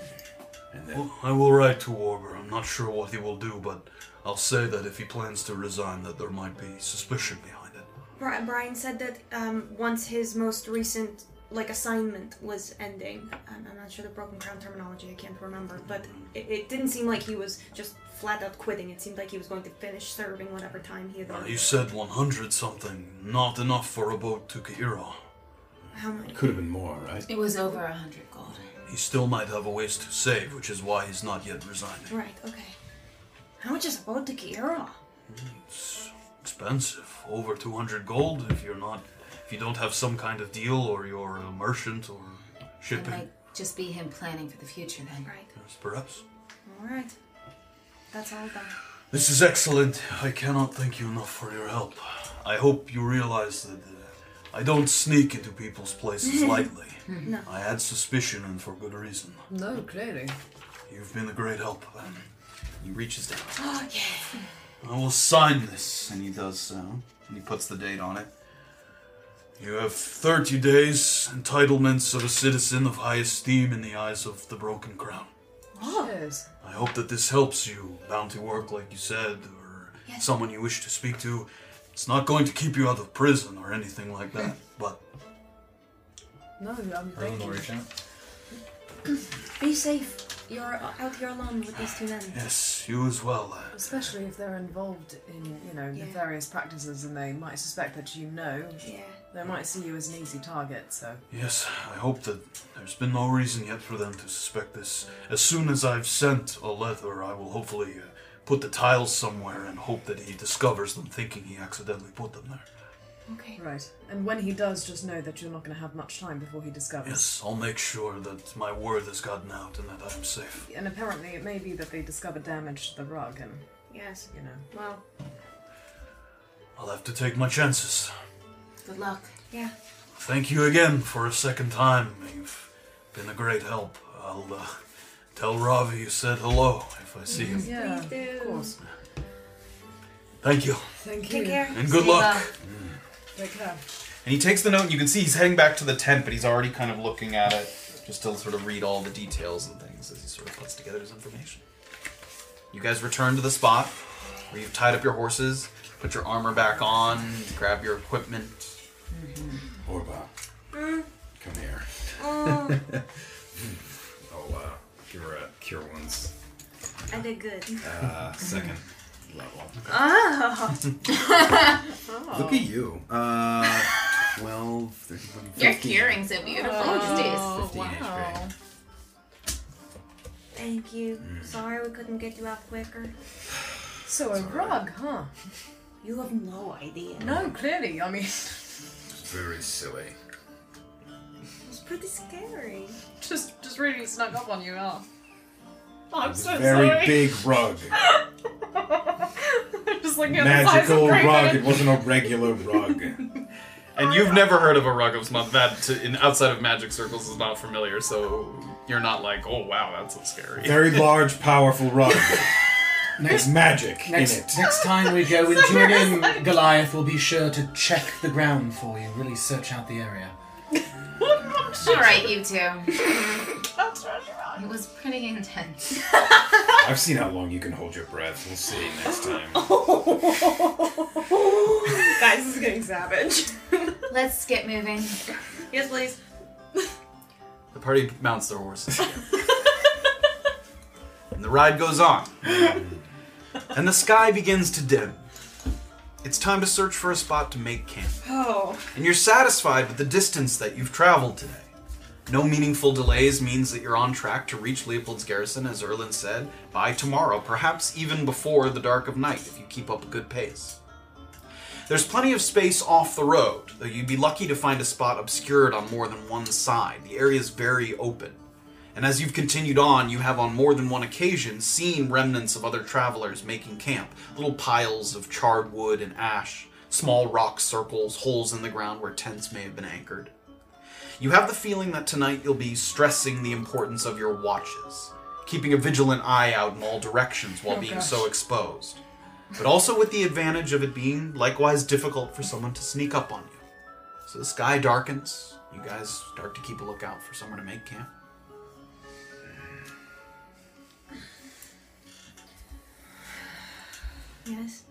[SPEAKER 3] And then,
[SPEAKER 2] Well, I will write to Warber. I'm not sure what he will do, but I'll say that if he plans to resign, that there might be suspicion behind it.
[SPEAKER 9] Bri- Brian said that um, once his most recent like assignment was ending, I'm, I'm not sure the broken crown terminology. I can't remember, but it, it didn't seem like he was just flat out quitting. It seemed like he was going to finish serving whatever time he had.
[SPEAKER 2] Uh,
[SPEAKER 9] left.
[SPEAKER 2] you said 100 something, not enough for a boat to Kaira.
[SPEAKER 9] How much?
[SPEAKER 3] could have been more, right?
[SPEAKER 6] It was over a hundred gold.
[SPEAKER 2] He still might have a ways to save, which is why he's not yet resigning.
[SPEAKER 9] Right. Okay. How much is a boat to Kiera?
[SPEAKER 2] It's expensive, over 200 gold if you're not, if you don't have some kind of deal or you're a merchant or
[SPEAKER 6] It
[SPEAKER 2] shipping,
[SPEAKER 6] might just be him planning for the future then.
[SPEAKER 9] Right.
[SPEAKER 2] perhaps.
[SPEAKER 9] All right. That's all done.
[SPEAKER 2] This is excellent. I cannot thank you enough for your help. I hope you realize that uh,
[SPEAKER 9] I don't sneak into people's places lightly.
[SPEAKER 4] No.
[SPEAKER 9] I had suspicion, and for good reason.
[SPEAKER 7] No, clearly.
[SPEAKER 9] You've been a great help. Um, he reaches down.
[SPEAKER 4] Oh, yeah.
[SPEAKER 9] I will sign this. And he does so. And he puts the date on it. You have 30 days, entitlements of a citizen of high esteem in the eyes of the Broken Crown.
[SPEAKER 7] Cheers.
[SPEAKER 9] I hope that this helps you, bounty work, like you said, or
[SPEAKER 7] Yes.
[SPEAKER 9] someone you wish to speak to. It's not going to keep you out of prison or anything like that, but
[SPEAKER 7] No, I'm
[SPEAKER 46] Rowan will
[SPEAKER 7] thinking.
[SPEAKER 46] reach out.
[SPEAKER 4] Be safe. You're out here alone with these two men.
[SPEAKER 9] yes, you as well.
[SPEAKER 7] Especially if they're involved in, you know, nefarious practices and they might suspect that you know.
[SPEAKER 4] Yeah.
[SPEAKER 7] They might see you as an easy target, so.
[SPEAKER 9] Yes, I hope that there's been no reason yet for them to suspect this. As soon as I've sent a letter, I will hopefully uh, put the tiles somewhere and hope that he discovers them, thinking he accidentally put them there.
[SPEAKER 4] Okay.
[SPEAKER 7] Right. And when he does, just know that you're not going to have much time before he discovers.
[SPEAKER 9] Yes, I'll make sure that my word has gotten out and that I'm safe.
[SPEAKER 7] And apparently, it may be that they discover damage to the rug, and
[SPEAKER 4] Yes.
[SPEAKER 7] you know.
[SPEAKER 4] Well,
[SPEAKER 9] I'll have to take my chances.
[SPEAKER 47] Good luck.
[SPEAKER 4] Yeah.
[SPEAKER 9] Thank you again for a second time. You've been a great help. I'll uh, tell Ravi you said hello if I see him.
[SPEAKER 7] Yeah,
[SPEAKER 4] Please do.
[SPEAKER 7] of course.
[SPEAKER 9] Thank you.
[SPEAKER 7] Thank you.
[SPEAKER 4] Take care.
[SPEAKER 9] And good luck.
[SPEAKER 7] Take care.
[SPEAKER 2] And he takes the note, and you can see he's heading back to the tent, but he's already kind of looking at it, just to sort of read all the details and things as he sort of puts together his information. You guys return to the spot where you've tied up your horses, put your armor back on, grab your equipment.
[SPEAKER 3] Orba, come here.
[SPEAKER 4] Oh,
[SPEAKER 3] I'll uh, give her a cure wounds
[SPEAKER 4] I did good.
[SPEAKER 3] uh, second level.
[SPEAKER 4] Oh.
[SPEAKER 3] Look at you. Uh, 12, 13,
[SPEAKER 6] Your
[SPEAKER 3] 15.
[SPEAKER 6] curing's so beautiful these
[SPEAKER 48] Oh,
[SPEAKER 6] days.
[SPEAKER 3] 15 HP.
[SPEAKER 4] Thank you.
[SPEAKER 9] Mm.
[SPEAKER 4] Sorry we couldn't get you out quicker.
[SPEAKER 7] So a rug, huh?
[SPEAKER 4] You have no idea.
[SPEAKER 7] No, clearly. I mean,
[SPEAKER 3] It's very silly.
[SPEAKER 4] It's pretty scary.
[SPEAKER 7] just just really snuck up on you, huh?
[SPEAKER 48] I'm
[SPEAKER 3] It's
[SPEAKER 48] so
[SPEAKER 3] a very
[SPEAKER 48] sorry.
[SPEAKER 3] big rug.
[SPEAKER 48] just looking at
[SPEAKER 3] Magical
[SPEAKER 48] the size of
[SPEAKER 3] rug.
[SPEAKER 48] Craven.
[SPEAKER 3] It wasn't a regular rug.
[SPEAKER 2] And you've never heard of a rug of smut. That, to, in, outside of magic circles, is not familiar, so you're not like, oh wow, that's so scary.
[SPEAKER 3] Very large, powerful rug. There's magic
[SPEAKER 5] Next,
[SPEAKER 3] in it.
[SPEAKER 5] next time we go into an inn, Goliath will be sure to check the ground for you, really search out the area.
[SPEAKER 6] All right, you two. It was pretty intense.
[SPEAKER 3] I've seen how long you can hold your breath. We'll see next time.
[SPEAKER 5] Oh.
[SPEAKER 49] Guys, this is getting savage.
[SPEAKER 6] Let's get moving.
[SPEAKER 49] yes, please.
[SPEAKER 2] The party mounts their horses. and the ride goes on. and the sky begins to dim. It's time to search for a spot to make camp.
[SPEAKER 49] Oh.
[SPEAKER 2] And you're satisfied with the distance that you've traveled today. No meaningful delays means that you're on track to reach Leopold's garrison, as Erlin said, by tomorrow, perhaps even before the dark of night if you keep up a good pace. There's plenty of space off the road, though you'd be lucky to find a spot obscured on more than one side. The area is very open. And as you've continued on, you have on more than one occasion seen remnants of other travelers making camp little piles of charred wood and ash, small rock circles, holes in the ground where tents may have been anchored. You have the feeling that tonight you'll be stressing the importance of your watches, keeping a vigilant eye out in all directions while
[SPEAKER 7] Oh,
[SPEAKER 2] being
[SPEAKER 7] gosh.
[SPEAKER 2] so exposed, but also with the advantage of it being likewise difficult for someone to sneak up on you. So the sky darkens, you guys start to keep a lookout for somewhere to make camp.
[SPEAKER 4] Yes.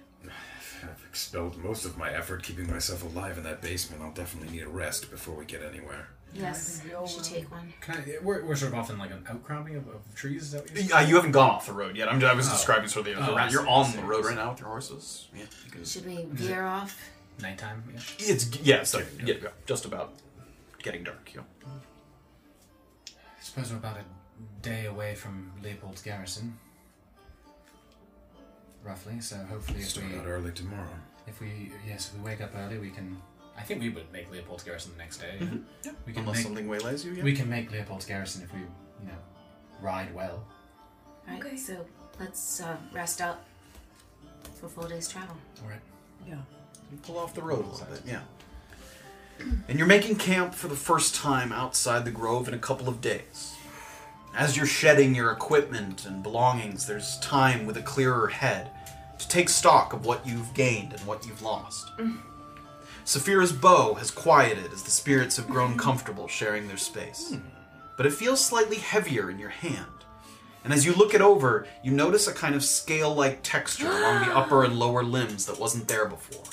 [SPEAKER 3] I've expelled most of my effort keeping myself alive in that basement. I'll definitely need a rest before we get anywhere.
[SPEAKER 6] Yes, we should take one.
[SPEAKER 46] Can I, we're, we're sort of off in like an outcropping of, of trees. Is that what you
[SPEAKER 2] Yeah, you haven't gone off the road yet. I'm, I was
[SPEAKER 46] Oh.
[SPEAKER 2] describing sort of the,
[SPEAKER 46] Oh,
[SPEAKER 2] the route.
[SPEAKER 46] I
[SPEAKER 2] You're
[SPEAKER 46] see, I
[SPEAKER 2] on
[SPEAKER 46] see,
[SPEAKER 2] the
[SPEAKER 46] I
[SPEAKER 2] road
[SPEAKER 46] see.
[SPEAKER 2] right now with your horses. Yeah, you can.
[SPEAKER 6] Should we veer off?
[SPEAKER 46] Nighttime. Yeah.
[SPEAKER 2] It's yeah, it's like, yeah, yeah, just about getting dark. Yeah.
[SPEAKER 5] I suppose we're about a day away from Leopold's garrison. Roughly, so hopefully if
[SPEAKER 3] Start
[SPEAKER 5] we,
[SPEAKER 3] out early tomorrow.
[SPEAKER 5] if we yes, if we wake up early we can Mm-hmm.
[SPEAKER 46] I think we would make Leopold's garrison the next day.
[SPEAKER 5] we can
[SPEAKER 2] Unless
[SPEAKER 5] make,
[SPEAKER 2] something waylays you. Yeah.
[SPEAKER 5] we can make Leopold's garrison if we, you know, ride well.
[SPEAKER 47] Right, so let's uh, rest up for four days' travel.
[SPEAKER 5] Alright.
[SPEAKER 7] Yeah.
[SPEAKER 2] You pull off the road a little bit. Yeah. and you're making camp for the first time outside the grove in a couple of days. As you're shedding your equipment and belongings, there's time with a clearer head to take stock of what you've gained and what you've lost. Saphira's bow has quieted as the spirits have grown comfortable sharing their space. But it feels slightly heavier in your hand. And as you look it over, you notice a kind of scale like texture along the upper and lower limbs that wasn't there before.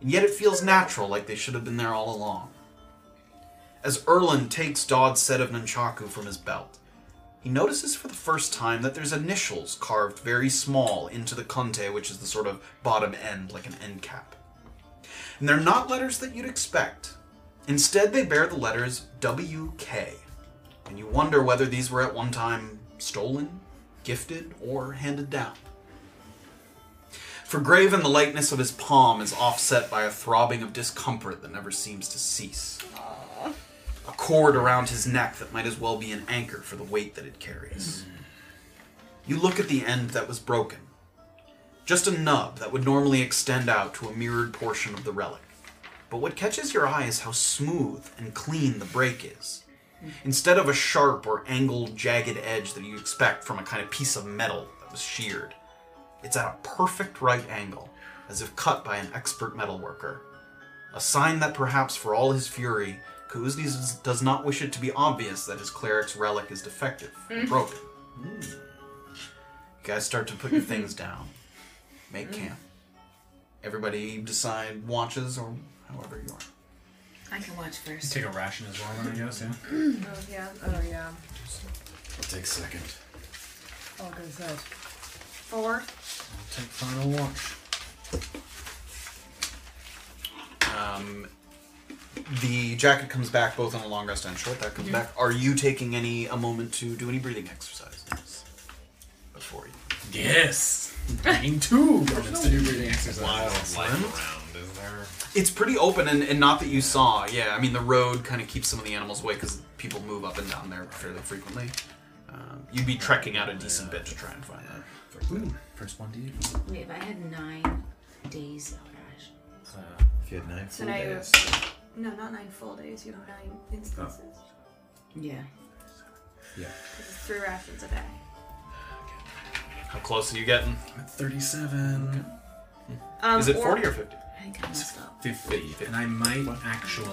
[SPEAKER 2] And yet it feels natural, like they should have been there all along. As Erlin takes Dodd's set of nunchaku from his belt, he notices for the first time that there's initials carved very small into the kante, which is the sort of bottom end, like an end cap. And they're not letters that you'd expect. Instead, they bear the letters WK. And you wonder whether these were at one time stolen, gifted, or handed down. For Graven, the lightness of his palm is offset by a throbbing of discomfort that never seems to cease. A cord around his neck that might as well be an anchor for the weight that it carries. You look at the end that was broken. Just a nub that would normally extend out to a mirrored portion of the relic. But what catches your eye is how smooth and clean the break is. Instead of a sharp or angled, jagged edge that you expect from a kind of piece of metal that was sheared, it's at a perfect right angle, as if cut by an expert metalworker. A sign that perhaps, for all his fury, Kuznis does not wish it to be obvious that his cleric's relic is defective and
[SPEAKER 6] Mm.
[SPEAKER 2] broken. Hmm. You guys start to put your things down, make
[SPEAKER 6] Mm.
[SPEAKER 2] camp. Everybody decide watches or however you are.
[SPEAKER 9] I can watch first.
[SPEAKER 5] Take a ration as well, then I guess. Yeah.
[SPEAKER 7] oh yeah. Oh yeah.
[SPEAKER 3] I'll take second.
[SPEAKER 7] I'll go third.
[SPEAKER 4] Four.
[SPEAKER 5] Take final watch.
[SPEAKER 2] Um, the jacket comes back both on a long rest and a short. That comes back. Are you taking any a moment to do any breathing exercises before you?
[SPEAKER 5] Yes. Nine two moments to do breathing exercises.
[SPEAKER 2] around, is there? It's pretty open, and, and not that you saw. Yeah, I mean the road kind of keeps some of the animals away because people move up and down there fairly frequently. Um, you'd be trekking out a decent bit to try and find that.
[SPEAKER 5] First one to you.
[SPEAKER 6] Wait, if I had nine days, oh gosh.
[SPEAKER 3] If you had nine
[SPEAKER 4] So
[SPEAKER 3] full
[SPEAKER 4] now you're.
[SPEAKER 3] days.
[SPEAKER 4] No, not nine full days. You have nine instances.
[SPEAKER 9] Yeah.
[SPEAKER 3] Yeah.
[SPEAKER 4] This is three rations a day.
[SPEAKER 2] How close are you getting?
[SPEAKER 5] I'm at thirty-seven.
[SPEAKER 4] Um,
[SPEAKER 2] is it
[SPEAKER 4] or-
[SPEAKER 2] forty or fifty?
[SPEAKER 4] I think I messed up.
[SPEAKER 5] 50. And I might actually,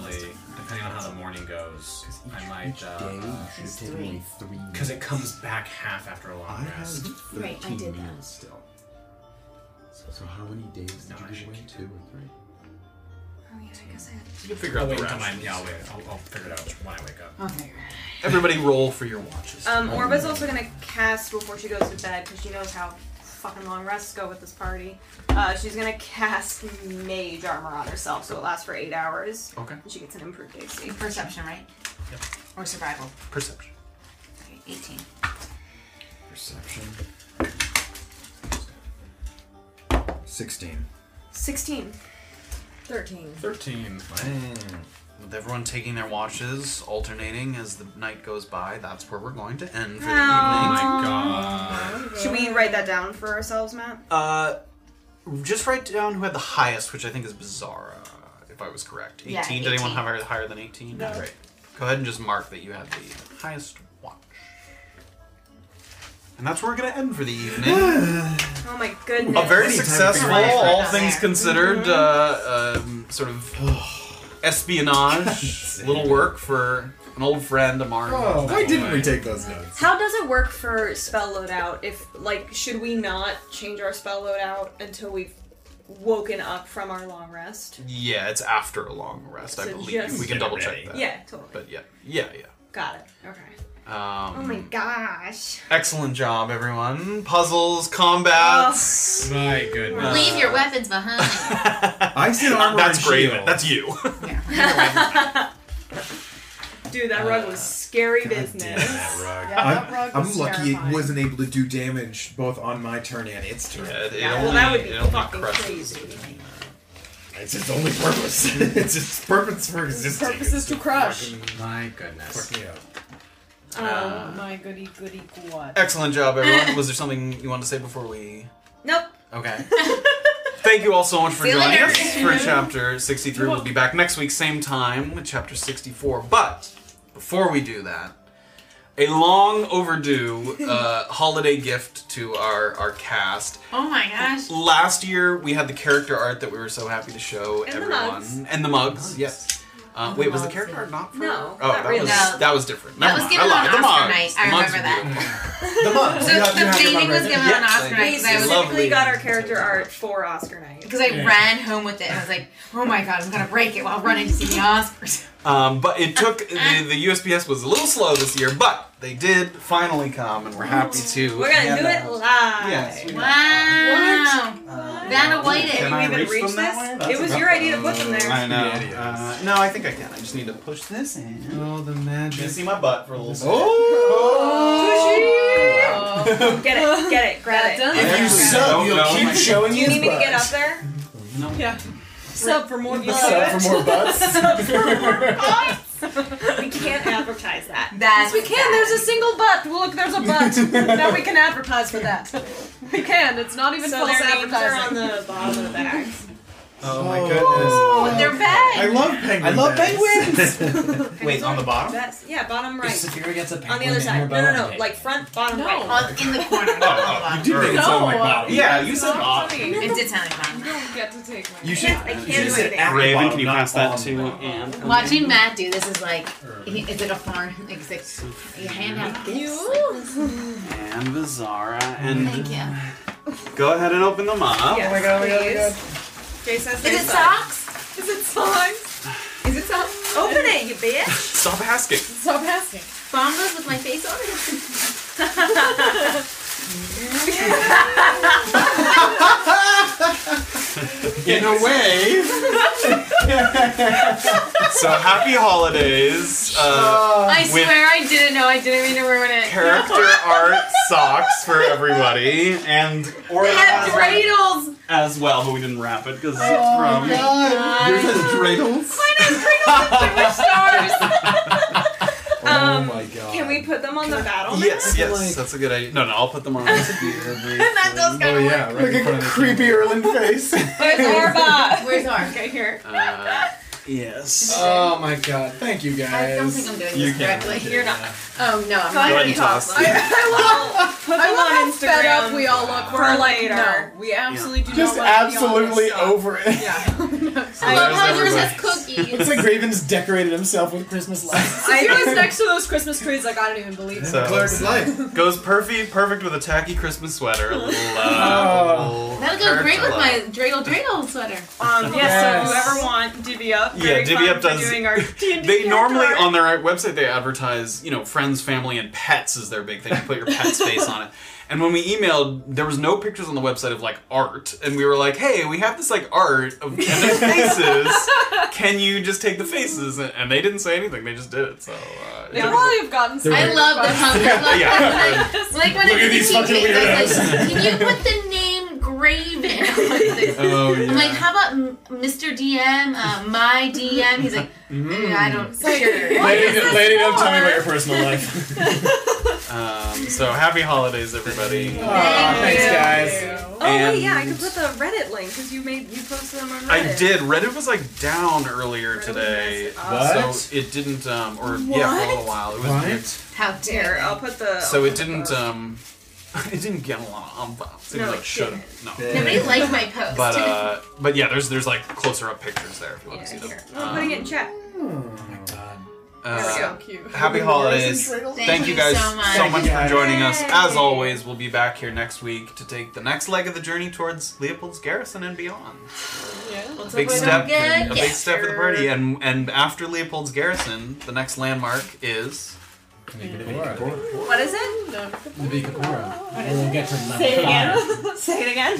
[SPEAKER 5] depending on how the morning goes, I might. uh,
[SPEAKER 6] should have taken only
[SPEAKER 5] three. Because it comes back half after a long rest.
[SPEAKER 6] Right, I did that.
[SPEAKER 3] Still. So how many days did you give away? Two or three?
[SPEAKER 4] Oh yeah, I guess I had.
[SPEAKER 2] You can figure out
[SPEAKER 5] I'll
[SPEAKER 2] the
[SPEAKER 5] wait until my-
[SPEAKER 2] rations.
[SPEAKER 5] Yeah, I'll wait. I'll, I'll figure it out when I wake up.
[SPEAKER 9] I'll figure
[SPEAKER 2] Everybody, roll for your watches.
[SPEAKER 4] Um, Orba's also gonna cast before she goes to bed because she knows how fucking long rests go with this party. Uh, she's gonna cast Mage Armor on herself, so it lasts for eight hours.
[SPEAKER 2] Okay.
[SPEAKER 4] And she gets an improved AC.
[SPEAKER 6] Perception, right?
[SPEAKER 2] Yep.
[SPEAKER 6] Or survival.
[SPEAKER 2] Perception.
[SPEAKER 6] Okay, 18.
[SPEAKER 3] Perception. Sixteen.
[SPEAKER 4] Sixteen.
[SPEAKER 7] Thirteen.
[SPEAKER 5] Thirteen.
[SPEAKER 2] With everyone taking their watches, alternating as the night goes by, that's where we're going to end for the
[SPEAKER 4] Oh.
[SPEAKER 2] evening.
[SPEAKER 4] My God. Should we write that down for ourselves, Matt?
[SPEAKER 2] Uh, just write down who had the highest, which I think is Bizarra, if I was correct. 18.
[SPEAKER 4] Yeah,
[SPEAKER 2] Did anyone
[SPEAKER 4] 18.
[SPEAKER 2] have a- higher than 18?
[SPEAKER 4] No.
[SPEAKER 2] Great. Go ahead and just mark that you had the highest watch. And that's where we're going to end for the evening.
[SPEAKER 4] Oh my goodness.
[SPEAKER 2] a very successful, all things considered, uh,
[SPEAKER 4] Mm-hmm.
[SPEAKER 2] um, sort of espionage, little work for an old friend, Amar.
[SPEAKER 4] Oh, why didn't we
[SPEAKER 3] take those notes?
[SPEAKER 4] How does it work for spell loadout? If like, should we not change our spell loadout until we've woken up from our long rest?
[SPEAKER 2] Yeah, it's after a long rest, I
[SPEAKER 4] So
[SPEAKER 2] believe.
[SPEAKER 4] just-
[SPEAKER 2] we can double check that.
[SPEAKER 4] Yeah, totally.
[SPEAKER 2] But yeah, yeah, yeah.
[SPEAKER 4] Got it. Okay.
[SPEAKER 2] Um,
[SPEAKER 4] oh my gosh.
[SPEAKER 2] Excellent job, everyone. Puzzles, combats.
[SPEAKER 5] My goodness.
[SPEAKER 6] Leave your weapons behind.
[SPEAKER 2] I see
[SPEAKER 4] Oh,
[SPEAKER 2] armor. That's Graven. That's you.
[SPEAKER 4] Dude, that rug was scary business.
[SPEAKER 3] rug.
[SPEAKER 7] that
[SPEAKER 3] I'm,
[SPEAKER 7] rug
[SPEAKER 3] I'm
[SPEAKER 7] was
[SPEAKER 3] lucky
[SPEAKER 7] terrifying.
[SPEAKER 3] it wasn't able to do damage both on my turn and its turn.
[SPEAKER 4] Yeah, well, that would be fucking crazy.
[SPEAKER 3] It's its only purpose. it's its purpose for existing.
[SPEAKER 7] Purpose is to crush.
[SPEAKER 5] My goodness.
[SPEAKER 3] Fuck me up.
[SPEAKER 7] Oh my goody goody what?
[SPEAKER 2] Excellent job, everyone. Was there something you wanted to say before we?
[SPEAKER 4] Nope.
[SPEAKER 2] Okay. Thank you all so much for
[SPEAKER 50] See you
[SPEAKER 2] joining
[SPEAKER 50] later.
[SPEAKER 2] us for chapter 63. We'll be back next week, same time, with chapter 64. But before we do that, a long overdue uh, holiday gift to our, our cast.
[SPEAKER 6] Oh my gosh.
[SPEAKER 2] Last year, we had the character art that we were so happy to show
[SPEAKER 6] And the
[SPEAKER 2] everyone.
[SPEAKER 6] mugs.
[SPEAKER 2] And the mugs, yes. Uh, wait, was the character art not for?
[SPEAKER 6] No,
[SPEAKER 2] Oh,
[SPEAKER 6] not
[SPEAKER 2] that
[SPEAKER 6] really.
[SPEAKER 2] was
[SPEAKER 6] No.
[SPEAKER 2] that was different.
[SPEAKER 6] That
[SPEAKER 2] Never mind.
[SPEAKER 6] was given
[SPEAKER 2] I
[SPEAKER 6] on
[SPEAKER 2] lied. The
[SPEAKER 6] Oscar
[SPEAKER 2] mugs.
[SPEAKER 6] night. I
[SPEAKER 2] The mugs
[SPEAKER 6] remember
[SPEAKER 2] were
[SPEAKER 6] that.
[SPEAKER 2] The
[SPEAKER 6] mugs. So You have- the you have to painting remember was that. given on
[SPEAKER 2] Yes,
[SPEAKER 6] Oscar night,
[SPEAKER 4] We
[SPEAKER 6] 'cause I was-
[SPEAKER 4] specifically
[SPEAKER 6] Lovely.
[SPEAKER 4] got our character art for Oscar night.
[SPEAKER 6] Because I ran home with it and I was like, oh my god, I'm gonna break it while running to see the Oscars.
[SPEAKER 2] Um, but it took the, the USPS was a little slow this year, but they did finally come, and we're happy to.
[SPEAKER 4] We're gonna
[SPEAKER 2] hand
[SPEAKER 4] do
[SPEAKER 2] them
[SPEAKER 4] it
[SPEAKER 2] out.
[SPEAKER 4] live.
[SPEAKER 2] Yes, we
[SPEAKER 6] Wow. that awaited.
[SPEAKER 2] Can I reach them that way? That's
[SPEAKER 4] It was
[SPEAKER 2] a
[SPEAKER 4] your
[SPEAKER 2] tough
[SPEAKER 4] idea to put them there.
[SPEAKER 2] I know. Uh, no, I think I can. I just need to push this in. Oh, the magic! You see my butt for a little. Second. Oh,
[SPEAKER 4] Get it, get it, grab it.
[SPEAKER 2] If you sub, Don't you'll know. keep showing
[SPEAKER 4] Do you
[SPEAKER 2] his
[SPEAKER 4] need me to
[SPEAKER 2] butt.
[SPEAKER 4] get up there?
[SPEAKER 2] No.
[SPEAKER 4] Yeah. Sub for more butts.
[SPEAKER 2] Sub for more butts?
[SPEAKER 4] Sub for more butts. We can't advertise that. yes,
[SPEAKER 6] That's
[SPEAKER 4] we can. There's a single butt. Look, there's a butt. now we can advertise for that.
[SPEAKER 7] We can. It's not even
[SPEAKER 4] So
[SPEAKER 7] false
[SPEAKER 4] their names are on
[SPEAKER 7] advertising.
[SPEAKER 4] the bottom of the bags.
[SPEAKER 2] Oh my
[SPEAKER 3] Oh.
[SPEAKER 2] goodness!
[SPEAKER 3] Oh,
[SPEAKER 4] they're bags.
[SPEAKER 3] I love penguins.
[SPEAKER 2] I love
[SPEAKER 3] penguins.
[SPEAKER 2] Wait, on the bottom?
[SPEAKER 4] That's, yeah, bottom right.
[SPEAKER 51] Saphira gets a
[SPEAKER 4] on the other side. No, no, no. Like front, bottom right.
[SPEAKER 6] in the corner.
[SPEAKER 3] Oh,
[SPEAKER 2] You do think it sounded like bottom. Yeah, you said bottom.
[SPEAKER 6] It did sound like
[SPEAKER 7] You don't get to take my.
[SPEAKER 2] You should.
[SPEAKER 6] I can't
[SPEAKER 2] you
[SPEAKER 6] do
[SPEAKER 2] should say
[SPEAKER 6] anything.
[SPEAKER 2] at the Raven, can you pass that to Anne?
[SPEAKER 6] Watching Matt do this is like, he, is it a farm? Like, it's like, you hand out gifts. Like this.
[SPEAKER 2] And Bizarra and.
[SPEAKER 6] Thank you.
[SPEAKER 2] Go ahead and open them up.
[SPEAKER 4] Yes, Jay says they
[SPEAKER 6] Is it
[SPEAKER 4] suck.
[SPEAKER 6] socks?
[SPEAKER 4] Is it socks?
[SPEAKER 6] Is it socks?
[SPEAKER 4] Open it, you bitch.
[SPEAKER 2] Stop asking.
[SPEAKER 6] Stop asking. Bombas with my face on
[SPEAKER 2] In a way. so happy holidays. Uh,
[SPEAKER 6] I
[SPEAKER 2] with
[SPEAKER 6] swear I didn't know. I didn't mean to ruin it.
[SPEAKER 2] character art socks for everybody and or
[SPEAKER 6] They have dreidels.
[SPEAKER 2] as well, but we didn't wrap it because
[SPEAKER 6] Oh
[SPEAKER 2] from
[SPEAKER 6] my
[SPEAKER 2] Oh,
[SPEAKER 6] God. Yours has
[SPEAKER 2] dreidels.
[SPEAKER 6] Mine has dreidels with Jewish stars.
[SPEAKER 4] Um,
[SPEAKER 2] oh my god.
[SPEAKER 4] Can we put them on the
[SPEAKER 6] Oh,
[SPEAKER 4] battle?
[SPEAKER 2] Yes,
[SPEAKER 4] map?
[SPEAKER 2] yes, that's a good idea. No, no, I'll put them on. that
[SPEAKER 4] does
[SPEAKER 2] kind of Oh, yeah, right in front of creepy Erland face.
[SPEAKER 4] Where's Orba?
[SPEAKER 6] Where's Orba?
[SPEAKER 4] Okay, here.
[SPEAKER 2] Uh, yes.
[SPEAKER 5] Oh my god! Thank you guys.
[SPEAKER 6] I don't think I'm doing
[SPEAKER 5] You
[SPEAKER 6] this
[SPEAKER 5] can.
[SPEAKER 6] correctly.
[SPEAKER 5] You're
[SPEAKER 6] not. Oh no,
[SPEAKER 5] Go
[SPEAKER 6] I'm not.
[SPEAKER 5] ahead and
[SPEAKER 6] doing
[SPEAKER 5] toss.
[SPEAKER 6] it.
[SPEAKER 4] I will put
[SPEAKER 7] I
[SPEAKER 4] them
[SPEAKER 7] love
[SPEAKER 4] on
[SPEAKER 7] how
[SPEAKER 4] Instagram.
[SPEAKER 7] fed up we all look.
[SPEAKER 4] for
[SPEAKER 7] We're like,
[SPEAKER 4] later.
[SPEAKER 7] no, we absolutely do
[SPEAKER 3] Just
[SPEAKER 7] not want to be on
[SPEAKER 3] absolutely over it.
[SPEAKER 7] I love how yours has
[SPEAKER 6] cookies.
[SPEAKER 3] It's like Raven's decorated himself with Christmas lights.
[SPEAKER 7] this. I was next to those Christmas trees. Like I don't even believe it.
[SPEAKER 2] So, Goes perfect, perfect with a tacky Christmas sweater. A little, uh, a little
[SPEAKER 6] That'll go great with
[SPEAKER 2] character
[SPEAKER 6] my dreidel dreidel swetter.
[SPEAKER 4] Um, yes,
[SPEAKER 2] Yes.
[SPEAKER 4] so whoever want Divvy Up.
[SPEAKER 2] Yeah,
[SPEAKER 4] very
[SPEAKER 2] Divvy
[SPEAKER 4] fun
[SPEAKER 2] Up
[SPEAKER 4] for
[SPEAKER 2] does-
[SPEAKER 4] Doing our
[SPEAKER 2] They normally on their website they advertise, you know, friends, family, and pets is their big thing. You put your pet's face on it. And when we emailed, there was no pictures on the website of like art, and we were like, "Hey, we have this like art of and their faces. Can you just take the faces?" And- And they didn't say anything. They just did it. So uh,
[SPEAKER 7] They probably have gotten. some
[SPEAKER 6] I love the
[SPEAKER 7] requests.
[SPEAKER 6] punk. I love
[SPEAKER 2] Yeah.
[SPEAKER 6] the Like when
[SPEAKER 2] Look
[SPEAKER 6] it's
[SPEAKER 2] at these
[SPEAKER 6] teaching
[SPEAKER 2] fucking
[SPEAKER 6] kids, I was like,
[SPEAKER 2] weirdos.
[SPEAKER 6] Can you put the name Graven? on this?"
[SPEAKER 2] Oh,
[SPEAKER 6] I'm like, how about M- Mr. DM, uh, my DM? He's like, "Mm, I don't. Sure.
[SPEAKER 2] Lady,
[SPEAKER 6] lady, don't
[SPEAKER 2] tell me about your personal life. um, so happy holidays, everybody.
[SPEAKER 3] thanks, guys.
[SPEAKER 4] Oh wait, yeah, I could put the Reddit link because you made you posted them on Reddit.
[SPEAKER 2] I did. Reddit was like down earlier today,
[SPEAKER 4] up.
[SPEAKER 2] so it didn't. Um, or yeah, for a little while it was
[SPEAKER 4] What? Oh.
[SPEAKER 2] weird.
[SPEAKER 6] How
[SPEAKER 4] dare! I'll put the.
[SPEAKER 2] So it didn't. Um, it didn't get a lot of unboxed. It
[SPEAKER 4] No,
[SPEAKER 2] like
[SPEAKER 4] it
[SPEAKER 2] should no.
[SPEAKER 6] Nobody liked my post.
[SPEAKER 2] But uh, but yeah, there's there's like closer up pictures there if you want to see them.
[SPEAKER 4] I'm putting it in chat.
[SPEAKER 3] Hmm. Oh
[SPEAKER 2] Uh,
[SPEAKER 4] So cute.
[SPEAKER 2] Happy holidays. Thank, you guys so much, for joining us. As always, we'll be back here next week to take the next leg of the journey towards Leopold's Garrison and beyond. A big step, a big step for the party, and and after Leopold's Garrison, the next landmark is.
[SPEAKER 4] What is it? No.
[SPEAKER 5] We'll get to level
[SPEAKER 4] Say it
[SPEAKER 5] five.
[SPEAKER 4] again. Say it again.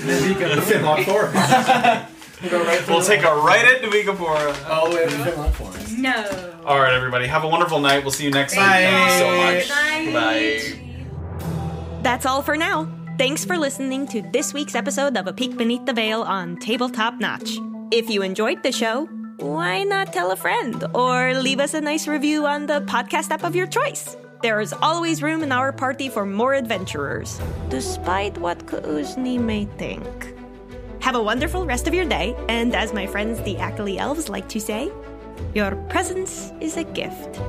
[SPEAKER 2] We'll take a right at Navikapora.
[SPEAKER 5] All the way up to Finlock Forest.
[SPEAKER 4] No.
[SPEAKER 2] All right, everybody. Have a wonderful night. We'll see you next
[SPEAKER 4] Bye.
[SPEAKER 2] week. Thank you so
[SPEAKER 4] Good
[SPEAKER 2] much.
[SPEAKER 4] night.
[SPEAKER 2] Bye.
[SPEAKER 1] That's all for now. Thanks for listening to this week's episode of A Peek Beneath the Veil on Tabletop Notch. If you enjoyed the show, why not tell a friend or leave us a nice review on the podcast app of your choice? There is always room in our party for more adventurers, despite what Kuzni may think. Have a wonderful rest of your day, and as my friends the Ackley Elves like to say, your presence is a gift.